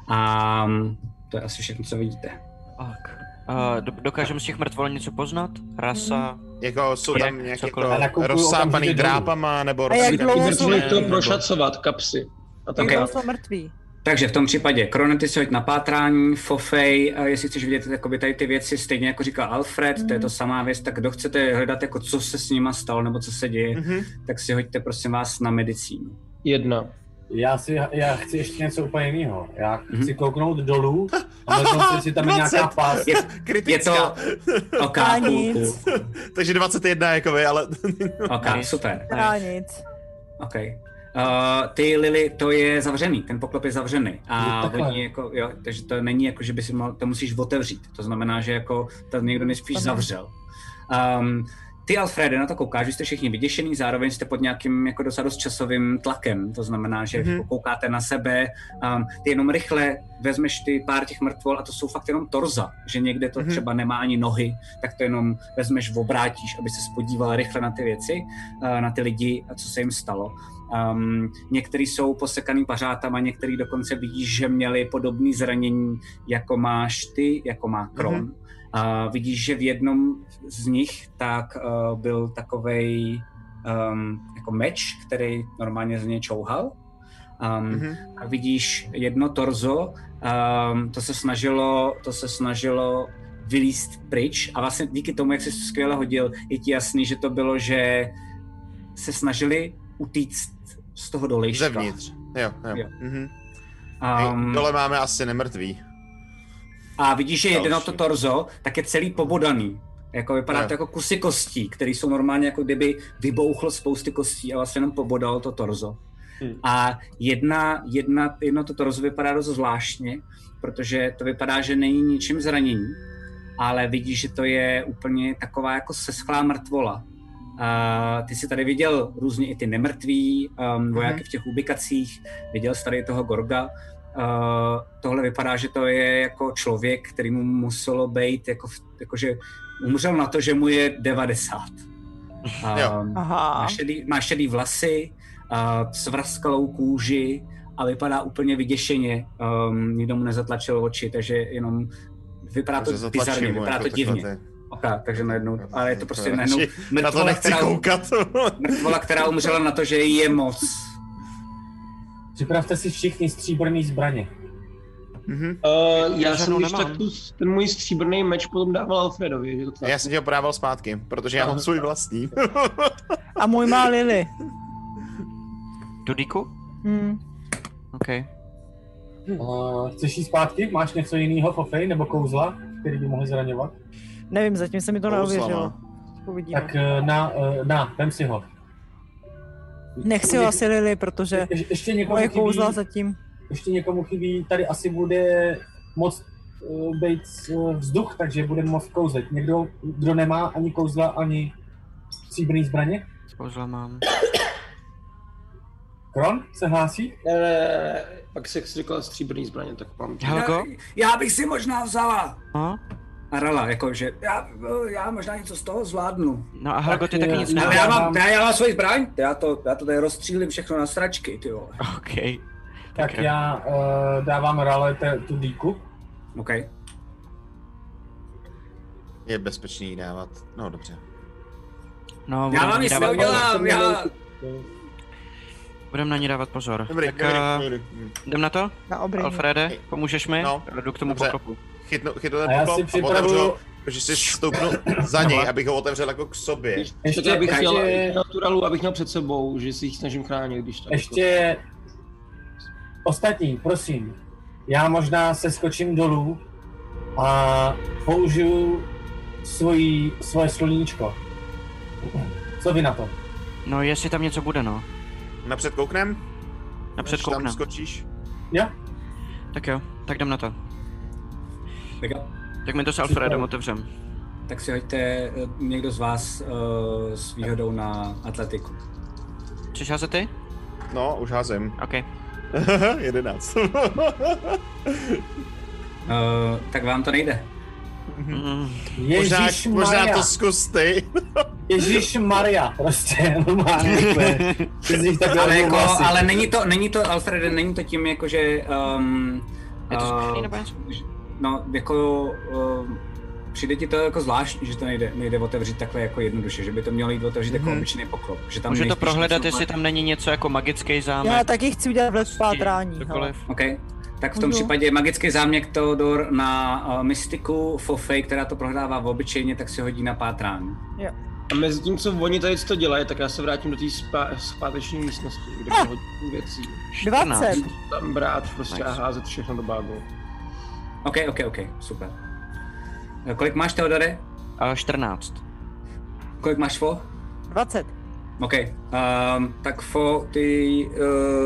[SPEAKER 1] A mm, to je asi všechno, co vidíte.
[SPEAKER 3] Tak. Uh, do, dokážeme z těch mrtvol něco poznat? Rasa?
[SPEAKER 7] Jako jsou
[SPEAKER 3] Bude
[SPEAKER 7] tam nějaké
[SPEAKER 3] cokoliv.
[SPEAKER 7] to
[SPEAKER 8] A nakoupuju
[SPEAKER 7] rozsápaný
[SPEAKER 8] okamžitě dolů.
[SPEAKER 7] drápama, nebo
[SPEAKER 6] A jak
[SPEAKER 7] rozsápaný
[SPEAKER 6] dlouho
[SPEAKER 7] kůže,
[SPEAKER 6] jsou-
[SPEAKER 4] prostě
[SPEAKER 13] Začali to
[SPEAKER 7] nebo-
[SPEAKER 13] prošacovat kapsy. A tak
[SPEAKER 1] Okay.
[SPEAKER 6] Okay. jsou mrtví.
[SPEAKER 1] Takže v tom případě Kronety se hoď na pátrání, Fofej, a jestli chceš vidět eh, jakoby, tady ty věci, stejně jako říkal Alfred, to je to samá věc, tak kdo chcete hledat, jako co se s nima stalo nebo co se děje,
[SPEAKER 7] Mhm.
[SPEAKER 1] tak si hoďte prosím vás na medicínu.
[SPEAKER 13] Jedna.
[SPEAKER 8] Já si, já chci ještě něco úplně jiného. Já
[SPEAKER 1] Mhm.
[SPEAKER 8] chci kouknout dolů a možná jestli tam je nějaká
[SPEAKER 7] 20.
[SPEAKER 8] pás.
[SPEAKER 1] Je, je
[SPEAKER 7] Kritická.
[SPEAKER 1] to... Ok, půl, půl.
[SPEAKER 6] nic.
[SPEAKER 7] Takže 21 jako vy, ale
[SPEAKER 1] Ok, super.
[SPEAKER 6] Já nic.
[SPEAKER 1] Ok. Uh, ty Lily, to je zavřený, ten poklop je zavřený. A
[SPEAKER 8] Jo, takhle.
[SPEAKER 1] oni jako, jo, takže to není jako, že by si mal, to musíš otevřít. To znamená, že jako to někdo nejspíš
[SPEAKER 6] Aha.
[SPEAKER 1] zavřel. Um, ty, Alfrede, na to koukáš, že jste všichni vyděšený, zároveň jste pod nějakým jako docela dost časovým tlakem, to znamená, že
[SPEAKER 7] Mhm.
[SPEAKER 1] mm-hmm. koukáte na sebe, um, ty jenom rychle vezmeš ty pár těch mrtvol a to jsou fakt jenom torza, že někde to
[SPEAKER 7] Mhm.
[SPEAKER 1] mm-hmm. třeba nemá ani nohy, tak to jenom vezmeš, obrátíš, aby se spodíval rychle na ty věci, eh, na ty lidi a co se jim stalo. Um, některý jsou posekaný pařátama, některý dokonce vidíš, že měli podobné zranění, jako máš ty, jako má Kron.
[SPEAKER 7] Mhm.
[SPEAKER 1] Mm-hmm. Uh, vidíš, že v jednom z nich tak uh, byl takovej um, jako meč, který normálně z něj čouhal. Um,
[SPEAKER 7] Mhm.
[SPEAKER 1] a vidíš jedno torzo, um, to se snažilo, to se snažilo vylíst pryč a vlastně díky tomu, jak jsi to skvěle hodil, je ti jasný, že to bylo, že se snažili utíct z toho dolejška.
[SPEAKER 7] zevnitř. Jo, jo.
[SPEAKER 1] Jo.
[SPEAKER 7] Mhm.
[SPEAKER 1] Um,
[SPEAKER 7] Dole máme asi nemrtví.
[SPEAKER 1] a vidíš, že jedno
[SPEAKER 7] Další.
[SPEAKER 1] to torzo, tak je celý pobodaný. Jako vypadá
[SPEAKER 7] Jo.
[SPEAKER 1] to jako kusy kostí, které jsou normálně jako kdyby vybouchlo spousty kostí a vlastně jenom pobodalo to torzo. Hmm. A jedna, jedna, jedno toto rozvypadá dost zvláštně, protože to vypadá, že není ničím zranění, ale vidíš, že to je úplně taková jako seschlá mrtvola. Uh, ty jsi tady viděl různě i ty nemrtví um, vojáky v těch ubikacích, viděl jsi tady toho Gorga. Uh, tohle vypadá, že to je jako člověk, který mu muselo být, jako, jakože umřel na to, že mu je 90. Um, má, šedý, má šedý vlasy, uh, svraskalou kůži a vypadá úplně vyděšeně. Um, nikdo mu nezatlačil oči, takže jenom vypadá
[SPEAKER 7] Takže
[SPEAKER 1] to bizarně,
[SPEAKER 7] zatlačím ho
[SPEAKER 1] vypadá to
[SPEAKER 7] jako takhle, Jako
[SPEAKER 1] divně.
[SPEAKER 7] to je-
[SPEAKER 1] Okay, takže najednou, ale je to prostě najednou
[SPEAKER 7] Radši na to nechci
[SPEAKER 1] která,
[SPEAKER 7] koukat.
[SPEAKER 1] mrtvola, která umřela na to, že jí je moc.
[SPEAKER 8] Připravte si všichni stříbrný zbraně.
[SPEAKER 7] Mm-hmm.
[SPEAKER 13] Uh, já,
[SPEAKER 7] Já
[SPEAKER 13] já jsem
[SPEAKER 7] žádnou
[SPEAKER 13] když
[SPEAKER 7] nemám.
[SPEAKER 13] tak tu, ten můj stříbrný meč potom dával Alfredovi, že to tak.
[SPEAKER 7] Já jsem ti ho podával zpátky, protože já mám svůj vlastní.
[SPEAKER 6] A můj má Lily.
[SPEAKER 3] Dudíku?
[SPEAKER 6] Hmm.
[SPEAKER 3] OK.
[SPEAKER 8] Uh, chceš jít zpátky? Máš něco jiného, fofej, nebo kouzla, který by mohli zraňovat?
[SPEAKER 6] Nevím, zatím se mi to
[SPEAKER 8] Kouzla no.
[SPEAKER 6] neověřilo. Uvidíme.
[SPEAKER 8] Tak eh, na, eh, na, vem si ho.
[SPEAKER 6] Nech si ho asi Lily, protože
[SPEAKER 8] Je- ještě někomu
[SPEAKER 6] moje
[SPEAKER 8] chybí-
[SPEAKER 6] kouzla zatím.
[SPEAKER 8] Ještě někomu chybí, tady asi bude moc uh, být eh, vzduch, takže bude moc kouzlet. Někdo, kdo nemá ani kouzla, ani stříbrný zbraně?
[SPEAKER 3] Kouzla mám.
[SPEAKER 8] Kron se hlásí?
[SPEAKER 13] Ne, ne, ne, ne, pak se řekla stříbrný zbraně, tak mám.
[SPEAKER 1] Já, já bych si možná vzala.
[SPEAKER 3] No?
[SPEAKER 1] A Rala, jakože já, já možná něco z toho zvládnu.
[SPEAKER 3] No a Helgo, ty taky nic
[SPEAKER 1] Ale
[SPEAKER 3] nemáš.
[SPEAKER 1] já mám, já, já mám svoji zbraň, já to, já to tady rozstřílím všechno na sračky, ty vole.
[SPEAKER 3] OK.
[SPEAKER 8] Tak,
[SPEAKER 1] Tak jo.
[SPEAKER 8] já uh, dávám Rale te, tu díku.
[SPEAKER 1] OK.
[SPEAKER 7] Je bezpečný jí dávat. No dobře.
[SPEAKER 3] No,
[SPEAKER 1] Já
[SPEAKER 3] budem
[SPEAKER 1] vám
[SPEAKER 3] na ní
[SPEAKER 1] nic
[SPEAKER 3] dávat
[SPEAKER 1] neudělám,
[SPEAKER 3] pozor.
[SPEAKER 1] já...
[SPEAKER 3] Budem na ní dávat pozor.
[SPEAKER 7] Dobrý,
[SPEAKER 3] tak,
[SPEAKER 7] dobrý,
[SPEAKER 3] eh,
[SPEAKER 7] dobrý. Hm.
[SPEAKER 3] Jdem na to?
[SPEAKER 6] Na obrně.
[SPEAKER 3] Alfrede, pomůžeš mi?
[SPEAKER 7] No,
[SPEAKER 3] Jdu k tomu
[SPEAKER 7] dobře.
[SPEAKER 3] pokropu.
[SPEAKER 7] Chytnu, chytnu ten
[SPEAKER 8] A já si
[SPEAKER 7] poklop a
[SPEAKER 8] připravuju-
[SPEAKER 7] otevřu ho, že si stoupnu za něj, abych ho otevřel jako k sobě.
[SPEAKER 8] Ještě-
[SPEAKER 13] Ještě, abych chtěl
[SPEAKER 8] takže-
[SPEAKER 13] naturalu, abych měl před sebou, že si jich snažím chránit, když tak. jako.
[SPEAKER 8] Ještě ostatní, prosím. Já možná se skočím dolů a použiju svoji, svoje sluníčko. Co vy na to?
[SPEAKER 3] No, jestli tam něco bude, no.
[SPEAKER 7] Napřed kouknem?
[SPEAKER 3] Napřed
[SPEAKER 7] Než tam
[SPEAKER 3] kouknem.
[SPEAKER 7] skočíš?
[SPEAKER 3] Tak jo, tak jdem na to.
[SPEAKER 1] Tak, jo.
[SPEAKER 3] Tak my to s Alfredem otevřem.
[SPEAKER 1] tak si hoďte eh, někdo z vás uh, s výhodou na atletiku.
[SPEAKER 3] Chceš házet ty?
[SPEAKER 7] No, už házím.
[SPEAKER 3] OK.
[SPEAKER 7] Jedenáct.
[SPEAKER 1] Uh, tak vám to nejde.
[SPEAKER 7] Mhm.
[SPEAKER 3] Mm,
[SPEAKER 7] možná,
[SPEAKER 8] Ježíš
[SPEAKER 7] možná
[SPEAKER 8] Maria.
[SPEAKER 7] to zkus ty.
[SPEAKER 8] Ježíš Maria, prostě, normálně. to je- ty z nich takhle
[SPEAKER 1] Ale, jako,
[SPEAKER 8] vlasy.
[SPEAKER 1] ale není to, není to, Alfrede, není to tím, jako že... Um,
[SPEAKER 3] Je to zkušený
[SPEAKER 1] eh,
[SPEAKER 3] nebo něco?
[SPEAKER 1] No, jako... Um, přijde ti to jako zvláštní, že to nejde, nejde otevřít takhle jako jednoduše, že by to mělo jít otevřít jako
[SPEAKER 7] Mhm.
[SPEAKER 1] obyčejný pokrok. Že tam
[SPEAKER 3] Můžu to
[SPEAKER 1] nejspíš
[SPEAKER 3] prohledat,
[SPEAKER 1] něco
[SPEAKER 3] jestli
[SPEAKER 1] má-
[SPEAKER 3] tam není něco jako magický
[SPEAKER 6] Já
[SPEAKER 3] zámek,
[SPEAKER 6] taky chci udělat vlet pátrání. hele.
[SPEAKER 3] cokoliv.
[SPEAKER 1] OK. Tak v tom
[SPEAKER 6] Můžu?
[SPEAKER 1] případě magický záměk Teodor na uh, mystiku Fofej, která to prohrává v obyčejně, tak si hodí na pátrání.
[SPEAKER 13] A mezi tím, co oni tady to dělají, tak já se vrátím do té spá- zpáteční místnosti, kde mám hodně věcí.
[SPEAKER 3] 14.
[SPEAKER 6] 20.
[SPEAKER 13] Tam brát prostě
[SPEAKER 3] Nice.
[SPEAKER 13] a házet všechno do bágu.
[SPEAKER 1] OK, OK, OK, super. Eh, Kolik máš, Teodore?
[SPEAKER 3] A 14.
[SPEAKER 1] Kolik máš, Fo?
[SPEAKER 6] 20.
[SPEAKER 1] OK. Um, tak Fo, ty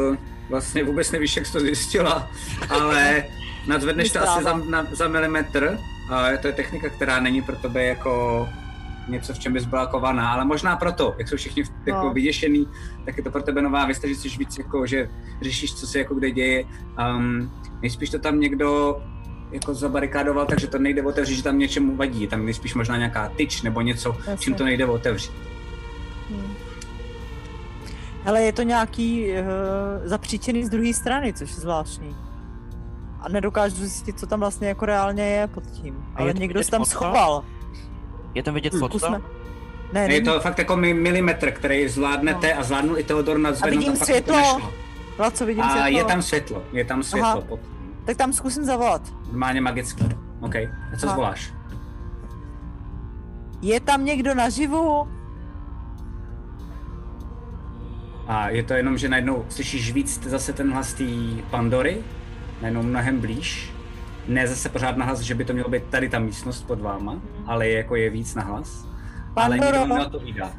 [SPEAKER 1] uh, vlastně vůbec nevíš, jak jsi to zjistila, ale nadzvedneš to asi za, na, za milimetr. Uh, to je technika, která není pro tebe jako něco, v čem bys byla kovaná, ale možná proto, jak jsou všichni v- jako
[SPEAKER 6] No.
[SPEAKER 1] vyděšený, tak je to pro tebe nová věc, že jsi víc jako, že řešíš, co se jako kde děje. Um, nejspíš to tam někdo jako zabarikádoval, takže to nejde otevřít, že tam něčemu vadí. Tam nejspíš možná nějaká tyč nebo něco,
[SPEAKER 6] Jasně.
[SPEAKER 1] čím to nejde otevřít.
[SPEAKER 6] Ale je to nějaký uh, zapříčený z druhé strany, což je zvláštní. A nedokážu zjistit, co tam vlastně jako reálně je pod tím.
[SPEAKER 3] A
[SPEAKER 6] Ale
[SPEAKER 3] je to
[SPEAKER 6] někdo
[SPEAKER 3] vidět
[SPEAKER 6] se tam
[SPEAKER 3] pod to?
[SPEAKER 6] schoval. Hm,
[SPEAKER 3] Je tam vidět fotka?
[SPEAKER 6] Zkusme. Ne,
[SPEAKER 1] Je
[SPEAKER 6] není.
[SPEAKER 1] to fakt jako mi- milimetr, který zvládnete a zvládnul i Teodor na
[SPEAKER 6] No. A vidím světlo. Laco, vidím
[SPEAKER 1] A
[SPEAKER 6] světlo.
[SPEAKER 1] je tam světlo, je tam světlo,
[SPEAKER 6] Aha.
[SPEAKER 1] pod,
[SPEAKER 6] Tak tam zkusím zavolat.
[SPEAKER 1] normálně magický. OK, a co
[SPEAKER 6] Aha.
[SPEAKER 1] zvoláš?
[SPEAKER 6] Je tam někdo naživu?
[SPEAKER 1] A je to jenom, že najednou slyšíš víc zase ten hlas té Pandory, najednou mnohem blíž. Ne zase pořád na hlas, že by to mělo být tady ta místnost pod váma, ale je jako je víc na hlas. Ale
[SPEAKER 6] Pandoro.
[SPEAKER 1] nikdo na to vídá.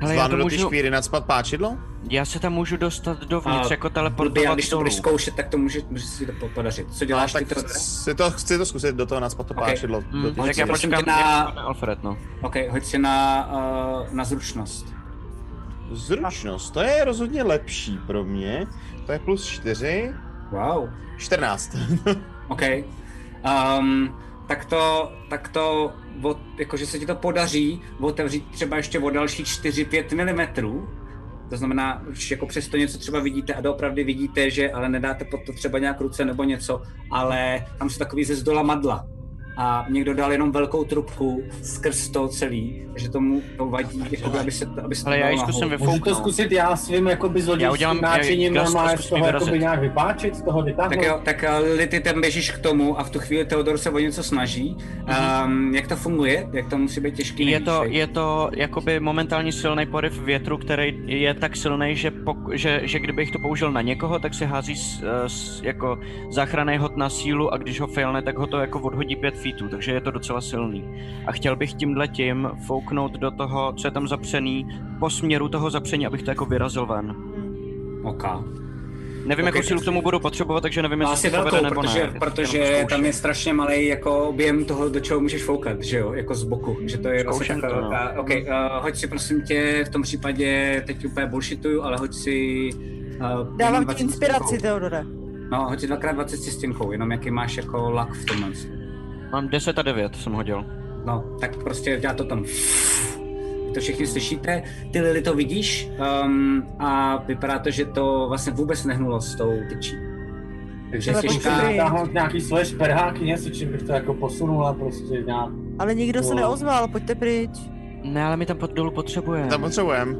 [SPEAKER 7] Hele, Zvládnu do můžu... ty špíry nadspat páčidlo?
[SPEAKER 3] Já se tam můžu dostat dovnitř, a, jako teleportovat
[SPEAKER 1] já, když to budeš zkoušet, tak to může, může si to podařit. Co děláš
[SPEAKER 3] No,
[SPEAKER 7] a,
[SPEAKER 1] ty
[SPEAKER 7] tak chci to, chci to zkusit do toho nadspat to okay. páčidlo.
[SPEAKER 3] Mm, do tak já počkám na... Alfred, no.
[SPEAKER 1] Ok, hoď si na, uh, na zručnost.
[SPEAKER 7] Zručnost, to je rozhodně lepší pro mě. To je plus 4.
[SPEAKER 1] Wow.
[SPEAKER 7] 14.
[SPEAKER 1] Hmm. ok. Um, tak to, tak to od, jakože se ti to podaří otevřít třeba ještě o další 4-5 mm. To znamená, už jako přesto něco třeba vidíte a doopravdy vidíte, že ale nedáte pod to třeba nějak ruce nebo něco, ale tam jsou takový ze zdola madla. A někdo dal jenom velkou trubku skrz to celý, že tomu to vadí, jako aby se to, aby se to
[SPEAKER 3] Ale já ji
[SPEAKER 1] no.
[SPEAKER 3] zkusím
[SPEAKER 8] Můžu to zkusit já svým jakoby zlodějským náčiním
[SPEAKER 3] já
[SPEAKER 8] normálně
[SPEAKER 3] to
[SPEAKER 8] z
[SPEAKER 3] zkusím
[SPEAKER 8] toho
[SPEAKER 3] vyrazit.
[SPEAKER 8] jakoby nějak vypáčit, z toho vytáhnout.
[SPEAKER 1] Tak jo, tak eh, Lity tam běžíš k tomu a v tu chvíli Teodor se o něco snaží. Um, jak to funguje? Jak to musí být těžký?
[SPEAKER 3] Mhm. Je to,
[SPEAKER 1] nejvyšší?
[SPEAKER 3] je to jakoby momentální silný poryv větru, který je tak silný, že, pok- že, že kdybych to použil na někoho, tak se hází s, s, jako záchranný hod na sílu a když ho failne, tak ho to jako odhodí pět feetů, takže je to docela silný. A chtěl bych tímhle tím fouknout do toho, co je tam zapřený, po směru toho zapření, abych to jako vyrazil ven.
[SPEAKER 1] OK.
[SPEAKER 3] Nevím,
[SPEAKER 1] Ok,
[SPEAKER 3] jakou sílu k tomu budu potřebovat, takže nevím,
[SPEAKER 1] No
[SPEAKER 3] jestli
[SPEAKER 1] asi
[SPEAKER 3] se to
[SPEAKER 1] velkou,
[SPEAKER 3] povede nebo ne.
[SPEAKER 1] protože,
[SPEAKER 3] Jenom
[SPEAKER 1] protože
[SPEAKER 3] zkouším.
[SPEAKER 1] tam je strašně malý jako objem toho, do čeho můžeš foukat, že jo, jako z boku, že to je vlastně
[SPEAKER 3] Zkouším
[SPEAKER 1] taková
[SPEAKER 3] to, no.
[SPEAKER 1] velká, ok, uh, hoď si prosím tě, v tom případě teď úplně bullshituju, ale hoď si uh,
[SPEAKER 6] Dávám ti
[SPEAKER 1] 20
[SPEAKER 6] inspiraci,
[SPEAKER 1] stěnkou.
[SPEAKER 6] Teodore.
[SPEAKER 1] No, hoď si dvakrát 20 se stěnkou, jenom jaký máš jako lak v tomhle.
[SPEAKER 3] Mám 10 a 9 jsem hodil.
[SPEAKER 1] No, tak prostě dělá to tam. Vy to všichni slyšíte, ty Lily to vidíš um, a vypadá to, že to vlastně vůbec nehnulo s tou tyčí. Takže
[SPEAKER 6] Ale
[SPEAKER 1] jsi
[SPEAKER 6] počkej.
[SPEAKER 1] ta-
[SPEAKER 8] Vytáhnout nějaký slash, perháky, něco, čím bych to jako posunula prostě nějak.
[SPEAKER 6] Ale nikdo se
[SPEAKER 8] No.
[SPEAKER 6] neozval, pojďte pryč.
[SPEAKER 3] Ne, ale my tam pod dolů potřebujeme.
[SPEAKER 7] Tam potřebujeme.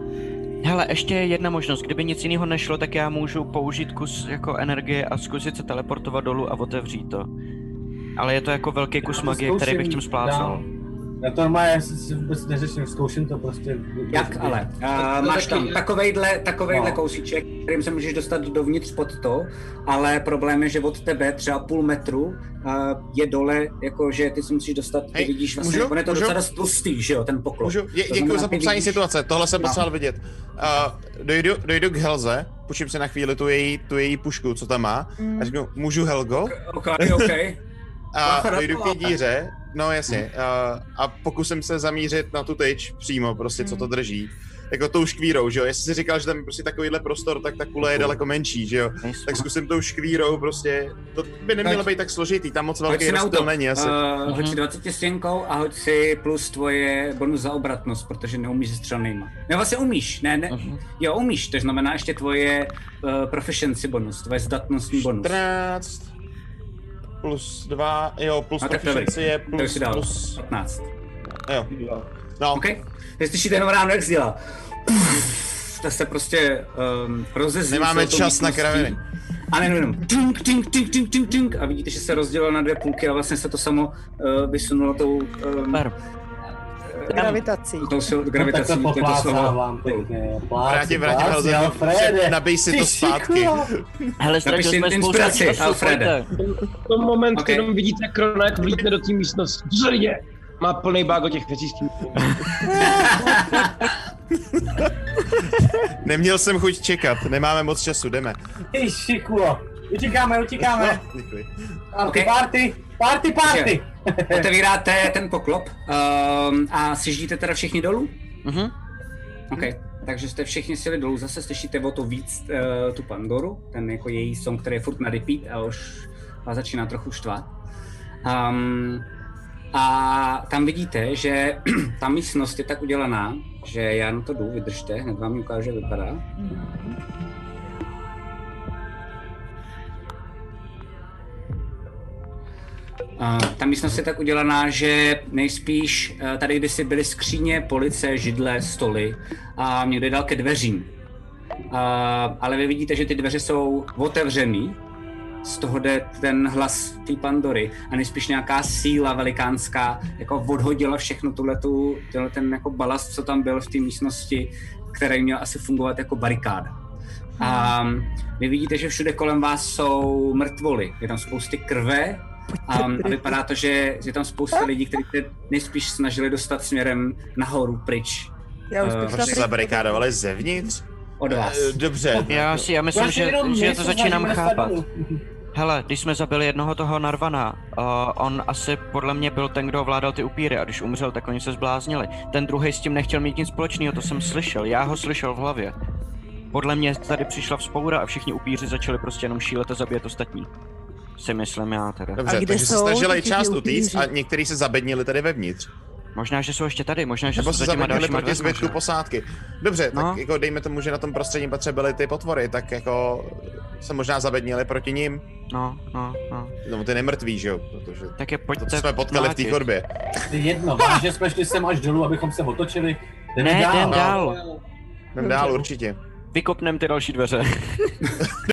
[SPEAKER 3] Hele, ještě je jedna možnost. Kdyby nic jiného nešlo, tak já můžu použít kus jako energie a zkusit se teleportovat dolů a otevřít to. Ale je to jako velký kus
[SPEAKER 8] Já to
[SPEAKER 3] magie, který bych tím
[SPEAKER 8] zkouším
[SPEAKER 3] splácal.
[SPEAKER 8] dál. Já to normálně si- si vůbec neřeším, zkouším to prostě.
[SPEAKER 1] Jak ale? A
[SPEAKER 4] No,
[SPEAKER 1] máš
[SPEAKER 4] taky-
[SPEAKER 1] tam takovejhle, takovejhle
[SPEAKER 8] No.
[SPEAKER 1] kousíček, kterým se můžeš dostat dovnitř pod to, ale problém je, že od tebe třeba půl metru a je dole, jako že ty se musíš dostat, ty
[SPEAKER 7] Hej,
[SPEAKER 1] vidíš vlastně,
[SPEAKER 7] můžu?
[SPEAKER 1] jako on je to
[SPEAKER 7] Můžu?
[SPEAKER 1] docela dost tlustý, že jo, ten poklop.
[SPEAKER 7] Můžu,
[SPEAKER 1] To
[SPEAKER 7] dě, děkuji
[SPEAKER 1] znamená,
[SPEAKER 7] za
[SPEAKER 1] ty
[SPEAKER 7] popsání
[SPEAKER 1] vidíš-
[SPEAKER 7] situace, tohle jsem
[SPEAKER 1] No.
[SPEAKER 7] potřeboval vidět. Uh, dojdu, dojdu k Helze, půjčím si na chvíli tu její, tu její pušku, co tam má,
[SPEAKER 6] Hmm,
[SPEAKER 7] a řeknu, můžu Helgo?
[SPEAKER 1] Ok, ok.
[SPEAKER 7] A
[SPEAKER 1] Bacha na
[SPEAKER 7] dojdu k
[SPEAKER 1] to.
[SPEAKER 7] té díře, no jasně, a, a pokusím se zamířit na tu tyč přímo, prostě co
[SPEAKER 1] Hmm.
[SPEAKER 7] to drží. Jako tou škvírou, že jo? Jestli jsi říkal, že tam je prostě takovýhle prostor, tak ta kule
[SPEAKER 1] Jako
[SPEAKER 7] je daleko menší, že jo?
[SPEAKER 3] Nejsme.
[SPEAKER 7] Tak zkusím tou škvírou prostě, to by nemělo být tak složitý, tam moc
[SPEAKER 1] Hoď
[SPEAKER 7] velký
[SPEAKER 1] si na
[SPEAKER 7] rozdíl
[SPEAKER 1] auto,
[SPEAKER 7] není asi.
[SPEAKER 1] uh, hoď si
[SPEAKER 3] Mhm.
[SPEAKER 1] 20 stěnkou a hoď si plus tvoje bonus za obratnost, protože neumíš se střelnýma. No vlastně umíš, ne, ne,
[SPEAKER 3] Mhm.
[SPEAKER 1] jo umíš, to znamená ještě tvoje uh, proficiency bonus, tvoje zdatnostní Eh, bonus.
[SPEAKER 7] 14 plus 2, jo, plus
[SPEAKER 1] No, tak to je
[SPEAKER 7] proficiency je
[SPEAKER 1] To už
[SPEAKER 7] plus,
[SPEAKER 1] si dal
[SPEAKER 7] plus,
[SPEAKER 1] 15.
[SPEAKER 7] jo. No,
[SPEAKER 1] OK? Vy slyšíte jenom ráno, jak zdělá. Ta se prostě um, rozezní.
[SPEAKER 7] Nemáme
[SPEAKER 1] celou tou
[SPEAKER 7] čas na
[SPEAKER 1] místností.
[SPEAKER 7] kraviny.
[SPEAKER 1] A nejenom jenom tink, tink, tink, tink, tink, tink, a vidíte, že se rozdělilo na dvě půlky a vlastně se to samo uh, vysunulo tou, eh, um,
[SPEAKER 3] Super.
[SPEAKER 6] Gravitací.
[SPEAKER 1] tou sil,
[SPEAKER 8] No, tak
[SPEAKER 1] gravitací.
[SPEAKER 8] to
[SPEAKER 1] to je to slovo.
[SPEAKER 8] poplácávám pěkně.
[SPEAKER 7] vrátím, vrátím,
[SPEAKER 8] pláci,
[SPEAKER 7] Helze,
[SPEAKER 8] Alfrede.
[SPEAKER 7] nabij si to
[SPEAKER 8] Ty
[SPEAKER 7] zpátky.
[SPEAKER 8] šikula.
[SPEAKER 3] Hele,
[SPEAKER 1] Napiš si
[SPEAKER 3] ztratili jsme spoustu
[SPEAKER 1] inspiraci,
[SPEAKER 3] času,
[SPEAKER 1] Alfrede.
[SPEAKER 3] pojďte.
[SPEAKER 4] V tom momentu
[SPEAKER 1] Ok.
[SPEAKER 4] jenom vidíte, jak Krona jak vlítne do té místnosti. Co je? Má plný bágo těch věcí s tím.
[SPEAKER 7] Neměl jsem chuť čekat, nemáme moc času, jdeme.
[SPEAKER 8] Ty šikulo. Utíkáme, utíkáme.
[SPEAKER 7] No, děkuji.
[SPEAKER 8] Party,
[SPEAKER 1] Ok.
[SPEAKER 8] party, party, party.
[SPEAKER 1] Otevíráte ten poklop um, a siždíte teda všichni dolů?
[SPEAKER 3] Mhm.
[SPEAKER 1] OK. Takže jste všichni sjeli dolů, zase slyšíte o to víc uh, tu Pandoru, ten jako její song, který je furt na repeat a už vás začíná trochu štvat. Um, a tam vidíte, že ta místnost je tak udělaná, že já na to jdu, vydržte, hned vám ji ukážu, jak vypadá. A ta místnost je tak udělaná, že nejspíš eh, tady kdysi byly skříně, police, židle, stoly a někde dál ke dveřím. A, ale vy vidíte, že ty dveře jsou otevřený, z toho jde ten hlas té Pandory a nejspíš nějaká síla velikánská jako odhodila všechno tuhletu, tenhle ten jako balast, co tam byl v té místnosti, který měl asi fungovat jako barikáda. A vy vidíte, že všude kolem vás jsou mrtvoly. Je tam spousty krve, Um, a vypadá to, že je tam spousta lidí, kteří se nejspíš snažili dostat směrem nahoru pryč
[SPEAKER 6] Já
[SPEAKER 3] Eh,
[SPEAKER 6] už bych
[SPEAKER 7] Uh,
[SPEAKER 6] šla
[SPEAKER 7] se zabarikádovali zevnitř? Eh,
[SPEAKER 1] Od vás.
[SPEAKER 7] Dobře.
[SPEAKER 3] Já si, já myslím,
[SPEAKER 7] Já si
[SPEAKER 3] že,
[SPEAKER 7] jenom
[SPEAKER 3] že
[SPEAKER 7] něco
[SPEAKER 3] to začínám
[SPEAKER 7] snažíme
[SPEAKER 3] chápat.
[SPEAKER 7] nasadit.
[SPEAKER 3] Hele, když jsme zabili jednoho toho Narvana, uh, on asi podle mě byl ten, kdo ovládal ty upíry a když umřel, tak oni se zbláznili. Ten druhý s tím nechtěl mít nic společného, to jsem slyšel, já ho slyšel v hlavě. Podle mě tady přišla vzpoura a všichni upíři začali prostě jenom šílet a zabíjet ostatní. Si myslím já teda.
[SPEAKER 7] Dobře, takže se snažili část utíct a některý se zabednili tady vevnitř.
[SPEAKER 3] Možná, že jsou ještě tady, možná, že
[SPEAKER 7] Nebo
[SPEAKER 3] jsou
[SPEAKER 7] se
[SPEAKER 3] za těma
[SPEAKER 7] zabednili
[SPEAKER 3] dalšíma
[SPEAKER 7] proti
[SPEAKER 3] dveřma,
[SPEAKER 7] zbytku
[SPEAKER 3] že?
[SPEAKER 7] posádky. Dobře,
[SPEAKER 3] No.
[SPEAKER 7] tak jako dejme tomu, že na tom prostředním patře byly ty potvory, tak jako se možná zabednili proti nim.
[SPEAKER 3] No, no, no.
[SPEAKER 7] No, ty nemrtví, že jo? Protože
[SPEAKER 3] tak je pojďte
[SPEAKER 7] to jsme potkali v té
[SPEAKER 8] mlátit.
[SPEAKER 7] chodbě.
[SPEAKER 8] Je jedno, že jsme šli sem až dolů, abychom se otočili. Jdeme
[SPEAKER 3] Ne,
[SPEAKER 8] dál.
[SPEAKER 3] jdem dál.
[SPEAKER 7] Jdem dál, určitě.
[SPEAKER 3] Vykopnem ty další dveře.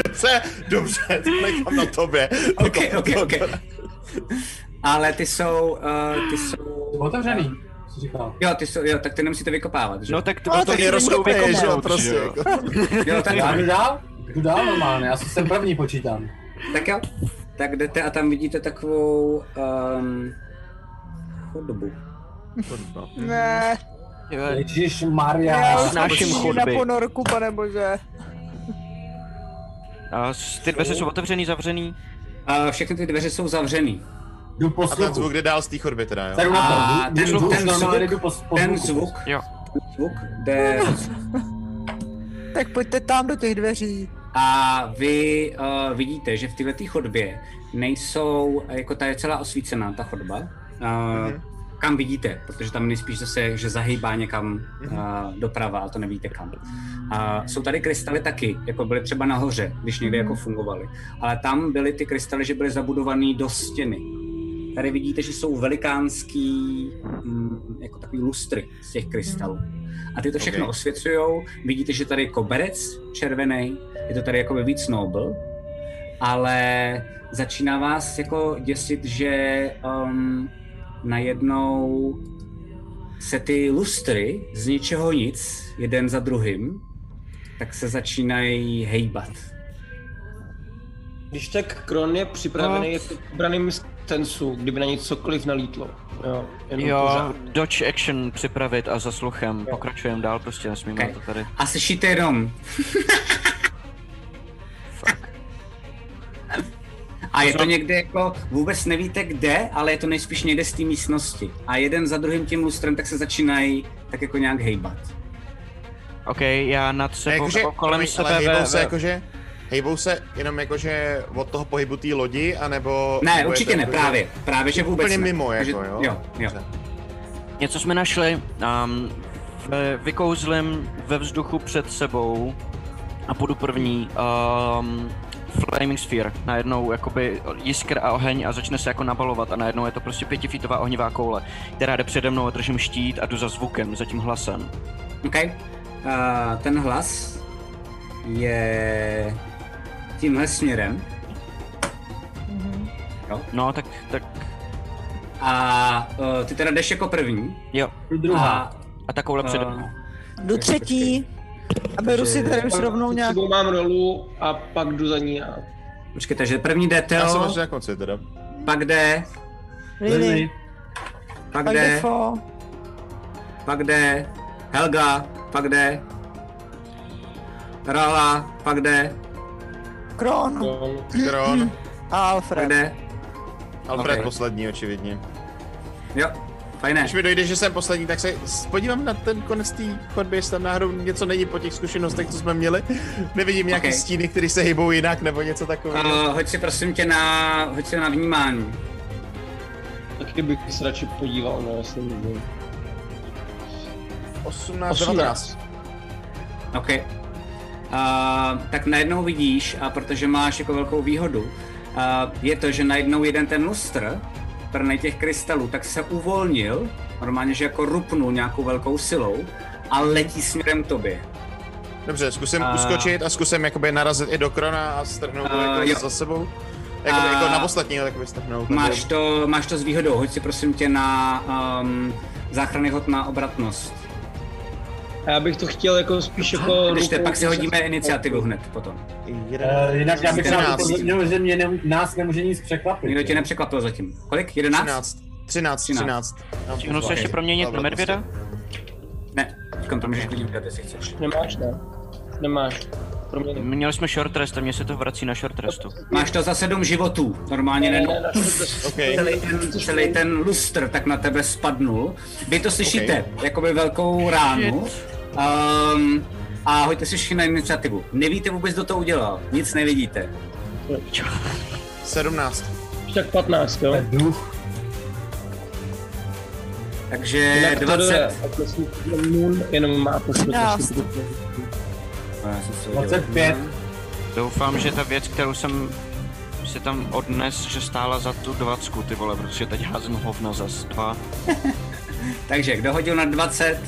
[SPEAKER 7] dobře, dobře, to nechám na tobě.
[SPEAKER 1] OK, OK,
[SPEAKER 7] no
[SPEAKER 1] OK. Ale ty jsou, uh, ty jsou...
[SPEAKER 8] Otevřený, jsi říkal.
[SPEAKER 1] Jo, ty jsou, jo, tak ty nemusíte vykopávat, že?
[SPEAKER 3] No tak
[SPEAKER 7] No, tak je rozkoupej, že jo, prostě. jako.
[SPEAKER 1] Jo, tak
[SPEAKER 8] já jdu dál, jdu dál normálně, já jsem první počítám.
[SPEAKER 1] Tak jo, tak jdete a tam vidíte takovou um, chodbu.
[SPEAKER 7] Chodba.
[SPEAKER 6] Ne,
[SPEAKER 8] Ježíš Maria.
[SPEAKER 6] já už našim na ponorku, pane bože.
[SPEAKER 3] A s- ty dveře jsou otevřený, zavřený?
[SPEAKER 1] A všechny ty dveře jsou zavřený.
[SPEAKER 8] Jdu po
[SPEAKER 7] A ten zvuk jde dál z té chodby teda, jo?
[SPEAKER 8] Seru na No, to,
[SPEAKER 1] A
[SPEAKER 8] jdu-
[SPEAKER 1] ten
[SPEAKER 8] jdu-
[SPEAKER 1] zvuk, ten
[SPEAKER 8] jdu- normálně jdu
[SPEAKER 1] zvuk,
[SPEAKER 8] po- po
[SPEAKER 1] ten
[SPEAKER 8] zvuku.
[SPEAKER 1] zvuk,
[SPEAKER 3] Jo.
[SPEAKER 1] ten zvuk jde
[SPEAKER 6] Tak pojďte tam do těch dveří.
[SPEAKER 1] a vy uh, vidíte, že v této chodbě nejsou, jako ta je celá osvícená, ta chodba, uh, kam vidíte, protože tam nejspíš zase, že zahýbá někam uh, doprava, ale to nevíte kam. A jsou tady krystaly taky, jako byly třeba nahoře, když někde jako fungovaly, ale tam byly ty krystaly, že byly zabudované do stěny. Tady vidíte, že jsou velikánský, mm, jako takový lustry z těch krystalů. A ty to všechno
[SPEAKER 7] Ok.
[SPEAKER 1] okay. osvěcujou. Vidíte, že tady je koberec červený, je to tady jakoby víc nobl, ale začíná vás jako děsit, že um, najednou se ty lustry z ničeho nic, jeden za druhým, tak se začínají hejbat.
[SPEAKER 4] Když tak Kron je připravený, je to obraným stensu, kdyby na něj cokoliv nalítlo. Jo, jenom
[SPEAKER 3] Jo,
[SPEAKER 4] pořád.
[SPEAKER 3] dodge action připravit a za sluchem. Pokračujeme dál, prostě nesmíme
[SPEAKER 1] Ok.
[SPEAKER 3] to tady.
[SPEAKER 1] A slyšíte jenom. A je to někde jako, vůbec nevíte kde, ale je to nejspíš někde z té místnosti. A jeden za druhým tím lustrem tak se začínají tak jako nějak hejbat.
[SPEAKER 3] OK, já nad sebou,
[SPEAKER 7] Jakože,
[SPEAKER 3] nebo kolem
[SPEAKER 7] promiň, ale
[SPEAKER 3] sebe
[SPEAKER 7] hejbou
[SPEAKER 3] ve,
[SPEAKER 7] se jako-
[SPEAKER 3] ve,
[SPEAKER 7] jakože, hejbou se jenom jakože od toho pohybu té lodi, anebo...
[SPEAKER 1] Ne,
[SPEAKER 7] nebo je
[SPEAKER 1] určitě
[SPEAKER 7] to
[SPEAKER 1] ne,
[SPEAKER 7] jakože
[SPEAKER 1] právě. Právě, že vůbec
[SPEAKER 7] Úplně
[SPEAKER 1] ne.
[SPEAKER 7] mimo,
[SPEAKER 1] Takže-
[SPEAKER 7] jako jo.
[SPEAKER 1] Jo, jo.
[SPEAKER 3] něco jsme našli. Um, vykouzlím ve vzduchu před sebou a půjdu první. Um, Flaming Sphere, najednou jakoby jiskr a oheň a začne se jako nabalovat a najednou je to prostě pětifitová ohnivá koule, která jde přede mnou a držím štít a jdu za zvukem, za tím hlasem.
[SPEAKER 1] OK. A ten hlas je tímhle směrem. Jo.
[SPEAKER 3] No, tak, tak,
[SPEAKER 1] A uh, ty teda jdeš jako první.
[SPEAKER 3] jo.
[SPEAKER 8] Jdu druhá.
[SPEAKER 1] A,
[SPEAKER 3] A ta
[SPEAKER 7] No,
[SPEAKER 3] koule přede
[SPEAKER 1] eh,
[SPEAKER 3] mnou.
[SPEAKER 6] Do třetí. A beru si tady už
[SPEAKER 4] Pak
[SPEAKER 6] rovnou
[SPEAKER 4] před
[SPEAKER 6] nějak.
[SPEAKER 4] sebou mám rolu a pak jdu za ní a...
[SPEAKER 1] Počkej, takže první jde
[SPEAKER 7] Já jsem
[SPEAKER 1] Teo,
[SPEAKER 7] možná na konci teda.
[SPEAKER 1] pak jde,
[SPEAKER 6] Lily,
[SPEAKER 1] pak
[SPEAKER 6] pak jde
[SPEAKER 1] jde,
[SPEAKER 6] fo.
[SPEAKER 1] pak jde Helga, pak jde Rala, pak jde,
[SPEAKER 6] Kron
[SPEAKER 4] Jo.
[SPEAKER 7] Kron,
[SPEAKER 6] a
[SPEAKER 1] pak
[SPEAKER 6] Alfred.
[SPEAKER 1] jde.
[SPEAKER 7] Alfred
[SPEAKER 1] Mhm. Ok.
[SPEAKER 7] poslední očividně.
[SPEAKER 1] Jo, fajné.
[SPEAKER 7] Když mi dojde, že jsem poslední, tak se s- podívám na ten konec té chodby, jestli tam náhodou něco není po těch zkušenostech, co jsme měli. Nevidím nějaké
[SPEAKER 1] Ok.
[SPEAKER 7] stíny, které se hýbou jinak, nebo něco takového.
[SPEAKER 1] Uh, hoď si prosím tě na, hoď si na vnímání.
[SPEAKER 4] Taky bych se radši podíval, no, jestli můžu.
[SPEAKER 1] Eh,
[SPEAKER 7] 18, 19.
[SPEAKER 1] OK. A, tak najednou vidíš, a protože máš jako velkou výhodu, a, je to, že najednou jeden ten lustr, plný těch krystalů, tak se uvolnil, normálně, že jako rupnul nějakou velkou silou a letí směrem k tobě.
[SPEAKER 7] Dobře, zkusím
[SPEAKER 1] A-
[SPEAKER 7] uskočit a zkusím jakoby narazit i do krona a strhnout ho
[SPEAKER 1] A,
[SPEAKER 7] jako
[SPEAKER 1] jo.
[SPEAKER 7] za sebou. Jakoby,
[SPEAKER 1] A-
[SPEAKER 7] jako na ostatního, tak strhnout.
[SPEAKER 1] Máš to, máš to s výhodou, hoď si prosím tě na um, záchranný hod na obratnost.
[SPEAKER 4] A já bych to chtěl jako spíš jako...
[SPEAKER 1] Když te,
[SPEAKER 4] rukou
[SPEAKER 1] pak si hodíme
[SPEAKER 4] přes-
[SPEAKER 1] iniciativu hned potom.
[SPEAKER 8] Eh, jinak já bych rád
[SPEAKER 7] 13.
[SPEAKER 8] upozornil, že mě ne, nás nemůže nic překvapit.
[SPEAKER 1] Nikdo tě nepřekvapil zatím. Kolik? 11?
[SPEAKER 7] 13. 13, 13. prostě-
[SPEAKER 3] Stihnu se ještě proměnit na medvěda?
[SPEAKER 1] Ne, teďkon to můžeš klidně udělat, jestli chceš.
[SPEAKER 4] Nemáš, ne? Nemáš. Kromě ne.
[SPEAKER 3] Měli jsme short rest a mně se to vrací na short restu.
[SPEAKER 1] Máš to za sedm životů, normálně
[SPEAKER 4] Ne,
[SPEAKER 1] ne,
[SPEAKER 4] ne, ne, na short restu.
[SPEAKER 7] Okay.
[SPEAKER 1] celý, ten, celý ten lustr tak na tebe spadnul. Vy to slyšíte, jakoby velkou ránu. Um, a hoďte si všichni na iniciativu. Nevíte vůbec, kdo to udělal, nic nevidíte.
[SPEAKER 7] 17.
[SPEAKER 4] Tak 15, jo?
[SPEAKER 8] Duch.
[SPEAKER 1] Takže
[SPEAKER 4] Jinak to
[SPEAKER 1] 20...
[SPEAKER 4] jde, tak myslím, že Moon jenom má pošlu
[SPEAKER 6] Já
[SPEAKER 4] trošku.
[SPEAKER 1] No, já jsem se viděl.
[SPEAKER 8] 25.
[SPEAKER 3] Doufám, že ta věc, kterou jsem si tam odnes, že stála za tu dvacku, ty vole, protože teď házím hovno zas dva.
[SPEAKER 1] Takže kdo hodil na 20?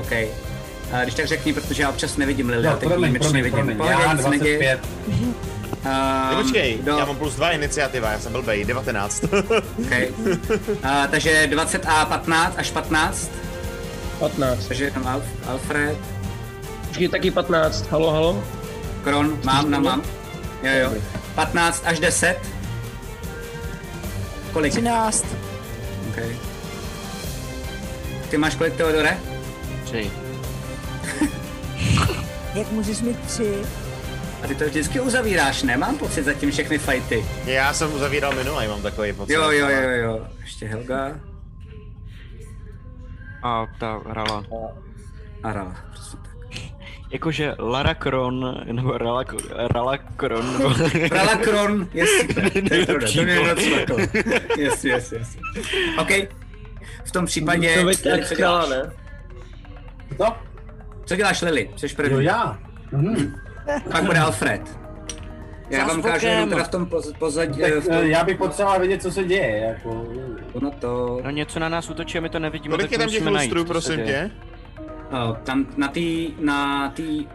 [SPEAKER 1] OK. A když tak řekni, protože já občas nevidím Lily, no,
[SPEAKER 8] No,
[SPEAKER 1] teď promiň,
[SPEAKER 8] promiň,
[SPEAKER 1] nevidím.
[SPEAKER 8] promiň, promiň. Já
[SPEAKER 1] Pohodě, nic neděje.
[SPEAKER 8] 25.
[SPEAKER 1] Ehm,
[SPEAKER 7] Um, Počkej,
[SPEAKER 1] kdo-
[SPEAKER 7] já mám plus dva iniciativa, já jsem blbej, 19.
[SPEAKER 1] Okay. A, takže 20 a 15 až 15,
[SPEAKER 4] 15.
[SPEAKER 1] takže tam Alf, Alfred,
[SPEAKER 4] Počkej, taky 15. Halo, halo?
[SPEAKER 1] Kron, mám, na mám. Jo, jo. 15 až 10. Kolik?
[SPEAKER 6] 13.
[SPEAKER 1] Okay. Ty máš kolik, Teodore?
[SPEAKER 3] Tři.
[SPEAKER 6] Jak můžeš mít tři?
[SPEAKER 1] A ty to vždycky uzavíráš, ne? Mám pocit zatím všechny fajty.
[SPEAKER 7] já jsem uzavíral minulý, mám takový pocit.
[SPEAKER 1] Jo, jo, jo, jo. Ještě Helga
[SPEAKER 3] A ta hrala.
[SPEAKER 1] a Rala. Přesně tak.
[SPEAKER 3] Jakože Lara Kron, nebo Rala, Rala Kron, nebo...
[SPEAKER 1] Brala Kron, jestli to je pravda, to mě
[SPEAKER 3] Nejlepší,
[SPEAKER 1] docela to. Yes, yes, yes. OK. V tom případě,
[SPEAKER 4] To by
[SPEAKER 1] Lily,
[SPEAKER 4] tak
[SPEAKER 1] co, děláš?
[SPEAKER 4] chtěla, ne?
[SPEAKER 8] To?
[SPEAKER 1] co děláš Lily? Jsi
[SPEAKER 8] Jo,
[SPEAKER 1] první.
[SPEAKER 8] já. Mhm.
[SPEAKER 1] Pak bude Alfred. Já
[SPEAKER 3] Za
[SPEAKER 1] vám ukážu jenom
[SPEAKER 3] zvukem.
[SPEAKER 1] teda v tom poz- pozadí.
[SPEAKER 8] Tak,
[SPEAKER 1] eh, v tom-
[SPEAKER 8] eh, já bych potřeboval vědět, co se děje. Jako.
[SPEAKER 1] Ono to...
[SPEAKER 3] No něco na nás útočí a my to nevidíme,
[SPEAKER 7] Kolik
[SPEAKER 3] tak
[SPEAKER 7] je
[SPEAKER 3] to
[SPEAKER 7] tam těch
[SPEAKER 3] musíme najít.
[SPEAKER 7] lustrů,
[SPEAKER 3] co se
[SPEAKER 7] prosím
[SPEAKER 3] děje.
[SPEAKER 7] tě?
[SPEAKER 1] eh, Tam na tý, na tý,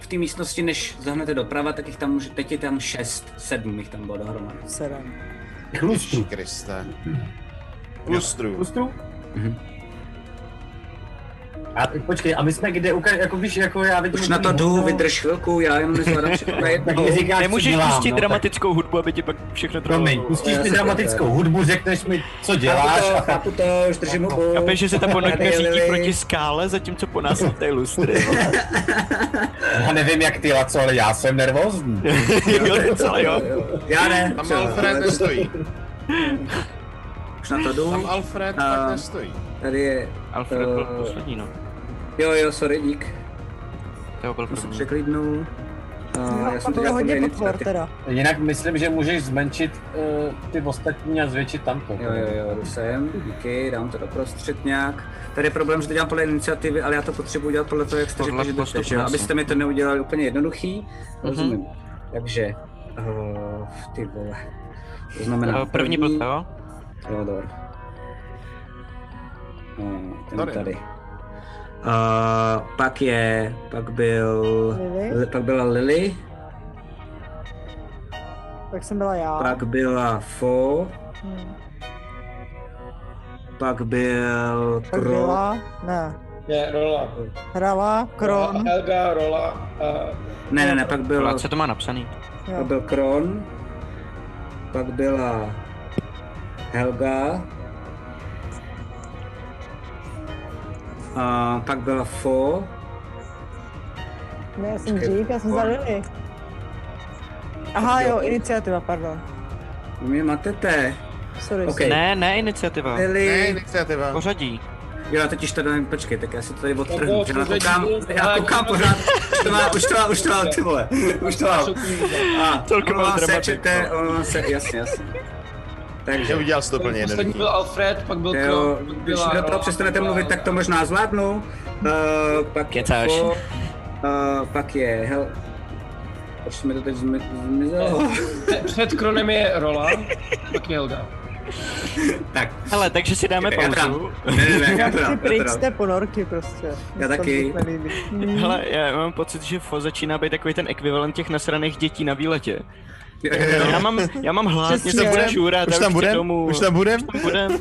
[SPEAKER 1] v té místnosti, než zahnete doprava, tak jich tam může, teď je tam šest, sedm jich tam bylo dohromady.
[SPEAKER 6] Sedm.
[SPEAKER 8] Chlustru.
[SPEAKER 7] Kriste. Lustrů.
[SPEAKER 8] Chlustru?
[SPEAKER 1] Mhm.
[SPEAKER 8] A počkej, a my jsme kde, uka- jako víš, jako já vidím...
[SPEAKER 1] Už na to jdu, vydrž chvilku, já jenom nezvládám všechno najednou.
[SPEAKER 8] Tak mi říkáš, co
[SPEAKER 5] Nemůžeš
[SPEAKER 8] dělám,
[SPEAKER 5] pustit
[SPEAKER 8] no, tak-
[SPEAKER 5] dramatickou hudbu, aby ti pak všechno
[SPEAKER 8] Promiň,
[SPEAKER 5] trvalo.
[SPEAKER 8] pustíš mi dramatickou hudbu, řekneš mi, co děláš
[SPEAKER 1] Chápu to,
[SPEAKER 8] a pak
[SPEAKER 1] chápu to, už držím hubu.
[SPEAKER 5] Chápeš, že se ta ponožka
[SPEAKER 1] Tady je
[SPEAKER 5] řídí
[SPEAKER 1] Lily.
[SPEAKER 5] proti skále, zatímco po nás jsou tady lustry.
[SPEAKER 8] já nevím jak ty Laco, ale já jsem nervózní.
[SPEAKER 5] jo, docela jo.
[SPEAKER 7] Eh.
[SPEAKER 1] Já ne.
[SPEAKER 7] Tam
[SPEAKER 1] co,
[SPEAKER 7] Alfred
[SPEAKER 1] ale
[SPEAKER 7] nestojí.
[SPEAKER 1] Už na to
[SPEAKER 7] Tam
[SPEAKER 1] jdu.
[SPEAKER 7] Alfred
[SPEAKER 1] A-
[SPEAKER 7] tak nestojí.
[SPEAKER 1] Tady je...
[SPEAKER 3] Alfred byl
[SPEAKER 1] eh,
[SPEAKER 3] poslední, no.
[SPEAKER 1] Jo, jo, sorry, dík.
[SPEAKER 3] To byl
[SPEAKER 1] Jsem se
[SPEAKER 3] první.
[SPEAKER 1] překlidnul. A
[SPEAKER 6] Jo,
[SPEAKER 1] já
[SPEAKER 6] to
[SPEAKER 1] jsem jako
[SPEAKER 6] bylo
[SPEAKER 1] teďka
[SPEAKER 6] hodně
[SPEAKER 1] plný
[SPEAKER 6] potvor
[SPEAKER 1] iniciativ.
[SPEAKER 6] teda.
[SPEAKER 8] Jinak myslím, že můžeš zmenšit uh, ty ostatní a zvětšit tamto.
[SPEAKER 1] Jo, jo, jo, jdu sem, díky, dám to doprostřed nějak. Tady je problém, že to dělám podle iniciativy, ale já to potřebuji dělat podle toho, jak jste
[SPEAKER 3] Podle Mhm.
[SPEAKER 1] řekli, že to chcete,
[SPEAKER 3] postupnosti.
[SPEAKER 1] že jo? abyste mi to neudělali úplně jednoduchý, rozumím. Takže, uh, ty vole, to znamená
[SPEAKER 3] Eh, První byl jo?
[SPEAKER 1] Teodor. No, ten
[SPEAKER 7] Tady.
[SPEAKER 1] tady. tady. Uh, pak je, pak byl,
[SPEAKER 6] Lily?
[SPEAKER 1] Lily? pak byla Lily,
[SPEAKER 6] Tak jsem byla já.
[SPEAKER 1] pak byla Fo,
[SPEAKER 6] Hm.
[SPEAKER 1] pak byl
[SPEAKER 6] Tak
[SPEAKER 1] Kro,
[SPEAKER 6] byla, ne.
[SPEAKER 4] Ne, rola.
[SPEAKER 6] Hrala, Kron,
[SPEAKER 4] Helga, rola. A...
[SPEAKER 1] ne, ne, ne, pak byl,
[SPEAKER 3] Ale co to má napsaný?
[SPEAKER 1] pak
[SPEAKER 6] jo.
[SPEAKER 1] byl Kron, pak byla Helga, a pak byla Fo,
[SPEAKER 6] Ne, já jsem dřív, já jsem za Lily. Aha, jo, iniciativa, pardon.
[SPEAKER 1] Vy mě matete,
[SPEAKER 6] Sorry.
[SPEAKER 1] OK.
[SPEAKER 3] Ne, ne iniciativa.
[SPEAKER 7] Ne,
[SPEAKER 1] Lily,
[SPEAKER 7] iniciativa.
[SPEAKER 3] Pořadí.
[SPEAKER 1] Jo, já totiž tady, počkej, tak já si to tady odtrhnu,
[SPEAKER 4] bylo
[SPEAKER 1] protože já
[SPEAKER 4] pořadí,
[SPEAKER 1] koukám,
[SPEAKER 4] bylo
[SPEAKER 1] já koukám pořád, už to má, už to má, už to má, ty vole, už to má. A,
[SPEAKER 5] Celkem
[SPEAKER 1] ono se
[SPEAKER 5] dramatik,
[SPEAKER 1] čete, ono se, jasně, jasně. Takže,
[SPEAKER 7] Neudělal jsi to plně
[SPEAKER 4] Poslední
[SPEAKER 7] jednoduchý.
[SPEAKER 4] byl Alfred, pak byl
[SPEAKER 1] jo,
[SPEAKER 4] Kron, pak
[SPEAKER 1] když
[SPEAKER 4] byla
[SPEAKER 1] do toho
[SPEAKER 4] Rola,
[SPEAKER 1] přestanete
[SPEAKER 4] byla
[SPEAKER 1] mluvit, tak to možná zvládnu. Uh, pak
[SPEAKER 5] Kecáš.
[SPEAKER 1] Je, uh, pak je, hel, už mi to teď zmi- zmizelo.
[SPEAKER 4] Před Kronem je rola, pak je Helga.
[SPEAKER 1] Tak,
[SPEAKER 5] Hele, takže si dáme
[SPEAKER 1] já to dám.
[SPEAKER 5] pauzu.
[SPEAKER 1] Ne, ne, ne, já to
[SPEAKER 6] Chci
[SPEAKER 1] dám, já
[SPEAKER 6] pryč
[SPEAKER 1] to
[SPEAKER 6] z
[SPEAKER 1] dám.
[SPEAKER 6] té ponorky prostě. Mně se tam
[SPEAKER 1] taky.
[SPEAKER 6] nic nelíbí. Hm.
[SPEAKER 5] Hele, já mám pocit, že Fo začíná být takový ten ekvivalent těch nasraných dětí na výletě. Já mám, já mám hlad, mě
[SPEAKER 6] Přesně.
[SPEAKER 5] se bude žůrat,
[SPEAKER 7] Už
[SPEAKER 5] já
[SPEAKER 7] tam
[SPEAKER 5] chci
[SPEAKER 7] budem?
[SPEAKER 5] domů.
[SPEAKER 7] Už tam budem?
[SPEAKER 5] Už tam budem?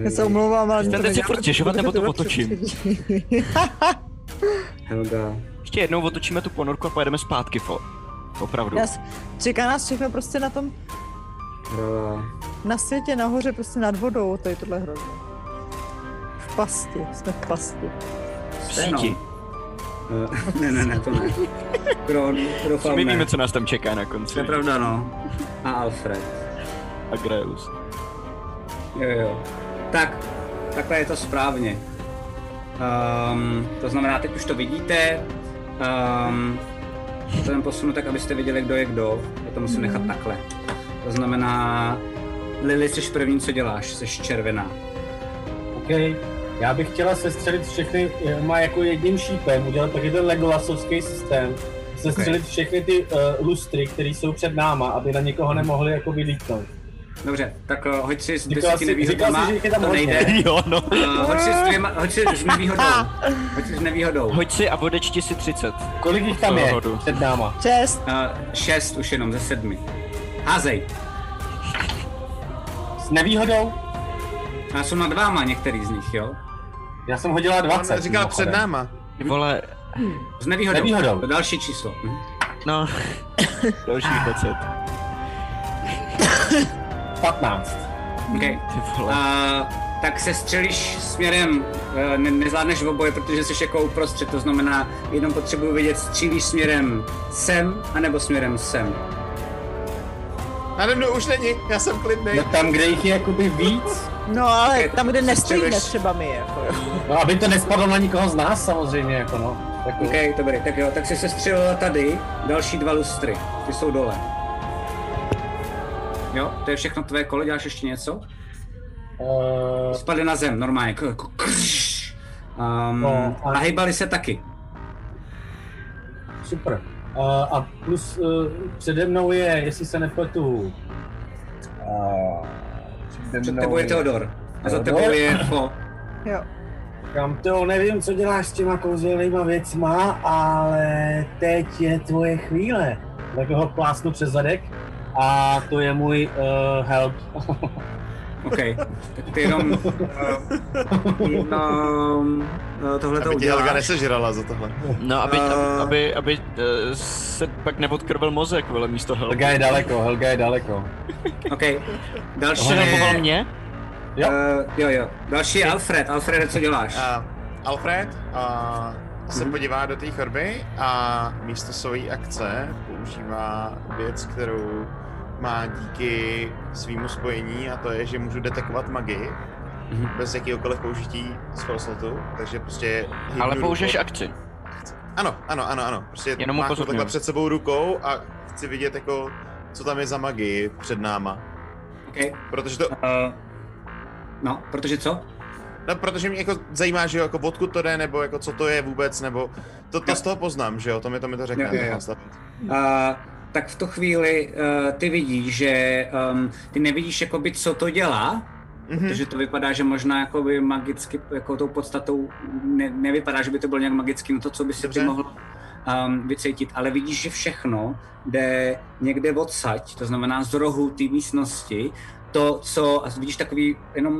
[SPEAKER 6] Já se omlouvám, ale...
[SPEAKER 5] Chcete si furt stěžovat, nebo to
[SPEAKER 6] bylo
[SPEAKER 5] otočím?
[SPEAKER 6] přepření.
[SPEAKER 1] Helga,
[SPEAKER 5] Ještě jednou otočíme tu ponorku a pojedeme zpátky, Fo. Opravdu.
[SPEAKER 6] Já s- Čeká nás všechno prostě na tom,
[SPEAKER 1] Hrala,
[SPEAKER 6] na světě, nahoře, prostě nad vodou, to je tohle hrozné. v pasti, jsme v pasti.
[SPEAKER 1] Steno. Eh, ne, ne, ne, to ne. Pro, pro Faun
[SPEAKER 3] My
[SPEAKER 1] ne.
[SPEAKER 3] víme, co nás tam čeká na konci.
[SPEAKER 1] To je pravda, no. A Alfred.
[SPEAKER 3] A Greus.
[SPEAKER 1] Jo, jo. Tak, takhle je to správně. Um, to znamená, teď už to vidíte. Um, to jen posunu tak, abyste viděli, kdo je kdo. Já to musím nechat takhle. To znamená, Lily, jsi první, co děláš, jsi červená.
[SPEAKER 8] OK. Já bych chtěla sestřelit všechny, eh, má jako jedním šípem, udělat taky ten Legolasovský systém, sestřelit
[SPEAKER 1] Ok.
[SPEAKER 8] všechny ty uh, lustry, které jsou před náma, aby na nikoho nemohli jako vylítnout.
[SPEAKER 1] Dobře, tak uh, hoď si s
[SPEAKER 8] Říkal
[SPEAKER 1] deseti
[SPEAKER 8] jsi- říkal
[SPEAKER 1] nevýhodama,
[SPEAKER 8] jsi, že jich je tam
[SPEAKER 1] to
[SPEAKER 8] hodně.
[SPEAKER 1] nejde.
[SPEAKER 3] Jo, no.
[SPEAKER 1] Uh, hoď si s dvěma, hoď si s nevýhodou. Hoď si s nevýhodou.
[SPEAKER 3] Hoď si a odečti si 30.
[SPEAKER 8] Kolik jich tam
[SPEAKER 3] To
[SPEAKER 8] je
[SPEAKER 3] hodu.
[SPEAKER 8] před náma?
[SPEAKER 6] Čest!
[SPEAKER 1] Uh, šest už jenom ze sedmi. Házej.
[SPEAKER 8] S nevýhodou?
[SPEAKER 1] A jsou nad váma některý z nich, jo?
[SPEAKER 8] Já jsem hodila 20.
[SPEAKER 7] On říkal před
[SPEAKER 8] mimochodem.
[SPEAKER 7] náma.
[SPEAKER 3] Ty Vole,
[SPEAKER 1] S nevýhodou.
[SPEAKER 8] Nevýhodou.
[SPEAKER 1] To další číslo. Hm.
[SPEAKER 3] no. Další 20.
[SPEAKER 8] 15.
[SPEAKER 1] Okay.
[SPEAKER 3] Ty vole.
[SPEAKER 1] A, tak se střelíš směrem, eh, ne, nezvládneš oboje, protože jsi jako uprostřed, to znamená, jenom potřebuju vědět, střílíš směrem sem, anebo směrem sem.
[SPEAKER 7] Nade mnou už není, já jsem klidný.
[SPEAKER 8] No tam, kde jich je jakoby víc.
[SPEAKER 6] No ale
[SPEAKER 1] Tak
[SPEAKER 6] tam, kde
[SPEAKER 1] si
[SPEAKER 6] nestřílíme
[SPEAKER 1] střelíš.
[SPEAKER 6] třeba my, jako jo.
[SPEAKER 8] No, aby to nespadlo na nikoho z nás samozřejmě, jako no. Jako,
[SPEAKER 1] OK, dobrý, tak jo, tak jsi se střelila tady, další dva lustry, ty jsou dole. Jo, to je všechno tvé kolo, děláš ještě něco?
[SPEAKER 8] eh,
[SPEAKER 1] Spadly na zem, normálně. k- k- krš. Um,
[SPEAKER 8] No, ale-
[SPEAKER 1] a hejbali se taky.
[SPEAKER 8] Super. A- a plus eh, přede mnou je, jestli se nepletu, uh,
[SPEAKER 1] Před tebou je Teodor. A za tebou je Fo.
[SPEAKER 6] jo.
[SPEAKER 8] Kam to nevím, co děláš s těma kouzelnýma věcma, ale teď je tvoje chvíle. Tak ho plásnu přes zadek a to je můj uh, help.
[SPEAKER 1] OK, tak ty jenom... Uh, eh, tohle to
[SPEAKER 7] Aby tě Helga
[SPEAKER 1] uděláš.
[SPEAKER 7] nesežrala za tohle.
[SPEAKER 3] No, aby,
[SPEAKER 1] Eh.
[SPEAKER 3] aby, aby eh, se pak neodkrvil mozek, vole, místo helmy.
[SPEAKER 8] Helga je daleko, Helga je daleko.
[SPEAKER 1] OK, další
[SPEAKER 3] Tohle
[SPEAKER 1] je...
[SPEAKER 3] helmoval mě?
[SPEAKER 8] Jo.
[SPEAKER 1] Uh, jo, jo. Další je Alfred. Alfrede, co děláš?
[SPEAKER 7] A Alfred a
[SPEAKER 3] Mhm.
[SPEAKER 7] se podívá do té chorby a místo své akce používá věc, kterou má díky svýmu spojení a to je, že můžu detekovat magii
[SPEAKER 1] Mhm.
[SPEAKER 7] bez jakýhokoliv použití spell slotu, takže prostě...
[SPEAKER 3] Ale
[SPEAKER 7] hýbnu
[SPEAKER 3] použiješ
[SPEAKER 7] rukou.
[SPEAKER 3] akci.
[SPEAKER 7] Ano, ano, ano, ano, prostě
[SPEAKER 3] Jenom
[SPEAKER 7] Jenom máku
[SPEAKER 3] upozorňuju.
[SPEAKER 7] takhle před sebou rukou a chci vidět jako, co tam je za magii před náma.
[SPEAKER 1] OK.
[SPEAKER 7] Protože to,
[SPEAKER 1] Uh, no, protože co?
[SPEAKER 7] No, protože mě jako zajímá, že jo, jako odkud to jde, nebo jako co to je vůbec, nebo to, to z toho poznám, že jo, to mi to mi to řekne. jako
[SPEAKER 1] Jo, jo, jo.
[SPEAKER 7] nechám stav.
[SPEAKER 1] A Eh, tak v tu chvíli uh, ty vidíš, že um, ty nevidíš, jakoby, co to dělá,
[SPEAKER 7] Mhm.
[SPEAKER 1] protože to vypadá, že možná jakoby magicky, jako tou podstatou ne, nevypadá, že by to bylo nějak magicky, no to, co by si ty
[SPEAKER 7] Dobře.
[SPEAKER 1] mohl um, vycítit, ale vidíš, že všechno jde někde odsaď, to znamená z rohu té místnosti, to, co, a vidíš takový jenom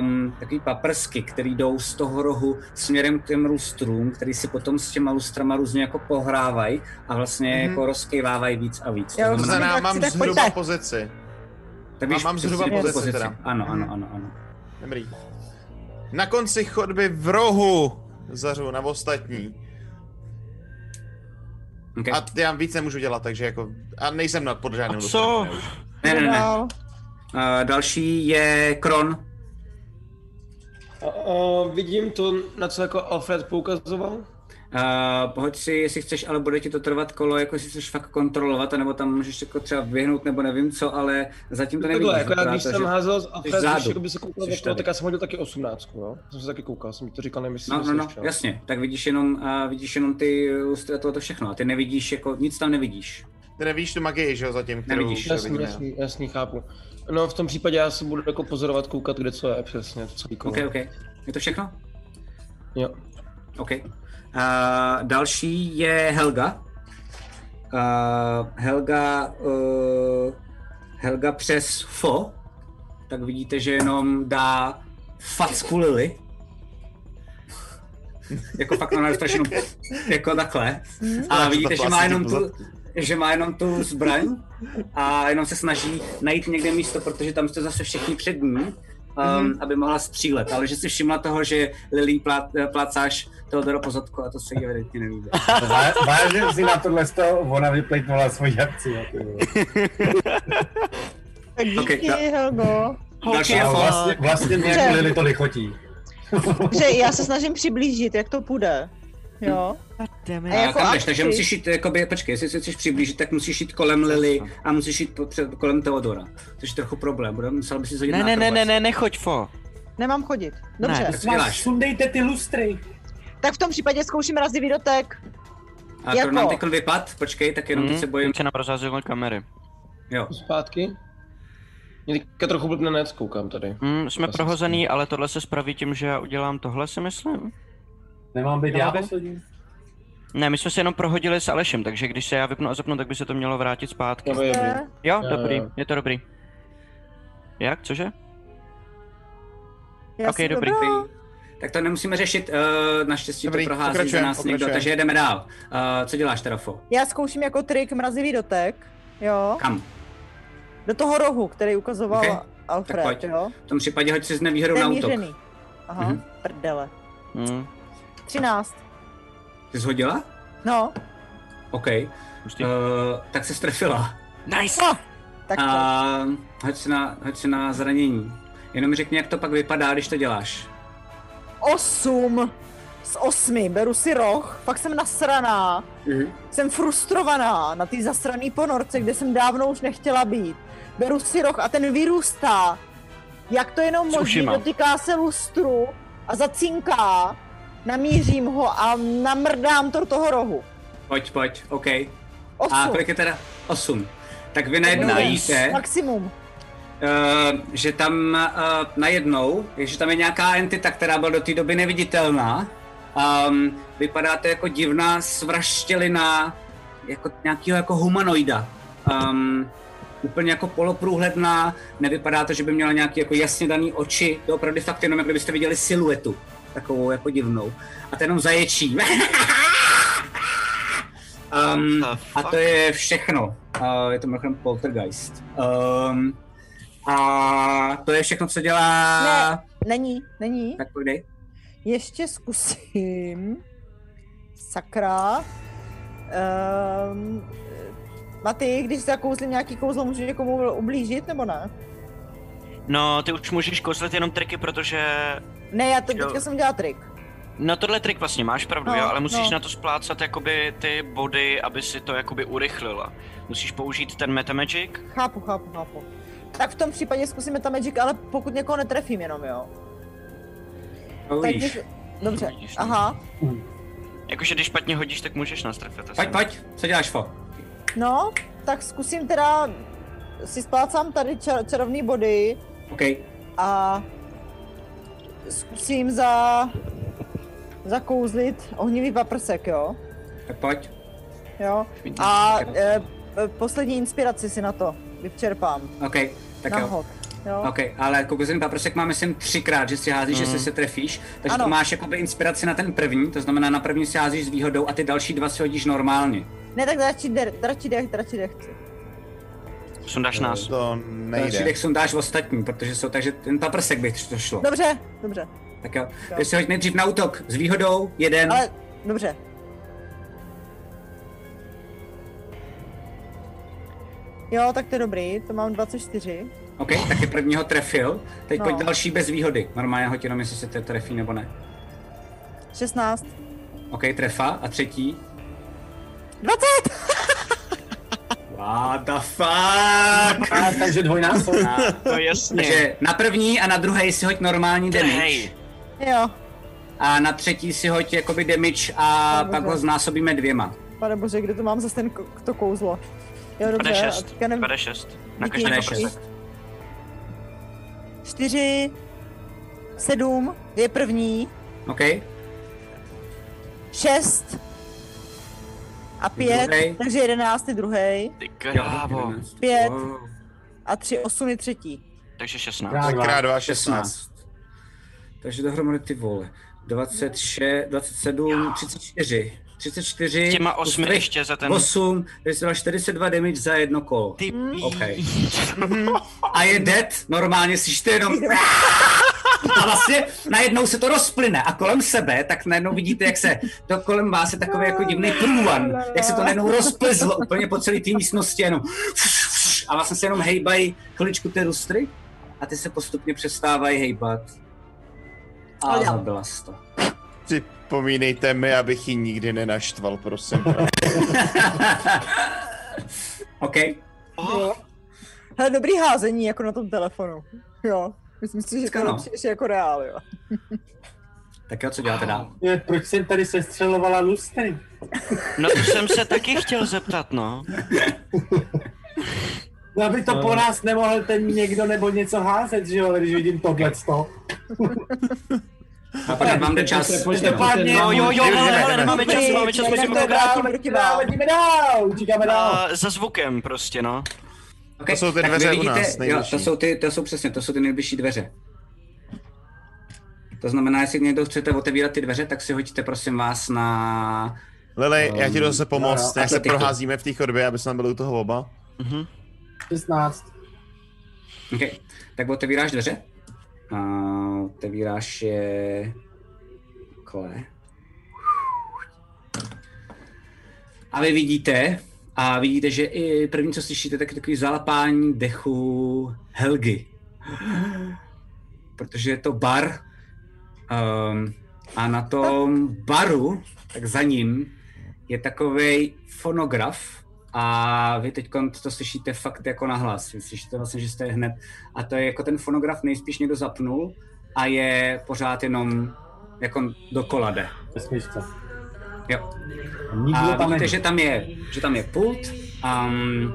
[SPEAKER 1] um, takový paprsky, které jdou z toho rohu směrem k těm lustrům, který si potom s těma lustrama různě jako pohrávají a vlastně
[SPEAKER 7] Mhm.
[SPEAKER 1] mm-hmm. jako rozkývávají víc a víc.
[SPEAKER 6] Já
[SPEAKER 1] To
[SPEAKER 6] už
[SPEAKER 7] To
[SPEAKER 1] znamená,
[SPEAKER 7] znamená,
[SPEAKER 6] Tak
[SPEAKER 7] mám
[SPEAKER 6] si tak
[SPEAKER 7] zhruba
[SPEAKER 6] pojďte.
[SPEAKER 7] pozici.
[SPEAKER 1] tak
[SPEAKER 7] mám- mám
[SPEAKER 1] přesně
[SPEAKER 7] zhruba
[SPEAKER 1] tu
[SPEAKER 7] pozici teda.
[SPEAKER 1] Ano, ano,
[SPEAKER 7] Mhm.
[SPEAKER 1] ano, ano.
[SPEAKER 7] Dobrý. Na konci chodby v rohu zařu na ostatní.
[SPEAKER 1] Okay.
[SPEAKER 7] A t- já víc nemůžu dělat, takže jako... A nejsem nad pod žádným
[SPEAKER 3] A
[SPEAKER 7] lustrem,
[SPEAKER 3] co?
[SPEAKER 7] ne, už.
[SPEAKER 1] Ne, ne, ne.
[SPEAKER 6] Dál.
[SPEAKER 1] Uh, další je Kron.
[SPEAKER 4] A, a, vidím to, na co jako Alfred poukazoval.
[SPEAKER 1] Uh, pohoď si, jestli chceš, ale bude ti to trvat kolo, jako jestli chceš fakt kontrolovat, anebo tam můžeš jako třeba běhnout, nebo nevím co, ale zatím to nevidíš.
[SPEAKER 4] Takhle, jako já
[SPEAKER 1] vypadá
[SPEAKER 4] když
[SPEAKER 1] to,
[SPEAKER 4] jsem
[SPEAKER 1] že-
[SPEAKER 4] házel s Alfred,
[SPEAKER 1] vzadu.
[SPEAKER 4] když jako by se koukal
[SPEAKER 1] Jsi
[SPEAKER 4] okolo,
[SPEAKER 1] tady.
[SPEAKER 4] tak já jsem hodil taky 18, jo? Jsem se taky koukal, jsem ti to říkal, nevím, jestli
[SPEAKER 1] No,
[SPEAKER 4] jsem
[SPEAKER 1] no, no,
[SPEAKER 4] slyšel.
[SPEAKER 1] jasně. Tak vidíš jenom, uh, vidíš jenom ty lustra, tohle to všechno. A ty nevidíš, jako nic tam nevidíš.
[SPEAKER 7] Ty nevíš tu magii, že jo, zatím, kterou...
[SPEAKER 1] Nevidíš.
[SPEAKER 7] kterou
[SPEAKER 4] Jasný,
[SPEAKER 7] vidíme.
[SPEAKER 4] jasný, jasný, chápu. No v tom případě já se budu jako pozorovat, koukat, kde co je přesně, to celý kolo.
[SPEAKER 1] OK, OK. Je to všechno?
[SPEAKER 4] Jo.
[SPEAKER 1] OK. Uh, další je Helga. Uh, Helga, uh, Helga přes fo, tak vidíte, že jenom dá facku Lily. jako fakt normálně strašně jenom jako takhle. A vidíte, že má jenom tu, že má jenom tu zbraň a jenom se snaží najít někde místo, protože tam jste zase všichni před ní um, mm-hmm. aby mohla střílet, ale že si všimla toho, že Lily plát, plácáš Teodoro po zadku a to se jí evidentně nelíbí.
[SPEAKER 8] Vážím si na tohle z toho, ona vyplejtnula svoji akci. jo, ty vole.
[SPEAKER 6] Tak díky,
[SPEAKER 1] Okay, da-
[SPEAKER 6] Helgo.
[SPEAKER 1] Další je
[SPEAKER 8] A
[SPEAKER 1] fakt.
[SPEAKER 8] vlastně, vlastně mě
[SPEAKER 6] Dobře.
[SPEAKER 8] jako Lily to lichotí.
[SPEAKER 6] Že já se snažím přiblížit, jak to půjde. Jo? A
[SPEAKER 1] A
[SPEAKER 6] jako
[SPEAKER 1] kam jdeš,
[SPEAKER 6] akci.
[SPEAKER 1] takže musíš jít, jakoby, počkej, jestli se chceš přiblížit, tak musíš jít kolem Lily a musíš jít po- před, kolem Teodora. Což je trochu problém, bude, musel by si zhodit
[SPEAKER 19] Ne,
[SPEAKER 1] na
[SPEAKER 19] ne, ne, ne,
[SPEAKER 1] akrobaci.
[SPEAKER 19] ne, nechoď, fo.
[SPEAKER 6] Nemám chodit. Dobře.
[SPEAKER 1] Tak co děláš?
[SPEAKER 8] Sundejte ty lustry.
[SPEAKER 6] Tak v tom případě zkouším razivý dotek.
[SPEAKER 1] A
[SPEAKER 6] Jako?
[SPEAKER 1] to nám teď vypad, počkej, tak
[SPEAKER 3] Mhm. Hm?
[SPEAKER 1] jenom teď se bojím.
[SPEAKER 3] se nám rozhazily kamery.
[SPEAKER 1] Jo.
[SPEAKER 4] Zpátky. Mě teďka trochu blbne net, koukám tady.
[SPEAKER 3] Mm, jsme
[SPEAKER 4] Klasicky.
[SPEAKER 3] prohozený, ale tohle se spraví tím, že já udělám tohle, si myslím.
[SPEAKER 8] Nemám být já poslední?
[SPEAKER 3] Ne, my jsme se jenom prohodili s Alešem, takže když se já vypnu a zapnu, tak by se to mělo vrátit zpátky.
[SPEAKER 4] To je dobrý.
[SPEAKER 3] Jo,
[SPEAKER 4] Jo,
[SPEAKER 3] dobrý,
[SPEAKER 4] jo.
[SPEAKER 3] je to dobrý. Jak, cože?
[SPEAKER 6] Já
[SPEAKER 3] Ok,
[SPEAKER 6] si
[SPEAKER 3] dobrý.
[SPEAKER 6] dobrá.
[SPEAKER 1] Tak to nemusíme řešit, uh, naštěstí
[SPEAKER 7] Dobrý,
[SPEAKER 1] to prohází za
[SPEAKER 7] pokračujeme,
[SPEAKER 1] nás někdo,
[SPEAKER 7] pokračujeme.
[SPEAKER 1] takže jdeme dál. Uh, co děláš, Terafo?
[SPEAKER 6] Já zkouším jako trik mrazivý dotek. Jo?
[SPEAKER 1] Kam?
[SPEAKER 6] Do toho rohu, který ukazoval
[SPEAKER 1] Ok,
[SPEAKER 6] Alfred,
[SPEAKER 1] pojď.
[SPEAKER 6] jo?
[SPEAKER 1] V tom případě hoď si s nevýhodou na útok.
[SPEAKER 6] Nemířený. Aha,
[SPEAKER 1] Mhm.
[SPEAKER 6] prdele.
[SPEAKER 3] Mm,
[SPEAKER 6] 13.
[SPEAKER 1] Ty jsi hodila?
[SPEAKER 6] No,
[SPEAKER 1] OK.
[SPEAKER 3] pustí.
[SPEAKER 1] Uh, tak se strefila.
[SPEAKER 3] Nice!
[SPEAKER 6] tak to.
[SPEAKER 1] A hoď si na, hoď si na zranění. Jenom mi řekni, jak to pak vypadá, když to děláš.
[SPEAKER 6] 8 z 8, beru si roh, pak jsem nasraná,
[SPEAKER 1] Mhm.
[SPEAKER 6] jsem frustrovaná na té zasrané ponorce, kde jsem dávno už nechtěla být. Beru si roh a ten vyrůstá. Jak to jenom možné,
[SPEAKER 3] Tsushima.
[SPEAKER 6] dotýká se lustru a zacinká, namířím ho a namrdám to do toho rohu.
[SPEAKER 1] Pojď, pojď, OK. A
[SPEAKER 6] Osm.
[SPEAKER 1] kolik je teda? Osm. Tak vy
[SPEAKER 6] To
[SPEAKER 1] najednou
[SPEAKER 6] bylo
[SPEAKER 1] vidíte,
[SPEAKER 6] Maximum.
[SPEAKER 1] eh, že tam eh, najednou, je, že tam je nějaká entita, která byla do té doby neviditelná. Um, vypadá to jako divná svraštělina, jako nějakého jako humanoida. Um, úplně jako poloprůhledná, nevypadá to, že by měla nějaký jako jasně daný oči, to opravdu fakt jenom, jak kdybyste viděli siluetu, takovou jako divnou. A ten jenom zaječí. um,
[SPEAKER 19] What the
[SPEAKER 1] a to je všechno. Uh, je to mimochodem poltergeist. Um, a to je všechno, co dělá...
[SPEAKER 6] Ne. Není, není.
[SPEAKER 1] Tak pojď.
[SPEAKER 6] Ještě zkusím. Sakra. Um, Maty, když zakouzlím nějaký kouzlo, můžu někomu ublížit nebo ne?
[SPEAKER 3] No, ty už můžeš kouzlet jenom triky, protože...
[SPEAKER 6] Ne, já to
[SPEAKER 3] Jo.
[SPEAKER 6] teďka jsem dělala trik.
[SPEAKER 3] No tohle trik vlastně máš pravdu,
[SPEAKER 6] No,
[SPEAKER 3] jo, ale musíš
[SPEAKER 6] no.
[SPEAKER 3] na to splácat jakoby ty body, aby si to jakoby urychlila. Musíš použít ten metamagic.
[SPEAKER 6] Chápu, chápu, chápu. Tak v tom případě zkusíme ta magic, ale pokud někoho netrefím jenom, jo. Tak
[SPEAKER 1] Pojď,
[SPEAKER 6] něk- Dobře,
[SPEAKER 3] Vidíš, no.
[SPEAKER 6] aha.
[SPEAKER 3] Jakože když špatně hodíš, tak můžeš nastrefit asi.
[SPEAKER 1] pojď, pojď. Co děláš, Fo?
[SPEAKER 6] No, tak zkusím teda, si splácám tady čar- čarovný body
[SPEAKER 1] OK.
[SPEAKER 6] a zkusím za zakouzlit ohnivý paprsek, jo?
[SPEAKER 1] Tak pojď.
[SPEAKER 6] Jo. A e, e, poslední inspiraci si na to vyčerpám.
[SPEAKER 1] OK, tak
[SPEAKER 6] Tak na
[SPEAKER 1] jo.
[SPEAKER 6] hod. Jo.
[SPEAKER 1] OK, ale kokozin paprsek máme sem třikrát, že si házíš, že se se trefíš, takže
[SPEAKER 6] Ano.
[SPEAKER 1] to máš jakoby inspiraci na ten první, to znamená na první si házíš s výhodou a ty další dva si hodíš normálně.
[SPEAKER 6] Ne, tak radši, der, radši dech, radši dech. chci.
[SPEAKER 3] Sundáš nás.
[SPEAKER 7] To
[SPEAKER 1] Další
[SPEAKER 7] nejde.
[SPEAKER 1] dech sundáš ostatní, protože jsou, takže ten paprsek bych to šlo.
[SPEAKER 6] Dobře, dobře,
[SPEAKER 1] Tak jo, takže si hoď nejdřív na útok s výhodou, jeden,
[SPEAKER 6] ale dobře. Jo, tak to je dobrý, to mám 24.
[SPEAKER 1] OK, tak je prvního trefil, teď
[SPEAKER 6] No.
[SPEAKER 1] pojď další bez výhody, normálně hoď jenom, jestli se to trefí nebo ne.
[SPEAKER 6] 16.
[SPEAKER 1] OK, trefa a třetí.
[SPEAKER 6] 20!
[SPEAKER 1] What the fuck?
[SPEAKER 8] A, takže dvojnásob.
[SPEAKER 3] No jasně.
[SPEAKER 1] Takže na první a na druhý si hoď normální damage.
[SPEAKER 3] Hej,
[SPEAKER 6] Jo,
[SPEAKER 1] a na třetí si hoď jakoby damage a
[SPEAKER 6] Dobře.
[SPEAKER 1] pak ho znásobíme dvěma.
[SPEAKER 6] pane bože, kde to mám zase ten, ko- to kouzlo? Jo, dobře, a
[SPEAKER 3] 56.
[SPEAKER 6] teďka nevím.
[SPEAKER 3] 56. Na
[SPEAKER 6] Díky,
[SPEAKER 3] každý
[SPEAKER 1] díky.
[SPEAKER 3] paprsek.
[SPEAKER 6] 4, 7, je první,
[SPEAKER 1] OK?
[SPEAKER 6] 6 a 5,
[SPEAKER 1] Druhej.
[SPEAKER 6] takže 11 je druhý,
[SPEAKER 3] Ty krávo.
[SPEAKER 6] 5
[SPEAKER 1] Wow.
[SPEAKER 6] a 3, 8 je třetí.
[SPEAKER 3] Takže 16.
[SPEAKER 8] Krát dva.
[SPEAKER 7] Krát 2, 16.
[SPEAKER 1] Takže dohromady ty vole. 26, 27, 34. 34.
[SPEAKER 3] S těma osmi
[SPEAKER 1] plus
[SPEAKER 3] ještě za ten-
[SPEAKER 1] 8, takže jsi dal 42 damage za jedno kolo.
[SPEAKER 3] Ty
[SPEAKER 6] Hmm.
[SPEAKER 1] okay. A je dead, normálně si ty jenom... A vlastně najednou se to rozplyne a kolem sebe, tak najednou vidíte, jak se to kolem vás je takový jako divný průvan, jak se to najednou rozplzlo úplně po celé té místnosti, jenom a vlastně se jenom hejbají chviličku ty lustry a ty se postupně přestávají hejbat. A zabila jsi to.
[SPEAKER 7] Připomínejte mi, abych ji nikdy nenaštval, prosím.
[SPEAKER 1] OK.
[SPEAKER 6] Jo. Hele, dobrý házení jako na tom telefonu. Jo. Myslím si, že to je
[SPEAKER 1] Ano.
[SPEAKER 6] lepší než jako reál, jo.
[SPEAKER 1] Tak jo, co děláte dál?
[SPEAKER 8] Je, proč jsem tady sestřelovala lustry?
[SPEAKER 3] No to jsem se taky chtěl zeptat, no.
[SPEAKER 8] No, aby to po nás nemohl ten někdo nebo něco házet, že jo, ale když vidím tohleto.
[SPEAKER 1] A pak vám jde čas.
[SPEAKER 8] Každopádně,
[SPEAKER 3] No jo, jo,
[SPEAKER 7] Jdeme,
[SPEAKER 3] hele,
[SPEAKER 7] jdeme,
[SPEAKER 3] hele,
[SPEAKER 7] jdeme.
[SPEAKER 3] nemáme čas, nemáme čas, musíme to vrátit.
[SPEAKER 8] No, jdeme dál, utíkáme dál.
[SPEAKER 3] A za zvukem prostě, no.
[SPEAKER 1] Okay,
[SPEAKER 7] To jsou ty
[SPEAKER 1] tak vy
[SPEAKER 7] dveře u
[SPEAKER 1] vidíte-
[SPEAKER 7] nás,
[SPEAKER 1] jo,
[SPEAKER 7] nejbližší.
[SPEAKER 1] to jsou ty, to jsou přesně, to jsou ty nejbližší dveře. To znamená, jestli někdo chcete otevírat ty dveře, tak si hoďte prosím vás na...
[SPEAKER 7] Lili, já ti jdu zase
[SPEAKER 1] No,
[SPEAKER 7] pomoct,
[SPEAKER 1] no,
[SPEAKER 7] jak se
[SPEAKER 1] atletiku.
[SPEAKER 7] proházíme v té chodbě, aby jsme tam byli u toho oba.
[SPEAKER 8] 16.
[SPEAKER 1] Okay. Tak otevíráš dveře. Uh, otevíráš je... Kole. A vy vidíte, a vidíte, že i první, co slyšíte, tak je takový zalapání dechu Helgy. Protože je to bar. Um, a na tom baru, tak za ním, je takový fonograf a vy teď to slyšíte fakt jako na hlas. Vy slyšíte vlastně, že jste hned. A to je jako ten fonograf nejspíš někdo zapnul a je pořád jenom jako dokola jde.
[SPEAKER 8] Vesmíšce.
[SPEAKER 1] Jo.
[SPEAKER 8] Nikdo
[SPEAKER 1] A
[SPEAKER 8] tam
[SPEAKER 1] vidíte,
[SPEAKER 8] není.
[SPEAKER 1] že tam je, že tam je pult. Um,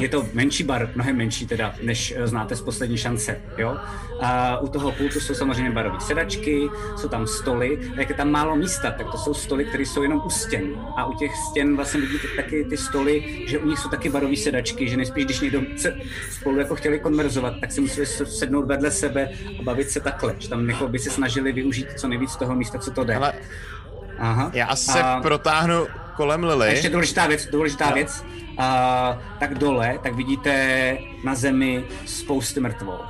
[SPEAKER 1] je to menší bar, mnohem menší teda, než eh, znáte z poslední šance, jo? A u toho pultu jsou samozřejmě barové sedačky, jsou tam stoly, a jak je tam málo místa, tak to jsou stoly, které jsou jenom u stěn. A u těch stěn vlastně vidíte taky ty stoly, že u nich jsou taky barové sedačky, že nejspíš, když někdo se spolu jako chtěli konverzovat, tak si museli se- sednout vedle sebe a bavit se takhle, že tam jako by se snažili využít co nejvíc toho místa, co to jde.
[SPEAKER 7] Ale
[SPEAKER 1] Aha.
[SPEAKER 7] já se
[SPEAKER 1] A-
[SPEAKER 7] protáhnu kolem
[SPEAKER 1] a
[SPEAKER 7] Lily.
[SPEAKER 1] ještě důležitá věc, důležitá věc. A, tak dole, tak vidíte na zemi spousty mrtvol.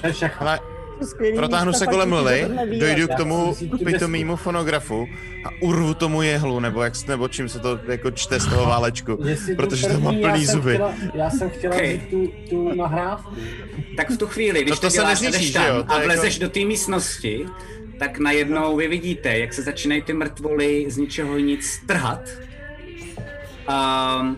[SPEAKER 8] To je všechno.
[SPEAKER 7] Hele,
[SPEAKER 6] To skvělý
[SPEAKER 7] protáhnu
[SPEAKER 6] místa,
[SPEAKER 7] se
[SPEAKER 6] fakt
[SPEAKER 7] kolem
[SPEAKER 6] ti to
[SPEAKER 7] Lily,
[SPEAKER 6] takhle vyjede.
[SPEAKER 7] dojdu k
[SPEAKER 8] já
[SPEAKER 7] tomu
[SPEAKER 8] jsem si tu
[SPEAKER 7] pitomýmu fonografu a urvu tomu jehlu, nebo jak, nebo čím se to jako čte z toho válečku,
[SPEAKER 8] Jestli tu
[SPEAKER 7] protože to má
[SPEAKER 8] první, já
[SPEAKER 7] plný
[SPEAKER 8] jsem
[SPEAKER 7] zuby.
[SPEAKER 8] Chtěla, já jsem chtěla
[SPEAKER 1] Okej.
[SPEAKER 8] vzít tu, tu nahrávku.
[SPEAKER 1] Tak v tu chvíli, když
[SPEAKER 7] No to
[SPEAKER 1] to,
[SPEAKER 7] se
[SPEAKER 1] děláš,
[SPEAKER 7] nezničí,
[SPEAKER 1] jdeš
[SPEAKER 7] že
[SPEAKER 1] tam
[SPEAKER 7] jo? To
[SPEAKER 1] a
[SPEAKER 7] je jako-
[SPEAKER 1] vlezeš do té místnosti, tak najednou vy vidíte, jak se začínají ty mrtvoly z ničeho nic trhat. Um,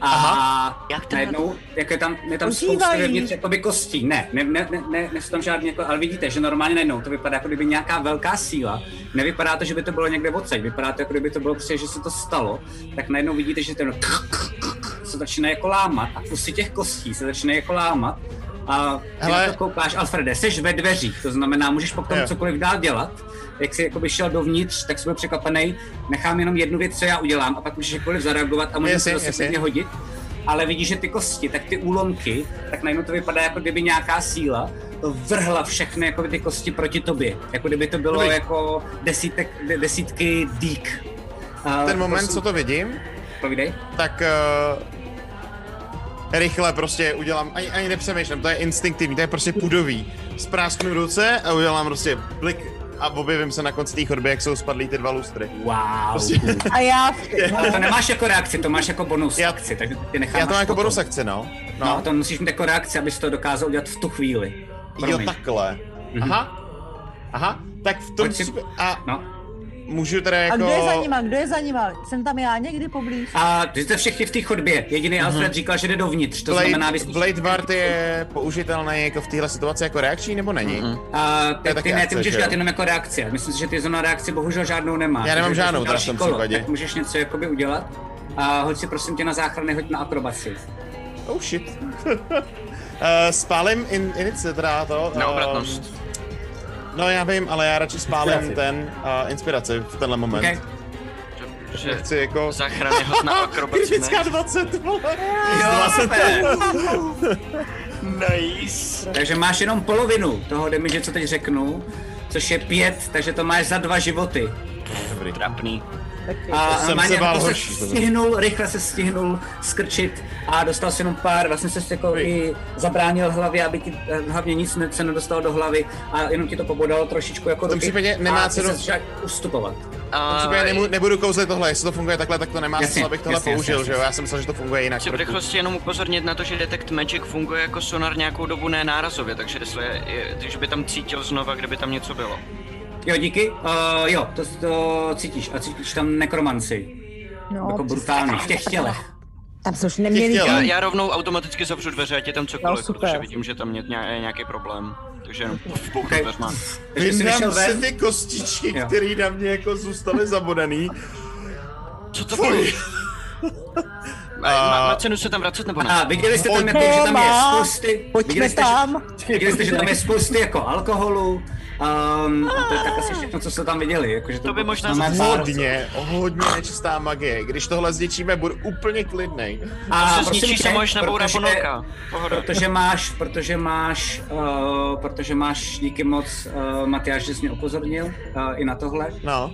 [SPEAKER 1] a
[SPEAKER 3] Jak to
[SPEAKER 1] najednou, jak je tam, je tam spousta
[SPEAKER 6] Ožívají.
[SPEAKER 1] vevnitř jakoby kostí. Ne, ne, ne, ne, ne, ne jsou tam žádný, jako, ale vidíte, že normálně najednou to vypadá, jako kdyby nějaká velká síla. Nevypadá to, že by to bylo někde odsaď, vypadá to, jako kdyby to bylo přijde, že se to stalo. Tak najednou vidíte, že ten se začíná jako lámat a kusy těch kostí se začíná jako lámat. A ty
[SPEAKER 7] Hele.
[SPEAKER 1] na to koukáš, Alfrede, jsi ve dveřích, to znamená, můžeš potom
[SPEAKER 7] Jo.
[SPEAKER 1] cokoliv dál dělat. Jak jsi jakoby šel dovnitř, tak jsi byl překvapený. Nechám jenom jednu věc, co já udělám, a pak můžeš jakkoliv zareagovat a můžeš
[SPEAKER 7] Jasně,
[SPEAKER 1] se zase
[SPEAKER 7] jasně.
[SPEAKER 1] klidně hodit. Ale vidíš, že ty kosti, tak ty úlomky, tak najednou to vypadá, jako kdyby nějaká síla vrhla všechny jako ty kosti proti tobě. Jako kdyby to bylo
[SPEAKER 7] Dobrý.
[SPEAKER 1] jako desítek, de- desítky dík. A
[SPEAKER 7] Ten moment,
[SPEAKER 1] prosím,
[SPEAKER 7] co to vidím,
[SPEAKER 1] Povídej.
[SPEAKER 7] tak eh, rychle prostě udělám, ani, ani nepřemýšlím, to je instinktivní, to je prostě pudový. Sprásknu ruce a udělám prostě blik a objevím se na konci té chodby, jak jsou spadlý ty dva lustry.
[SPEAKER 1] Wow.
[SPEAKER 6] A já v
[SPEAKER 1] Ale to nemáš jako reakci, to máš jako bonus
[SPEAKER 7] Já-
[SPEAKER 1] akci, takže ty necháš
[SPEAKER 7] Já to mám jako
[SPEAKER 1] potom.
[SPEAKER 7] bonus akci, no.
[SPEAKER 1] No, to musíš mít jako reakci, abys to dokázal udělat v tu chvíli.
[SPEAKER 7] Jo,
[SPEAKER 1] Promiň. Mhm.
[SPEAKER 7] takhle. Aha. Aha, tak v tom
[SPEAKER 1] Pojď si-
[SPEAKER 7] případě- a
[SPEAKER 1] No.
[SPEAKER 7] můžu teda jako...
[SPEAKER 6] A kdo je za nima, kdo je za nima? Jsem tam já někdy poblíž?
[SPEAKER 1] A ty jste všichni v té chodbě. Jediný mm-hmm. Alfred říkal, že jde dovnitř. To
[SPEAKER 7] Mhm. Blade,
[SPEAKER 1] znamená, vy jste...
[SPEAKER 7] Blade Ward je použitelný jako v téhle situaci jako reakční, nebo není?
[SPEAKER 1] Mhm. A
[SPEAKER 7] To
[SPEAKER 1] ty,
[SPEAKER 7] je taky
[SPEAKER 1] ty ne,
[SPEAKER 7] akce,
[SPEAKER 1] ty můžeš
[SPEAKER 7] že jo?
[SPEAKER 1] dělat jenom jako reakci. Myslím si, že ty zóna reakce bohužel žádnou nemá.
[SPEAKER 7] Já nemám
[SPEAKER 1] Takže to
[SPEAKER 7] žádnou
[SPEAKER 1] je
[SPEAKER 7] teda v tom
[SPEAKER 1] další kolo,
[SPEAKER 7] případě.
[SPEAKER 1] Tak můžeš něco jakoby udělat. A hoď si prosím tě na záchrany, hoď na akrobaci.
[SPEAKER 7] Oh shit. Eh, spálím in, inici, teda to. eh,
[SPEAKER 3] Neobratnost.
[SPEAKER 7] no já vím, ale já radši spálím
[SPEAKER 1] Inspiraci.
[SPEAKER 7] ten uh, inspiraci v tenhle moment.
[SPEAKER 1] Okay.
[SPEAKER 3] Že
[SPEAKER 7] Chci jako...
[SPEAKER 3] zachrany hod na akrobaci,
[SPEAKER 7] Kritická
[SPEAKER 3] ne?
[SPEAKER 7] 20, vole.
[SPEAKER 1] Jo, super.
[SPEAKER 20] Nice.
[SPEAKER 1] Takže máš jenom polovinu toho damage, co teď řeknu, což je pět, takže to máš za dva životy.
[SPEAKER 20] Dobrý. Trapný.
[SPEAKER 1] A
[SPEAKER 7] Jsem se
[SPEAKER 1] Maňa
[SPEAKER 7] bál
[SPEAKER 1] jako se
[SPEAKER 7] horší, to bylo.
[SPEAKER 1] stihnul, rychle se stihnul skrčit a dostal si jenom pár, vlastně se jako i zabránil hlavě, aby ti eh, hlavně nic ne, se nedostalo do hlavy a jenom ti to pobodalo trošičku jako
[SPEAKER 7] V tom případě nemá
[SPEAKER 1] a ty
[SPEAKER 7] cenu-
[SPEAKER 1] se začal ustupovat.
[SPEAKER 7] V tom
[SPEAKER 3] A
[SPEAKER 7] případě nemu, nebudu kouzlit tohle, jestli to funguje takhle, tak to nemá
[SPEAKER 1] Jasně,
[SPEAKER 7] smysl, abych tohle
[SPEAKER 1] jasně, jasně,
[SPEAKER 7] použil,
[SPEAKER 1] jasně.
[SPEAKER 7] že jo? Já jsem myslel, že to funguje jinak.
[SPEAKER 3] chci v
[SPEAKER 7] trochu.
[SPEAKER 3] rychlosti jenom upozornit na to, že Detect Magic funguje jako sonar nějakou dobu ne nárazově, takže jestli je, je- když by tam cítil znova, kdyby tam něco bylo.
[SPEAKER 1] Jo, díky. Uh, jo, to, to cítíš a cítíš tam nekromanci.
[SPEAKER 6] No,
[SPEAKER 1] No, jako brutálně, v těch tělech.
[SPEAKER 6] Tam jsme už neměli
[SPEAKER 7] chtěla.
[SPEAKER 3] Já,
[SPEAKER 6] kam.
[SPEAKER 3] já rovnou automaticky zavřu dveře, ať je tam
[SPEAKER 6] No,
[SPEAKER 3] cokoliv,
[SPEAKER 6] super.
[SPEAKER 3] protože vidím, že tam je ně- je nějaký problém. Takže jenom puf, puf,
[SPEAKER 1] Okay.
[SPEAKER 3] dveřma.
[SPEAKER 1] Takže jsi vyšel
[SPEAKER 7] Vyndám si
[SPEAKER 1] ven,
[SPEAKER 7] ty kostičky,
[SPEAKER 1] Jo.
[SPEAKER 7] které na mě jako zůstaly zabodaný.
[SPEAKER 3] Co to bylo?
[SPEAKER 7] Fuj.
[SPEAKER 3] A... Má, má cenu se tam vracet nebo ne?
[SPEAKER 1] A viděli jste tam,
[SPEAKER 7] Pojď.
[SPEAKER 1] jako, že tam je
[SPEAKER 6] Nemá.
[SPEAKER 1] spousty, viděli
[SPEAKER 6] Pojďme
[SPEAKER 1] jste, že,
[SPEAKER 6] tam.
[SPEAKER 1] viděli jste, že tam je spousty jako alkoholu, um, a to je tak asi všechno, co jste tam viděli. Jako, že to,
[SPEAKER 3] To by
[SPEAKER 1] bylo
[SPEAKER 3] možná
[SPEAKER 1] prostě normálně pár-
[SPEAKER 7] Hodně, hodně nečistá magie. Když tohle zničíme, budu úplně klidnej.
[SPEAKER 1] A
[SPEAKER 3] Co se zničí, se můžeš nabourat ponorka. Pohoda.
[SPEAKER 1] Protože máš, protože máš, uh, protože máš díky moc, uh, Matyáš, že jsi mě upozornil uh, i na tohle.
[SPEAKER 7] No,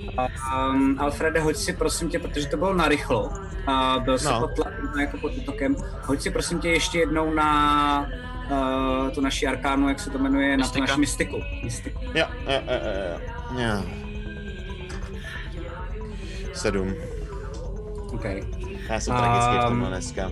[SPEAKER 1] Um, Alfrede, hoď si prosím tě, protože to bylo narychlo a byl jsi
[SPEAKER 7] No.
[SPEAKER 1] pod tlakem, jako pod útokem, hoď si prosím tě ještě jednou na uh, tu naši arkánu, jak se to jmenuje, na
[SPEAKER 3] Mystika.
[SPEAKER 1] tu naši mystiku. mystiku.
[SPEAKER 7] jo, jo, jo, jo, jo. jo. Sedm.
[SPEAKER 1] Okay.
[SPEAKER 7] Já jsem
[SPEAKER 1] Ehm.
[SPEAKER 7] tragický v tomhle dneska.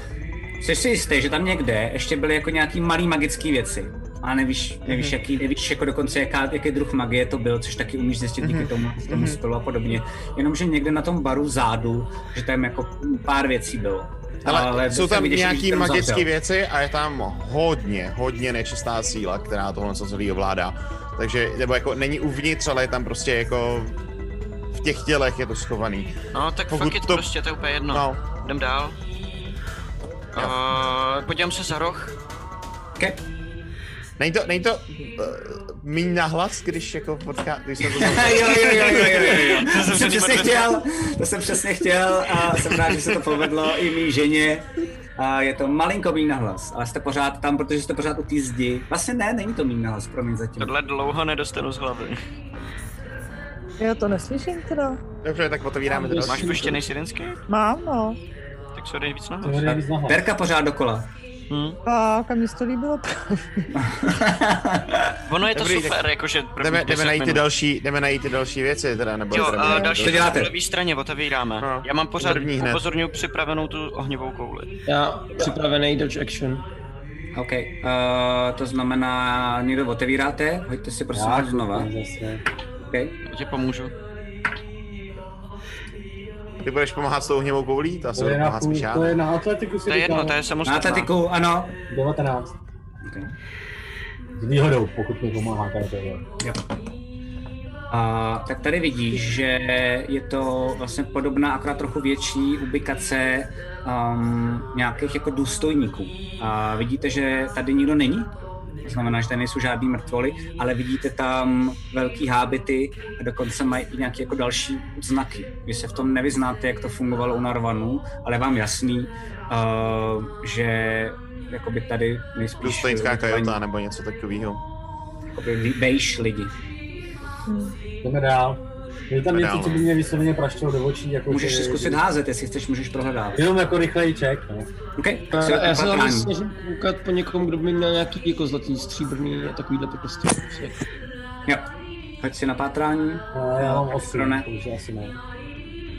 [SPEAKER 1] Jsi si jistý, že tam někde ještě byly jako nějaký malý magické věci. A nevíš,
[SPEAKER 7] Mhm.
[SPEAKER 1] nevíš, jaký, nevíš jako dokonce, jaká, jaký druh magie to byl, což taky umíš zjistit
[SPEAKER 7] Mhm.
[SPEAKER 1] díky tomu, tomu spelu a podobně. Jenomže někde na tom baru zádu, že tam jako pár věcí bylo.
[SPEAKER 7] Ale, jsou
[SPEAKER 1] docela
[SPEAKER 7] tam
[SPEAKER 1] vidíš, že
[SPEAKER 7] nějaký
[SPEAKER 1] jsi tam
[SPEAKER 7] magické
[SPEAKER 1] zavřel.
[SPEAKER 7] věci a je tam hodně, hodně nečistá síla, která tohle co celý ovládá. Takže, nebo jako není uvnitř, ale je tam prostě jako v těch tělech je to schovaný.
[SPEAKER 3] No tak
[SPEAKER 7] pokud
[SPEAKER 3] fuck it
[SPEAKER 7] to-
[SPEAKER 3] to... prostě, to je úplně jedno.
[SPEAKER 7] No.
[SPEAKER 3] No. Jdem dál.
[SPEAKER 7] Jo.
[SPEAKER 3] Uh, podívám se za roh.
[SPEAKER 7] Není to, není to uh, míň nahlas, když jako potká, když se to
[SPEAKER 1] jo, jo, jo, jo, jo, jo.
[SPEAKER 3] jsem
[SPEAKER 1] To jsem
[SPEAKER 3] před tím
[SPEAKER 1] přesně
[SPEAKER 3] odvedl.
[SPEAKER 1] chtěl, to jsem přesně chtěl a jsem rád, že se to povedlo i mý ženě. A je to malinko míň nahlas, ale jste pořád tam, protože jste pořád u té zdi. Vlastně ne, není to míň nahlas, promiň zatím.
[SPEAKER 3] Tohle dlouho nedostanu z hlavy.
[SPEAKER 6] Já to neslyším teda.
[SPEAKER 7] Dobře, tak otevíráme to
[SPEAKER 3] Máš
[SPEAKER 7] další.
[SPEAKER 3] poštěný sirenský?
[SPEAKER 6] Mám, no.
[SPEAKER 3] Tak se dej víc na
[SPEAKER 8] To je nejvíc nohou.
[SPEAKER 1] Perka pořád dokola.
[SPEAKER 3] hm.
[SPEAKER 6] Tak a mně se to líbilo.
[SPEAKER 3] Ono je to
[SPEAKER 7] Dobrý, tak
[SPEAKER 3] super, jakože první
[SPEAKER 7] Jdeme,
[SPEAKER 3] 10
[SPEAKER 7] jdeme, najít ty
[SPEAKER 3] minut.
[SPEAKER 7] další, jdeme najít ty další věci, teda, nebo...
[SPEAKER 3] Jo,
[SPEAKER 7] teda
[SPEAKER 3] a
[SPEAKER 7] budeme-
[SPEAKER 3] další
[SPEAKER 1] To děláte.
[SPEAKER 3] po levý straně otevíráme.
[SPEAKER 7] No,
[SPEAKER 3] Já mám pořád
[SPEAKER 7] první hned.
[SPEAKER 3] upozorňuji připravenou tu ohnivou kouli.
[SPEAKER 4] Já připravený dodge action.
[SPEAKER 1] OK, uh, to znamená, někdo otevíráte, hoďte si prosím vás znova.
[SPEAKER 8] Zase.
[SPEAKER 1] Okay.
[SPEAKER 3] Já ti pomůžu.
[SPEAKER 7] Ty budeš pomáhat s tou hněvou koulí, ta se
[SPEAKER 8] To je
[SPEAKER 7] bude
[SPEAKER 8] na,
[SPEAKER 7] pomáhat
[SPEAKER 8] půl,
[SPEAKER 7] spíš já.
[SPEAKER 8] to je na atletiku si
[SPEAKER 3] To je jedno,
[SPEAKER 8] říkám.
[SPEAKER 3] to je
[SPEAKER 1] Na
[SPEAKER 3] samostatná.
[SPEAKER 1] atletiku, ano.
[SPEAKER 8] 19.
[SPEAKER 1] Okay.
[SPEAKER 8] S výhodou, pokud mi pomáhá kartové.
[SPEAKER 1] A tak tady vidíš, že je to vlastně podobná, akorát trochu větší ubikace um, nějakých jako důstojníků. A vidíte, že tady nikdo není, to znamená, že tady nejsou žádný mrtvoly, ale vidíte tam velký hábity a dokonce mají i nějaké jako další znaky. Vy se v tom nevyznáte, jak to fungovalo u Narvanu, ale je vám jasný, uh, že jakoby tady nejspíš...
[SPEAKER 7] Důstojnická kajota nebo něco takového.
[SPEAKER 1] Jakoby bejš lidi.
[SPEAKER 8] Jdeme dál. Je tam
[SPEAKER 7] Jdeme
[SPEAKER 8] něco,
[SPEAKER 7] dál,
[SPEAKER 8] co by
[SPEAKER 7] no.
[SPEAKER 8] mě vysloveně praštilo do očí. Jako
[SPEAKER 1] Můžeš
[SPEAKER 8] že-
[SPEAKER 1] si zkusit házet, jestli chceš, můžeš prohledávat.
[SPEAKER 8] Jenom jako rychlej ček. No.
[SPEAKER 1] OK,
[SPEAKER 4] A
[SPEAKER 1] tak si
[SPEAKER 4] já
[SPEAKER 1] já
[SPEAKER 4] se tam snažím koukat po někom, kdo by měl nějaký jako zlatý, stříbrný a takovýhle prostě.
[SPEAKER 1] Jo. Hoď si na pátrání,
[SPEAKER 8] A já mám 8,
[SPEAKER 1] Krone.
[SPEAKER 8] takže asi ne.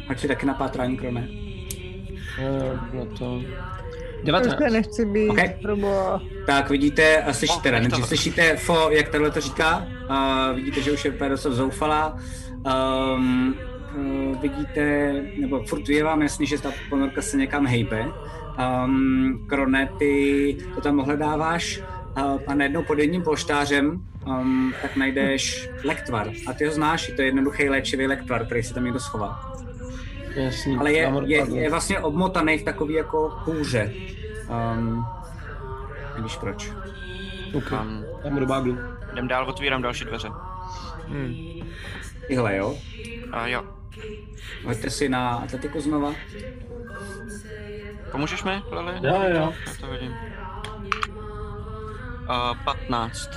[SPEAKER 1] hoď si taky na pátrání, krone.
[SPEAKER 4] Eh, No to...
[SPEAKER 6] Už
[SPEAKER 4] 19.
[SPEAKER 6] to nechci být.
[SPEAKER 1] Ok.
[SPEAKER 6] Proboha.
[SPEAKER 1] Tak vidíte, a slyšíte,
[SPEAKER 3] No,
[SPEAKER 1] teda,
[SPEAKER 3] jak to-
[SPEAKER 1] nejdřív slyšíte fo, jak tohle to říká, a vidíte, že už je úplně docela zoufalá. Um, eh, vidíte, nebo furt je vám jasný, že ta ponorka se někam hejbe. Um, krone, ty to tam ohledáváš a, a najednou pod jedním polštářem um, tak najdeš lektvar. A ty ho znáš, je to jednoduchý léčivý lektvar, který si tam někdo schoval.
[SPEAKER 4] Jasný.
[SPEAKER 1] Ale je,
[SPEAKER 4] mám
[SPEAKER 1] je,
[SPEAKER 4] odpadlo.
[SPEAKER 1] je vlastně obmotaný v takový jako kůře. Um, nevíš proč.
[SPEAKER 4] Ok,
[SPEAKER 3] Um,
[SPEAKER 4] já mu do baglu.
[SPEAKER 3] jdem dál, otvírám další dveře.
[SPEAKER 1] Tyhle jo.
[SPEAKER 3] A jo.
[SPEAKER 1] Hoďte si na atletiku znova.
[SPEAKER 3] Pomůžeš mi, Lili?
[SPEAKER 8] Jo, jo, jo.
[SPEAKER 3] Já to vidím. Uh, 15.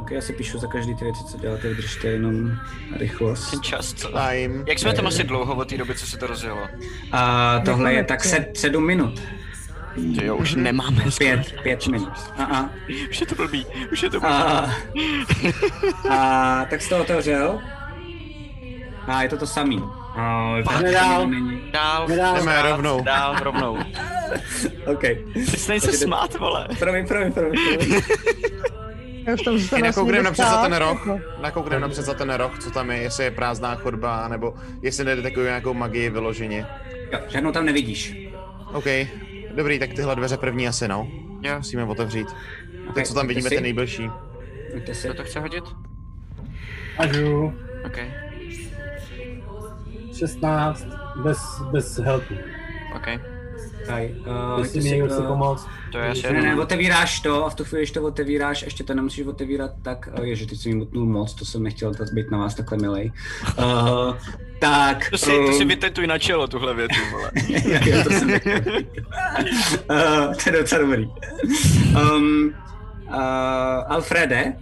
[SPEAKER 1] Ok, já si píšu za každý ty věci, co děláte, držte jenom rychlost.
[SPEAKER 3] Ten čas, co? Jak jsme tam asi dlouho od té doby, co se to rozjelo?
[SPEAKER 1] A tohle je tak se, sedm minut.
[SPEAKER 3] Ty jo, už nemáme.
[SPEAKER 1] Pět, pět minut. A, a.
[SPEAKER 3] Už je to blbý, už je to blbý.
[SPEAKER 1] A, a tak jste otevřel. A je to to samý. A,
[SPEAKER 3] Pak
[SPEAKER 1] to
[SPEAKER 3] dál.
[SPEAKER 1] samý není.
[SPEAKER 3] Dál,
[SPEAKER 7] Dál,
[SPEAKER 3] dál,
[SPEAKER 7] dál, rovnou.
[SPEAKER 3] Dál, rovnou.
[SPEAKER 1] OK.
[SPEAKER 3] Přestaň se
[SPEAKER 1] Takže-
[SPEAKER 3] smát, vole.
[SPEAKER 1] Promiň, promiň, promiň. promiň.
[SPEAKER 6] Já už tam
[SPEAKER 7] My
[SPEAKER 6] zůstanu
[SPEAKER 7] nakoukneme
[SPEAKER 6] asi
[SPEAKER 7] napřed za ten
[SPEAKER 6] tak,
[SPEAKER 7] roh,
[SPEAKER 6] jako.
[SPEAKER 7] nakoukneme napřed za ten roh, co tam je, jestli je prázdná chodba, nebo jestli nedetekuje nějakou magii vyloženě.
[SPEAKER 1] Jo, žádnou tam nevidíš.
[SPEAKER 7] OK, dobrý, tak tyhle dveře první asi no.
[SPEAKER 3] Jo.
[SPEAKER 7] Musíme otevřít.
[SPEAKER 1] Ok,
[SPEAKER 7] Ten, co tam
[SPEAKER 1] jdete
[SPEAKER 7] vidíme,
[SPEAKER 1] si?
[SPEAKER 7] ten nejbližší.
[SPEAKER 1] Jdete si.
[SPEAKER 3] Kdo to chce hodit?
[SPEAKER 8] A jdu.
[SPEAKER 3] OK,
[SPEAKER 8] 16 bez, bez helpu.
[SPEAKER 3] OK.
[SPEAKER 1] Kaj, uh,
[SPEAKER 8] Jestli
[SPEAKER 1] ty si,
[SPEAKER 8] mi někdo chce
[SPEAKER 1] uh,
[SPEAKER 8] pomoct.
[SPEAKER 3] To je asi
[SPEAKER 1] Ne, ne,
[SPEAKER 3] jedno.
[SPEAKER 1] otevíráš to a v tu chvíli, když to otevíráš, ještě to nemusíš otevírat tak, eh, ježi, teď jsem jim utnul moc, to jsem nechtěl tak být na vás takhle milej. Uh, tak...
[SPEAKER 3] To si, to si
[SPEAKER 1] ehm,
[SPEAKER 3] vytetuj na čelo, tuhle větu, vole.
[SPEAKER 1] jo, to jsem nechtěl být. Eh, to je docela dobrý. Um, uh, Alfrede,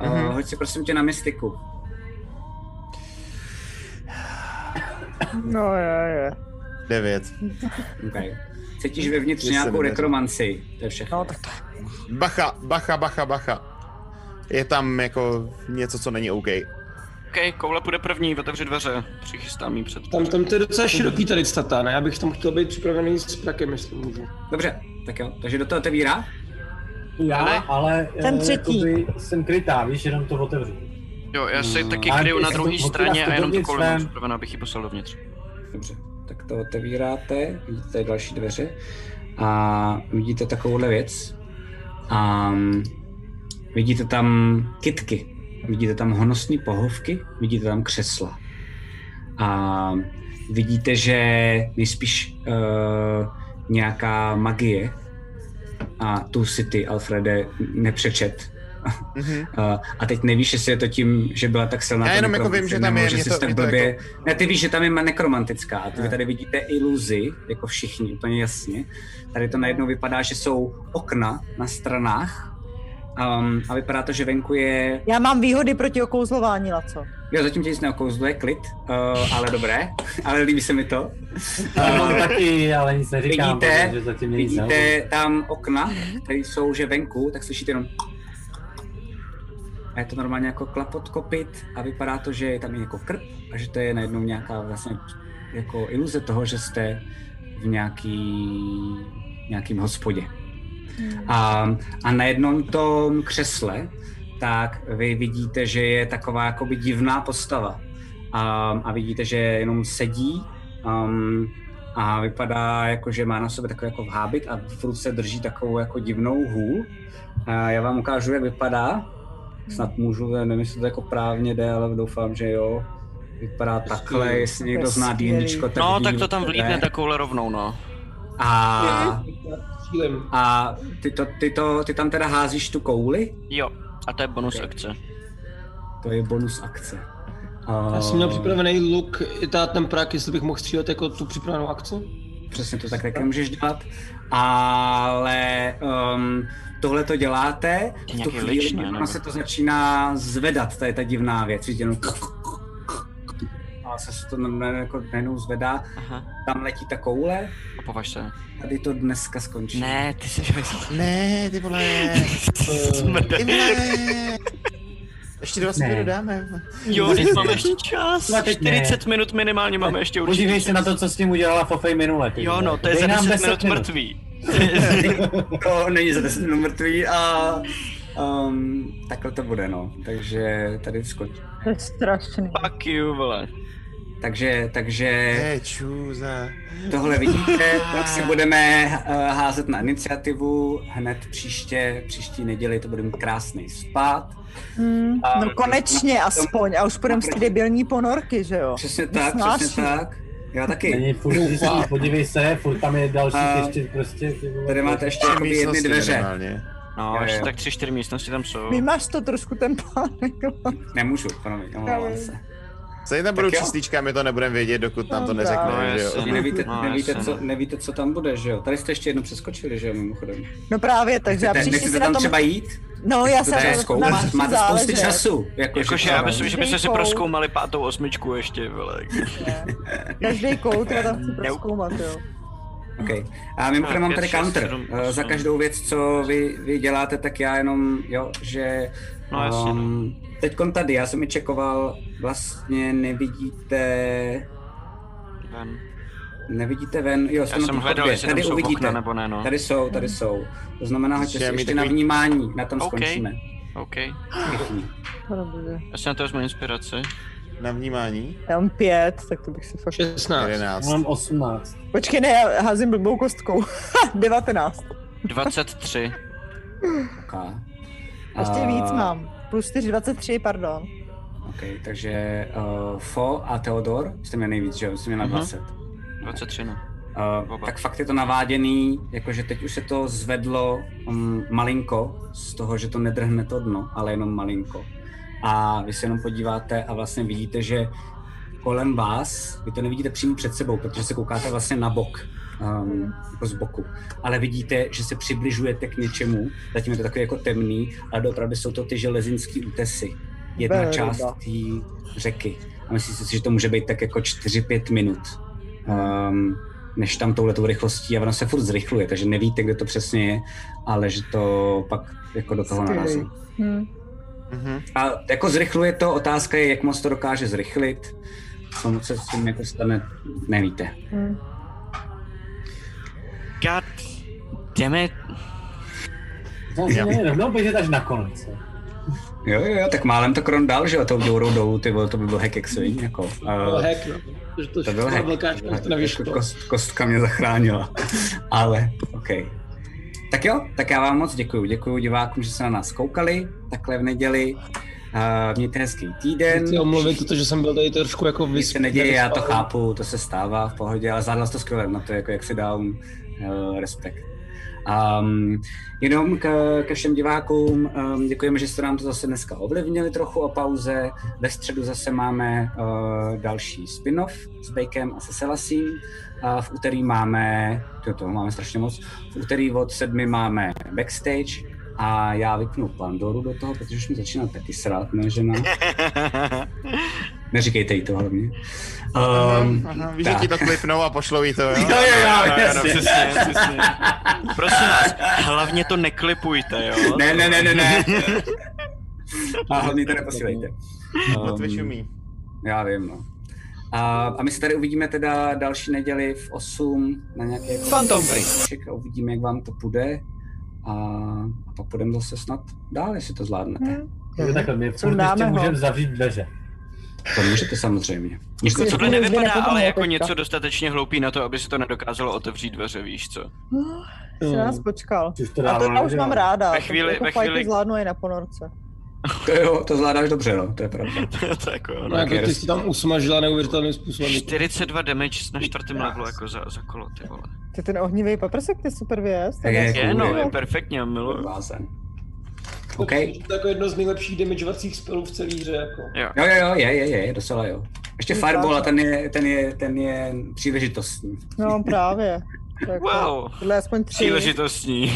[SPEAKER 1] uh,
[SPEAKER 7] Mhm.
[SPEAKER 1] hoď si prosím tě na mystiku.
[SPEAKER 6] No je, je.
[SPEAKER 7] Devět.
[SPEAKER 1] Okay. Cítíš vevnitř
[SPEAKER 7] Mně se
[SPEAKER 1] nějakou
[SPEAKER 7] nedaří.
[SPEAKER 1] rekromanci, to je všechno.
[SPEAKER 6] No tak to
[SPEAKER 7] Bacha, bacha, bacha, bacha. Je tam jako něco, co není OK.
[SPEAKER 3] OK, koule půjde první, otevři dveře. Přichystám jí před.
[SPEAKER 4] Tam, tam to je docela široký tady statán, já bych tam chtěl být připravený s prakem, jestli můžu.
[SPEAKER 1] Dobře, tak jo, takže do toho otevírá.
[SPEAKER 8] Já,
[SPEAKER 3] Ale-
[SPEAKER 8] ale
[SPEAKER 6] Ten
[SPEAKER 8] eh,
[SPEAKER 6] třetí.
[SPEAKER 8] jakoby jsem krytá, víš, jenom to otevřu.
[SPEAKER 3] Jo, já se taky
[SPEAKER 8] Ale
[SPEAKER 3] kryju
[SPEAKER 8] ty-
[SPEAKER 3] na
[SPEAKER 8] já
[SPEAKER 3] druhé
[SPEAKER 8] jsem-
[SPEAKER 3] straně
[SPEAKER 8] já jsem
[SPEAKER 3] a jenom to
[SPEAKER 8] dovnitř
[SPEAKER 3] koule mám
[SPEAKER 8] vem.
[SPEAKER 3] připravené, abych ji poslal dovnitř.
[SPEAKER 1] Dobře, tak to otevíráte, vidíte tady další dveře a vidíte takovouhle věc. A mm, vidíte tam kitky, vidíte tam honosní pohovky, vidíte tam křesla. A vidíte, že nejspíš uh, nějaká magie a tu si ty, Alfrede, nepřečet.
[SPEAKER 7] Mhm.
[SPEAKER 1] A- a teď nevíš, jestli je to tím, že byla tak silná.
[SPEAKER 7] Já
[SPEAKER 1] ta
[SPEAKER 7] jenom jako
[SPEAKER 1] nekromance,
[SPEAKER 7] vím, že
[SPEAKER 1] nebo
[SPEAKER 7] tam je,
[SPEAKER 1] že
[SPEAKER 7] mě
[SPEAKER 1] jsi
[SPEAKER 7] to-
[SPEAKER 1] tak
[SPEAKER 7] mě to
[SPEAKER 1] blbě...
[SPEAKER 7] jako-
[SPEAKER 1] Ne, ty víš, že tam je nekromantická. A ty
[SPEAKER 7] Ne.
[SPEAKER 1] tady vidíte iluzi, jako všichni, úplně jasně. Tady to najednou vypadá, že jsou okna na stranách. Um, a vypadá to, že venku je
[SPEAKER 6] Já mám výhody proti okouzlování, Laco.
[SPEAKER 1] Jo, zatím tě nic neokouzluje, klid, uh, ale dobré, ale líbí se mi to.
[SPEAKER 8] Já
[SPEAKER 1] Uh,
[SPEAKER 8] mám taky, ale nic neříkám,
[SPEAKER 1] Vidíte?
[SPEAKER 8] protože zatím není nic
[SPEAKER 1] vidíte tam okna, které jsou že venku, tak slyšíte jenom a je to normálně jako klapot kopit a vypadá to, že je tam i jako krb a že to je najednou nějaká vlastně jako iluze toho, že jste v nějaký, nějakým hospodě. A, a na jednom tom křesle tak vy vidíte, že je taková jakoby divná postava. A, Um, a vidíte, že jenom sedí um, a vypadá jako, že má na sobě takový jako hábit a v ruce drží takovou jako divnou hůl. A já vám ukážu, jak vypadá. Snad můžu, já nevím, jestli to jako právně jde, ale doufám, že jo. Vypadá takhle, jestli
[SPEAKER 6] To je
[SPEAKER 1] někdo zná
[SPEAKER 6] skvělý.
[SPEAKER 1] D&Dčko, tak
[SPEAKER 3] No,
[SPEAKER 1] ví,
[SPEAKER 3] tak to tam
[SPEAKER 1] že
[SPEAKER 3] vlítne
[SPEAKER 1] ne.
[SPEAKER 3] ta koule rovnou, no.
[SPEAKER 1] A,
[SPEAKER 4] Cílem.
[SPEAKER 1] a ty, to, ty, to, ty tam teda házíš tu kouli?
[SPEAKER 3] Jo, a to je bonus
[SPEAKER 1] Ok.
[SPEAKER 3] akce.
[SPEAKER 1] To je bonus akce. A...
[SPEAKER 4] Já jsem měl připravený luk, i ta ten prak, jestli bych mohl střílet jako tu připravenou akci.
[SPEAKER 1] Přesně to tak také můžeš dělat. Ale um, tohle to děláte, v tu
[SPEAKER 3] nějaký
[SPEAKER 1] chvíli
[SPEAKER 3] lič, ne,
[SPEAKER 1] ono
[SPEAKER 3] nebo-
[SPEAKER 1] se to začíná zvedat, to je ta divná věc, vidíte jenom a se se to normálně jako najednou zvedá,
[SPEAKER 3] Aha,
[SPEAKER 1] tam letí ta koule,
[SPEAKER 3] a považ se.
[SPEAKER 1] tady to dneska skončí.
[SPEAKER 3] Ne, ty jsi
[SPEAKER 7] Ne, ty vole,
[SPEAKER 3] smrde.
[SPEAKER 7] ty vole. Ještě 20
[SPEAKER 8] Ne.
[SPEAKER 7] minut dáme.
[SPEAKER 3] Jo, teď máme ještě čas.
[SPEAKER 8] Tak ne.
[SPEAKER 3] 40 minut minimálně máme ještě určitě.
[SPEAKER 8] Podívej se na to, co s ním udělala Fofej minule. ty
[SPEAKER 3] Jo,
[SPEAKER 8] vole.
[SPEAKER 3] no, to je
[SPEAKER 8] Dej
[SPEAKER 3] za
[SPEAKER 8] nám
[SPEAKER 3] 10
[SPEAKER 8] deset
[SPEAKER 3] minut mrtvý.
[SPEAKER 1] To No, není za 10 minut mrtvý a um, takhle to bude, no. Takže tady skončí.
[SPEAKER 6] To je strašný.
[SPEAKER 3] Fuck you, vole.
[SPEAKER 1] Takže, takže...
[SPEAKER 7] Ne, čůza.
[SPEAKER 1] Tohle vidíte, tak
[SPEAKER 6] Ah.
[SPEAKER 1] si budeme eh, házet na iniciativu hned příště, příští neděli to bude mít krásný spát.
[SPEAKER 6] Hmm,
[SPEAKER 1] A-
[SPEAKER 6] no konečně aspoň, a už půjdem z ty debilní ponorky, že jo?
[SPEAKER 1] Přesně tak,
[SPEAKER 6] Snáší.
[SPEAKER 1] přesně tak. Já taky.
[SPEAKER 8] Není furt jistý, podívej se, furt tam je další
[SPEAKER 1] A-
[SPEAKER 8] ještě prostě. ty vole.
[SPEAKER 1] Tady máte ještě jakoby jedny
[SPEAKER 7] Místnosti
[SPEAKER 1] dveře.
[SPEAKER 7] minimálně.
[SPEAKER 3] No,
[SPEAKER 1] Jo,
[SPEAKER 3] ještě
[SPEAKER 1] jo.
[SPEAKER 3] tak 3-4 místnosti tam jsou.
[SPEAKER 6] Vy máš to trošku ten pánek.
[SPEAKER 1] Nemůžu, promiň, omlouvám se.
[SPEAKER 7] Stejně tam budou číslíčka, my to nebudeme vědět, dokud nám to neřekne, že jo.
[SPEAKER 1] Vy nevíte, nevíte, co, nevíte, co tam bude, že jo? Tady jste ještě jedno přeskočili, že jo, mimochodem.
[SPEAKER 6] No právě, takže já
[SPEAKER 1] Nechcete-
[SPEAKER 6] příště
[SPEAKER 1] nechcete
[SPEAKER 6] si na
[SPEAKER 1] tam
[SPEAKER 6] tom...
[SPEAKER 1] třeba jít?
[SPEAKER 6] No, já
[SPEAKER 1] Chcete
[SPEAKER 6] jsem...
[SPEAKER 1] zkoumat?
[SPEAKER 6] na tom
[SPEAKER 1] Máte spousty
[SPEAKER 6] záležet.
[SPEAKER 1] času, jako-
[SPEAKER 3] Jakože
[SPEAKER 1] že-
[SPEAKER 3] já myslím, že byste si
[SPEAKER 6] Dejkou.
[SPEAKER 3] proskoumali pátou osmičku ještě, vole.
[SPEAKER 6] Každý kout, já tam chci proskoumat, jo.
[SPEAKER 1] Okay. A mimochodem
[SPEAKER 3] No,
[SPEAKER 1] mám
[SPEAKER 3] pět,
[SPEAKER 1] tady
[SPEAKER 3] šest,
[SPEAKER 1] counter.
[SPEAKER 3] sedm,
[SPEAKER 1] Eh, Za
[SPEAKER 3] osm.
[SPEAKER 1] každou věc, co vy, vy děláte, tak já jenom, jo, že...
[SPEAKER 3] No, jasně,
[SPEAKER 1] Um, teď tady, já jsem i čekoval, vlastně nevidíte...
[SPEAKER 3] Ven.
[SPEAKER 1] Nevidíte ven, jo,
[SPEAKER 3] Já jsem
[SPEAKER 1] na té
[SPEAKER 3] hledal,
[SPEAKER 1] chodbě.
[SPEAKER 3] jestli tam
[SPEAKER 1] tady
[SPEAKER 3] jsou
[SPEAKER 1] uvidíte.
[SPEAKER 3] okna nebo ne, no.
[SPEAKER 1] Tady jsou, tady jsou. To znamená, hoďte si
[SPEAKER 3] Musíme mít
[SPEAKER 1] ještě na
[SPEAKER 3] takový-
[SPEAKER 1] vnímání, na tom
[SPEAKER 3] OK.
[SPEAKER 1] skončíme.
[SPEAKER 3] OK.
[SPEAKER 1] Pěkný.
[SPEAKER 3] Já si na to vezmu inspiraci.
[SPEAKER 7] Na vnímání?
[SPEAKER 6] Já mám pět, tak to bych si fakt...
[SPEAKER 4] 16.
[SPEAKER 7] 11.
[SPEAKER 8] Mám 18.
[SPEAKER 6] Počkej, ne, já házím blbou kostkou. 19.
[SPEAKER 3] 23.
[SPEAKER 1] Okay.
[SPEAKER 6] Ještě víc mám. Plus 4, 23, pardon.
[SPEAKER 1] Okay, takže uh, Fo a Theodor, jste měli nejvíc, že jo? Jste měli na
[SPEAKER 3] Mhm.
[SPEAKER 1] 20.
[SPEAKER 3] 23, no.
[SPEAKER 1] Uh, tak fakt je to naváděný, jakože teď už se to zvedlo um, malinko z toho, že to nedrhne to dno, ale jenom malinko. A vy se jenom podíváte a vlastně vidíte, že kolem vás, vy to nevidíte přímo před sebou, protože se koukáte vlastně na bok, um, jako z boku, ale vidíte, že se přibližujete k něčemu, zatím je to takový jako temný, ale opravdu jsou to ty železinský útesy. Jedna
[SPEAKER 6] Velryba.
[SPEAKER 1] část té řeky. A myslíte si, že to může být tak jako 4-5 minut, um, než tam touhletou rychlostí a ono se furt zrychluje, takže nevíte, kde to přesně je, ale že to pak jako do toho
[SPEAKER 6] Skvělý.
[SPEAKER 1] narazí.
[SPEAKER 6] Hm.
[SPEAKER 1] A jako zrychluje to, otázka je, jak moc to dokáže zrychlit, co moc se s tím jako stane, nevíte.
[SPEAKER 6] Hm.
[SPEAKER 3] God damn it.
[SPEAKER 8] No,
[SPEAKER 1] Já-
[SPEAKER 8] ne, no, běžet až na konec.
[SPEAKER 1] Jo, jo, jo, tak málem to kron dal, že jo, tou děurou dolů, ty vole, to by byl hack jak svin, jako.
[SPEAKER 4] To
[SPEAKER 1] Uh,
[SPEAKER 4] hack, no. Protože to,
[SPEAKER 1] to byl hack.
[SPEAKER 4] velká škoda, to nevyšlo.
[SPEAKER 1] Jako Kost, kostka mě zachránila, ale OK. Tak jo, tak já vám moc děkuji. Děkuji divákům, že se na nás koukali takhle v neděli. Uh, mějte hezký týden.
[SPEAKER 4] Chci omluvit to, že jsem byl tady trošku jako
[SPEAKER 1] Nic se
[SPEAKER 4] vyspělý.
[SPEAKER 1] neděje, já to chápu, to se stává v pohodě, ale zvládla jsi to skvěle, na to jako jak si dám uh, respekt. Um, jenom ke, ke všem divákům um, děkujeme, že jste nám to zase dneska ovlivnili trochu o pauze. Ve středu zase máme uh, další spin-off s Bakem a se Selasím. Uh, v úterý máme, to toho máme strašně moc, v úterý od sedmi máme backstage a já vypnu Pandoru do toho, protože už mi začíná taky srát, ne žena? Neříkejte jí to hlavně. Um,
[SPEAKER 7] Aha, Víš, že ti to klipnou a pošlou jí to, jo?
[SPEAKER 1] Jo, jo, jo,
[SPEAKER 7] Ano, ano,
[SPEAKER 1] jasně.
[SPEAKER 7] přesně.
[SPEAKER 3] přesně. Prosím vás, hlavně to neklipujte, jo?
[SPEAKER 1] Ne, ne, ne, ne, ne. A hlavně to neposílejte.
[SPEAKER 7] Na Twitchu mí.
[SPEAKER 1] Já vím, no. A, a my se tady uvidíme teda další neděli v 8 na nějaké...
[SPEAKER 17] Phantom Print.
[SPEAKER 1] Ček a uvidíme, jak vám to půjde. A, a pak půjdeme zase snad dál, jestli to zvládnete.
[SPEAKER 8] Takže takhle, my furt
[SPEAKER 6] dáme
[SPEAKER 8] ještě
[SPEAKER 6] ho.
[SPEAKER 8] můžeme zavřít dveře.
[SPEAKER 1] To můžete samozřejmě.
[SPEAKER 3] Jako tohle
[SPEAKER 6] Nikdy
[SPEAKER 3] nevypadá,
[SPEAKER 6] nepomohlo
[SPEAKER 3] ale jako
[SPEAKER 6] teďka.
[SPEAKER 3] něco dostatečně hloupý na to, aby se to nedokázalo otevřít dveře, víš co?
[SPEAKER 4] No.
[SPEAKER 6] Jsi nás počkal.
[SPEAKER 8] Už to
[SPEAKER 6] A to
[SPEAKER 8] dávám,
[SPEAKER 6] já už
[SPEAKER 8] jo.
[SPEAKER 6] mám ráda.
[SPEAKER 3] Ve
[SPEAKER 6] to
[SPEAKER 3] chvíli-
[SPEAKER 6] jako
[SPEAKER 3] ve
[SPEAKER 6] fajty
[SPEAKER 3] chvíli-
[SPEAKER 6] zvládnu i na ponorce.
[SPEAKER 1] To jo, to zvládáš dobře, no, to je pravda.
[SPEAKER 3] tak jo,
[SPEAKER 4] No,
[SPEAKER 3] no.
[SPEAKER 4] jako ty jsi tam usmažila neuvěřitelným způsobem.
[SPEAKER 3] 42 damage na čtvrtém levelu jako za, za kolo, ty vole.
[SPEAKER 6] Ty ten ohnivý paprsek, ty super věc.
[SPEAKER 1] Tak je,
[SPEAKER 3] Je, no, je perfektně, já miluju.
[SPEAKER 1] Blázen. OK.
[SPEAKER 4] OK. Je to jako jedno z nejlepších damageovacích spelů v celé hře. Jako.
[SPEAKER 3] Jo.
[SPEAKER 1] Jo, jo, jo, je, je, je, docela jo. Ještě
[SPEAKER 6] Je
[SPEAKER 1] Fireball, a
[SPEAKER 6] krásný.
[SPEAKER 1] ten je, ten je, ten je příležitostný.
[SPEAKER 6] No právě. To jako-
[SPEAKER 3] Wow,
[SPEAKER 6] Tohle je aspoň tři.
[SPEAKER 3] příležitostní.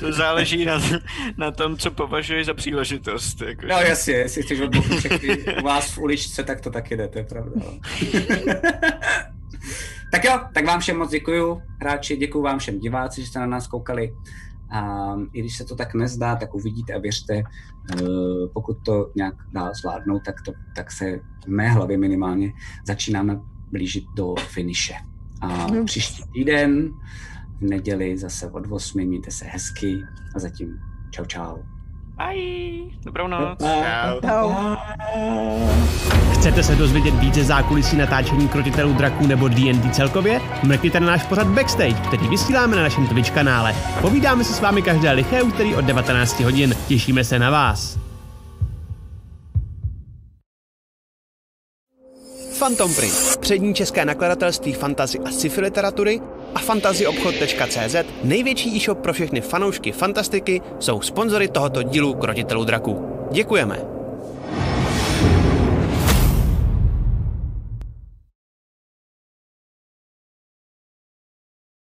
[SPEAKER 3] to záleží na, na tom, co považuješ za příležitost. Jako.
[SPEAKER 1] No jasně, jestli chceš odbouchnout všechny u vás v uličce, tak to taky jde, to je pravda. no. tak jo, tak vám všem moc děkuju, hráči, děkuju vám všem diváci, že jste na nás koukali. A i když se to tak nezdá, tak uvidíte a věřte, eh, pokud to nějak dál zvládnou, tak, to, tak se v mé hlavě minimálně začínáme blížit do finiše. A
[SPEAKER 6] Mhm.
[SPEAKER 1] příští týden v neděli zase od 8, mějte se hezky a zatím čau čau.
[SPEAKER 3] Bye, dobrou noc.
[SPEAKER 7] Čau.
[SPEAKER 6] Čau.
[SPEAKER 21] Chcete se dozvědět více zákulisí natáčení krotitelů draků nebo D&D celkově? Mrkněte na náš pořad Backstage, který vysíláme na našem Twitch kanále. Povídáme se s vámi každé liché úterý od 19 hodin. Těšíme se na vás.
[SPEAKER 17] Phantom Print, přední české nakladatelství fantazy a sci-fi literatury a fantazyobchod.cz, největší e-shop pro všechny fanoušky fantastiky, jsou sponzory tohoto dílu Krotitelů draků. Děkujeme!